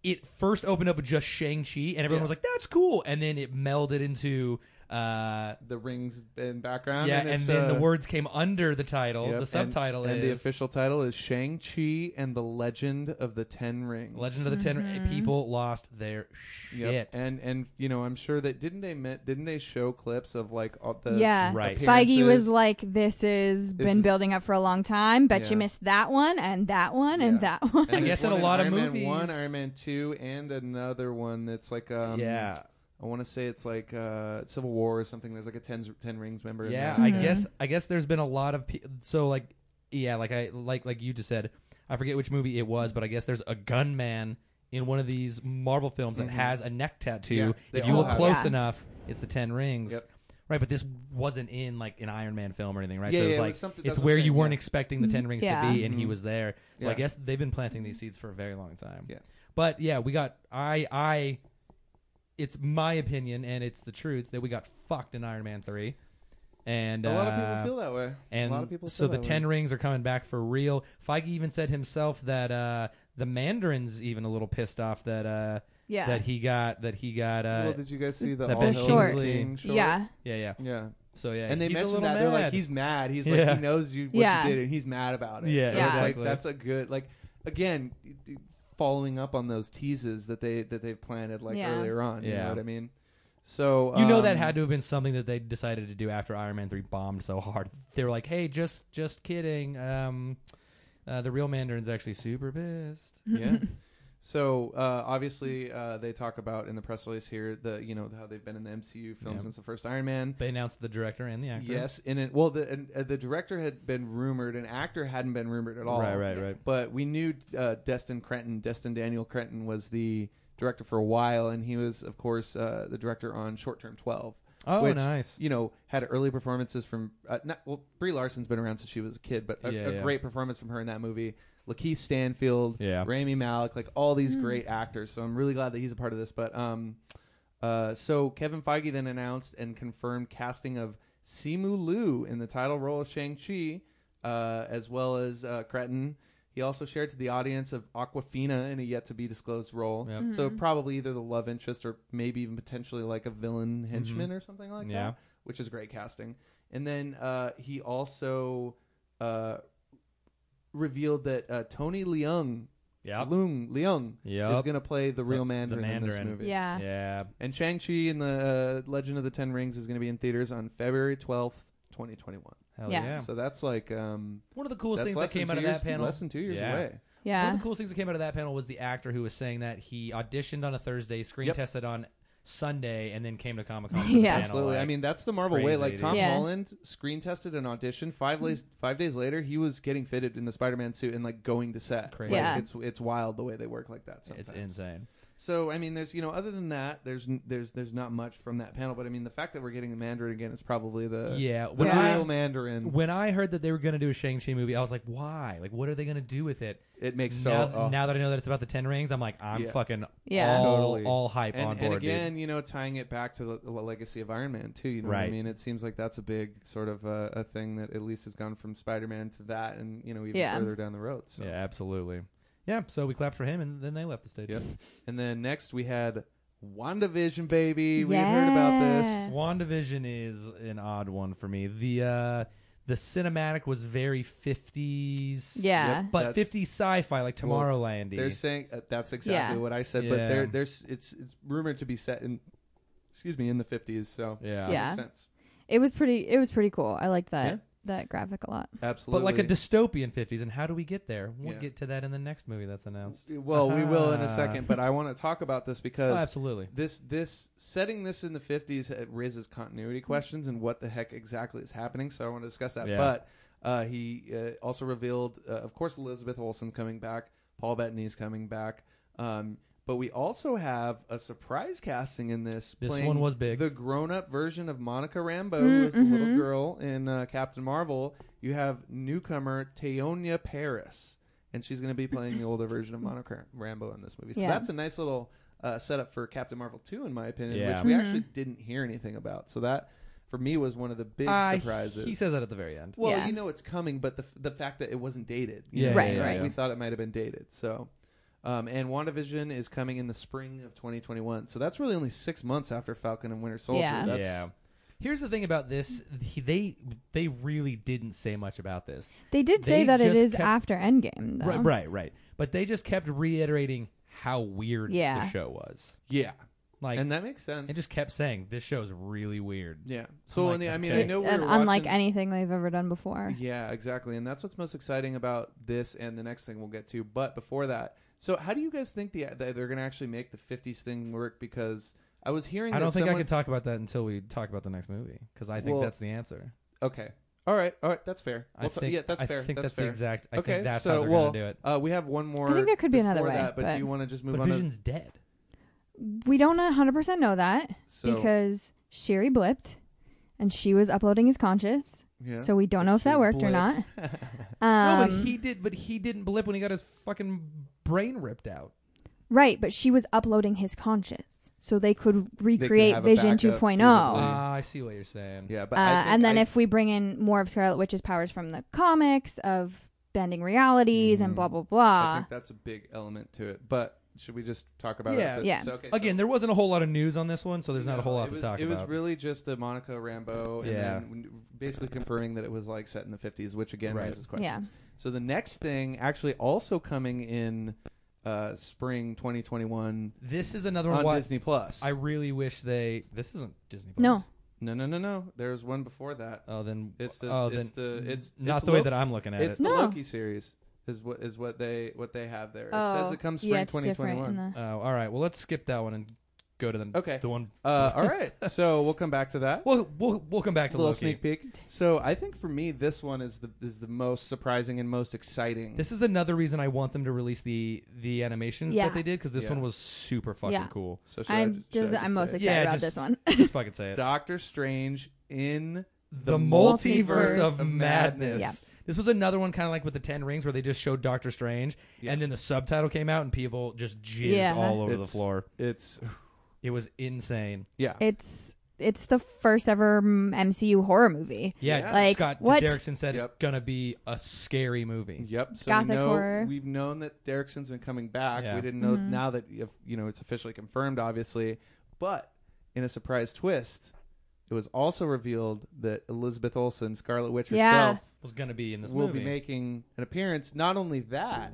Speaker 1: it first opened up with just Shang Chi, and everyone
Speaker 2: Yeah.
Speaker 1: was like, "That's cool," and then it melded into. Uh,
Speaker 2: the rings in background.
Speaker 1: yeah,
Speaker 2: and,
Speaker 1: and,
Speaker 2: it's,
Speaker 1: then the
Speaker 2: uh,
Speaker 1: words came under the title.
Speaker 2: yep,
Speaker 1: the
Speaker 2: and-
Speaker 1: subtitle is
Speaker 2: and, the official title is Shang Chi and the Legend of the Ten Rings.
Speaker 1: Legend of the 10 People lost their
Speaker 2: Yep.
Speaker 1: shit.
Speaker 2: And and you know I'm sure that didn't they met, didn't they show clips of like all the
Speaker 3: yeah.
Speaker 1: Right.
Speaker 3: Feige was
Speaker 2: appearances?
Speaker 3: like, "This has been
Speaker 2: is-
Speaker 3: building up for a long time. Bet
Speaker 2: Yeah.
Speaker 3: you missed that one and that one and
Speaker 2: Yeah.
Speaker 3: that one."
Speaker 2: And
Speaker 1: I guess
Speaker 2: there's
Speaker 1: in a
Speaker 2: one
Speaker 1: lot of
Speaker 2: Iron
Speaker 1: movies-
Speaker 2: Man one, Iron Man two, and another one that's like um,
Speaker 1: yeah.
Speaker 2: I want to say it's like uh, Civil War or something. There's like a ten ten rings member.
Speaker 1: Yeah,
Speaker 2: in that.
Speaker 1: I guess I guess there's been a lot of pe- so like yeah, like I like like you just said, I forget which movie it was, but I guess there's a gunman in one of these Marvel films that
Speaker 2: Mhm.
Speaker 1: has a neck tattoo.
Speaker 2: Yeah, they
Speaker 1: if you
Speaker 2: all
Speaker 1: look
Speaker 2: have
Speaker 1: close
Speaker 3: Yeah.
Speaker 1: enough, it's the Ten Rings.
Speaker 2: Yep.
Speaker 1: Right, but this wasn't in like an Iron Man film or anything, right?
Speaker 2: Yeah,
Speaker 1: so
Speaker 2: yeah,
Speaker 1: it's
Speaker 2: it
Speaker 1: like
Speaker 2: was something- that's
Speaker 1: it's
Speaker 2: what I'm
Speaker 1: where
Speaker 2: saying,
Speaker 1: you weren't
Speaker 2: yeah.
Speaker 1: expecting the Ten Rings
Speaker 3: Mm-hmm. Yeah.
Speaker 1: to be, and he
Speaker 2: Mhm.
Speaker 1: was there. So I
Speaker 2: Yeah.
Speaker 1: guess they've been planting these seeds for a very long time.
Speaker 2: Yeah.
Speaker 1: But yeah, we got I I. It's my opinion, and it's the truth that we got fucked in Iron Man three, and
Speaker 2: a lot of
Speaker 1: uh,
Speaker 2: people feel that way.
Speaker 1: and
Speaker 2: a lot of people.
Speaker 1: so
Speaker 2: feel
Speaker 1: the
Speaker 2: that way.
Speaker 1: ten rings are coming back for real. Feige even said himself that uh, the Mandarin's even a little pissed off that uh,
Speaker 3: yeah.
Speaker 1: that he got that he got. Uh,
Speaker 2: well, did you guys see the,
Speaker 1: the
Speaker 2: All
Speaker 1: Ben
Speaker 2: Hail
Speaker 3: Short.
Speaker 2: the King short?
Speaker 3: yeah.
Speaker 1: yeah, yeah.
Speaker 2: Yeah.
Speaker 1: So yeah,
Speaker 2: and they
Speaker 1: he's a
Speaker 2: mentioned
Speaker 1: little
Speaker 2: that they're like
Speaker 1: mad.
Speaker 2: he's mad. He's
Speaker 1: Yeah.
Speaker 2: like he knows you what
Speaker 3: Yeah.
Speaker 2: you did, and he's mad about it.
Speaker 1: Yeah,
Speaker 2: so it's like
Speaker 1: exactly.
Speaker 2: that's a good like again y- y- following up on those teases that they that they've planted like
Speaker 3: Yeah.
Speaker 2: earlier on. You know
Speaker 1: Yeah.
Speaker 2: what I mean? So
Speaker 1: you know that
Speaker 2: um,
Speaker 1: had to have been something that they decided to do after Iron Man three bombed so hard. They were like, hey, just just kidding. Um, uh, the real Mandarin's actually super pissed.
Speaker 2: yeah. So uh, obviously uh, they talk about in the press release here the you know how they've been in the MCU film
Speaker 1: Yeah.
Speaker 2: since the first Iron Man.
Speaker 1: They announced the director and the actor.
Speaker 2: Yes, and it, well the and, uh, the director had been rumored, and actor hadn't been rumored at all.
Speaker 1: Right, right, right.
Speaker 2: but we knew uh, Destin Crenton. Destin Daniel Crenton was the director for a while, and he was, of course, uh, the director on Short Term 12.
Speaker 1: Oh,
Speaker 2: which,
Speaker 1: nice.
Speaker 2: You know, had early performances from. Uh, not, well, Brie Larson's been around since she was a kid, but a,
Speaker 1: Yeah,
Speaker 2: a
Speaker 1: yeah.
Speaker 2: great performance from her in that movie. Lakeith Stanfield,
Speaker 1: Yeah.
Speaker 2: Rami Malik, like all these great actors. So I'm really glad that he's a part of this. But um, uh, so Kevin Feige then announced and confirmed casting of Simu Liu in the title role of Shang Chi, uh, as well as uh, Cretin. He also shared to the audience of Aquafina in a yet to be disclosed role.
Speaker 1: Yep.
Speaker 2: So probably either the love interest or maybe even potentially like a villain henchman or something like
Speaker 1: Mm-hmm. Yeah.
Speaker 2: that, which is great casting. And then uh, he also uh, revealed that uh, Tony Leung,
Speaker 1: Yep.
Speaker 2: Leung, Leung is
Speaker 1: Yep.
Speaker 2: going to play the real Mandarin, in
Speaker 1: Mandarin.
Speaker 2: this movie.
Speaker 3: Yeah.
Speaker 1: Yeah.
Speaker 2: And Shang-Chi and the uh, Legend of the Ten Rings is going to be in theaters on February 12th, 2021.
Speaker 1: Hell
Speaker 3: Yeah.
Speaker 1: yeah.
Speaker 2: So that's like um,
Speaker 1: One of the coolest
Speaker 2: that's
Speaker 1: things
Speaker 2: less
Speaker 1: that
Speaker 2: than
Speaker 1: came
Speaker 2: two
Speaker 1: out of
Speaker 2: years,
Speaker 1: that panel.
Speaker 2: less than two years
Speaker 1: Yeah.
Speaker 2: away.
Speaker 1: One
Speaker 3: Yeah.
Speaker 1: of the coolest things that came out of that panel was the actor who was saying that he auditioned on a Thursday, screen
Speaker 2: Yep.
Speaker 1: tested on Sunday, and then came to Comic Con.
Speaker 3: Yeah.
Speaker 1: yeah,
Speaker 2: Absolutely. I mean, that's the Marvel way.
Speaker 1: crazy,
Speaker 2: Like
Speaker 1: dude.
Speaker 2: Tom
Speaker 3: Yeah. Mm-hmm.
Speaker 2: Holland screen tested an audition five days five days later, he was getting fitted in the Spider-Man suit and like going to set.
Speaker 1: Crazy.
Speaker 2: Like,
Speaker 3: Yeah.
Speaker 2: it's it's wild the way they work like that. Sometimes.
Speaker 1: it's insane.
Speaker 2: So I mean, there's you know, other than that, there's n- there's there's not much from that panel. But I mean, the fact that we're getting the Mandarin again is probably the
Speaker 1: yeah,
Speaker 2: the
Speaker 1: when
Speaker 3: Yeah.
Speaker 2: real
Speaker 1: I
Speaker 2: Mandarin.
Speaker 1: when I heard that they were going to do a Shang Chi movie, I was like, why? Like, what are they going to do with it?
Speaker 2: It makes so
Speaker 1: now,
Speaker 2: oh.
Speaker 1: now that I know that it's about the Ten Rings, I'm like, I'm
Speaker 2: Yeah.
Speaker 1: fucking
Speaker 3: Yeah.
Speaker 1: all,
Speaker 2: Totally.
Speaker 1: all hype
Speaker 2: and,
Speaker 1: on
Speaker 2: and
Speaker 1: board. dude.
Speaker 2: again, you know, tying it back to the, the legacy of Iron Man too. You know what I
Speaker 1: Right.
Speaker 2: mean? It seems like that's a big sort of uh, a thing that at least has gone from Spider-Man to that, and you know, even
Speaker 3: Yeah.
Speaker 2: further down the road. So.
Speaker 1: Yeah, absolutely. Yeah, so we clapped for him, and then they left the stage.
Speaker 2: Yep. And then next we had WandaVision, baby. We had heard about this.
Speaker 3: Yeah.
Speaker 1: WandaVision is an odd one for me. The uh, The cinematic was very fifties,
Speaker 3: Yeah.
Speaker 2: Yep.
Speaker 1: but
Speaker 2: That's-
Speaker 1: fifties sci-fi like
Speaker 2: Well, it's-
Speaker 1: Tomorrowland.
Speaker 2: They're saying uh, that's exactly
Speaker 3: Yeah.
Speaker 2: what I said,
Speaker 1: Yeah.
Speaker 2: but there, there's it's it's rumored to be set in, excuse me, in the 50s. So
Speaker 1: yeah,
Speaker 3: Yeah.
Speaker 2: makes sense.
Speaker 3: It was pretty. It was pretty cool. I liked that
Speaker 2: Yeah.
Speaker 3: that graphic a lot.
Speaker 1: but
Speaker 2: Absolutely.
Speaker 1: like a dystopian fifties. And how do we get there? We'll
Speaker 2: Yeah.
Speaker 1: get to that in the next movie that's announced.
Speaker 2: well, we will in a
Speaker 1: Ah.
Speaker 2: second, but I want to talk about this
Speaker 1: Oh,
Speaker 2: because
Speaker 1: absolutely.
Speaker 2: this this setting this in the 50s it raises continuity questions and what the heck exactly is happening so i want to discuss that
Speaker 1: Hmm. Yeah.
Speaker 2: but uh, he uh, also revealed uh, of course elizabeth olsen's coming back paul bettany's coming back um, but we also have a surprise casting in this
Speaker 1: This
Speaker 2: playing
Speaker 1: one was big.
Speaker 2: the grown-up version of monica rambo
Speaker 3: Mm,
Speaker 2: who is the little
Speaker 3: mhm.
Speaker 2: girl in uh, captain marvel you have newcomer Teonia paris and she's going to be playing the older version of Monica Rambo in this movie. So
Speaker 3: Yeah.
Speaker 2: that's a nice little uh, setup for Captain Marvel 2, in my opinion,
Speaker 1: Yeah.
Speaker 2: which we
Speaker 3: Mhm.
Speaker 2: actually didn't hear anything about. So that, for me, was one of the big
Speaker 1: Ah,
Speaker 2: surprises.
Speaker 1: He says that at the very end.
Speaker 2: well,
Speaker 3: Yeah.
Speaker 2: you know it's coming, but the, f- the fact that it wasn't dated. you
Speaker 1: Yeah,
Speaker 2: know,
Speaker 3: Right,
Speaker 2: like,
Speaker 3: right.
Speaker 2: We thought it might have been dated. So. Um, and WandaVision is coming in the spring of 2021. So that's really only six months after Falcon and Winter Soldier.
Speaker 3: Yeah.
Speaker 2: That's,
Speaker 1: yeah. Here's the thing about this: he, they they really didn't say much about this.
Speaker 3: They did
Speaker 1: They
Speaker 3: say that it
Speaker 1: just
Speaker 3: is
Speaker 1: kept-
Speaker 3: after Endgame, though.
Speaker 1: Right, right, right. But they just kept reiterating how weird
Speaker 3: Yeah.
Speaker 1: the show was.
Speaker 2: Yeah.
Speaker 1: Like,
Speaker 2: and that makes sense.
Speaker 1: and just kept saying this show is really weird.
Speaker 2: yeah. So,
Speaker 1: Unlike-
Speaker 2: and the- I mean,
Speaker 1: okay.
Speaker 2: I know we
Speaker 3: And
Speaker 2: were
Speaker 3: unlike
Speaker 2: watching-
Speaker 3: anything we've ever done before.
Speaker 2: Yeah, exactly. And that's what's most exciting about this and the next thing we'll get to. But before that, so how do you guys think the, that they're going to actually make the 50s thing work? Because I was hearing
Speaker 1: I
Speaker 2: that
Speaker 1: don't think I
Speaker 2: someone-
Speaker 1: can talk about that until we talk about the next movie because I think
Speaker 2: Well,
Speaker 1: that's the answer.
Speaker 2: Okay. All right. All right. That's fair.
Speaker 1: I
Speaker 2: We'll ta-
Speaker 1: think
Speaker 2: yeah, that's
Speaker 1: I
Speaker 2: fair.
Speaker 1: think
Speaker 2: that's,
Speaker 1: the
Speaker 2: fair.
Speaker 1: exact. I
Speaker 2: okay.
Speaker 1: think that's
Speaker 2: so,
Speaker 1: how they're
Speaker 2: well,
Speaker 1: gonna do it.
Speaker 2: Uh, we have one more.
Speaker 3: I think there could be another
Speaker 2: before
Speaker 3: way,
Speaker 2: That, but,
Speaker 3: but-
Speaker 2: do you want to just move
Speaker 1: But
Speaker 2: on? To,
Speaker 1: Vision's dead.
Speaker 3: We don't know 100% know that
Speaker 2: so,
Speaker 3: because Sherry blipped and she was uploading his conscious.
Speaker 2: yeah.
Speaker 3: So we don't know if
Speaker 2: She
Speaker 3: that worked or not.
Speaker 2: blipped.
Speaker 3: Um,
Speaker 1: no, but he did. But he didn't blip when he got his fucking brain ripped out.
Speaker 3: Right, but she was uploading his conscious. So they could recreate
Speaker 2: have a
Speaker 3: Vision
Speaker 2: backup,
Speaker 3: 2.0.
Speaker 2: Oh. feasibly.
Speaker 1: Ah, I see what you're saying.
Speaker 2: yeah, but I
Speaker 3: uh,
Speaker 2: think
Speaker 3: and then
Speaker 2: I-
Speaker 3: if we bring in more of Scarlet Witch's powers from the comics of bending realities and
Speaker 2: Mhm.
Speaker 3: blah blah
Speaker 2: I
Speaker 3: blah.
Speaker 2: think that's a big element to it. But should we just talk about
Speaker 1: Yeah.
Speaker 2: it?
Speaker 3: Yeah.
Speaker 2: So, okay, so-
Speaker 1: Again, there wasn't a whole lot of news on this one, so there's not a
Speaker 2: No,
Speaker 1: whole lot
Speaker 2: it
Speaker 1: to
Speaker 2: was,
Speaker 1: talk
Speaker 2: It
Speaker 1: about.
Speaker 2: was really just the Monica Rambo, and
Speaker 1: Yeah.
Speaker 2: then basically confirming that it was like set in the fifties, which again
Speaker 1: Right.
Speaker 2: raises questions. So the next thing, actually, also coming in uh, spring 2021
Speaker 1: this is another
Speaker 2: on
Speaker 1: one. why
Speaker 2: Disney Plus.
Speaker 1: I really wish they. This isn't Disney. Plus.
Speaker 3: No.
Speaker 2: no, no, no, no. There's one before that.
Speaker 1: Oh, then
Speaker 2: It's the-
Speaker 1: oh, then
Speaker 2: it's the- uh, it's-
Speaker 1: not
Speaker 2: it's
Speaker 1: the way
Speaker 2: Lo-
Speaker 1: that I'm looking at
Speaker 2: It's
Speaker 1: it.
Speaker 2: the
Speaker 3: No.
Speaker 2: Loki series. Is what is what they what they have there. It says it comes spring
Speaker 3: Oh, yeah, it's different
Speaker 2: 2021.
Speaker 3: in the-
Speaker 1: Oh, all right. Well, let's skip that one and go to the
Speaker 2: Okay.
Speaker 1: the one.
Speaker 2: uh, all right, so we'll come back to that.
Speaker 1: We'll we'll we'll come back to
Speaker 2: a little
Speaker 1: Loki.
Speaker 2: sneak peek. So I think for me, this one is the is the most surprising and most exciting.
Speaker 1: This is another reason I want them to release the the animations
Speaker 3: Yeah.
Speaker 1: that they did because this
Speaker 2: Yeah.
Speaker 1: one was super fucking
Speaker 3: Yeah.
Speaker 1: cool.
Speaker 2: so should I
Speaker 3: I'm
Speaker 2: ju- should I
Speaker 3: just, I'm most
Speaker 2: say it?
Speaker 3: excited
Speaker 1: Yeah,
Speaker 3: about
Speaker 1: just-
Speaker 3: this one.
Speaker 1: Just fucking say it.
Speaker 2: Doctor Strange in
Speaker 1: The multiverse of madness.
Speaker 3: Yeah.
Speaker 1: This was another one kind of like with the Ten Rings where they just showed Doctor Strange
Speaker 2: Yeah.
Speaker 1: and then the subtitle came out and people just jizzed
Speaker 3: Yeah.
Speaker 1: all over the
Speaker 2: It's-
Speaker 1: floor.
Speaker 2: It's
Speaker 1: It was insane.
Speaker 2: yeah.
Speaker 3: it's it's the first ever mm, MCU horror movie.
Speaker 1: Yeah,
Speaker 2: Yeah.
Speaker 3: Like,
Speaker 1: Scott
Speaker 3: what?
Speaker 1: Derrickson said it's
Speaker 2: Yep.
Speaker 1: gonna be a scary movie.
Speaker 2: Yep. So
Speaker 3: Gothic
Speaker 2: we know
Speaker 3: horror.
Speaker 2: we've known that Derrickson's been coming back.
Speaker 1: Yeah.
Speaker 2: We didn't know
Speaker 3: Mhm.
Speaker 2: now that you you know it's officially confirmed, obviously. But in a surprise twist, it was also revealed that Elizabeth Olsen, Scarlet Witch
Speaker 3: Yeah.
Speaker 2: herself,
Speaker 1: Was gonna be in this
Speaker 2: will
Speaker 1: movie.
Speaker 2: be making an appearance. Not only that,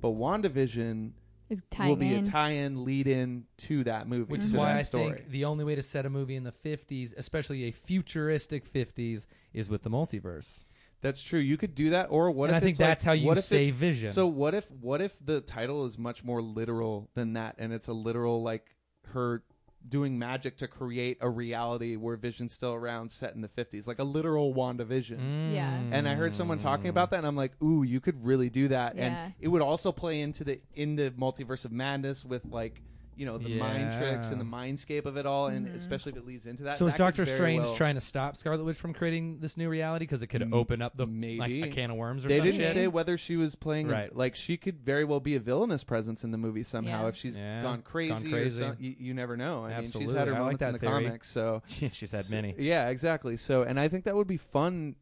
Speaker 2: but WandaVision
Speaker 3: Is tying
Speaker 2: will be
Speaker 3: in.
Speaker 2: a tie-in, lead-in to that movie,
Speaker 1: Which
Speaker 2: to
Speaker 1: is
Speaker 2: that
Speaker 1: why I
Speaker 2: story.
Speaker 1: think the only way to set a movie in the 50s, especially a futuristic 50s, is with the multiverse.
Speaker 2: That's true. You could do that, or what
Speaker 1: And
Speaker 2: if
Speaker 1: I think
Speaker 2: it's like-
Speaker 1: that's how you
Speaker 2: what if
Speaker 1: say
Speaker 2: it's-
Speaker 1: vision.
Speaker 2: So what if what if the title is much more literal than that, and it's a literal like her doing magic to create a reality where Vision's still around, set in the fifties, like a literal WandaVision.
Speaker 3: Yeah.
Speaker 1: Mm.
Speaker 2: And I heard someone talking about that, and I'm like, "Ooh, you could really do that."
Speaker 3: Yeah.
Speaker 2: And it would also play into the into multiverse of madness with like you know the mind
Speaker 1: Yeah.
Speaker 2: tricks and the mindscape of it all, and especially if it leads into that.
Speaker 1: So is
Speaker 2: that could
Speaker 1: Doctor
Speaker 2: very
Speaker 1: Strange
Speaker 2: well-
Speaker 1: trying to stop Scarlet Witch from creating this new reality because it could
Speaker 2: M-
Speaker 1: open up the like
Speaker 2: maybe.
Speaker 1: a can of worms or
Speaker 2: They
Speaker 1: some
Speaker 2: didn't
Speaker 1: shit?
Speaker 2: say whether she was playing. a-
Speaker 1: Right.
Speaker 2: like she could very well be a villainous presence in the movie somehow
Speaker 3: Yeah.
Speaker 2: if she's
Speaker 1: Yeah.
Speaker 2: gone
Speaker 1: Gone
Speaker 2: crazy.
Speaker 1: crazy.
Speaker 2: Or some, you, you never know. I mean, she's
Speaker 1: Absolutely.
Speaker 2: had
Speaker 1: I
Speaker 2: her
Speaker 1: like
Speaker 2: moments in the
Speaker 1: that theory.
Speaker 2: comics. So
Speaker 1: She's had many.
Speaker 2: Yeah, exactly. So, and I think that would be fun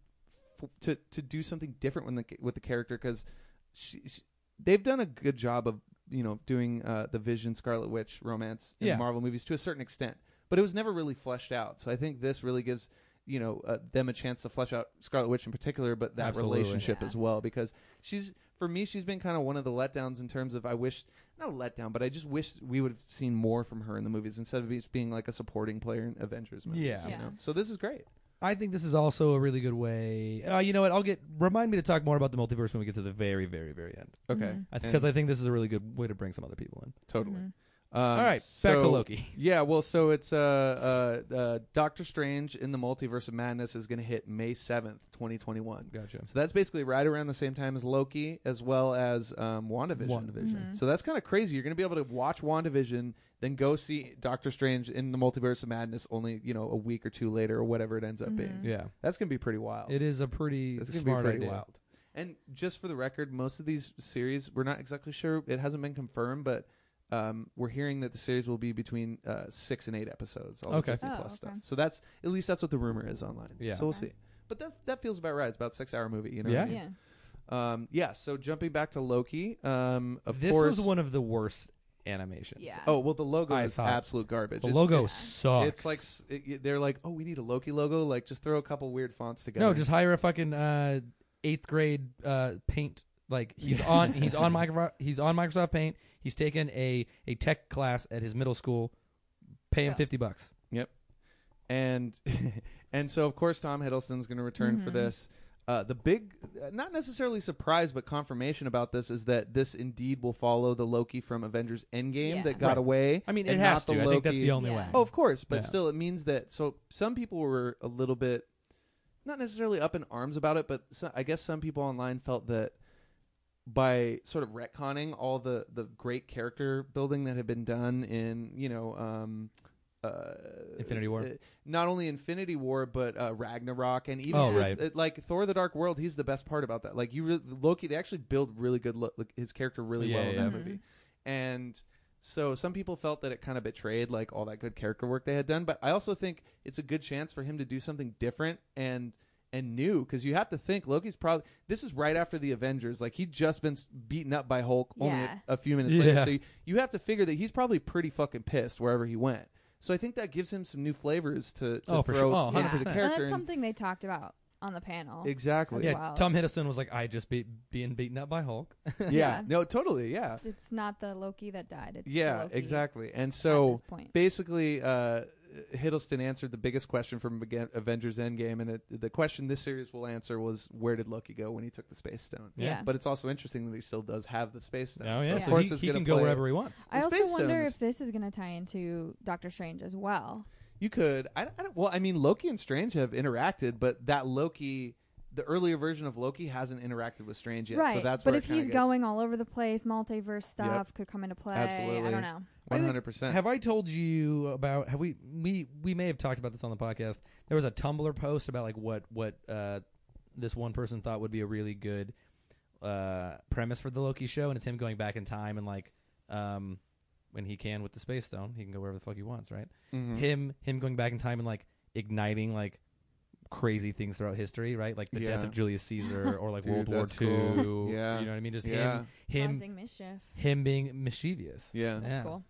Speaker 2: f- to to do something different with the with the character because she, she, they've done a good job of you know doing uh, the Vision Scarlet Witch romance in
Speaker 1: Yeah.
Speaker 2: Marvel movies to a certain extent, but it was never really fleshed out. So I think this really gives you know uh, them a chance to flesh out Scarlet Witch in particular, but that
Speaker 1: Absolutely.
Speaker 2: relationship
Speaker 3: Yeah.
Speaker 2: as well because she's for me she's been kind of one of the letdowns in terms of I wish not a letdown, but I just wish we would have seen more from her in the movies instead of just being like a supporting player in Avengers movies.
Speaker 1: Yeah.
Speaker 2: you
Speaker 3: Yeah.
Speaker 2: know? So this is great.
Speaker 1: I think this is also a really good way. Uh, you know what? I'll get remind me to talk more about the multiverse when we get to the very, very, very end.
Speaker 2: Okay,
Speaker 3: Mhm.
Speaker 1: Because
Speaker 2: And-
Speaker 1: I think this is a really good way to bring some other people in.
Speaker 2: totally.
Speaker 3: Mhm.
Speaker 2: Um,
Speaker 1: All right, back to
Speaker 2: so-
Speaker 1: Loki.
Speaker 2: Yeah, well, so it's uh, uh, uh, Doctor Strange in the Multiverse of Madness is going to hit May seventh, twenty twenty one.
Speaker 1: Gotcha.
Speaker 2: So that's basically right around the same time as Loki, as well as um, WandaVision.
Speaker 1: WandaVision.
Speaker 3: Mhm.
Speaker 2: So that's kind of crazy. You're going to be able to watch WandaVision, then go see Doctor Strange in the Multiverse of Madness only, you know, a week or two later or whatever it ends up being.
Speaker 3: Mhm.
Speaker 1: Mm-hmm. Yeah,
Speaker 2: That's going to be pretty wild.
Speaker 1: it is a pretty
Speaker 2: That's going to be
Speaker 1: smart
Speaker 2: pretty
Speaker 1: idea.
Speaker 2: wild. And just for the record, most of these series, we're not exactly sure. It hasn't been confirmed, but um, we're hearing that the series will be between uh, six and eight episodes. All
Speaker 1: Okay.
Speaker 2: the Disney
Speaker 3: Oh,
Speaker 2: Plus
Speaker 3: okay.
Speaker 2: stuff. So that's at least that's what the rumor is online.
Speaker 1: Yeah.
Speaker 2: So we'll
Speaker 3: Okay.
Speaker 2: see. But that that feels about right. It's about a six hour movie. You know. what
Speaker 1: Yeah.
Speaker 2: I mean?
Speaker 3: Mm-hmm. Yeah.
Speaker 2: Um, yeah. So jumping back to Loki. Um, of
Speaker 1: this
Speaker 2: course.
Speaker 1: was one of the worst animations.
Speaker 3: Yeah.
Speaker 2: Oh well, the logo
Speaker 1: I
Speaker 2: is
Speaker 1: thought-
Speaker 2: absolute garbage.
Speaker 1: the
Speaker 2: It's-
Speaker 1: logo
Speaker 2: It's,
Speaker 1: sucks.
Speaker 2: it's like s- it- it- they're like, oh, we need a Loki logo. Like, just throw a couple weird fonts together.
Speaker 1: no, just hire a fucking uh, eighth grade uh, paint. Like he's on he's on Microsoft he's on Microsoft Paint. He's taken a a tech class at his middle school. Pay him
Speaker 3: Yeah.
Speaker 1: fifty bucks.
Speaker 2: and and so of course Tom Hiddleston's going to return for
Speaker 3: Mhm.
Speaker 2: this. Uh, the big, not necessarily surprise, but confirmation about this is that this indeed will follow the Loki from Avengers Endgame
Speaker 3: Yeah.
Speaker 2: that got
Speaker 1: Right.
Speaker 2: away.
Speaker 1: I mean,
Speaker 2: and
Speaker 1: it has
Speaker 2: not
Speaker 1: to.
Speaker 2: The
Speaker 1: I think that's
Speaker 2: Loki-
Speaker 1: the only
Speaker 3: Yeah.
Speaker 1: way.
Speaker 2: Oh, of course, but
Speaker 1: Yeah.
Speaker 2: still, it means that. So some people were a little bit, not necessarily up in arms about it, but so, I guess some people online felt that by sort of retconning all the the great character building that had been done in you know. Um, uh,
Speaker 1: Infinity War.
Speaker 2: uh, not only Infinity War, but uh, Ragnarok, and even
Speaker 1: Oh,
Speaker 2: to the-
Speaker 1: right.
Speaker 2: uh, like Thor: The Dark World. He's the best part about that. Like you, really, Loki. They actually build really good lo- like, his character really
Speaker 1: Yeah,
Speaker 2: well in
Speaker 1: yeah.
Speaker 2: that
Speaker 3: Mhm.
Speaker 2: movie, and so some people felt that it kind of betrayed like all that good character work they had done. But I also think it's a good chance for him to do something different and and new because you have to think Loki's probably this is right after the Avengers. Like he'd just been s- beaten up by Hulk only
Speaker 3: Yeah.
Speaker 2: a, a few minutes
Speaker 1: Yeah.
Speaker 2: later. So you, you have to figure that he's probably pretty fucking pissed wherever he went. So I think that gives him some new flavors to, to
Speaker 1: Oh, for
Speaker 2: throw
Speaker 1: sure. Oh,
Speaker 2: to- to the
Speaker 1: 100%.
Speaker 3: And
Speaker 2: character.
Speaker 3: that's
Speaker 2: and-
Speaker 3: something they talked about on the panel.
Speaker 2: exactly.
Speaker 3: as
Speaker 1: Yeah,
Speaker 3: well.
Speaker 1: Tom Hiddleston was like, I just be being beaten up by Hulk.
Speaker 2: Yeah.
Speaker 3: Yeah.
Speaker 2: No, totally. Yeah.
Speaker 3: It's, it's not the Loki that died. It's the
Speaker 2: Yeah,
Speaker 3: Loki
Speaker 2: exactly. And
Speaker 3: at
Speaker 2: so
Speaker 3: this point.
Speaker 2: basically, uh, Hiddleston answered the biggest question from Bega- Avengers Endgame, and it, the question this series will answer was, "Where did Loki go when he took the space stone?"
Speaker 1: Yeah.
Speaker 3: yeah.
Speaker 2: But it's also interesting that he still does have the space stone.
Speaker 1: Oh yeah,
Speaker 2: so
Speaker 1: so
Speaker 2: of course
Speaker 1: he,
Speaker 2: it's
Speaker 1: he
Speaker 2: gonna
Speaker 1: can go
Speaker 2: play-
Speaker 1: wherever he wants.
Speaker 3: I
Speaker 2: It's
Speaker 3: also
Speaker 2: based
Speaker 3: wonder
Speaker 2: on-
Speaker 3: if this is going to tie into Doctor Strange as well.
Speaker 2: You could. I, don't- I don't. Well, I mean, Loki and Strange have interacted, but that Loki, the earlier version of Loki, hasn't interacted with Strange yet.
Speaker 3: right.
Speaker 2: So that's
Speaker 3: but
Speaker 2: where
Speaker 3: if he's going all over the place, multiverse stuff could come into play. I
Speaker 2: Absolutely.
Speaker 3: don't know.
Speaker 1: I
Speaker 2: one
Speaker 1: think-
Speaker 2: hundred percent.
Speaker 1: Have I told you about? Have we we we may have talked about this on the podcast. There was a Tumblr post about like what what uh, this one person thought would be a really good uh, premise for the Loki show, and it's him going back in time and like um, when he can with the space stone, he can go wherever the fuck he wants, right?
Speaker 2: Mm-hmm.
Speaker 1: Him him going back in time and like igniting like crazy things throughout history, right? Like the death
Speaker 2: Yeah.
Speaker 1: of Julius Caesar or like
Speaker 2: Dude,
Speaker 1: World War
Speaker 2: that's
Speaker 1: II.
Speaker 2: cool. Yeah.
Speaker 1: you know what I mean? Just
Speaker 2: Yeah.
Speaker 1: him him
Speaker 3: Causing mischief.
Speaker 1: him being mischievous.
Speaker 2: Yeah.
Speaker 3: That's cool.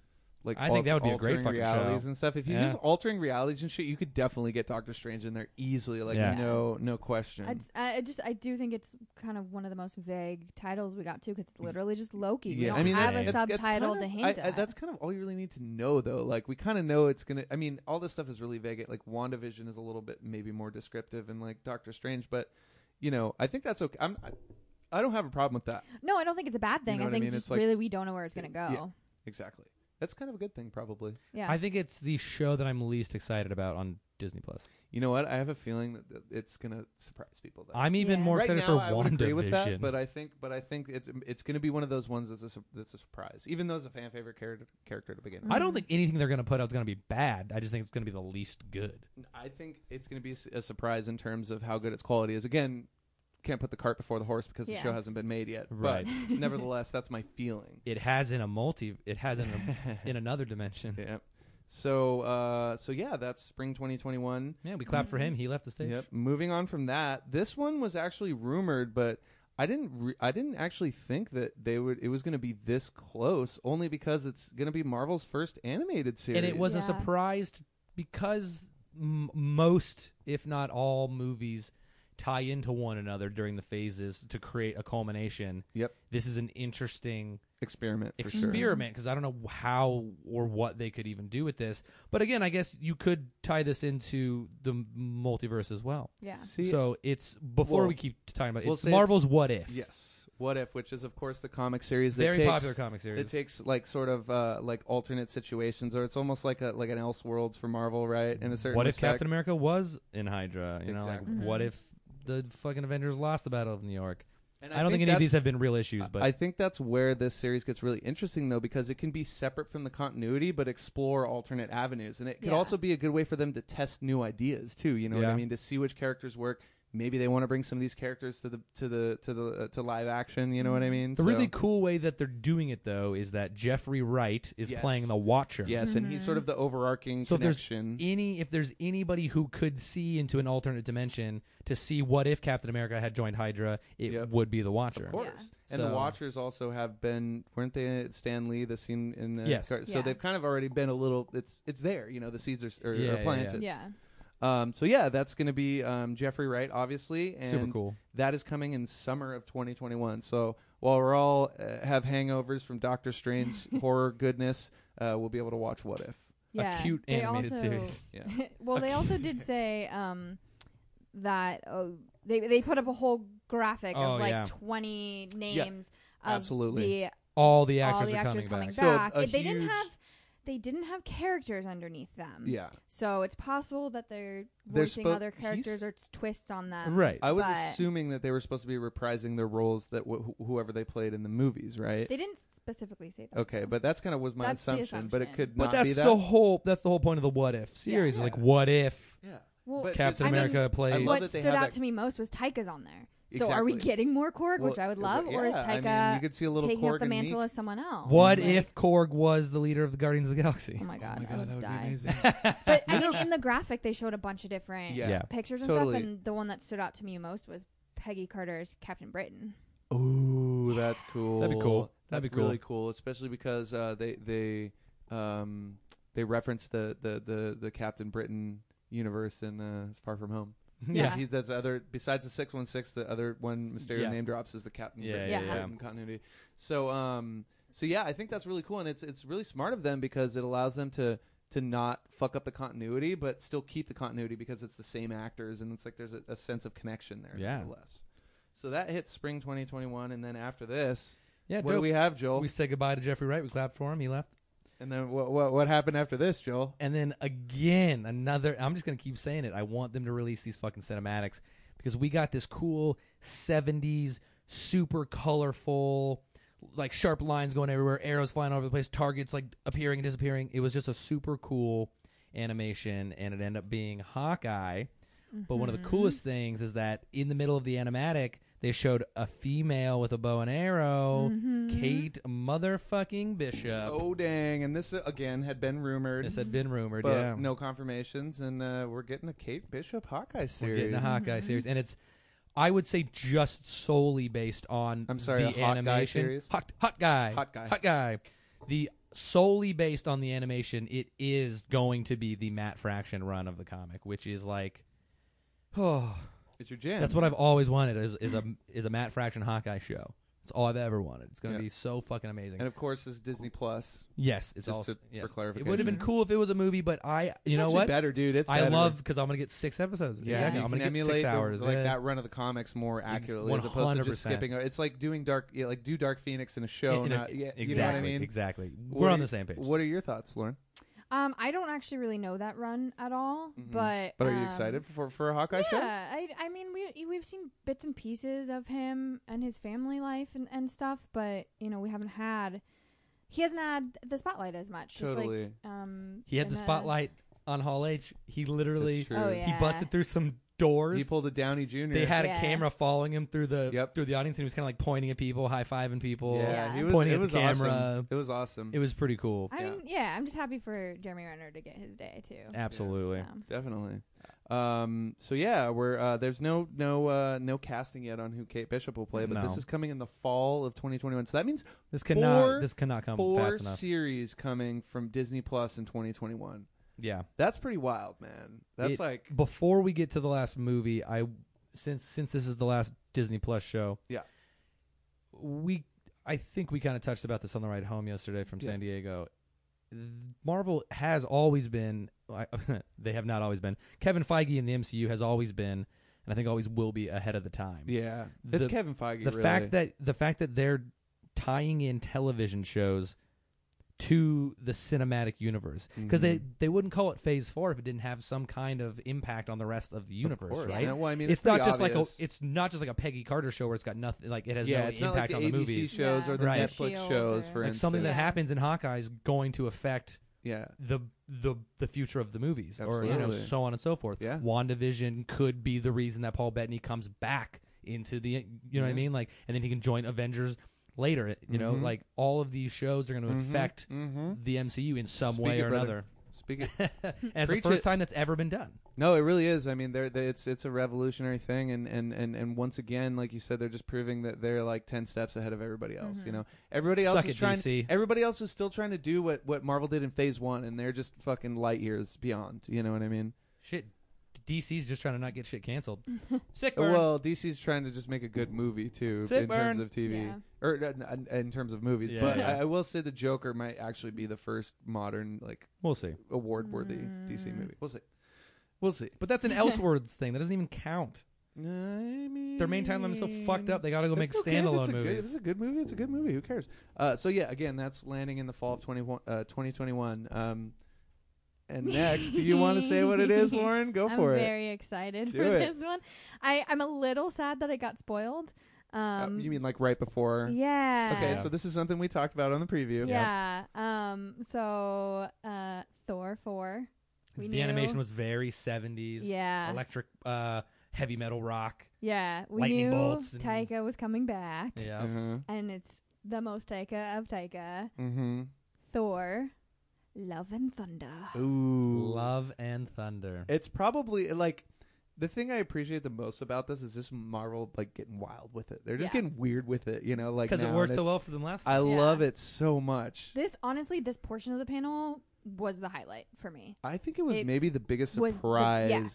Speaker 2: Like
Speaker 1: I think that would be a great
Speaker 2: altering
Speaker 1: fucking show.
Speaker 2: realities and stuff. If you
Speaker 1: Yeah.
Speaker 2: use altering realities and shit, you could definitely get Doctor Strange in there easily. Like
Speaker 1: Yeah.
Speaker 2: no, no question.
Speaker 3: I'd, I I just I do think it's kind of one of the most vague titles we got too because it's literally just Loki. we don't have
Speaker 1: that's-
Speaker 2: that's
Speaker 3: a subtitle
Speaker 2: kind
Speaker 3: to
Speaker 2: of-
Speaker 3: hint
Speaker 2: I- I-
Speaker 3: at.
Speaker 2: that's kind of all you really need to know, though. Like we kind of know it's gonna. I mean, all this stuff is really vague. Like WandaVision is a little bit maybe more descriptive, and like Doctor Strange, but you know, I think that's okay. I'm, I, I don't have a problem with that.
Speaker 3: no, I don't think it's a bad thing.
Speaker 2: know
Speaker 3: I
Speaker 2: what I
Speaker 3: think
Speaker 2: mean?
Speaker 3: just
Speaker 2: It's like-
Speaker 3: really we don't know where it's going to
Speaker 2: Yeah.
Speaker 3: go.
Speaker 2: Exactly. That's kind of a good thing, probably.
Speaker 3: Yeah.
Speaker 1: I think it's the show that I'm least excited about on Disney Plus.
Speaker 2: You know what? I have a feeling that that it's gonna surprise people. Though.
Speaker 1: I'm even
Speaker 3: Yeah.
Speaker 1: more
Speaker 2: right
Speaker 1: excited
Speaker 2: now,
Speaker 1: for
Speaker 2: I would agree with that,
Speaker 1: WandaVision.
Speaker 2: but uh, I think, but I think it's it's going to be one of those ones that's a su- that's a surprise, even though it's a fan favorite character character to begin. with.
Speaker 1: I
Speaker 3: Mm.
Speaker 1: don't think anything they're going to put out is going to be bad. I just think it's going to be the least good.
Speaker 2: I think it's going to be a su- a surprise in terms of how good its quality is. Again, can't put the cart before the horse because the
Speaker 3: Yeah.
Speaker 2: show hasn't been made yet.
Speaker 1: Right.
Speaker 2: But nevertheless, that's my feeling.
Speaker 1: It has in a multi. It has in a, in another dimension. Yeah,
Speaker 2: Yep. So, uh, so yeah, that's spring 2021.
Speaker 1: we clapped for him. He left the stage.
Speaker 2: Yep. Moving on from that, this one was actually rumored, but I didn't. Re- I didn't actually think that they would. It was going to be this close, only because it's going to be Marvel's first animated series.
Speaker 1: And it was a
Speaker 3: Yeah.
Speaker 1: surprise t- because m- most, if not all, movies tie into one another during the phases to create a culmination.
Speaker 2: Yep.
Speaker 1: This is an interesting
Speaker 2: Experiment. For sure.
Speaker 1: experiment because I don't know how or what they could even do with this. But again, I guess you could tie this into the m- multiverse as well.
Speaker 3: Yeah.
Speaker 2: See,
Speaker 1: so it's before
Speaker 2: Well,
Speaker 1: we keep talking about it,
Speaker 2: we'll
Speaker 1: it's
Speaker 2: say
Speaker 1: Marvel's What If.
Speaker 2: yes. What if? Which is of course the comic series that
Speaker 1: Very
Speaker 2: takes,
Speaker 1: popular comic series.
Speaker 2: It takes like sort of uh, like alternate situations, or it's almost like a like an Elseworlds for Marvel, right? In a certain
Speaker 1: what if
Speaker 2: respect.
Speaker 1: Captain America was in Hydra? You know, like
Speaker 2: Exactly.
Speaker 1: what
Speaker 3: Mhm.
Speaker 1: if the fucking Avengers lost the Battle of New York?
Speaker 2: And
Speaker 1: I, don't think, any of
Speaker 2: that's-
Speaker 1: these have been real issues, but
Speaker 2: I think that's where this series gets really interesting, though, because it can be separate from the continuity, but explore alternate avenues, and it could
Speaker 3: Yeah.
Speaker 2: also be a good way for them to test new ideas too. You know what I
Speaker 1: Yeah.
Speaker 2: mean? To see which characters work. Maybe they want to bring some of these characters to the to the to the uh, to live action. You know what I mean?
Speaker 1: the
Speaker 2: So-
Speaker 1: really cool way that they're doing it though is that Jeffrey Wright is
Speaker 2: Yes.
Speaker 1: playing the Watcher.
Speaker 2: yes, and he's
Speaker 3: Mm-hmm.
Speaker 2: sort of the overarching
Speaker 1: So if there's E
Speaker 2: connection.
Speaker 1: Any if there's anybody who could see into an alternate dimension to see what if Captain America had joined Hydra, it
Speaker 2: Yep.
Speaker 1: would be the Watcher.
Speaker 2: Of course.
Speaker 1: Yeah.
Speaker 2: And the
Speaker 1: So-
Speaker 2: Watchers also have been, weren't they? at Stan Lee, the scene in the
Speaker 1: Yes.
Speaker 2: car- so
Speaker 3: Yeah.
Speaker 2: they've kind of already been a little. It's it's there, you know. The seeds are, are,
Speaker 1: Yeah,
Speaker 2: are
Speaker 1: yeah,
Speaker 2: planted.
Speaker 3: Yeah.
Speaker 2: Um, so yeah, that's going to be um, Jeffrey Wright, obviously, and
Speaker 1: Super cool.
Speaker 2: that is coming in summer of 2021. So while we're all uh, have hangovers from Doctor Strange horror goodness, uh, we'll be able to watch What If.
Speaker 3: Yeah.
Speaker 1: A cute
Speaker 3: They
Speaker 1: animated
Speaker 3: also-
Speaker 1: series.
Speaker 2: Yeah,
Speaker 3: well, they also did say um, that oh, they they put up a whole graphic
Speaker 1: Oh,
Speaker 3: of like
Speaker 1: yeah.
Speaker 3: twenty names of
Speaker 2: absolutely.
Speaker 3: the
Speaker 1: All the actors
Speaker 3: all the
Speaker 1: are
Speaker 3: actors
Speaker 1: coming,
Speaker 3: coming
Speaker 1: back.
Speaker 2: back. So,
Speaker 3: back.
Speaker 2: a
Speaker 3: It- they didn't
Speaker 2: huge-
Speaker 3: have they didn't have characters underneath them.
Speaker 1: Mm.
Speaker 2: yeah.
Speaker 3: So it's possible that they're
Speaker 2: They're
Speaker 3: voicing
Speaker 2: spo-
Speaker 3: other
Speaker 2: he's-
Speaker 3: characters or s- twists on them.
Speaker 1: Right.
Speaker 2: I was
Speaker 3: But-
Speaker 2: assuming that they were supposed to be reprising their roles that wh- wh- whoever they played in the movies, right?
Speaker 3: They didn't specifically say that.
Speaker 2: Okay, but that's kind of was my
Speaker 3: That's the
Speaker 2: assumption, But it
Speaker 3: assumption.
Speaker 2: could
Speaker 1: but
Speaker 2: not
Speaker 1: that's
Speaker 2: be that.
Speaker 1: the whole that's the whole point of the what if series.
Speaker 3: Yeah.
Speaker 1: Like what if
Speaker 2: yeah.
Speaker 3: Well,
Speaker 2: But
Speaker 1: Captain
Speaker 3: I mean,
Speaker 1: America
Speaker 2: I
Speaker 1: played
Speaker 2: love
Speaker 3: what
Speaker 2: that they
Speaker 3: stood
Speaker 2: have
Speaker 3: out
Speaker 2: that-
Speaker 3: to me most was Tyka's on there. So are we
Speaker 2: Exactly.
Speaker 3: getting more Korg,
Speaker 2: Well,
Speaker 3: which I would love,
Speaker 2: but
Speaker 3: or is
Speaker 2: yeah,
Speaker 3: Tyka
Speaker 2: I mean, you could see a little
Speaker 3: taking
Speaker 2: Korg
Speaker 3: up the
Speaker 2: and
Speaker 3: mantle
Speaker 2: Meek.
Speaker 3: of someone else?
Speaker 1: What
Speaker 3: Like,
Speaker 1: if Korg was the leader of the Guardians of the Galaxy?
Speaker 3: Oh my god,
Speaker 2: oh my
Speaker 3: I
Speaker 2: god,
Speaker 3: would,
Speaker 2: that would
Speaker 3: die.
Speaker 2: be amazing.
Speaker 3: But I mean, in the graphic, they showed a bunch of different
Speaker 2: Yeah.
Speaker 1: Yeah.
Speaker 3: pictures and
Speaker 2: Totally.
Speaker 3: stuff, and the one that stood out to me most was Peggy Carter's Captain Britain.
Speaker 2: Ooh, that's cool.
Speaker 1: That'd be cool.
Speaker 2: That'd
Speaker 1: That'd
Speaker 2: be
Speaker 1: be cool.
Speaker 2: really cool, especially because uh, they they um, they reference the, the, the, the Captain Britain universe in uh, It's Far From Home.
Speaker 3: Yeah.
Speaker 2: He's that's the other besides the six one six, the other one Mysterio
Speaker 1: Yeah.
Speaker 2: name drops is the Captain
Speaker 1: Yeah,
Speaker 2: Britain,
Speaker 3: yeah,
Speaker 2: in
Speaker 3: yeah.
Speaker 2: Britain continuity. So um so yeah, I think that's really cool and it's it's really smart of them because it allows them to to not fuck up the continuity, but still keep the continuity because it's the same actors and it's like there's a, a sense of connection there,
Speaker 1: Yeah.
Speaker 2: nonetheless. So that hits spring 2021, and then after this,
Speaker 1: Yeah,
Speaker 2: what do
Speaker 1: dope.
Speaker 2: we have, Joel?
Speaker 1: we said goodbye to Jeffrey Wright. We clapped for him. He left.
Speaker 2: and then what, what what happened after this, Joel?
Speaker 1: And then again, another. I'm just gonna keep saying it. I want them to release these fucking cinematics because we got this cool '70s, super colorful, like sharp lines going everywhere, arrows flying all over the place, targets like appearing and disappearing. It was just a super cool animation, and it ended up being Hawkeye. But one of the coolest things is that in the middle of the animatic, they showed a female with a bow and arrow, Kate motherfucking Bishop.
Speaker 2: Oh dang! And this uh, again had been rumored,
Speaker 1: This had been rumored,
Speaker 2: but
Speaker 1: yeah.
Speaker 2: no confirmations, and uh, we're getting a Kate Bishop Hawkeye
Speaker 1: We're getting
Speaker 2: series.
Speaker 1: a Hawkeye series, and it's I would say just solely based on
Speaker 2: I'm sorry,
Speaker 1: the
Speaker 2: a hot guy
Speaker 1: animation
Speaker 2: series?
Speaker 1: Hot, hot guy,
Speaker 2: Hot guy.
Speaker 1: hot guy. The solely based on the animation, it is going to be the Matt Fraction run of the comic, which is like, oh,
Speaker 2: it's your jam.
Speaker 1: that's what I've always wanted is, is a is a Matt Fraction Hawkeye show. It's all I've ever wanted. It's going to
Speaker 2: Yeah.
Speaker 1: be so fucking amazing.
Speaker 2: and of course, it's Disney Plus.
Speaker 1: yes, it's
Speaker 2: Just
Speaker 1: also
Speaker 2: to- for
Speaker 1: yes. It would have
Speaker 2: clarification.
Speaker 1: been cool if it was a movie, but I, you
Speaker 2: It's
Speaker 1: know
Speaker 2: actually
Speaker 1: what,
Speaker 2: Better, dude. It's
Speaker 1: I
Speaker 2: better.
Speaker 1: love because I'm going to get six episodes.
Speaker 2: Yeah,
Speaker 1: exactly.
Speaker 2: you
Speaker 1: I'm
Speaker 2: can
Speaker 1: going to get
Speaker 2: emulate
Speaker 1: six
Speaker 2: the-
Speaker 1: hours.
Speaker 2: like
Speaker 1: yeah.
Speaker 2: that run of the comics more accurately, as opposed to
Speaker 1: 100%.
Speaker 2: just skipping. o- It's like doing Dark, yeah, like do Dark Phoenix in a show.
Speaker 1: In- in a-
Speaker 2: not, yeah,
Speaker 1: exactly.
Speaker 2: You know what I mean?
Speaker 1: Exactly.
Speaker 2: What
Speaker 1: We're
Speaker 2: are
Speaker 1: on
Speaker 2: your-
Speaker 1: the same page.
Speaker 2: What are your thoughts, Lauren?
Speaker 3: Um, I don't actually really know that run at all,
Speaker 2: Mhm.
Speaker 3: but
Speaker 2: But are you
Speaker 3: um,
Speaker 2: excited for for a Hawkeye show?
Speaker 3: Yeah, I, I mean we we've seen bits and pieces of him and his family life and, and stuff, but you know we haven't had he hasn't had the spotlight as much. Just like,
Speaker 2: Totally.
Speaker 3: um,
Speaker 1: he had
Speaker 3: in
Speaker 1: the spotlight on Hall H. He literally
Speaker 2: That's true.
Speaker 3: Oh,
Speaker 1: he
Speaker 3: yeah.
Speaker 1: busted through some doors.
Speaker 2: He pulled a Downey Jr.
Speaker 1: they had
Speaker 3: Yeah.
Speaker 1: a camera following him through the
Speaker 2: Yep.
Speaker 1: through the audience, and he was kind of like pointing at people, high fiving people.
Speaker 2: yeah,
Speaker 3: Yeah.
Speaker 2: he was,
Speaker 1: Pointing
Speaker 2: it
Speaker 1: at the
Speaker 2: was Awesome.
Speaker 1: camera.
Speaker 2: It was awesome.
Speaker 1: It was pretty cool.
Speaker 3: I
Speaker 2: Yeah.
Speaker 3: mean, yeah, I'm just happy for Jeremy Renner to get his day too.
Speaker 1: Absolutely.
Speaker 3: So.
Speaker 2: Definitely. Um, so yeah, we're uh, there's no no uh, no casting yet on who Kate Bishop will play, but this
Speaker 1: No.
Speaker 2: is coming in the fall of 2021. So that means
Speaker 1: This cannot
Speaker 2: Four-
Speaker 1: this cannot come
Speaker 2: four
Speaker 1: fast enough.
Speaker 2: series coming from Disney Plus in 2021.
Speaker 1: Yeah.
Speaker 2: That's pretty wild, man. That's
Speaker 1: It-
Speaker 2: like
Speaker 1: Before we get to the last movie, I since since this is the last Disney Plus show.
Speaker 2: Yeah.
Speaker 1: We I think we kind of touched about this on the ride home yesterday from
Speaker 2: Yeah.
Speaker 1: San Diego. Marvel has always been I- they have not always been. Kevin Feige in the MCU has always been and I think always will be ahead of the time.
Speaker 2: yeah.
Speaker 1: the-
Speaker 2: it's Kevin Feige.
Speaker 1: the
Speaker 2: really.
Speaker 1: fact that the fact that they're tying in television shows to the cinematic universe because they
Speaker 2: Mm-hmm.
Speaker 1: they wouldn't call it phase four if it didn't have some kind of impact on the rest of the universe
Speaker 2: Of course.
Speaker 1: right
Speaker 2: Yeah, well, I mean,
Speaker 1: it's,
Speaker 2: it's,
Speaker 1: not
Speaker 2: pretty
Speaker 1: just like a
Speaker 2: obvious.
Speaker 1: it's not just like a peggy carter show where it's got nothing like it has
Speaker 2: yeah,
Speaker 1: no
Speaker 2: it's not like
Speaker 1: impact
Speaker 2: the
Speaker 1: on
Speaker 2: ABC
Speaker 1: the movies
Speaker 2: shows or the
Speaker 1: Right.
Speaker 2: Netflix
Speaker 3: Shield
Speaker 2: shows,
Speaker 3: or-
Speaker 2: for
Speaker 1: like
Speaker 2: instance.
Speaker 1: something that
Speaker 3: Yeah.
Speaker 1: happens in hawkeye is going to affect
Speaker 2: yeah,
Speaker 1: the the the future of the movies or you know
Speaker 2: Absolutely.
Speaker 1: so on and so forth
Speaker 2: Yeah.
Speaker 1: wandavision could be the reason that paul bettany comes back into the you know what i
Speaker 2: Yeah.
Speaker 1: mean like and then he can join avengers later you know
Speaker 2: Mhm.
Speaker 1: like all of these shows are going to affect
Speaker 2: Mm-hmm.
Speaker 1: the mcu in some
Speaker 2: Speak
Speaker 1: way
Speaker 2: it,
Speaker 1: or
Speaker 2: brother.
Speaker 1: another
Speaker 2: Speak it.
Speaker 1: and it's
Speaker 2: Preach
Speaker 1: the first
Speaker 2: it.
Speaker 1: time that's ever been done
Speaker 2: No, it really is. I mean, they're, they it's it's a revolutionary thing, and, and, and, and once again, like you said, they're just proving that they're like ten steps ahead of everybody else. You know, everybody else
Speaker 1: Suck
Speaker 2: is
Speaker 1: it,
Speaker 2: trying.
Speaker 1: DC.
Speaker 2: Everybody else is still trying to do what, what Marvel did in Phase One, and they're just fucking light years beyond. You know what I mean?
Speaker 1: shit dc's just trying to not get shit canceled sick burn.
Speaker 2: Well, DC's trying to just make a good movie too
Speaker 1: Sit
Speaker 2: in
Speaker 1: burn.
Speaker 2: terms of TV
Speaker 3: Yeah.
Speaker 2: or uh, n- in terms of movies.
Speaker 1: Yeah.
Speaker 2: But I, I will say the Joker might actually be the first modern like
Speaker 1: we'll see
Speaker 2: award worthy DC movie. We'll see. We'll see.
Speaker 1: but that's an elseworlds thing that doesn't even count
Speaker 2: I mean,
Speaker 1: their main timeline is so fucked up they gotta go make
Speaker 2: That's okay.
Speaker 1: standalone
Speaker 2: That's a good-
Speaker 1: movies
Speaker 2: It's a good movie. It's a good movie. Who cares? Uh, so yeah, again, that's landing in the fall of 21, uh, 2021. Um, and next, do you want to say what it is, Lauren? Go
Speaker 3: I'm
Speaker 2: for it.
Speaker 3: very excited
Speaker 2: Do
Speaker 3: for
Speaker 2: it.
Speaker 3: this one. I I'm a little sad that it got spoiled.
Speaker 2: Uh,
Speaker 3: Um,
Speaker 2: you mean like right before?
Speaker 3: yeah.
Speaker 2: Okay,
Speaker 1: Yeah.
Speaker 2: so this is something we talked about on the preview.
Speaker 3: Yeah. Um. So, uh, Thor four. We
Speaker 1: the
Speaker 3: knew.
Speaker 1: animation was very 70s
Speaker 3: Yeah.
Speaker 1: electric uh, heavy metal rock.
Speaker 3: yeah. We
Speaker 1: lightning
Speaker 3: knew
Speaker 1: bolts and-
Speaker 3: Taika was coming back,
Speaker 1: Yeah.
Speaker 2: Uh-huh.
Speaker 3: and it's the most Taika of Taika.
Speaker 2: Mm-hmm.
Speaker 3: Thor, Love and Thunder.
Speaker 2: Ooh.
Speaker 1: Love and Thunder.
Speaker 2: It's probably like the thing I appreciate the most about this is just Marvel like getting wild with it. They're just
Speaker 3: Yeah.
Speaker 2: getting weird with it, you know, like
Speaker 1: Because it
Speaker 2: now,
Speaker 1: worked
Speaker 2: and
Speaker 1: so
Speaker 2: it's-
Speaker 1: well for them last
Speaker 2: I
Speaker 1: time.
Speaker 3: Yeah.
Speaker 2: love it so much.
Speaker 3: This honestly, this portion of the panel was the highlight for me.
Speaker 2: I think it was
Speaker 3: It
Speaker 2: maybe the biggest
Speaker 3: was
Speaker 2: surprise,
Speaker 3: the- yeah.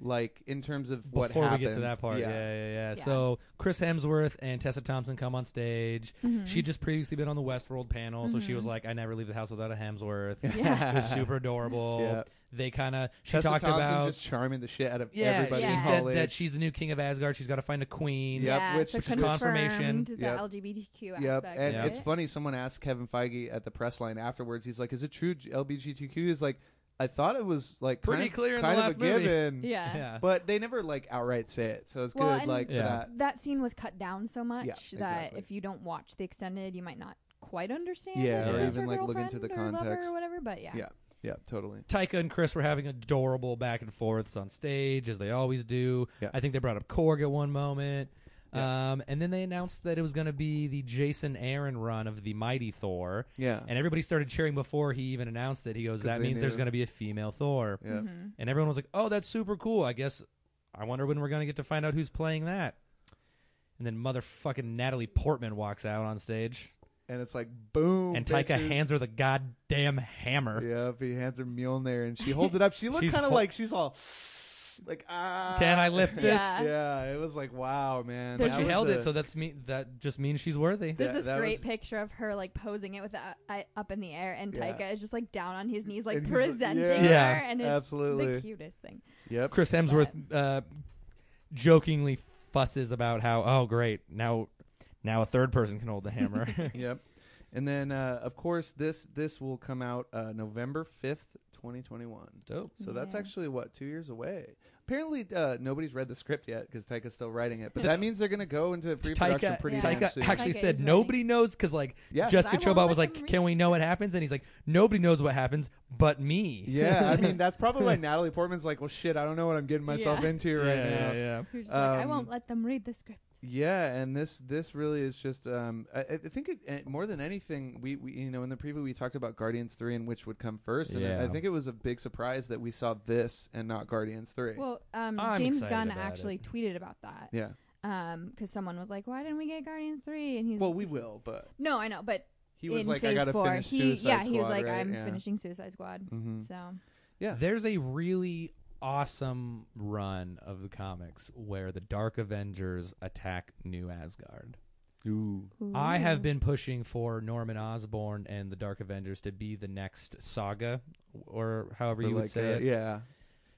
Speaker 2: like in terms of what
Speaker 1: Before we
Speaker 2: happened.
Speaker 1: get to that part. Yeah. Yeah, yeah,
Speaker 3: Yeah.
Speaker 1: So Chris Hemsworth and Tessa Thompson come on stage.
Speaker 3: Mm-hmm.
Speaker 1: She'd just previously been on the Westworld panel, so she was like, I never leave the house without a Hemsworth.
Speaker 3: Yeah.
Speaker 1: It was super adorable.
Speaker 2: Yeah.
Speaker 1: They kind of, she
Speaker 2: Tessa
Speaker 1: talked
Speaker 2: Thompson
Speaker 1: about.
Speaker 2: just charming the shit out of
Speaker 1: yeah,
Speaker 2: everybody.
Speaker 1: she
Speaker 2: in
Speaker 3: Yeah.
Speaker 1: said
Speaker 2: college.
Speaker 1: that she's the new king of Asgard. She's got to find a queen.
Speaker 2: Yep,
Speaker 3: yeah,
Speaker 2: which-
Speaker 3: so
Speaker 2: which
Speaker 1: is confirmation.
Speaker 3: confirmed the
Speaker 2: Yep.
Speaker 3: LGBTQ
Speaker 2: Yep,
Speaker 3: aspect.
Speaker 2: and
Speaker 3: of
Speaker 2: it's
Speaker 3: it.
Speaker 2: funny. Someone asked Kevin Feige at the press line afterwards. He's like, "Is it true G- LGBTQ?" He's like, "I thought it was like
Speaker 1: Pretty
Speaker 2: kind of-
Speaker 1: clear in the
Speaker 2: kind
Speaker 1: last
Speaker 2: of a
Speaker 1: movie."
Speaker 2: given."
Speaker 3: Yeah.
Speaker 1: Yeah.
Speaker 2: but they never like outright say it, so it's
Speaker 3: Well,
Speaker 2: good.
Speaker 3: and-
Speaker 2: Like
Speaker 1: Yeah.
Speaker 2: for that,
Speaker 3: That scene was cut down so much
Speaker 2: Yeah,
Speaker 3: that
Speaker 2: exactly.
Speaker 3: if you don't watch the extended, you might not quite understand.
Speaker 2: Yeah,
Speaker 3: whether
Speaker 1: or
Speaker 3: it's
Speaker 2: even,
Speaker 3: her
Speaker 2: like, look into
Speaker 3: girlfriend
Speaker 2: the
Speaker 3: or lover
Speaker 2: context.
Speaker 3: or whatever. But yeah,
Speaker 2: yeah, yeah, totally.
Speaker 1: Taika and Chris were having adorable back and forths on stage as they always do.
Speaker 2: Yeah.
Speaker 1: I think they brought up Korg at one moment. Um, and then they announced that it was going to be the Jason Aaron run of the Mighty Thor.
Speaker 2: Yeah,
Speaker 1: And everybody started cheering before he even announced it. He goes,
Speaker 2: 'Cause
Speaker 1: That
Speaker 2: they
Speaker 1: means there's
Speaker 2: knew.
Speaker 1: going to be a female Thor.
Speaker 2: yeah.
Speaker 3: Mm-hmm.
Speaker 1: And everyone was like, Oh, that's super cool. I guess I wonder when we're going to get to find out who's playing that. And then motherfucking Natalie Portman walks out on stage.
Speaker 2: And it's like boom.
Speaker 1: and Taika
Speaker 2: bitches.
Speaker 1: hands her the goddamn hammer.
Speaker 2: Yep, he hands her Mjolnir, and she holds it up. She looked
Speaker 1: She's
Speaker 2: kind of
Speaker 1: hol-
Speaker 2: like she's all like ah.
Speaker 1: Can I lift this?
Speaker 3: Yeah.
Speaker 2: Yeah, it was like wow, man.
Speaker 1: But
Speaker 2: That
Speaker 1: she
Speaker 2: was
Speaker 1: held
Speaker 2: a-
Speaker 1: it, so that's me. That just means she's worthy.
Speaker 3: There's
Speaker 2: Yeah,
Speaker 3: this
Speaker 2: that
Speaker 3: great
Speaker 2: was-
Speaker 3: picture of her like posing it with the uh, up in the air, and
Speaker 2: Yeah.
Speaker 3: Taika is just like down on his knees, like
Speaker 2: And he's like-
Speaker 3: presenting
Speaker 2: yeah,
Speaker 1: Yeah,
Speaker 3: her, and it's
Speaker 2: absolutely.
Speaker 3: the cutest thing.
Speaker 2: Yep.
Speaker 1: Chris Hemsworth uh, jokingly fusses about how, oh, great, now, now a third person can hold the hammer.
Speaker 2: Yep. And then uh, of course this this will come out uh, November fifth, twenty twenty one.
Speaker 1: Dope.
Speaker 2: So that's
Speaker 3: Yeah.
Speaker 2: actually what two years away. Apparently, uh, nobody's read the script yet because Taika's still writing it. But that means they're going to go into pre-production
Speaker 1: Taika,
Speaker 2: pretty
Speaker 3: Yeah.
Speaker 2: damn
Speaker 1: Taika
Speaker 2: soon.
Speaker 1: actually
Speaker 3: Taika is
Speaker 1: said
Speaker 3: ready.
Speaker 1: nobody knows because like
Speaker 2: Yeah.
Speaker 1: Jessica
Speaker 3: But I won't
Speaker 1: Chobot
Speaker 3: let
Speaker 1: was
Speaker 3: them
Speaker 1: like,
Speaker 3: read
Speaker 1: "Can we
Speaker 3: the
Speaker 1: know what happens?" And he's like, "Nobody knows what happens, but me."
Speaker 2: yeah, I mean that's probably why Natalie Portman's like, well, shit, I don't know what I'm getting myself
Speaker 3: Yeah.
Speaker 2: into
Speaker 1: yeah,
Speaker 2: right now.
Speaker 1: yeah, yeah.
Speaker 3: Who's just like, I
Speaker 2: Um,
Speaker 3: won't let them read the script.
Speaker 2: Yeah, and this this really is just um, I, I think it, eh, more than anything we, we you know in the preview we talked about Guardians three and which would come first, and I- I
Speaker 1: Yeah.
Speaker 2: think it was a big surprise that we saw this and not Guardians three.
Speaker 3: Well, um,
Speaker 1: I'm
Speaker 3: James
Speaker 1: excited
Speaker 3: Gunn
Speaker 1: about
Speaker 3: actually tweeted about that
Speaker 2: yeah,
Speaker 3: because someone was like, "Why didn't we get Guardians 3? And he's
Speaker 2: well we will, but
Speaker 3: no, I know, but
Speaker 2: he was
Speaker 3: in
Speaker 2: like,
Speaker 3: phase
Speaker 2: I gotta
Speaker 3: four,
Speaker 2: finish
Speaker 3: he
Speaker 2: Suicide
Speaker 3: yeah,
Speaker 2: Squad.
Speaker 3: he was like,
Speaker 2: right?
Speaker 3: I'm
Speaker 2: yeah.
Speaker 3: finishing Suicide Squad.
Speaker 2: Mhm.
Speaker 3: So
Speaker 2: Yeah.
Speaker 1: There's a really awesome run of the comics where the Dark Avengers attack New Asgard.
Speaker 2: Ooh.
Speaker 1: I have
Speaker 3: Ooh.
Speaker 1: been pushing for Norman Osborn and the Dark Avengers to be the next saga, or however
Speaker 2: Or
Speaker 1: you
Speaker 2: like
Speaker 1: would say
Speaker 2: a-
Speaker 1: it.
Speaker 2: Yeah.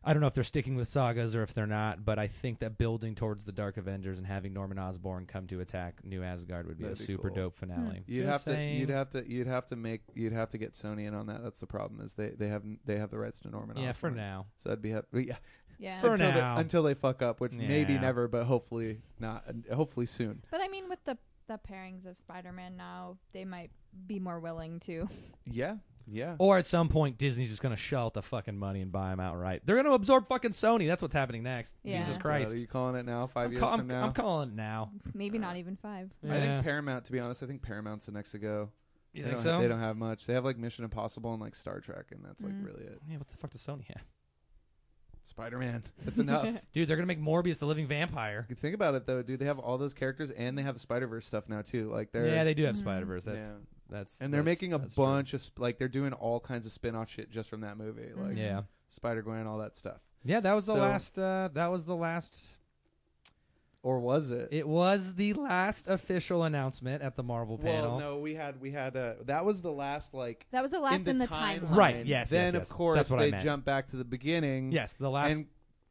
Speaker 1: I don't know if they're sticking with sagas or if they're not, but I think that building towards the Dark Avengers and having Norman Osborn come to attack New Asgard would be
Speaker 2: That'd
Speaker 1: a
Speaker 2: be
Speaker 1: super
Speaker 2: cool.
Speaker 1: dope finale.
Speaker 3: Hmm.
Speaker 2: You'd
Speaker 1: Just
Speaker 2: have
Speaker 1: saying.
Speaker 2: to you'd have to you'd have to make you'd have to get Sony in on that. That's the problem is they they have they have the rights to Norman.
Speaker 1: yeah, for
Speaker 2: Osborn.
Speaker 1: now.
Speaker 2: So that'd be hap- yeah
Speaker 3: Yeah.
Speaker 1: For
Speaker 2: until
Speaker 1: now.
Speaker 2: they, until they fuck up, which maybe
Speaker 1: Yeah.
Speaker 2: never, but hopefully not. uh, Hopefully soon.
Speaker 3: But I mean, with the the pairings of Spider-Man now, they might be more willing to.
Speaker 2: Yeah, yeah.
Speaker 1: Or at some point, Disney's just going to shell out the fucking money and buy them outright. They're going to absorb fucking Sony. That's what's happening next.
Speaker 3: Yeah.
Speaker 1: Jesus
Speaker 3: Yeah,
Speaker 1: Christ.
Speaker 2: Are you calling it now? 5
Speaker 1: I'm,
Speaker 2: years
Speaker 1: call-
Speaker 2: from
Speaker 1: I'm,
Speaker 2: now.
Speaker 1: I'm calling it now.
Speaker 3: Maybe not even five.
Speaker 2: I
Speaker 1: Yeah.
Speaker 2: think Paramount. To be honest, I think Paramount's the next to go.
Speaker 1: you
Speaker 2: they
Speaker 1: think
Speaker 2: don't
Speaker 1: so?
Speaker 2: Have, they don't have much. They have like Mission Impossible and like Star Trek, and that's like
Speaker 3: Mm.
Speaker 2: really it.
Speaker 1: yeah, what the fuck does Sony have?
Speaker 2: Spider Man. That's enough.
Speaker 1: Dude, they're going to make Morbius the living vampire.
Speaker 2: You think about it though, dude. They have all those characters, and they have the Spider Verse stuff now too. Like they're
Speaker 1: yeah, they do have
Speaker 3: Mhm.
Speaker 1: Spider Verse. That's,
Speaker 2: yeah.
Speaker 1: that's
Speaker 2: and they're
Speaker 1: that's-
Speaker 2: making a
Speaker 1: that's true.
Speaker 2: bunch of sp- like they're doing all kinds of spin off shit just from that movie, like
Speaker 1: Mm.
Speaker 3: Mhm.
Speaker 1: Yeah,
Speaker 2: Spider Gwen, all that stuff.
Speaker 1: yeah. That was the
Speaker 2: So-
Speaker 1: last. Uh, that was the last
Speaker 2: Or was it?
Speaker 1: It was the last official announcement at the Marvel panel.
Speaker 2: well, no, we had we had uh, that was the last like
Speaker 3: That was the last in the, timeline.
Speaker 1: Right, yes, yes,
Speaker 2: Then
Speaker 1: yes.
Speaker 2: of course
Speaker 1: That's what I
Speaker 2: they
Speaker 1: meant.
Speaker 2: jump back to the beginning.
Speaker 1: Yes, the last.
Speaker 2: and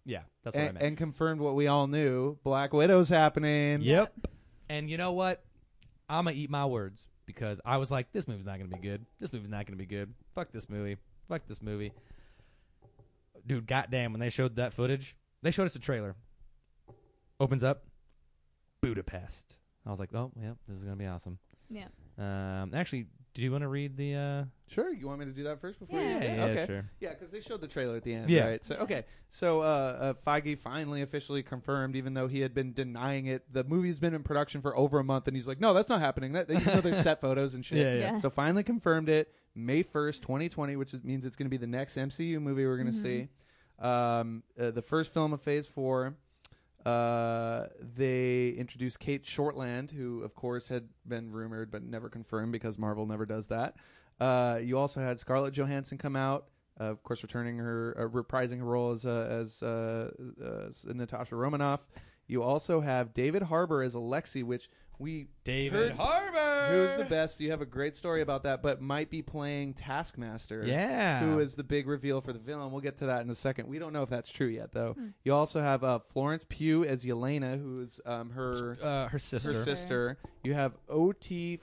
Speaker 1: yeah, that's what I
Speaker 2: and,
Speaker 1: meant.
Speaker 2: and confirmed what we all knew: Black Widow's happening.
Speaker 1: yep. And you know what? I'm gonna eat my words because I was like, this movie's not gonna be good. This movie's not gonna be good. Fuck this movie. Fuck this movie. Dude, goddamn! When they showed that footage, they showed us a trailer. Opens up, Budapest. I was like, oh, yep, this is gonna be awesome.
Speaker 3: Yeah.
Speaker 1: Um, actually, do you want to read the? Uh,
Speaker 2: Sure. You want me to do that first before?
Speaker 3: Yeah.
Speaker 2: You do?
Speaker 1: yeah,
Speaker 2: okay.
Speaker 1: sure.
Speaker 2: Yeah, because they showed the trailer at the end,
Speaker 1: Yeah.
Speaker 2: right? So
Speaker 3: Yeah.
Speaker 2: okay, so uh, uh, Feige finally officially confirmed, even though he had been denying it. The movie's been in production for over a month, and he's like, "No, that's not happening." That you know, there's set photos and shit.
Speaker 1: Yeah, yeah.
Speaker 3: Yeah.
Speaker 2: So finally confirmed it, May first, 2020, which is, means it's going to be the next MCU movie we're going to
Speaker 3: Mhm.
Speaker 2: see. Um, uh, the first film of Phase Four. Uh, they introduced Kate Shortland, who of course had been rumored but never confirmed because Marvel never does that. Uh, you also had Scarlett Johansson come out, uh, of course, returning her uh, reprising her role as uh, as, uh, as Natasha Romanoff. You also have David Harbour as Alexei, which we
Speaker 1: David
Speaker 2: Heard-
Speaker 1: Harbour.
Speaker 2: who's the best. You have a great story about that, but might be playing Taskmaster.
Speaker 1: Yeah.
Speaker 2: Who is the big reveal for the villain? We'll get to that in a second. We don't know if that's true yet, though. You also have uh, Florence Pugh as Yelena, who is um, her
Speaker 1: uh, her sister?
Speaker 2: her sister. You have O.T.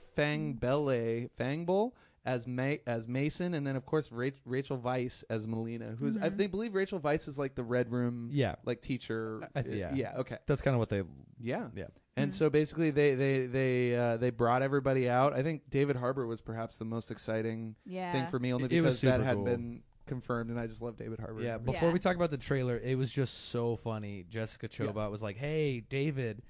Speaker 2: Fangbele Fangbel as Ma- as Mason, and then of course Ra- Rachel Vice as Melina, who's I think believe Rachel Vice is like the Red Room
Speaker 1: Yeah,
Speaker 2: like teacher.
Speaker 1: I- I- yeah.
Speaker 2: yeah. Okay.
Speaker 1: that's kind of what they.
Speaker 2: Yeah.
Speaker 1: Yeah.
Speaker 2: And so basically, they they they uh, they brought everybody out. I think David Harbour was perhaps the most exciting
Speaker 3: Yeah.
Speaker 2: thing for me, only
Speaker 1: It- it was
Speaker 2: because that
Speaker 1: super
Speaker 2: had
Speaker 1: cool.
Speaker 2: been confirmed, and I just love David Harbour.
Speaker 1: Yeah.
Speaker 2: but
Speaker 1: Before
Speaker 3: Yeah.
Speaker 1: we talk about the trailer, it was just so funny. Jessica
Speaker 2: Yeah.
Speaker 1: Chobot was like, "Hey, David,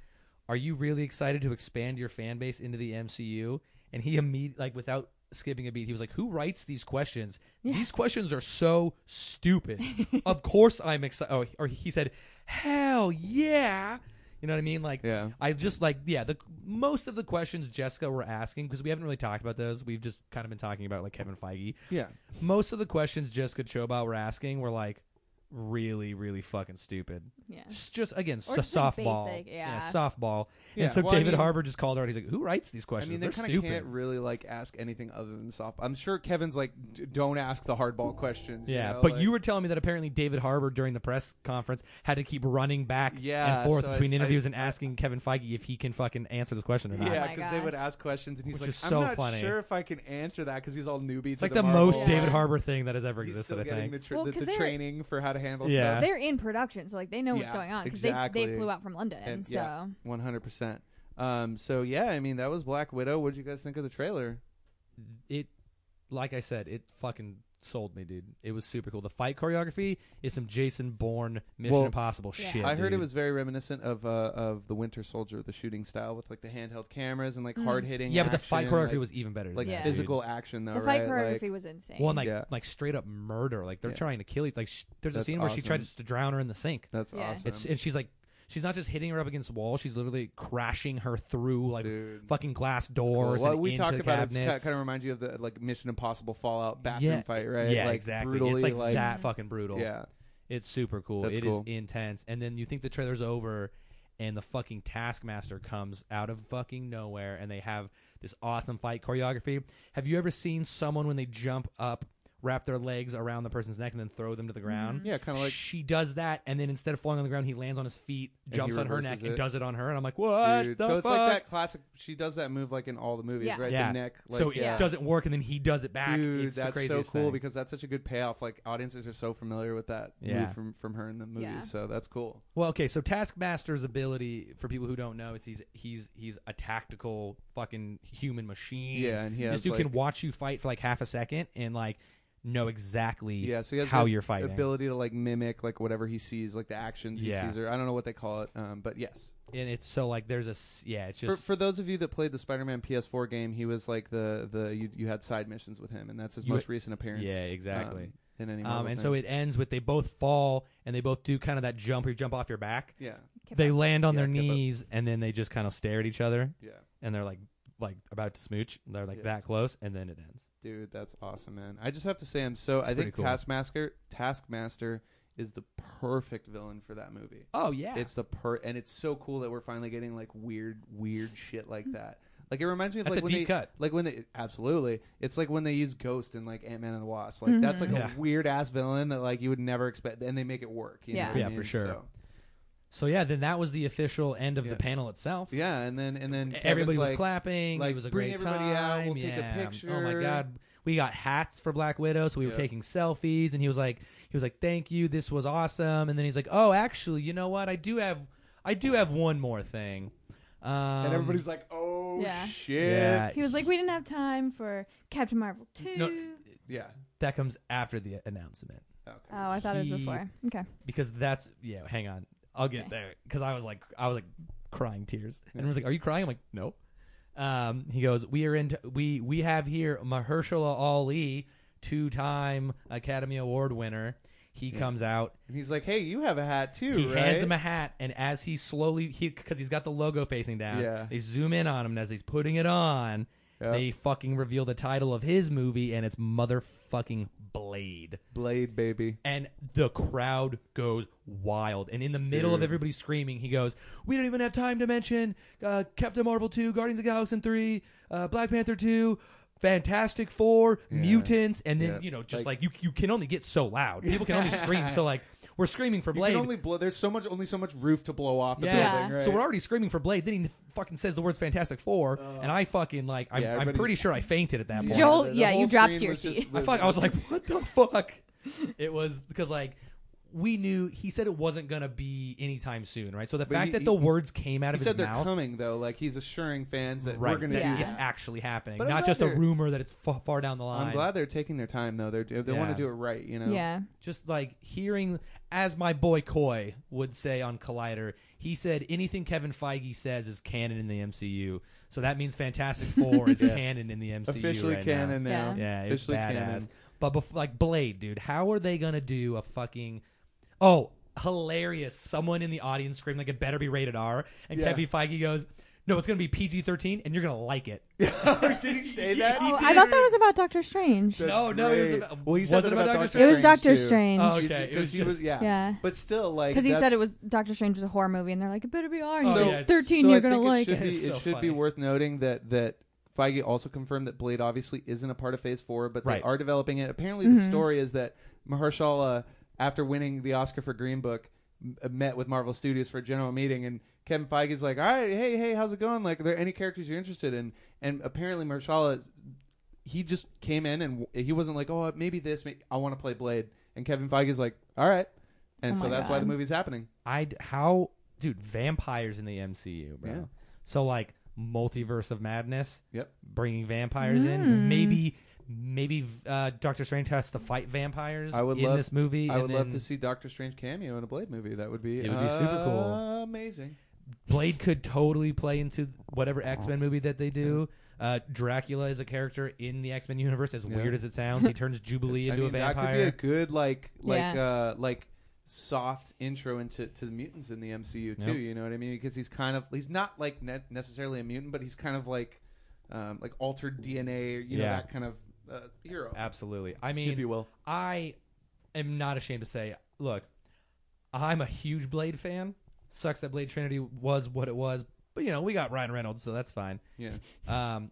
Speaker 1: are you really excited to expand your fan base into the MCU?" And he immediately, like, without skipping a beat, he was like, "Who writes these questions? These questions are so stupid. of course I'm excited." Oh, or he said, "Hell yeah." You know what I mean? Like,
Speaker 2: Yeah.
Speaker 1: I just like yeah. The most of the questions Jessica were asking because we haven't really talked about those. We've just kind of been talking about like Kevin Feige.
Speaker 2: yeah,
Speaker 1: Most of the questions Jessica Chobot were asking were like really, really fucking stupid.
Speaker 3: Yeah.
Speaker 1: Just, just again, so
Speaker 3: Or just, like,
Speaker 1: softball.
Speaker 3: basic, yeah.
Speaker 1: softball.
Speaker 2: Yeah,
Speaker 1: and so
Speaker 2: well, I
Speaker 1: David
Speaker 2: mean-
Speaker 1: Harbour just called her out. He's like, "Who writes these
Speaker 2: I
Speaker 1: questions?
Speaker 2: mean they
Speaker 1: They're
Speaker 2: kind of
Speaker 1: stupid."
Speaker 2: can't really like ask anything other than soft. I'm sure Kevin's like, D- don't ask the hardball questions. you
Speaker 1: yeah,
Speaker 2: know,
Speaker 1: but
Speaker 2: like-
Speaker 1: you were telling me that apparently David Harbour during the press conference had to keep running back
Speaker 2: Yeah,
Speaker 1: and forth
Speaker 2: so I
Speaker 1: between
Speaker 2: s- I-
Speaker 1: interviews and asking Kevin Feige if he can fucking answer this question or not.
Speaker 2: Yeah,
Speaker 3: Oh my
Speaker 2: because they would
Speaker 3: gosh.
Speaker 2: ask questions, and he's
Speaker 1: Which
Speaker 2: like,
Speaker 1: is
Speaker 2: "I'm
Speaker 1: so
Speaker 2: not
Speaker 1: funny.
Speaker 2: sure if I can answer that because he's all newbie."
Speaker 1: It's
Speaker 2: to
Speaker 1: like the,
Speaker 2: Marvel.
Speaker 1: most
Speaker 3: Yeah.
Speaker 1: David Harbour thing that has ever
Speaker 2: He's
Speaker 1: existed.
Speaker 2: still
Speaker 1: I think.
Speaker 2: getting the, tra-
Speaker 3: Well,
Speaker 2: the,
Speaker 3: 'cause
Speaker 2: the
Speaker 3: they're-
Speaker 2: training for how to handle
Speaker 1: Yeah.
Speaker 2: stuff.
Speaker 3: They're in production, so like they know what's
Speaker 2: Yeah,
Speaker 3: going on because they,
Speaker 2: exactly.
Speaker 3: they flew out from London.
Speaker 2: And-
Speaker 3: so
Speaker 2: yeah. One hundred percent. Um, so yeah, I mean that was Black Widow. What did you guys think of the trailer?
Speaker 1: it like I said, it fucking sold me, dude. It was super cool. The fight choreography is some Jason Bourne Mission
Speaker 2: Well,
Speaker 1: Impossible
Speaker 3: yeah.
Speaker 1: shit.
Speaker 2: I heard it
Speaker 1: dude.
Speaker 2: was very reminiscent of uh, of the Winter Soldier, the shooting style with like the handheld cameras and like hard hitting.
Speaker 1: Mm. Yeah, but the fight choreography was even better.
Speaker 2: like
Speaker 1: than
Speaker 3: Yeah.
Speaker 1: that,
Speaker 2: physical action though,
Speaker 3: the
Speaker 2: right?
Speaker 3: fight choreography
Speaker 2: Like,
Speaker 3: was insane.
Speaker 1: Dude. Well, and like
Speaker 2: Yeah.
Speaker 1: like straight up murder. Like they're
Speaker 2: Yeah.
Speaker 1: trying to kill each. Like sh- there's a
Speaker 2: That's
Speaker 1: scene where she
Speaker 2: awesome.
Speaker 1: tries to drown her in the sink.
Speaker 2: that's
Speaker 3: Yeah.
Speaker 2: awesome.
Speaker 1: It's and she's like She's not just hitting her up against the wall. She's literally crashing her through like
Speaker 2: Dude.
Speaker 1: fucking glass doors.
Speaker 2: Well,
Speaker 1: and
Speaker 2: we
Speaker 1: into
Speaker 2: talked about it.
Speaker 1: cabinets.
Speaker 2: It's kind of reminds you of the like Mission Impossible Fallout bathroom
Speaker 1: yeah,
Speaker 2: fight, right?
Speaker 1: Yeah,
Speaker 2: like,
Speaker 1: exactly.
Speaker 2: Brutally,
Speaker 1: it's like, that fucking brutal.
Speaker 2: Yeah,
Speaker 1: It's super cool. It
Speaker 2: That's
Speaker 1: is
Speaker 2: cool.
Speaker 1: intense. And then you think the trailer's over and the fucking Taskmaster comes out of fucking nowhere and they have this awesome fight choreography. Have you ever seen someone when they jump up wrap their legs around the person's neck and then throw them to the ground?
Speaker 2: yeah, kind of Mm-hmm. like
Speaker 1: she does that and then instead of falling on the ground he lands on his feet,
Speaker 2: And he
Speaker 1: jumps on her neck
Speaker 2: reverses
Speaker 1: and
Speaker 2: it.
Speaker 1: does it on her and I'm like, "What
Speaker 2: dude.
Speaker 1: the
Speaker 2: So
Speaker 1: fuck?"
Speaker 2: it's like that classic. She does that move like in all the movies,
Speaker 3: Yeah.
Speaker 2: right?
Speaker 1: Yeah.
Speaker 2: The neck. Like,
Speaker 1: so it
Speaker 2: yeah.
Speaker 1: doesn't work and then he does it back.
Speaker 2: Dude,
Speaker 1: it's the
Speaker 2: that's so
Speaker 1: craziest
Speaker 2: cool
Speaker 1: thing.
Speaker 2: because that's such a good payoff. Like audiences are so familiar with that
Speaker 1: Yeah.
Speaker 2: move from from her in the movie,
Speaker 3: Yeah.
Speaker 2: so that's cool.
Speaker 1: Well, okay, so Taskmaster's ability for people who don't know is he's he's he's a tactical fucking human machine.
Speaker 2: Yeah, and he
Speaker 1: this
Speaker 2: has
Speaker 1: dude
Speaker 2: like,
Speaker 1: can watch you fight for like half a second and like know exactly
Speaker 2: yeah, so he has
Speaker 1: how
Speaker 2: the
Speaker 1: you're fighting.
Speaker 2: ability to like mimic like whatever he sees, like the actions he
Speaker 1: Yeah.
Speaker 2: sees, or I don't know what they call it, um, but yes.
Speaker 1: and it's so like there's a s- yeah, it's just
Speaker 2: for, for those of you that played the Spider-Man PS4 game, he was like the the you, you had side missions with him, and that's his
Speaker 1: You-
Speaker 2: most recent appearance.
Speaker 1: yeah, exactly.
Speaker 2: um, in any
Speaker 1: um,
Speaker 2: Marvel
Speaker 1: and
Speaker 2: thing.
Speaker 1: so it ends with they both fall and they both do kind of that jump where you jump off your back.
Speaker 2: yeah,
Speaker 1: They land on
Speaker 2: Yeah,
Speaker 1: their
Speaker 2: kip up.
Speaker 1: knees and then they just kind of stare at each other
Speaker 2: yeah,
Speaker 1: and they're like like about to smooch. They're like
Speaker 2: Yeah.
Speaker 1: that close and then it ends.
Speaker 2: dude, that's awesome, man. I just have to say, I'm so
Speaker 1: It's
Speaker 2: I
Speaker 1: pretty
Speaker 2: think
Speaker 1: cool.
Speaker 2: Taskmaster Taskmaster is the perfect villain for that movie.
Speaker 1: Oh yeah.
Speaker 2: It's the per and it's so cool that we're finally getting like weird weird shit
Speaker 3: Mm-hmm.
Speaker 2: like that. Like it reminds me of
Speaker 1: That's
Speaker 2: like
Speaker 1: a
Speaker 2: when
Speaker 1: deep
Speaker 2: they
Speaker 1: cut.
Speaker 2: like when they absolutely it's like when they use Ghost in like Ant Man and the Wasp.
Speaker 3: Mm-hmm.
Speaker 2: Like that's like
Speaker 1: Yeah.
Speaker 2: a weird ass villain that like you would never expect, and they make it work. You know
Speaker 3: Yeah.
Speaker 2: what I
Speaker 1: Yeah, for
Speaker 2: mean?
Speaker 1: sure.
Speaker 2: So-
Speaker 1: So yeah, then that was the official end of
Speaker 2: Yeah.
Speaker 1: the panel itself.
Speaker 2: Yeah, and then and then
Speaker 1: E-, Everybody
Speaker 2: Kevin's
Speaker 1: was
Speaker 2: like,
Speaker 1: clapping.
Speaker 2: like,
Speaker 1: it was a
Speaker 2: "Bring
Speaker 1: great
Speaker 2: everybody out,
Speaker 1: time.
Speaker 2: we'll take a
Speaker 1: Yeah. Oh my
Speaker 2: picture.
Speaker 1: god, we got hats for Black Widow, so we were
Speaker 2: Yeah.
Speaker 1: taking selfies, and he was like, he was like, "Thank you, this was awesome." And then he's like, "Oh, actually, you know what? I do have, I do have one more thing." Um,
Speaker 2: and everybody's like, "Oh
Speaker 3: Yeah.
Speaker 2: shit!"
Speaker 1: yeah,
Speaker 3: He was like, we didn't have time for Captain Marvel 2.
Speaker 1: No.
Speaker 2: Yeah.
Speaker 1: that comes after the announcement
Speaker 2: Okay.
Speaker 3: Oh, I thought it was
Speaker 1: He-
Speaker 3: before. Okay.
Speaker 1: because that's yeah. Hang on, I'll get
Speaker 3: Okay.
Speaker 1: there because I was like, I was like crying tears, and everyone's like, "Are you crying?" I'm like, "No." Um, he goes, "We are in. we we have here Mahershala Ali, two-time Academy Award winner. He comes out.
Speaker 2: And he's like, "Hey, you have a hat too,
Speaker 1: He
Speaker 2: right?"
Speaker 1: hands him a hat, and as he slowly, he because he's got the logo facing down.
Speaker 2: Yeah.
Speaker 1: They zoom in on him, and as he's putting it on,
Speaker 2: Yeah.
Speaker 1: they fucking reveal the title of his movie, and it's motherfucking Blade
Speaker 2: Blade, baby.
Speaker 1: and the crowd goes wild. And in the middle of
Speaker 2: Dude.
Speaker 1: everybody screaming, he goes, "We don't even have time to mention uh, Captain Marvel two, Guardians of the Galaxy three, uh, Black Panther two, Fantastic Four,
Speaker 2: Yeah.
Speaker 1: Mutants." And then
Speaker 2: Yeah.
Speaker 1: you know, just like,
Speaker 2: Like-
Speaker 1: you, you can only get so loud. People can only scream. So like, we're screaming for
Speaker 2: You can
Speaker 1: Blade.
Speaker 2: only blow. There's so much, only so much roof to blow off the
Speaker 1: Yeah.
Speaker 2: building, right?
Speaker 1: So we're already screaming for Blade. Then he fucking says the words Fantastic Four, and I fucking like, I'm,
Speaker 2: Uh, Yeah,
Speaker 1: I'm
Speaker 2: everybody's-
Speaker 1: pretty sure I fainted at that point.
Speaker 3: Joel-
Speaker 2: the- the
Speaker 3: yeah, you
Speaker 2: whole
Speaker 3: dropped
Speaker 2: screen
Speaker 3: to your
Speaker 2: was just
Speaker 3: seat.
Speaker 1: I fuck. I was like, what the fuck? It was because like we knew he said it wasn't gonna be anytime soon, right? So the
Speaker 2: But
Speaker 1: fact
Speaker 2: he-
Speaker 1: that
Speaker 2: he-
Speaker 1: the words came out
Speaker 2: he
Speaker 1: of
Speaker 2: said
Speaker 1: his
Speaker 2: they're
Speaker 1: mouth,
Speaker 2: coming though. Like he's assuring fans that
Speaker 1: right?
Speaker 2: we're gonna
Speaker 1: that
Speaker 3: Yeah.
Speaker 2: do
Speaker 1: It's
Speaker 2: that.
Speaker 1: actually happening,
Speaker 2: But I'm
Speaker 1: not
Speaker 2: glad
Speaker 1: just a
Speaker 2: they're-
Speaker 1: rumor that it's fa- far down the line.
Speaker 2: I'm glad they're taking their time though. They're do- they want
Speaker 1: Yeah.
Speaker 2: to do it right, you know.
Speaker 3: Yeah.
Speaker 1: Just like hearing, as my boy Coy would say on Collider, he said anything Kevin Feige says is canon in the MCU. So that means Fantastic Four is
Speaker 2: Yeah.
Speaker 1: canon in the MCU.
Speaker 2: Officially
Speaker 1: right now.
Speaker 2: canon now.
Speaker 3: Yeah.
Speaker 1: Yeah, it's
Speaker 2: Officially
Speaker 1: badass.
Speaker 2: canon.
Speaker 1: But bef- like Blade, dude, how are they gonna do a fucking? Oh, hilarious! Someone in the audience screamed like it better be rated R, and
Speaker 2: Yeah.
Speaker 1: Kevin Feige goes, "No, it's gonna be PG thirteen, and you're gonna like it."
Speaker 2: Did he say that?
Speaker 3: Oh, I thought that was about Doctor Strange.
Speaker 2: That's
Speaker 1: No, no, it was
Speaker 2: great.
Speaker 1: about-
Speaker 2: well, he
Speaker 1: was
Speaker 2: said
Speaker 1: it
Speaker 2: that
Speaker 1: about Doctor
Speaker 2: Doctor
Speaker 3: it was Doctor
Speaker 2: too.
Speaker 3: Strange.
Speaker 1: Oh,
Speaker 2: He's-
Speaker 1: okay. It
Speaker 2: 'cause
Speaker 1: was
Speaker 2: he
Speaker 1: just-
Speaker 2: was yeah.
Speaker 3: Yeah.
Speaker 2: But still, like
Speaker 3: Because he said
Speaker 2: that's-
Speaker 3: it was Doctor Strange was a horror movie, and they're like, it better be ours.
Speaker 1: Oh,
Speaker 3: It's
Speaker 1: yeah.
Speaker 3: 13,
Speaker 2: so I
Speaker 3: you're going to
Speaker 2: think it
Speaker 3: like
Speaker 2: Should
Speaker 3: it.
Speaker 2: be,
Speaker 1: It's
Speaker 2: it
Speaker 1: so
Speaker 2: should
Speaker 1: funny.
Speaker 2: be worth noting that that Feige also confirmed that Blade obviously isn't a part of Phase Four, but
Speaker 1: Right.
Speaker 2: they are developing it. Apparently,
Speaker 3: Mm-hmm.
Speaker 2: the story is that Mahershala, after winning the Oscar for Green Book, m- uh, met with Marvel Studios for a general meeting, and Kevin Feige's like, "All right, hey, hey, how's it going? Like, are there any characters you're interested in?" And apparently, Mahershala, is- he just came in and w- he wasn't like, "Oh, maybe this. Maybe, I want to play Blade." And Kevin Feige's like, "All right," and
Speaker 3: Oh
Speaker 2: so
Speaker 3: my
Speaker 2: that's why
Speaker 3: God.
Speaker 2: the movie's happening.
Speaker 1: I how dude vampires in the MCU, bro.
Speaker 2: Yeah.
Speaker 1: So like multiverse of madness.
Speaker 2: Yep.
Speaker 1: Bringing vampires in, maybe maybe uh, Doctor Strange has to fight vampires.
Speaker 2: I would
Speaker 1: in
Speaker 2: love-
Speaker 1: this movie.
Speaker 2: I
Speaker 1: and
Speaker 2: would love
Speaker 1: then
Speaker 2: to see Doctor Strange cameo in a Blade movie. That would be
Speaker 1: It would be super cool.
Speaker 2: amazing.
Speaker 1: Blade could totally play into whatever
Speaker 2: Oh.
Speaker 1: X Men movie that they do. Uh, Dracula is a character in the X Men universe. As
Speaker 2: Yeah.
Speaker 1: weird as it sounds, he turns Jubilee
Speaker 2: I
Speaker 1: into
Speaker 2: mean,
Speaker 1: a
Speaker 2: that could be
Speaker 1: vampire.
Speaker 2: a good like like
Speaker 3: Yeah.
Speaker 2: uh like soft intro into to the mutants in the MCU too.
Speaker 1: Yep.
Speaker 2: You know what I mean? Because he's kind of he's not like ne- necessarily a mutant, but he's kind of like um, like altered DNA, you know
Speaker 1: Yeah.
Speaker 2: that kind of uh, hero,
Speaker 1: Absolutely. I
Speaker 2: if
Speaker 1: mean,
Speaker 2: you will.
Speaker 1: I am not ashamed to say, look, I'm a huge Blade fan. Sucks that Blade Trinity was what it was, but you know we got Ryan Reynolds, so that's fine.
Speaker 2: Yeah,
Speaker 1: Um,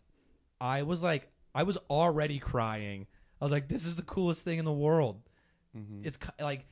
Speaker 1: I was like, I was already crying. I was like, this is the coolest thing in the world.
Speaker 2: Mhm.
Speaker 1: It's ki- like,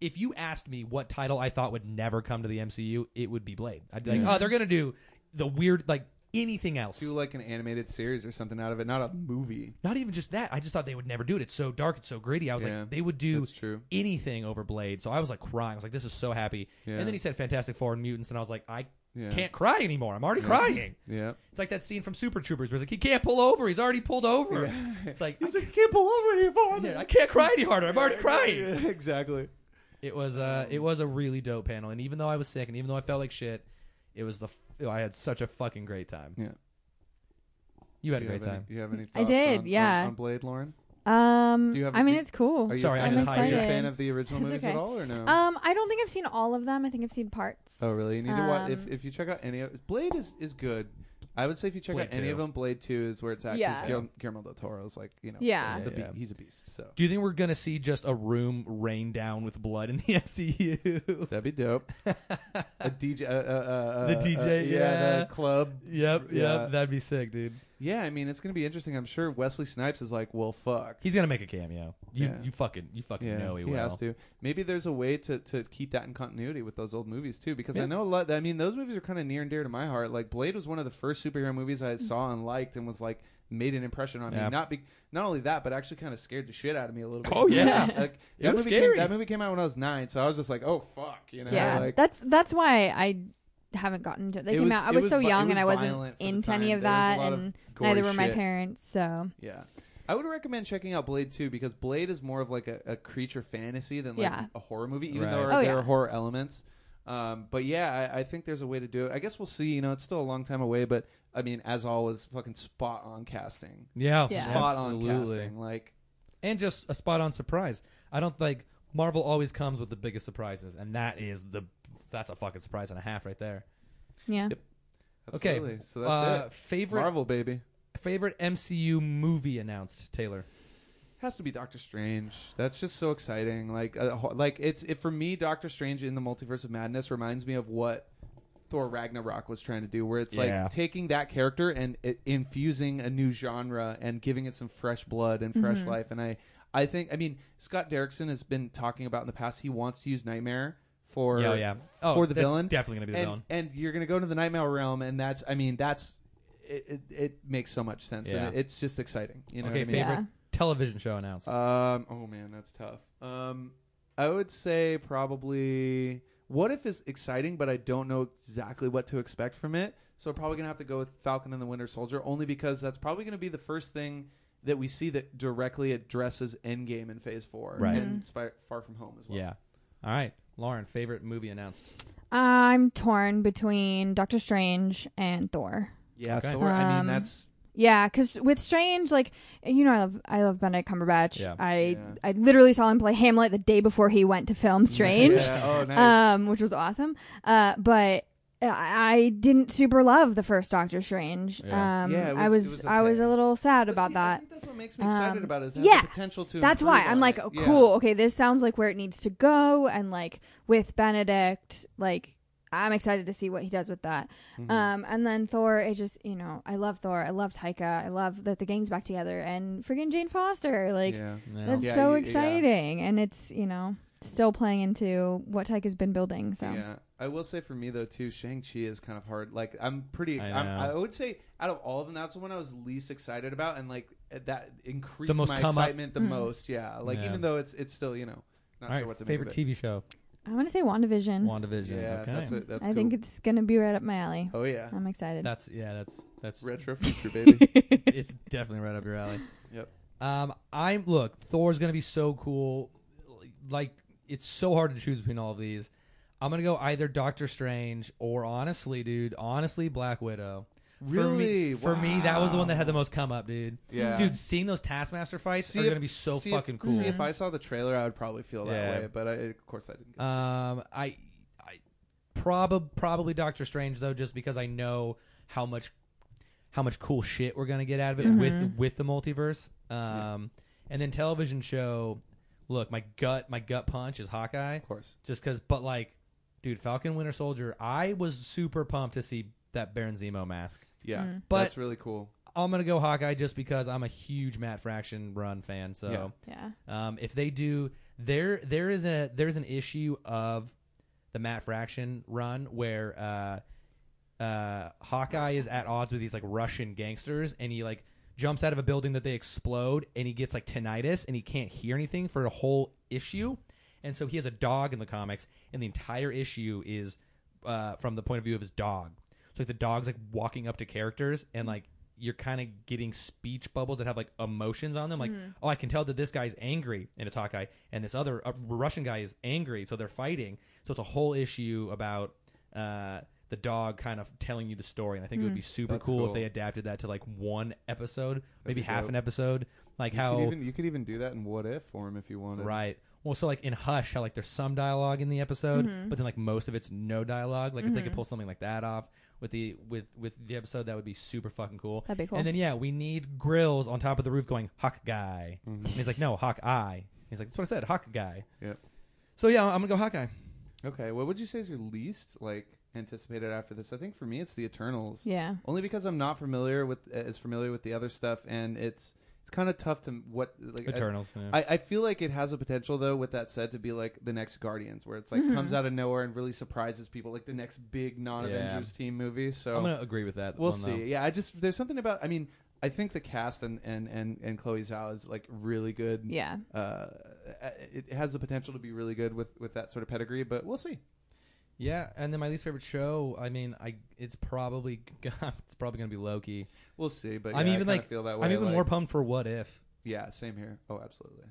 Speaker 1: if you asked me what title I thought would never come to the MCU, it would be Blade. I'd be like,
Speaker 2: Yeah.
Speaker 1: oh, they're gonna do the weird like anything else.
Speaker 2: do like an animated series or something out of it, not a movie.
Speaker 1: Not even just that. I just thought they would never do it. It's so dark. It's so gritty. I was
Speaker 2: Yeah,
Speaker 1: like, they would do
Speaker 2: That's true.
Speaker 1: anything over Blade. So I was like crying. I was like, this is so happy.
Speaker 2: Yeah.
Speaker 1: And then he said Fantastic Four and Mutants, and I was like, I
Speaker 2: yeah.
Speaker 1: can't cry anymore. I'm already
Speaker 2: Yeah.
Speaker 1: crying.
Speaker 2: Yeah.
Speaker 1: It's like that scene from Super Troopers where it's like, he can't pull over. He's already pulled over.
Speaker 2: Yeah.
Speaker 1: It's like,
Speaker 2: He's like, I can't pull over any farther.
Speaker 1: I can't cry any harder. I'm already crying.
Speaker 2: Yeah, exactly.
Speaker 1: It was uh, it was a really dope panel, and even though I was sick, and even though I felt like shit, it was the f- I had such a fucking great time.
Speaker 2: Yeah.
Speaker 1: You had
Speaker 2: Do
Speaker 1: a
Speaker 2: you
Speaker 1: great
Speaker 2: have any-
Speaker 1: time.
Speaker 2: do you have any?
Speaker 3: I
Speaker 2: thoughts
Speaker 3: did,
Speaker 2: on-
Speaker 3: yeah.
Speaker 2: On, on Blade, Lauren,
Speaker 3: Um,
Speaker 2: Do you have-
Speaker 3: I mean,
Speaker 2: do-
Speaker 3: it's cool.
Speaker 2: are you
Speaker 1: Sorry,
Speaker 2: a
Speaker 1: I
Speaker 2: fan,
Speaker 1: just
Speaker 2: are
Speaker 1: hijacked
Speaker 2: you a
Speaker 1: it.
Speaker 2: fan of the original
Speaker 3: It's
Speaker 2: movies
Speaker 3: okay.
Speaker 2: at all, or no?
Speaker 3: Um, I don't think I've seen all of them. I think I've seen parts.
Speaker 2: Oh, really? You need to watch. If,
Speaker 3: Um,
Speaker 2: if you check out any of Blade is is good. I would say if you check
Speaker 1: Blade
Speaker 2: out any
Speaker 1: 2.
Speaker 2: of them, Blade Two is where it's at.
Speaker 3: Yeah.
Speaker 2: Because Guillermo, del Toro's like you know.
Speaker 3: Yeah.
Speaker 2: the
Speaker 1: Yeah, yeah.
Speaker 2: Be- he's a beast. So
Speaker 1: Do you think we're gonna see just a room rain down with blood in the MCU?
Speaker 2: that'd be dope. a DJ. Uh, uh, uh,
Speaker 1: The
Speaker 2: uh,
Speaker 1: DJ,
Speaker 2: yeah,
Speaker 1: yeah.
Speaker 2: The club.
Speaker 1: Yep, yep,
Speaker 2: Yeah.
Speaker 1: that'd be sick, dude.
Speaker 2: Yeah, I mean it's gonna be interesting. I'm sure Wesley Snipes is like, well, fuck.
Speaker 1: He's gonna make a cameo. You
Speaker 2: Yeah.
Speaker 1: you fucking you fucking
Speaker 2: Yeah,
Speaker 1: know he,
Speaker 2: he
Speaker 1: will.
Speaker 2: has to. Maybe there's a way to, to keep that in continuity with those old movies too, because I
Speaker 1: Yeah.
Speaker 2: know a lot. I mean, those movies are kind of near and dear to my heart. Like Blade was one of the first superhero movies I saw and liked, and was like made an impression on
Speaker 1: Yeah.
Speaker 2: me. Not be, not only that, but actually kind of scared the shit out of me a little bit.
Speaker 1: Oh, yeah.
Speaker 2: It's like,
Speaker 1: It
Speaker 2: that
Speaker 1: was
Speaker 2: movie
Speaker 1: scary.
Speaker 2: Came, that movie came out when I was nine, so I was just like, oh fuck, you know,
Speaker 3: yeah,
Speaker 2: like
Speaker 3: that's that's why I haven't gotten to. They
Speaker 2: It
Speaker 3: came
Speaker 2: was-
Speaker 3: out. I
Speaker 2: it
Speaker 3: was,
Speaker 2: was
Speaker 3: so
Speaker 2: vi- it
Speaker 3: young,
Speaker 2: was
Speaker 3: and I wasn't
Speaker 2: violent for the
Speaker 3: into any
Speaker 2: time.
Speaker 3: of
Speaker 2: There was a
Speaker 3: that,
Speaker 2: lot of
Speaker 3: and
Speaker 2: gory
Speaker 3: neither were my
Speaker 2: shit.
Speaker 3: parents. So
Speaker 2: Yeah. I would recommend checking out Blade 2 because Blade is more of like a, a creature fantasy than like
Speaker 3: Yeah.
Speaker 2: a horror movie, even
Speaker 1: Right.
Speaker 2: though
Speaker 3: Oh,
Speaker 2: there
Speaker 3: yeah.
Speaker 2: are horror elements. Um, but yeah, I, I think there's a way to do it. I guess we'll see. You know, it's still a long time away, but I mean, as always, fucking spot on casting.
Speaker 1: Yeah,
Speaker 3: Yeah.
Speaker 2: Spot on
Speaker 1: absolutely.
Speaker 2: casting. Like,
Speaker 1: and just a spot on surprise. I don't think Marvel always comes with the biggest surprises, and that is the that's a fucking surprise and a half right there.
Speaker 3: yeah,
Speaker 2: Yep.
Speaker 1: Okay,
Speaker 2: absolutely. So that's
Speaker 1: uh,
Speaker 2: it.
Speaker 1: Favorite
Speaker 2: Marvel, baby.
Speaker 1: favorite MCU movie announced, Taylor.
Speaker 2: Has to be Doctor Strange. That's just so exciting. Like, uh, ho- like it's it for me. Doctor Strange in the Multiverse of Madness reminds me of what Thor Ragnarok was trying to do, where it's
Speaker 1: Yeah.
Speaker 2: like taking that character and it, infusing a new genre and giving it some fresh blood and fresh life. And I, I think, I mean, Scott Derrickson has been talking about in the past. He wants to use Nightmare for
Speaker 1: yeah, yeah. Oh,
Speaker 2: for the
Speaker 1: that's
Speaker 2: villain.
Speaker 1: definitely gonna be the
Speaker 2: and,
Speaker 1: villain.
Speaker 2: and you're going to go into the nightmare realm, and that's, I mean, that's, it, it, it makes so much sense,
Speaker 1: Yeah.
Speaker 2: and it, it's just exciting. You know,
Speaker 1: okay,
Speaker 2: what I mean?
Speaker 1: favorite
Speaker 3: Yeah.
Speaker 1: television show announced.
Speaker 2: Um. Oh man, that's tough. Um, I would say probably. What if is exciting, but I don't know exactly what to expect from it. So probably gonna have to go with Falcon and the Winter Soldier, only because that's probably gonna be the first thing that we see that directly addresses Endgame in Phase Four
Speaker 1: Right.
Speaker 3: Mm-hmm.
Speaker 2: and Spy- Far From Home as well.
Speaker 1: yeah. All right, Lauren. Favorite movie announced.
Speaker 3: I'm torn between Doctor Strange and Thor.
Speaker 2: yeah.
Speaker 1: Okay.
Speaker 2: Thor. I mean,
Speaker 3: Um,
Speaker 2: that's
Speaker 3: Yeah, because with Strange, like you know, I love I love Benedict Cumberbatch.
Speaker 1: Yeah.
Speaker 2: Yeah.
Speaker 3: I I literally saw him play Hamlet the day before he went to film Strange,
Speaker 2: Yeah. Oh, nice.
Speaker 3: um, which was awesome. Uh, but I- I didn't super love the first Doctor Strange.
Speaker 1: Yeah.
Speaker 3: Um,
Speaker 2: Yeah, it
Speaker 3: I
Speaker 2: was-
Speaker 3: was
Speaker 2: it was
Speaker 3: I was
Speaker 2: okay.
Speaker 3: a little sad
Speaker 2: But
Speaker 3: about
Speaker 2: see, I
Speaker 3: that.
Speaker 2: think that's what makes me excited
Speaker 3: Um,
Speaker 2: about it. Is it has
Speaker 3: yeah.
Speaker 2: the potential to.
Speaker 3: That's why
Speaker 2: improve
Speaker 3: I'm
Speaker 2: on
Speaker 3: like,
Speaker 2: it.
Speaker 3: oh,
Speaker 2: Yeah.
Speaker 3: cool. Okay, this sounds like where it needs to go, and like with Benedict, like I'm excited to see what he does with that.
Speaker 2: Mhm.
Speaker 3: Um, and then Thor, it just you know, I love Thor. I love Taika. I love that the gang's back together, and friggin' Jane Foster, like
Speaker 2: Yeah.
Speaker 1: No.
Speaker 3: that's
Speaker 2: Yeah,
Speaker 3: so
Speaker 2: you- yeah.
Speaker 3: exciting, and it's you know still playing into what Taika's been building. So
Speaker 2: Yeah, I will say for me though too, Shang Chi is kind of hard. Like I'm pretty.
Speaker 1: I
Speaker 2: I, am
Speaker 1: know.
Speaker 2: I would say out of all of them, that's the one I was least excited about, and like eh, that increased
Speaker 1: The most
Speaker 2: my
Speaker 1: come up.
Speaker 2: excitement the
Speaker 3: Mm.
Speaker 2: most. Yeah, like
Speaker 1: Yeah.
Speaker 2: even though it's it's still you know
Speaker 1: All
Speaker 2: not sure
Speaker 1: right,
Speaker 2: what to
Speaker 1: favorite
Speaker 2: make of it.
Speaker 1: TV show.
Speaker 3: I want to say WandaVision.
Speaker 1: WandaVision.
Speaker 2: Yeah,
Speaker 1: okay.
Speaker 2: that's it. That's
Speaker 3: I
Speaker 2: cool.
Speaker 3: think it's gonna be right up my alley.
Speaker 2: oh yeah,
Speaker 3: I'm excited.
Speaker 1: that's yeah. That's that's
Speaker 2: retro future baby.
Speaker 1: it's definitely right up your alley.
Speaker 2: Yep.
Speaker 1: Um, I'm look. Thor's gonna be so cool. Like it's so hard to choose between all of these. I'm gonna go either Doctor Strange or honestly, dude, honestly Black Widow.
Speaker 2: Really?
Speaker 1: For me, for me, that was the one that had the
Speaker 2: Wow.
Speaker 1: most come up, dude.
Speaker 2: Yeah.
Speaker 1: Dude, seeing those Taskmaster fights
Speaker 2: See
Speaker 1: are
Speaker 2: if-
Speaker 1: gonna be so
Speaker 2: see if-
Speaker 1: fucking cool.
Speaker 2: See, if I saw the trailer, I would probably feel that
Speaker 1: Yeah.
Speaker 2: way. But I, of course, I didn't. Get to see it.
Speaker 1: Um, I, I probably probably Doctor Strange though, just because I know how much how much cool shit we're gonna get out of it
Speaker 3: Yeah.
Speaker 1: with
Speaker 3: Mhm.
Speaker 1: with the multiverse. Um, and then television show. Look, my gut my gut punch is Hawkeye,
Speaker 2: of course.
Speaker 1: just because. But like, dude, Falcon Winter Soldier. I was super pumped to see that Baron Zemo mask.
Speaker 2: Yeah,
Speaker 3: Mm.
Speaker 1: But-
Speaker 2: that's really cool.
Speaker 1: I'm gonna go Hawkeye just because I'm a huge Matt Fraction run fan. So.
Speaker 2: Yeah.
Speaker 3: Yeah.
Speaker 1: Um, if they do, there there is a there's an issue of the Matt Fraction run where uh, uh, Hawkeye is at odds with these like Russian gangsters, and he like jumps out of a building that they explode, and he gets like tinnitus, and he can't hear anything for a whole issue, and so he has a dog in the comics, and the entire issue is uh, from the point of view of his dog. So like the dog's like walking up to characters and like you're kind of getting speech bubbles that have like emotions on them. Like, oh, I can tell that this guy's angry and it's Hawkeye, and this other uh, Russian guy is angry, so they're fighting. So it's a whole issue about uh, the dog kind of telling you the story, and I think it would be super
Speaker 2: That's
Speaker 1: cool, if
Speaker 2: cool.
Speaker 1: they adapted that to like one episode, maybe
Speaker 2: be
Speaker 1: half
Speaker 2: dope.
Speaker 1: an episode, like
Speaker 2: You
Speaker 1: how
Speaker 2: could even, you could even do that in what if form if you wanted.
Speaker 1: Right. Well, so like in Hush, how like there's some dialogue in the episode, but then like most of it's no dialogue. Like if they could pull something like that off with the with with the episode, that would be super fucking cool.
Speaker 3: That'd be cool.
Speaker 1: And then yeah, we need grills on top of the roof going Hawk guy, and he's like, no Hawk eye. He's like, that's what I said, Hawk guy.
Speaker 2: Yep.
Speaker 1: So yeah, I'm gonna go Hawkeye.
Speaker 2: Okay. What would you say is your least like anticipated after this? I think for me, it's the Eternals.
Speaker 3: Yeah.
Speaker 2: Only because I'm not familiar with uh, as familiar with the other stuff, and it's it's kind of tough to what like I-
Speaker 1: Eternals. yeah.
Speaker 2: I, I feel like it has a potential though with that said to be like the next guardians where it's like
Speaker 3: Mm-hmm.
Speaker 2: comes out of nowhere and really surprises people like the next big non-avengers team movie so
Speaker 1: I'm gonna agree with that.
Speaker 2: we'll
Speaker 1: one,
Speaker 2: see
Speaker 1: though.
Speaker 2: yeah i just there's something about i mean i think the cast and and and, and chloe zhao is like really good
Speaker 3: Yeah.
Speaker 2: uh it has the potential to be really good with with that sort of pedigree but we'll see
Speaker 1: Yeah, and then my least favorite show. I mean, I it's probably it's probably gonna be Loki.
Speaker 2: we'll see but
Speaker 1: I'm
Speaker 2: yeah, I
Speaker 1: even
Speaker 2: kinda
Speaker 1: like
Speaker 2: feel that way
Speaker 1: I'm even more
Speaker 2: like-
Speaker 1: pumped for What If.
Speaker 2: yeah same here oh absolutely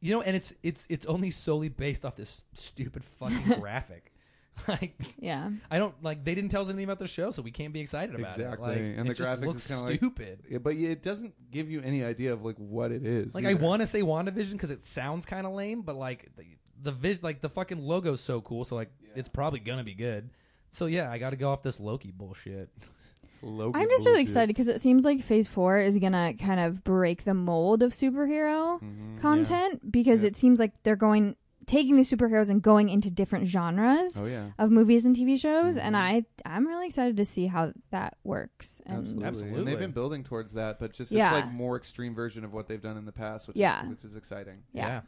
Speaker 1: You know, and it's it's it's only solely based off this stupid fucking graphic. Like
Speaker 3: Yeah.
Speaker 1: I don't like they didn't tell us anything about the show, so we can't be excited about it.
Speaker 2: Exactly.
Speaker 1: Like, it
Speaker 2: And the
Speaker 1: just
Speaker 2: graphics
Speaker 1: looks
Speaker 2: is kinda like-
Speaker 1: stupid.
Speaker 2: yeah, but yeah, it doesn't give you any idea of like what it is
Speaker 1: Like, I
Speaker 2: either.
Speaker 1: want to say WandaVision because it sounds kind of lame, but like the the vis like the fucking logo's so cool, so like it's probably gonna be good. So yeah, I got to go off this Loki bullshit.
Speaker 2: It's Loki
Speaker 3: I'm just really
Speaker 2: bullshit.
Speaker 3: excited because it seems like Phase Four is gonna kind of break the mold of superhero
Speaker 2: Mhm.
Speaker 3: content because
Speaker 2: Yeah.
Speaker 3: it seems like they're going taking these superheroes and going into different genres
Speaker 2: oh yeah
Speaker 3: of movies and TV shows, and
Speaker 2: Mhm.
Speaker 3: I I'm really excited to see how that works. And
Speaker 2: Absolutely. And
Speaker 1: Absolutely.
Speaker 2: they've been building towards that, but just
Speaker 3: Yeah.
Speaker 2: it's like more extreme version of what they've done in the past, which
Speaker 3: Yeah.
Speaker 2: is which is exciting.
Speaker 3: Yeah.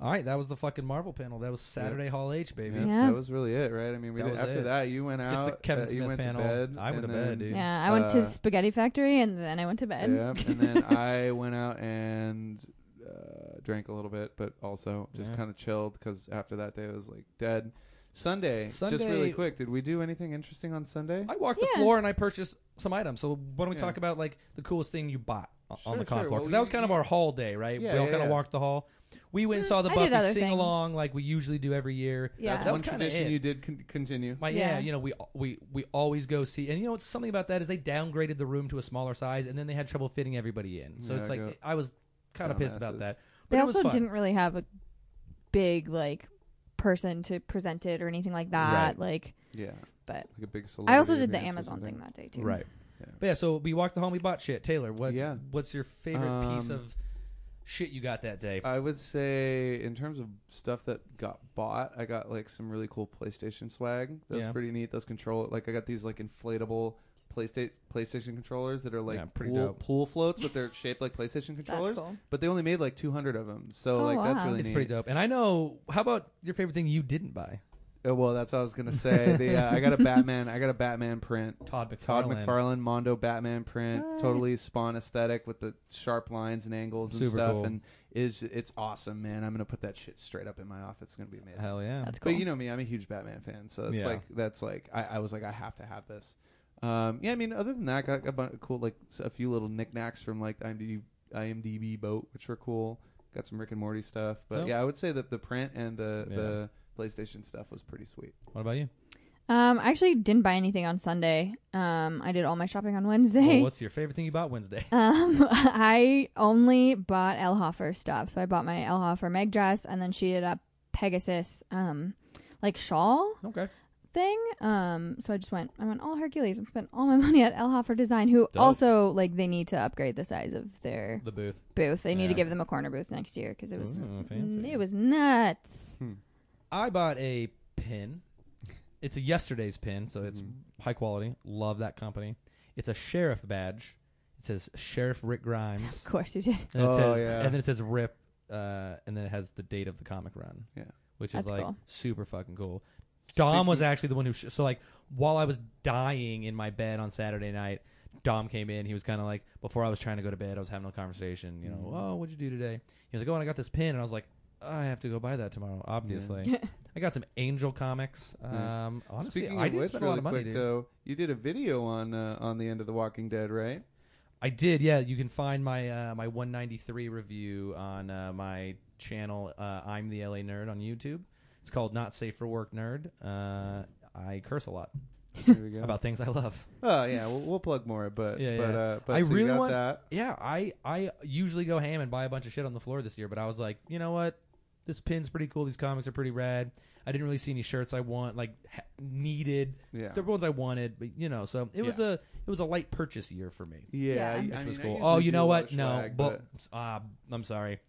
Speaker 1: All right, that was the fucking Marvel panel. That was Saturday Hall H, baby.
Speaker 3: Yeah. Yeah.
Speaker 2: That was really it, right? I mean, we
Speaker 1: That
Speaker 2: did,
Speaker 1: was
Speaker 2: after
Speaker 1: it.
Speaker 2: that you went
Speaker 1: It's
Speaker 2: out,
Speaker 1: the Kevin
Speaker 2: uh,
Speaker 1: Smith
Speaker 2: you went
Speaker 1: panel.
Speaker 2: to bed.
Speaker 1: I went
Speaker 2: and
Speaker 1: to bed,
Speaker 2: then-
Speaker 1: dude.
Speaker 3: Yeah, I went
Speaker 2: Uh,
Speaker 3: to Spaghetti Factory and then I went to bed.
Speaker 2: Yeah, and then I went out and uh, drank a little bit, but also just
Speaker 1: Yeah.
Speaker 2: kind of chilled because after that day I was like dead. Sunday, just
Speaker 1: Sunday-
Speaker 2: really quick, did we do anything interesting on Sunday?
Speaker 1: I walked the
Speaker 3: Yeah.
Speaker 1: floor and I purchased some items. So why don't we
Speaker 2: Yeah.
Speaker 1: talk about like the coolest thing you bought o-
Speaker 2: Sure,
Speaker 1: on the con
Speaker 2: sure.
Speaker 1: floor?
Speaker 2: Well,
Speaker 1: Because
Speaker 2: we-
Speaker 1: that was kind of our hall day, right?
Speaker 2: Yeah,
Speaker 1: we all
Speaker 2: yeah,
Speaker 1: kind of
Speaker 2: yeah.
Speaker 1: walked the hall. We went and
Speaker 3: Mm,
Speaker 1: saw the
Speaker 3: I did
Speaker 1: Buffy
Speaker 3: other
Speaker 1: sing along
Speaker 3: things.
Speaker 1: like we usually do every year.
Speaker 3: Yeah.
Speaker 2: That's
Speaker 1: that
Speaker 2: one
Speaker 1: was kind of
Speaker 2: tradition
Speaker 1: it.
Speaker 2: you did con- continue.
Speaker 1: My, yeah.
Speaker 3: Yeah.
Speaker 1: you know we we we always go see, and you know what's something about that is they downgraded the room to a smaller size, and then they had trouble fitting everybody in. So
Speaker 2: Yeah,
Speaker 1: it's
Speaker 2: I
Speaker 1: like
Speaker 2: got-
Speaker 1: I was kind of pissed
Speaker 2: Dumbasses.
Speaker 1: about that. But
Speaker 3: they
Speaker 1: it was
Speaker 3: also
Speaker 1: fun.
Speaker 3: didn't really have a big like person to present it or anything like that. Like
Speaker 2: Yeah,
Speaker 3: But-
Speaker 2: like a big.
Speaker 3: I
Speaker 2: celebrity
Speaker 3: also did the
Speaker 2: advance or
Speaker 3: Amazon
Speaker 2: something.
Speaker 3: thing that day too.
Speaker 1: right.
Speaker 2: Yeah.
Speaker 1: But yeah, so we walked the hall, and we bought shit. Taylor, what?
Speaker 2: Yeah.
Speaker 1: What's your favorite piece
Speaker 2: Um,
Speaker 1: of shit you got that day?
Speaker 2: I would say in terms of stuff that got bought, I got like some really cool PlayStation swag. That's
Speaker 1: Yeah.
Speaker 2: pretty neat. Those control like I got these like inflatable PlayStation PlayStation controllers that are like
Speaker 1: Yeah, pretty
Speaker 2: pool,
Speaker 1: dope.
Speaker 2: pool floats, but they're shaped like PlayStation controllers.
Speaker 3: That's cool.
Speaker 2: But they only made like 200 of them, so
Speaker 3: Oh,
Speaker 2: like that's
Speaker 3: wow.
Speaker 2: really
Speaker 1: It's
Speaker 2: neat.
Speaker 1: pretty dope. And I know. How about your favorite thing you didn't buy?
Speaker 2: Uh, well, that's what I was gonna say. the, uh, I got a Batman. I got a Batman print.
Speaker 1: Todd McFarlane.
Speaker 2: Todd McFarlane Mondo Batman print,
Speaker 3: What?
Speaker 2: totally Spawn aesthetic with the sharp lines and angles and
Speaker 1: Super
Speaker 2: stuff,
Speaker 1: cool.
Speaker 2: and is it's awesome, man. I'm gonna put that shit straight up in my office. It's gonna be amazing.
Speaker 1: Hell yeah.
Speaker 3: That's cool.
Speaker 2: But you know me, I'm a huge Batman fan, so it's
Speaker 1: Yeah.
Speaker 2: like that's like I, I was like I have to have this. Um, yeah, I mean, other than that, I got a bunch of cool like s- a few little knickknacks from like IMDb, IMDb boat, which were cool. Got some Rick and Morty stuff, but
Speaker 1: Dope.
Speaker 2: yeah, I would say that the print and the
Speaker 1: Yeah.
Speaker 2: the PlayStation stuff was pretty sweet.
Speaker 1: What about you?
Speaker 3: Um, I actually didn't buy anything on Sunday. Um, I did all my shopping on Wednesday.
Speaker 1: Well, what's your favorite thing you bought Wednesday?
Speaker 3: Um, I only bought Elhofer stuff. So I bought my Elhofer Meg dress, and then she did a Pegasus, um, like shawl
Speaker 1: Okay.
Speaker 3: thing. Um, so I just went, I went all Hercules and spent all my money at Elhofer Design, who
Speaker 1: Dope.
Speaker 3: also like they need to upgrade the size of their
Speaker 1: The booth.
Speaker 3: booth. They need to
Speaker 1: Yeah.
Speaker 3: give them a corner booth next year because it was
Speaker 1: Ooh, fancy.
Speaker 3: it was nuts.
Speaker 1: Hmm. I bought a pin. It's a yesterday's pin, so it's
Speaker 2: Mhm.
Speaker 1: high quality. Love that company. It's a sheriff badge. It says Sheriff Rick Grimes.
Speaker 3: Of course you did.
Speaker 1: And, it
Speaker 2: Oh,
Speaker 1: says,
Speaker 2: yeah.
Speaker 1: and then it says RIP, uh, and then it has the date of the comic run.
Speaker 2: Yeah.
Speaker 1: Which is
Speaker 3: That's
Speaker 1: like
Speaker 3: cool.
Speaker 1: super fucking cool. Dom was
Speaker 2: Speaking-
Speaker 1: actually the one who. Sh- so, like, while I was dying in my bed on Saturday night, Dom came in. He was kind of like, before I was trying to go to bed, I was having a conversation, you know,
Speaker 2: Mhm.
Speaker 1: oh, what'd you do today? He was like, oh, and I got this pin. And I was like, I have to go buy that tomorrow, obviously. I got some Angel comics.
Speaker 2: Nice.
Speaker 1: Um, honestly,
Speaker 2: Speaking
Speaker 1: I
Speaker 2: of
Speaker 1: did
Speaker 2: which,
Speaker 1: spend
Speaker 2: really
Speaker 1: a lot of money,
Speaker 2: quick uh,
Speaker 1: dude.
Speaker 2: though, you did a video on uh, on the end of The Walking Dead, right?
Speaker 1: I did, yeah. You can find my uh, my 193 review on uh, my channel. Uh, I'm the LA Nerd on YouTube. It's called Not Safe for Work Nerd. Uh, I curse a lot
Speaker 2: There we go.
Speaker 1: about things I love.
Speaker 2: oh yeah, we'll, we'll plug more, but
Speaker 1: Yeah,
Speaker 2: but
Speaker 1: yeah.
Speaker 2: Uh, but
Speaker 1: I
Speaker 2: so you
Speaker 1: really
Speaker 2: got
Speaker 1: want-
Speaker 2: that.
Speaker 1: Yeah, I I usually go ham and buy a bunch of shit on the floor this year, but I was like, you know what? This pin's pretty cool. These comics are pretty rad. I didn't really see any shirts I want like ha- needed.
Speaker 2: Yeah,
Speaker 1: The ones I wanted, but you know, so it was a it was a light purchase year for me.
Speaker 2: yeah,
Speaker 3: Yeah.
Speaker 2: I-
Speaker 3: Which
Speaker 2: I
Speaker 1: which was
Speaker 2: mean, I
Speaker 1: cool. Oh,
Speaker 2: usually
Speaker 1: you
Speaker 2: do a
Speaker 1: know
Speaker 2: lot
Speaker 1: what?
Speaker 2: of
Speaker 1: No,
Speaker 2: swag,
Speaker 1: but uh, I'm sorry.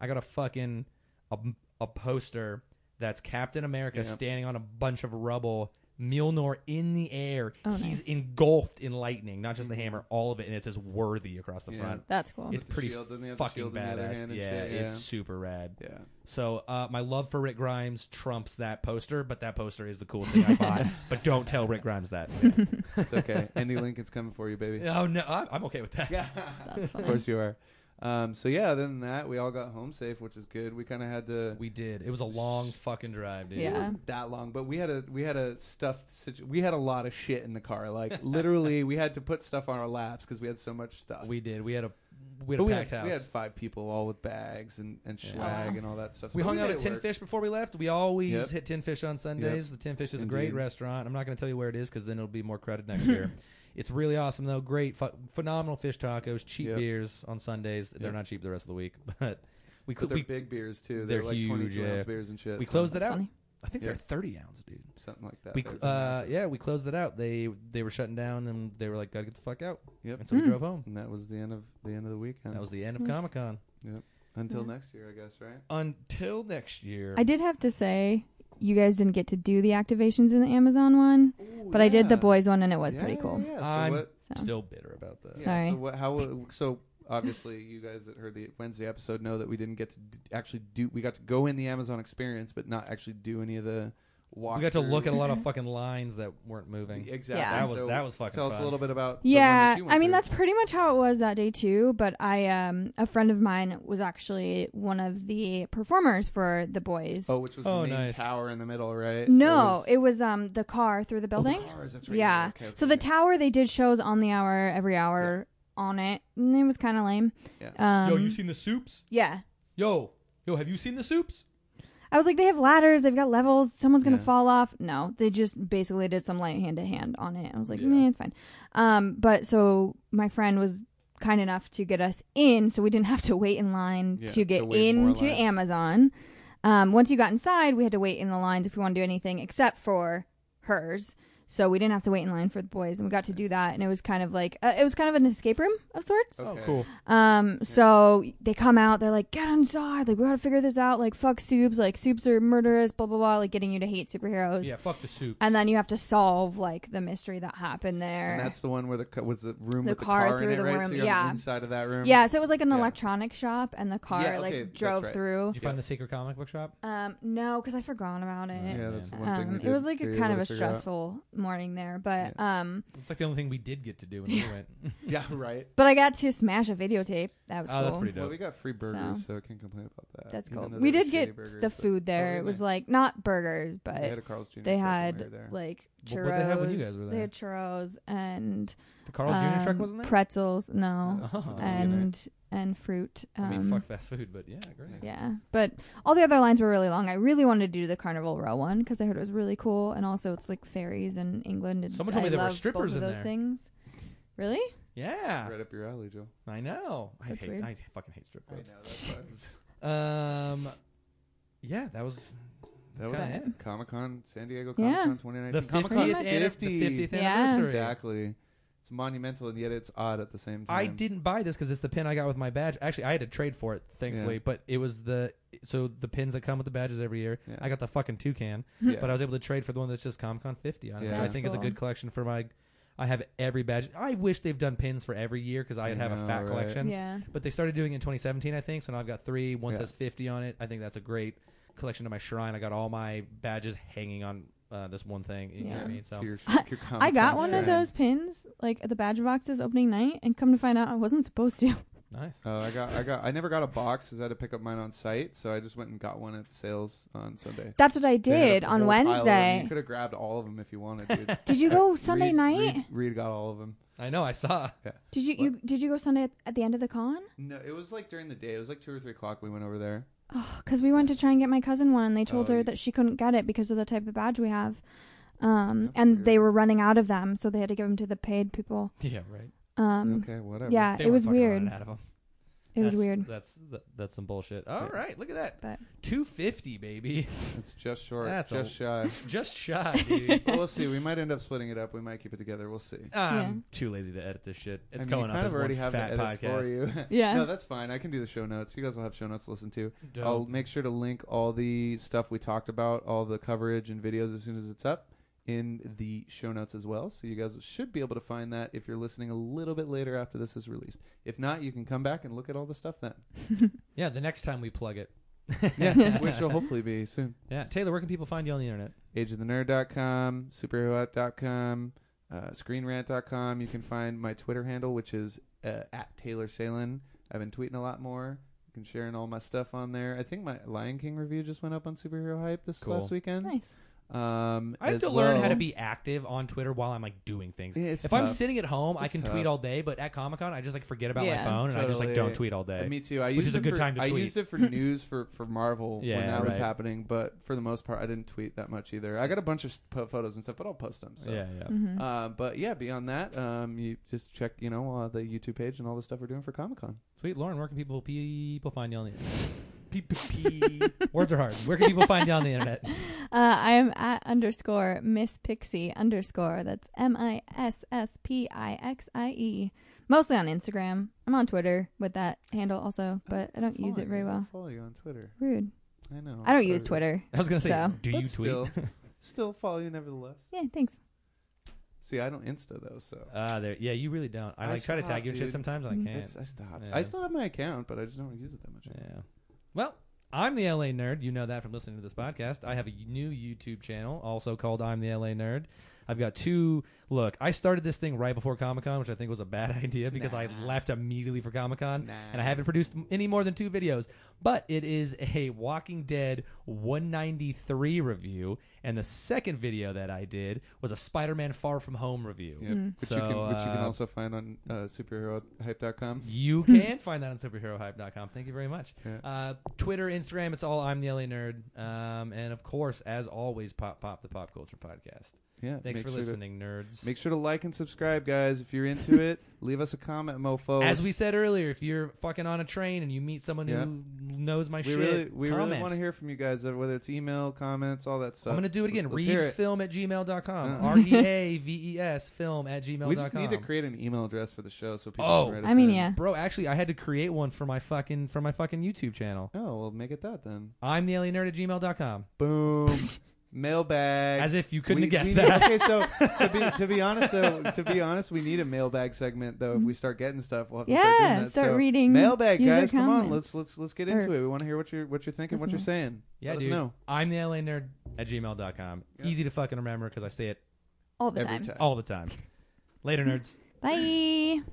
Speaker 1: I got a fucking a, a poster that's Captain America
Speaker 2: Yeah.
Speaker 1: standing on a bunch of rubble. Milnor in the air.
Speaker 3: Oh,
Speaker 1: He's
Speaker 3: nice.
Speaker 1: engulfed in lightning, not just the
Speaker 2: Mhm.
Speaker 1: hammer, all of it, and it says "worthy" across the
Speaker 2: Yeah.
Speaker 1: front.
Speaker 3: That's cool.
Speaker 1: It's
Speaker 2: With the
Speaker 1: pretty
Speaker 2: shield and the other
Speaker 1: Fucking
Speaker 2: shield in the other
Speaker 1: badass.
Speaker 2: hand and
Speaker 1: yeah,
Speaker 2: shit,
Speaker 1: it's super rad.
Speaker 2: yeah.
Speaker 1: So uh, my love for Rick Grimes trumps that poster, but that poster is the coolest thing I bought. but don't tell Rick Grimes that.
Speaker 2: Yeah, it's okay. Andy Lincoln's coming for you, baby.
Speaker 1: oh no, I- I'm okay with that.
Speaker 2: Yeah,
Speaker 3: That's
Speaker 2: of
Speaker 3: funny.
Speaker 2: course you are. Um, so yeah, other than that, we all got home safe, which is good. We kind of had to.
Speaker 1: We did. It was a long fucking drive, dude.
Speaker 2: It
Speaker 3: Yeah.
Speaker 2: wasn't that long, but we had a we had a stuffed situ- we had a lot of shit in the car. Like literally, we had to put stuff on our laps because we had so much stuff.
Speaker 1: We did. We had a we had a
Speaker 2: But we
Speaker 1: packed
Speaker 2: had,
Speaker 1: house.
Speaker 2: we
Speaker 1: We,
Speaker 2: had five people all with bags and and
Speaker 1: Yeah.
Speaker 2: swag
Speaker 3: Wow.
Speaker 2: and all that stuff. So
Speaker 1: hung
Speaker 2: made
Speaker 1: out
Speaker 2: it
Speaker 1: at Tin
Speaker 2: work.
Speaker 1: Fish before we left. We always
Speaker 2: Yep.
Speaker 1: hit Tin Fish on Sundays. The Tin Fish is a great
Speaker 2: Indeed.
Speaker 1: restaurant. I'm not going to tell you where it is because then it'll be more credit next year. It's really awesome though. Great, ph- phenomenal fish tacos. Cheap
Speaker 2: Yep.
Speaker 1: beers on Sundays. They're
Speaker 2: Yep.
Speaker 1: not cheap the rest of the week, but we
Speaker 2: But
Speaker 1: cl-
Speaker 2: they're
Speaker 1: we,
Speaker 2: big beers too.
Speaker 1: they're
Speaker 2: They're, like
Speaker 1: huge,
Speaker 2: 22
Speaker 1: yeah.
Speaker 2: ounce beers and shit.
Speaker 1: we
Speaker 2: so
Speaker 1: closed it
Speaker 3: That's
Speaker 1: out.
Speaker 3: funny.
Speaker 1: I think
Speaker 2: Yep.
Speaker 1: they're 30 ounce, dude.
Speaker 2: something like that.
Speaker 1: We
Speaker 2: They
Speaker 1: cl- uh,
Speaker 2: were massive.
Speaker 1: yeah, we closed it out. They they were shutting down and they were like, gotta get the fuck out.
Speaker 2: Yep.
Speaker 1: And so we
Speaker 3: Mm.
Speaker 1: drove home.
Speaker 2: And that was the end of the end of the weekend.
Speaker 1: That was the end of
Speaker 3: Nice.
Speaker 1: Comic Con.
Speaker 2: until
Speaker 3: Yeah.
Speaker 2: next year, I guess. Right?
Speaker 1: Until next year.
Speaker 3: I did have to say, you guys didn't get to do the activations in the Amazon one, but I did the boys one, and it was
Speaker 2: Yeah,
Speaker 3: pretty
Speaker 2: yeah,
Speaker 3: cool.
Speaker 2: Yeah. So
Speaker 1: I'm-
Speaker 2: what?
Speaker 3: So
Speaker 1: Still bitter about that.
Speaker 2: Yeah,
Speaker 3: Sorry.
Speaker 2: So what? How? will- So obviously, you guys that heard the Wednesday episode know that we didn't get to d- actually do. We got to go in the Amazon experience, but not actually do any of the walk.
Speaker 1: We got to look at a lot of fucking lines that weren't moving.
Speaker 2: Exactly.
Speaker 3: Yeah.
Speaker 1: That was
Speaker 2: So
Speaker 1: that was fucking
Speaker 2: Tell
Speaker 1: fun.
Speaker 2: us a little bit about. the one
Speaker 3: Yeah,
Speaker 2: that you went
Speaker 3: I mean
Speaker 2: through.
Speaker 3: that's pretty much how it was that day too. But I, um, a friend of mine was actually one of the performers for the boys.
Speaker 2: Oh, which was
Speaker 1: Oh,
Speaker 2: the main
Speaker 1: nice.
Speaker 2: tower in the middle, right?
Speaker 3: no, it was um the car through the
Speaker 2: Oh, the
Speaker 3: building.
Speaker 2: cars, that's right.
Speaker 3: Yeah.
Speaker 2: okay, okay,
Speaker 3: so the
Speaker 2: okay.
Speaker 3: tower they did shows on the hour every hour on it, and it was kind of lame. Um,
Speaker 1: yo, you seen the soups?
Speaker 3: yeah.
Speaker 1: Yo, yo, have you seen the soups?
Speaker 3: I was like, they have ladders, they've got levels, someone's gonna
Speaker 2: Yeah.
Speaker 3: fall off. No, they just basically did some light hand to hand on it. I was like,
Speaker 1: Yeah.
Speaker 3: man, it's fine. Um, but so my friend was kind enough to get us in, so we didn't have to wait in line
Speaker 2: Yeah,
Speaker 3: to get
Speaker 2: to wait more
Speaker 3: into
Speaker 2: lines.
Speaker 3: Amazon. Um, once you got inside, we had to wait in the lines if we want to do anything except for hers. So we didn't have to wait in line for the boys, and we got to do that, and it was kind of like uh, it was kind of an escape room of sorts.
Speaker 2: Okay.
Speaker 3: Um, so they come out, they're like, get inside, like, we gotta figure this out, like, fuck soups, like, soups are murderous, blah, blah, blah, like, getting you to hate superheroes.
Speaker 1: Yeah, fuck the soups.
Speaker 3: And then you have to solve, like, the mystery that happened there.
Speaker 2: And that's the one where the ca- was the room
Speaker 3: The
Speaker 2: with the
Speaker 3: car
Speaker 2: car,
Speaker 3: through
Speaker 2: in it,
Speaker 3: the
Speaker 2: right?
Speaker 3: room,
Speaker 2: So you're on
Speaker 3: yeah.
Speaker 2: the inside of that room.
Speaker 3: yeah, so it was like an
Speaker 2: Yeah.
Speaker 3: electronic shop, and the car,
Speaker 2: Yeah,
Speaker 3: like,
Speaker 2: okay, that's
Speaker 3: drove
Speaker 2: right.
Speaker 3: through.
Speaker 1: Did you find the secret comic book shop?
Speaker 3: Um, no, because I forgot about it.
Speaker 2: Yeah, that's the one thing.
Speaker 3: Um,
Speaker 2: we
Speaker 3: it was
Speaker 2: did-
Speaker 3: like
Speaker 2: we
Speaker 3: a
Speaker 2: were
Speaker 3: kind
Speaker 2: able
Speaker 3: of a
Speaker 2: to figure out.
Speaker 3: stressful morning there, but um,
Speaker 1: It's like the only thing we did get to do when we went.
Speaker 2: Yeah, right.
Speaker 3: but I got to smash a videotape. That was
Speaker 1: oh,
Speaker 3: cool.
Speaker 1: that's pretty dope.
Speaker 2: Well, we got free burgers, so, I can't complain about that.
Speaker 3: That's
Speaker 2: Even
Speaker 3: cool.
Speaker 2: though
Speaker 3: We
Speaker 2: they're
Speaker 3: did
Speaker 2: shitty
Speaker 3: get
Speaker 2: burgers,
Speaker 3: the
Speaker 2: but-
Speaker 3: food there.
Speaker 2: Oh,
Speaker 3: it was
Speaker 2: nice.
Speaker 3: like not burgers,
Speaker 2: they
Speaker 3: but
Speaker 2: had a Carl's Jr.
Speaker 3: they
Speaker 2: truck when we
Speaker 3: had
Speaker 2: were there.
Speaker 3: like churros.
Speaker 1: What- what they had when you guys were
Speaker 3: They
Speaker 1: there?
Speaker 3: had churros and
Speaker 1: The Carl's Jr. truck
Speaker 3: um,
Speaker 1: wasn't there.
Speaker 3: pretzels. No,
Speaker 2: That's just
Speaker 1: Oh.
Speaker 2: what we do there.
Speaker 3: and and fruit. Um,
Speaker 1: I mean, fuck fast food, but yeah, great.
Speaker 3: Yeah, but all the other lines were really long. I really wanted to do the Carnival Row one because I heard it was really cool, and also it's like ferries in England. And
Speaker 1: Someone told me
Speaker 3: I
Speaker 1: there were
Speaker 3: love both
Speaker 1: strippers
Speaker 3: of
Speaker 1: in
Speaker 3: those
Speaker 1: there.
Speaker 3: things. Really?
Speaker 1: Yeah,
Speaker 2: right up your alley, Joe.
Speaker 1: I know. I
Speaker 3: That's
Speaker 1: hate.
Speaker 3: weird.
Speaker 1: I fucking hate strip clubs.
Speaker 2: that's
Speaker 1: Um, yeah, that was
Speaker 2: that was
Speaker 1: That's kinda it.
Speaker 2: Comic Con, San Diego Comic
Speaker 3: Yeah.
Speaker 2: Con 2019.
Speaker 1: the
Speaker 2: Comic
Speaker 1: fiftieth
Speaker 2: Con
Speaker 1: anniversary. The 50th
Speaker 3: Yeah.
Speaker 1: anniversary.
Speaker 2: Exactly. It's monumental and yet it's odd at the same time.
Speaker 1: I didn't buy this because it's the pin I got with my badge. Actually, I had to trade for it, thankfully.
Speaker 2: Yeah.
Speaker 1: But it was the so the pins that come with the badges every year.
Speaker 2: Yeah.
Speaker 1: I got the fucking toucan,
Speaker 2: Yeah.
Speaker 1: but I was able to trade for the one that's just Comic Con 50, on it, which
Speaker 2: Yeah.
Speaker 1: I think is a
Speaker 3: Cool.
Speaker 1: good collection for my. I have every badge. I wish they've done pins for every year because I'd
Speaker 2: I
Speaker 1: have a
Speaker 2: know,
Speaker 1: fat
Speaker 2: right?
Speaker 1: collection.
Speaker 3: yeah.
Speaker 1: But they started doing it in 2017, I think. So now I've got three. One
Speaker 2: Yeah.
Speaker 1: says 50 on it. I think that's a great collection to my shrine. I got all my badges hanging on uh, this one thing. You know what I
Speaker 3: Yeah.
Speaker 1: mean? So
Speaker 2: To your- your
Speaker 3: I got
Speaker 2: Comic-Con
Speaker 3: one of
Speaker 2: shrine.
Speaker 3: those pins like at the badge boxes opening night, and come to find out I wasn't supposed to.
Speaker 1: nice.
Speaker 2: Oh, I got, I got, I never got a box because I had to pick up mine on site. So I just went and got one at sales on Sunday.
Speaker 3: That's what I
Speaker 2: They had a
Speaker 3: did on
Speaker 2: whole pile of them. You
Speaker 3: Wednesday.
Speaker 2: could have grabbed all of them if you wanted, dude.
Speaker 3: Did you go Sunday
Speaker 2: Reed-
Speaker 3: night?
Speaker 2: Reed, Reed got all of them.
Speaker 1: I know. I saw.
Speaker 3: Did you, you did you go Sunday at, at the end of the con?
Speaker 2: No, it was like during the day. It was like two or three o'clock. We went over there.
Speaker 3: Because Oh, we went to try and get my cousin one, and they told
Speaker 2: Oh,
Speaker 3: her
Speaker 2: you-
Speaker 3: that she couldn't get it because of the type of badge we have, um,
Speaker 2: That's
Speaker 3: and
Speaker 2: weird.
Speaker 3: they were running out of them, so they had to give them to the paid people.
Speaker 1: Yeah. Right.
Speaker 3: Um,
Speaker 2: Okay, whatever.
Speaker 3: yeah,
Speaker 1: They
Speaker 3: it
Speaker 1: weren't
Speaker 3: was
Speaker 1: fucking
Speaker 3: weird.
Speaker 1: running out of 'em.
Speaker 3: It was
Speaker 1: That's-
Speaker 3: weird.
Speaker 1: That's that- that's some bullshit. All right,
Speaker 2: Yeah.
Speaker 1: look at that.
Speaker 3: But-
Speaker 1: 250, baby.
Speaker 2: it's just short.
Speaker 1: That's a-
Speaker 2: just shy.
Speaker 1: Just shy, dude.
Speaker 2: But we'll see. We might end up splitting it up. We might keep it together. We'll see.
Speaker 1: I'm too lazy to edit this shit.
Speaker 2: I
Speaker 1: It's
Speaker 2: mean,
Speaker 1: going
Speaker 2: you
Speaker 1: up
Speaker 2: kind
Speaker 1: as
Speaker 2: of already
Speaker 1: one
Speaker 2: have
Speaker 1: fat
Speaker 2: the edits
Speaker 1: podcast.
Speaker 2: for you.
Speaker 3: Yeah.
Speaker 2: no, that's fine. I can do the show notes. You guys will have show notes to listen to.
Speaker 1: Dope.
Speaker 2: I'll make sure to link all the stuff we talked about, all the coverage and videos as soon as it's up in the show notes as well. So you guys should be able to find that if you're listening a little bit later after this is released. If not, you can come back and look at all the stuff then.
Speaker 1: Yeah, the next time we plug it.
Speaker 2: Yeah, which will hopefully be soon.
Speaker 1: Yeah, Taylor, where can people find you on the internet?
Speaker 2: ageofthenerd.com, superheroapp.com, uh, screenrant.com. You can find my Twitter handle, which is uh, at Taylor Salen. I've been tweeting a lot more. You can sharing all my stuff on there. I think my Lion King review just went up on Superhero Hype this
Speaker 1: Cool.
Speaker 2: last weekend.
Speaker 3: nice.
Speaker 2: Um,
Speaker 1: I have
Speaker 2: as
Speaker 1: to learn how to
Speaker 2: well-
Speaker 1: be active on Twitter while I'm like doing things.
Speaker 2: Yeah, It's
Speaker 1: if I'm
Speaker 2: tough.
Speaker 1: sitting at home, I
Speaker 2: It's
Speaker 1: can
Speaker 2: tough.
Speaker 1: tweet all day. but at Comic Con, I just like forget about my
Speaker 3: Yeah.
Speaker 1: phone and I just like don't
Speaker 2: Totally.
Speaker 1: tweet all day.
Speaker 2: Uh, me too. I
Speaker 1: Which
Speaker 2: used
Speaker 1: is a
Speaker 2: it
Speaker 1: good
Speaker 2: for,
Speaker 1: time to
Speaker 2: I
Speaker 1: tweet.
Speaker 2: used it for news for, for Marvel when
Speaker 1: Yeah,
Speaker 2: that was
Speaker 1: right.
Speaker 2: happening, but for the most part, I didn't tweet that much either. I got a bunch of s- po- photos and stuff, but I'll post them. So.
Speaker 1: Yeah, yeah.
Speaker 3: Mhm.
Speaker 2: Uh, but yeah, beyond that, um, you just check, you know, uh, the YouTube page and all the stuff we're doing for Comic Con.
Speaker 1: Sweet, Lauren, where can people people find you on the internet? Words are hard. Where can people find you on the internet?
Speaker 3: Uh, I am at underscore Miss Pixie underscore. That's M I S S P I X I E. Mostly on Instagram. I'm on Twitter with that handle also, but I don't use it very well.
Speaker 2: Follow you on Twitter.
Speaker 3: Rude.
Speaker 2: I know.
Speaker 3: I don't use Twitter.
Speaker 1: I was gonna say,
Speaker 3: So-
Speaker 1: do
Speaker 2: But
Speaker 1: you tweet?
Speaker 2: still. Still follow you nevertheless.
Speaker 3: Yeah, thanks.
Speaker 2: See, I don't Insta though, so
Speaker 1: Ah, there. Yeah, you really don't. I
Speaker 2: I
Speaker 1: like try to
Speaker 2: stopped,
Speaker 1: tag your shit
Speaker 2: dude.
Speaker 1: sometimes, and I can't.
Speaker 2: it's, I stopped.
Speaker 1: Yeah.
Speaker 2: I still have my account, but I just don't use it that much.
Speaker 1: Yeah. Well, I'm the LA nerd. You know that from listening to this podcast. I have a new YouTube channel, also called I'm the LA Nerd. I've got two. Look, I started this thing right before Comic Con, which I think was a bad idea because I
Speaker 2: Nah.
Speaker 1: left immediately for Comic Con,
Speaker 2: Nah.
Speaker 1: and I haven't produced any more than two videos. But it is a Walking Dead 193 review, and the second video that I did was a Spider-Man Far From Home review.
Speaker 2: Yep. Which
Speaker 1: So,
Speaker 2: you can, which you can
Speaker 1: uh,
Speaker 2: also find on uh, superherohype.com.
Speaker 1: You can find that on superherohype.com. Thank you very much.
Speaker 2: Hmm. Yeah.
Speaker 1: Uh, Twitter, Instagram, it's all I'm the LA Nerd. Um, and of course, as always, Pop Pop, the Pop Culture Podcast.
Speaker 2: Yeah.
Speaker 1: Thanks
Speaker 2: make
Speaker 1: for
Speaker 2: sure to-
Speaker 1: listening, nerds.
Speaker 2: Make sure to like and subscribe, guys. If you're into it, leave us a comment, mofo.
Speaker 1: as we said earlier, if you're fucking on a train and you meet someone
Speaker 2: Yeah.
Speaker 1: who knows my
Speaker 2: we
Speaker 1: shit,
Speaker 2: really we
Speaker 1: comment.
Speaker 2: really want to hear from you guys, uh, whether it's email, comments, all that stuff.
Speaker 1: I'm going to do it again.
Speaker 2: Let's hear it.
Speaker 1: Reevesfilm at gmail.com.
Speaker 2: Uh.
Speaker 1: R E A V E S film at gmail.com.
Speaker 2: We just need to create an email address for the show so people
Speaker 1: Oh.
Speaker 2: can write us
Speaker 3: I mean,
Speaker 2: in.
Speaker 3: yeah.
Speaker 1: Bro, actually, I had to create one for my fucking for my fucking YouTube channel.
Speaker 2: Oh, well, make it that then.
Speaker 1: I'm the alien nerd at gmail.com.
Speaker 2: Boom. mailbag.
Speaker 1: As if you couldn't
Speaker 2: We-
Speaker 1: have guessed
Speaker 2: we need-
Speaker 1: that.
Speaker 2: okay, so to be, to be honest, though, to be honest, we need a mailbag segment. Though, if we start getting stuff, we'll have to start doing
Speaker 3: Yeah,
Speaker 2: that.
Speaker 3: start
Speaker 2: So,
Speaker 3: reading
Speaker 2: mailbag,
Speaker 3: user
Speaker 2: guys. Come on, let's
Speaker 3: comments.
Speaker 2: let's let's get
Speaker 3: Or-
Speaker 2: into it. We want to hear what you're what you're thinking, what you're
Speaker 3: Listen.
Speaker 2: saying.
Speaker 1: Yeah,
Speaker 2: Let
Speaker 1: dude.
Speaker 2: us know
Speaker 1: I'm the LA nerd at gmail.com.
Speaker 2: Yeah.
Speaker 1: Easy to fucking remember because I say it
Speaker 3: All the
Speaker 2: every
Speaker 3: time.
Speaker 2: time.
Speaker 1: all the time. Later, nerds.
Speaker 3: Bye.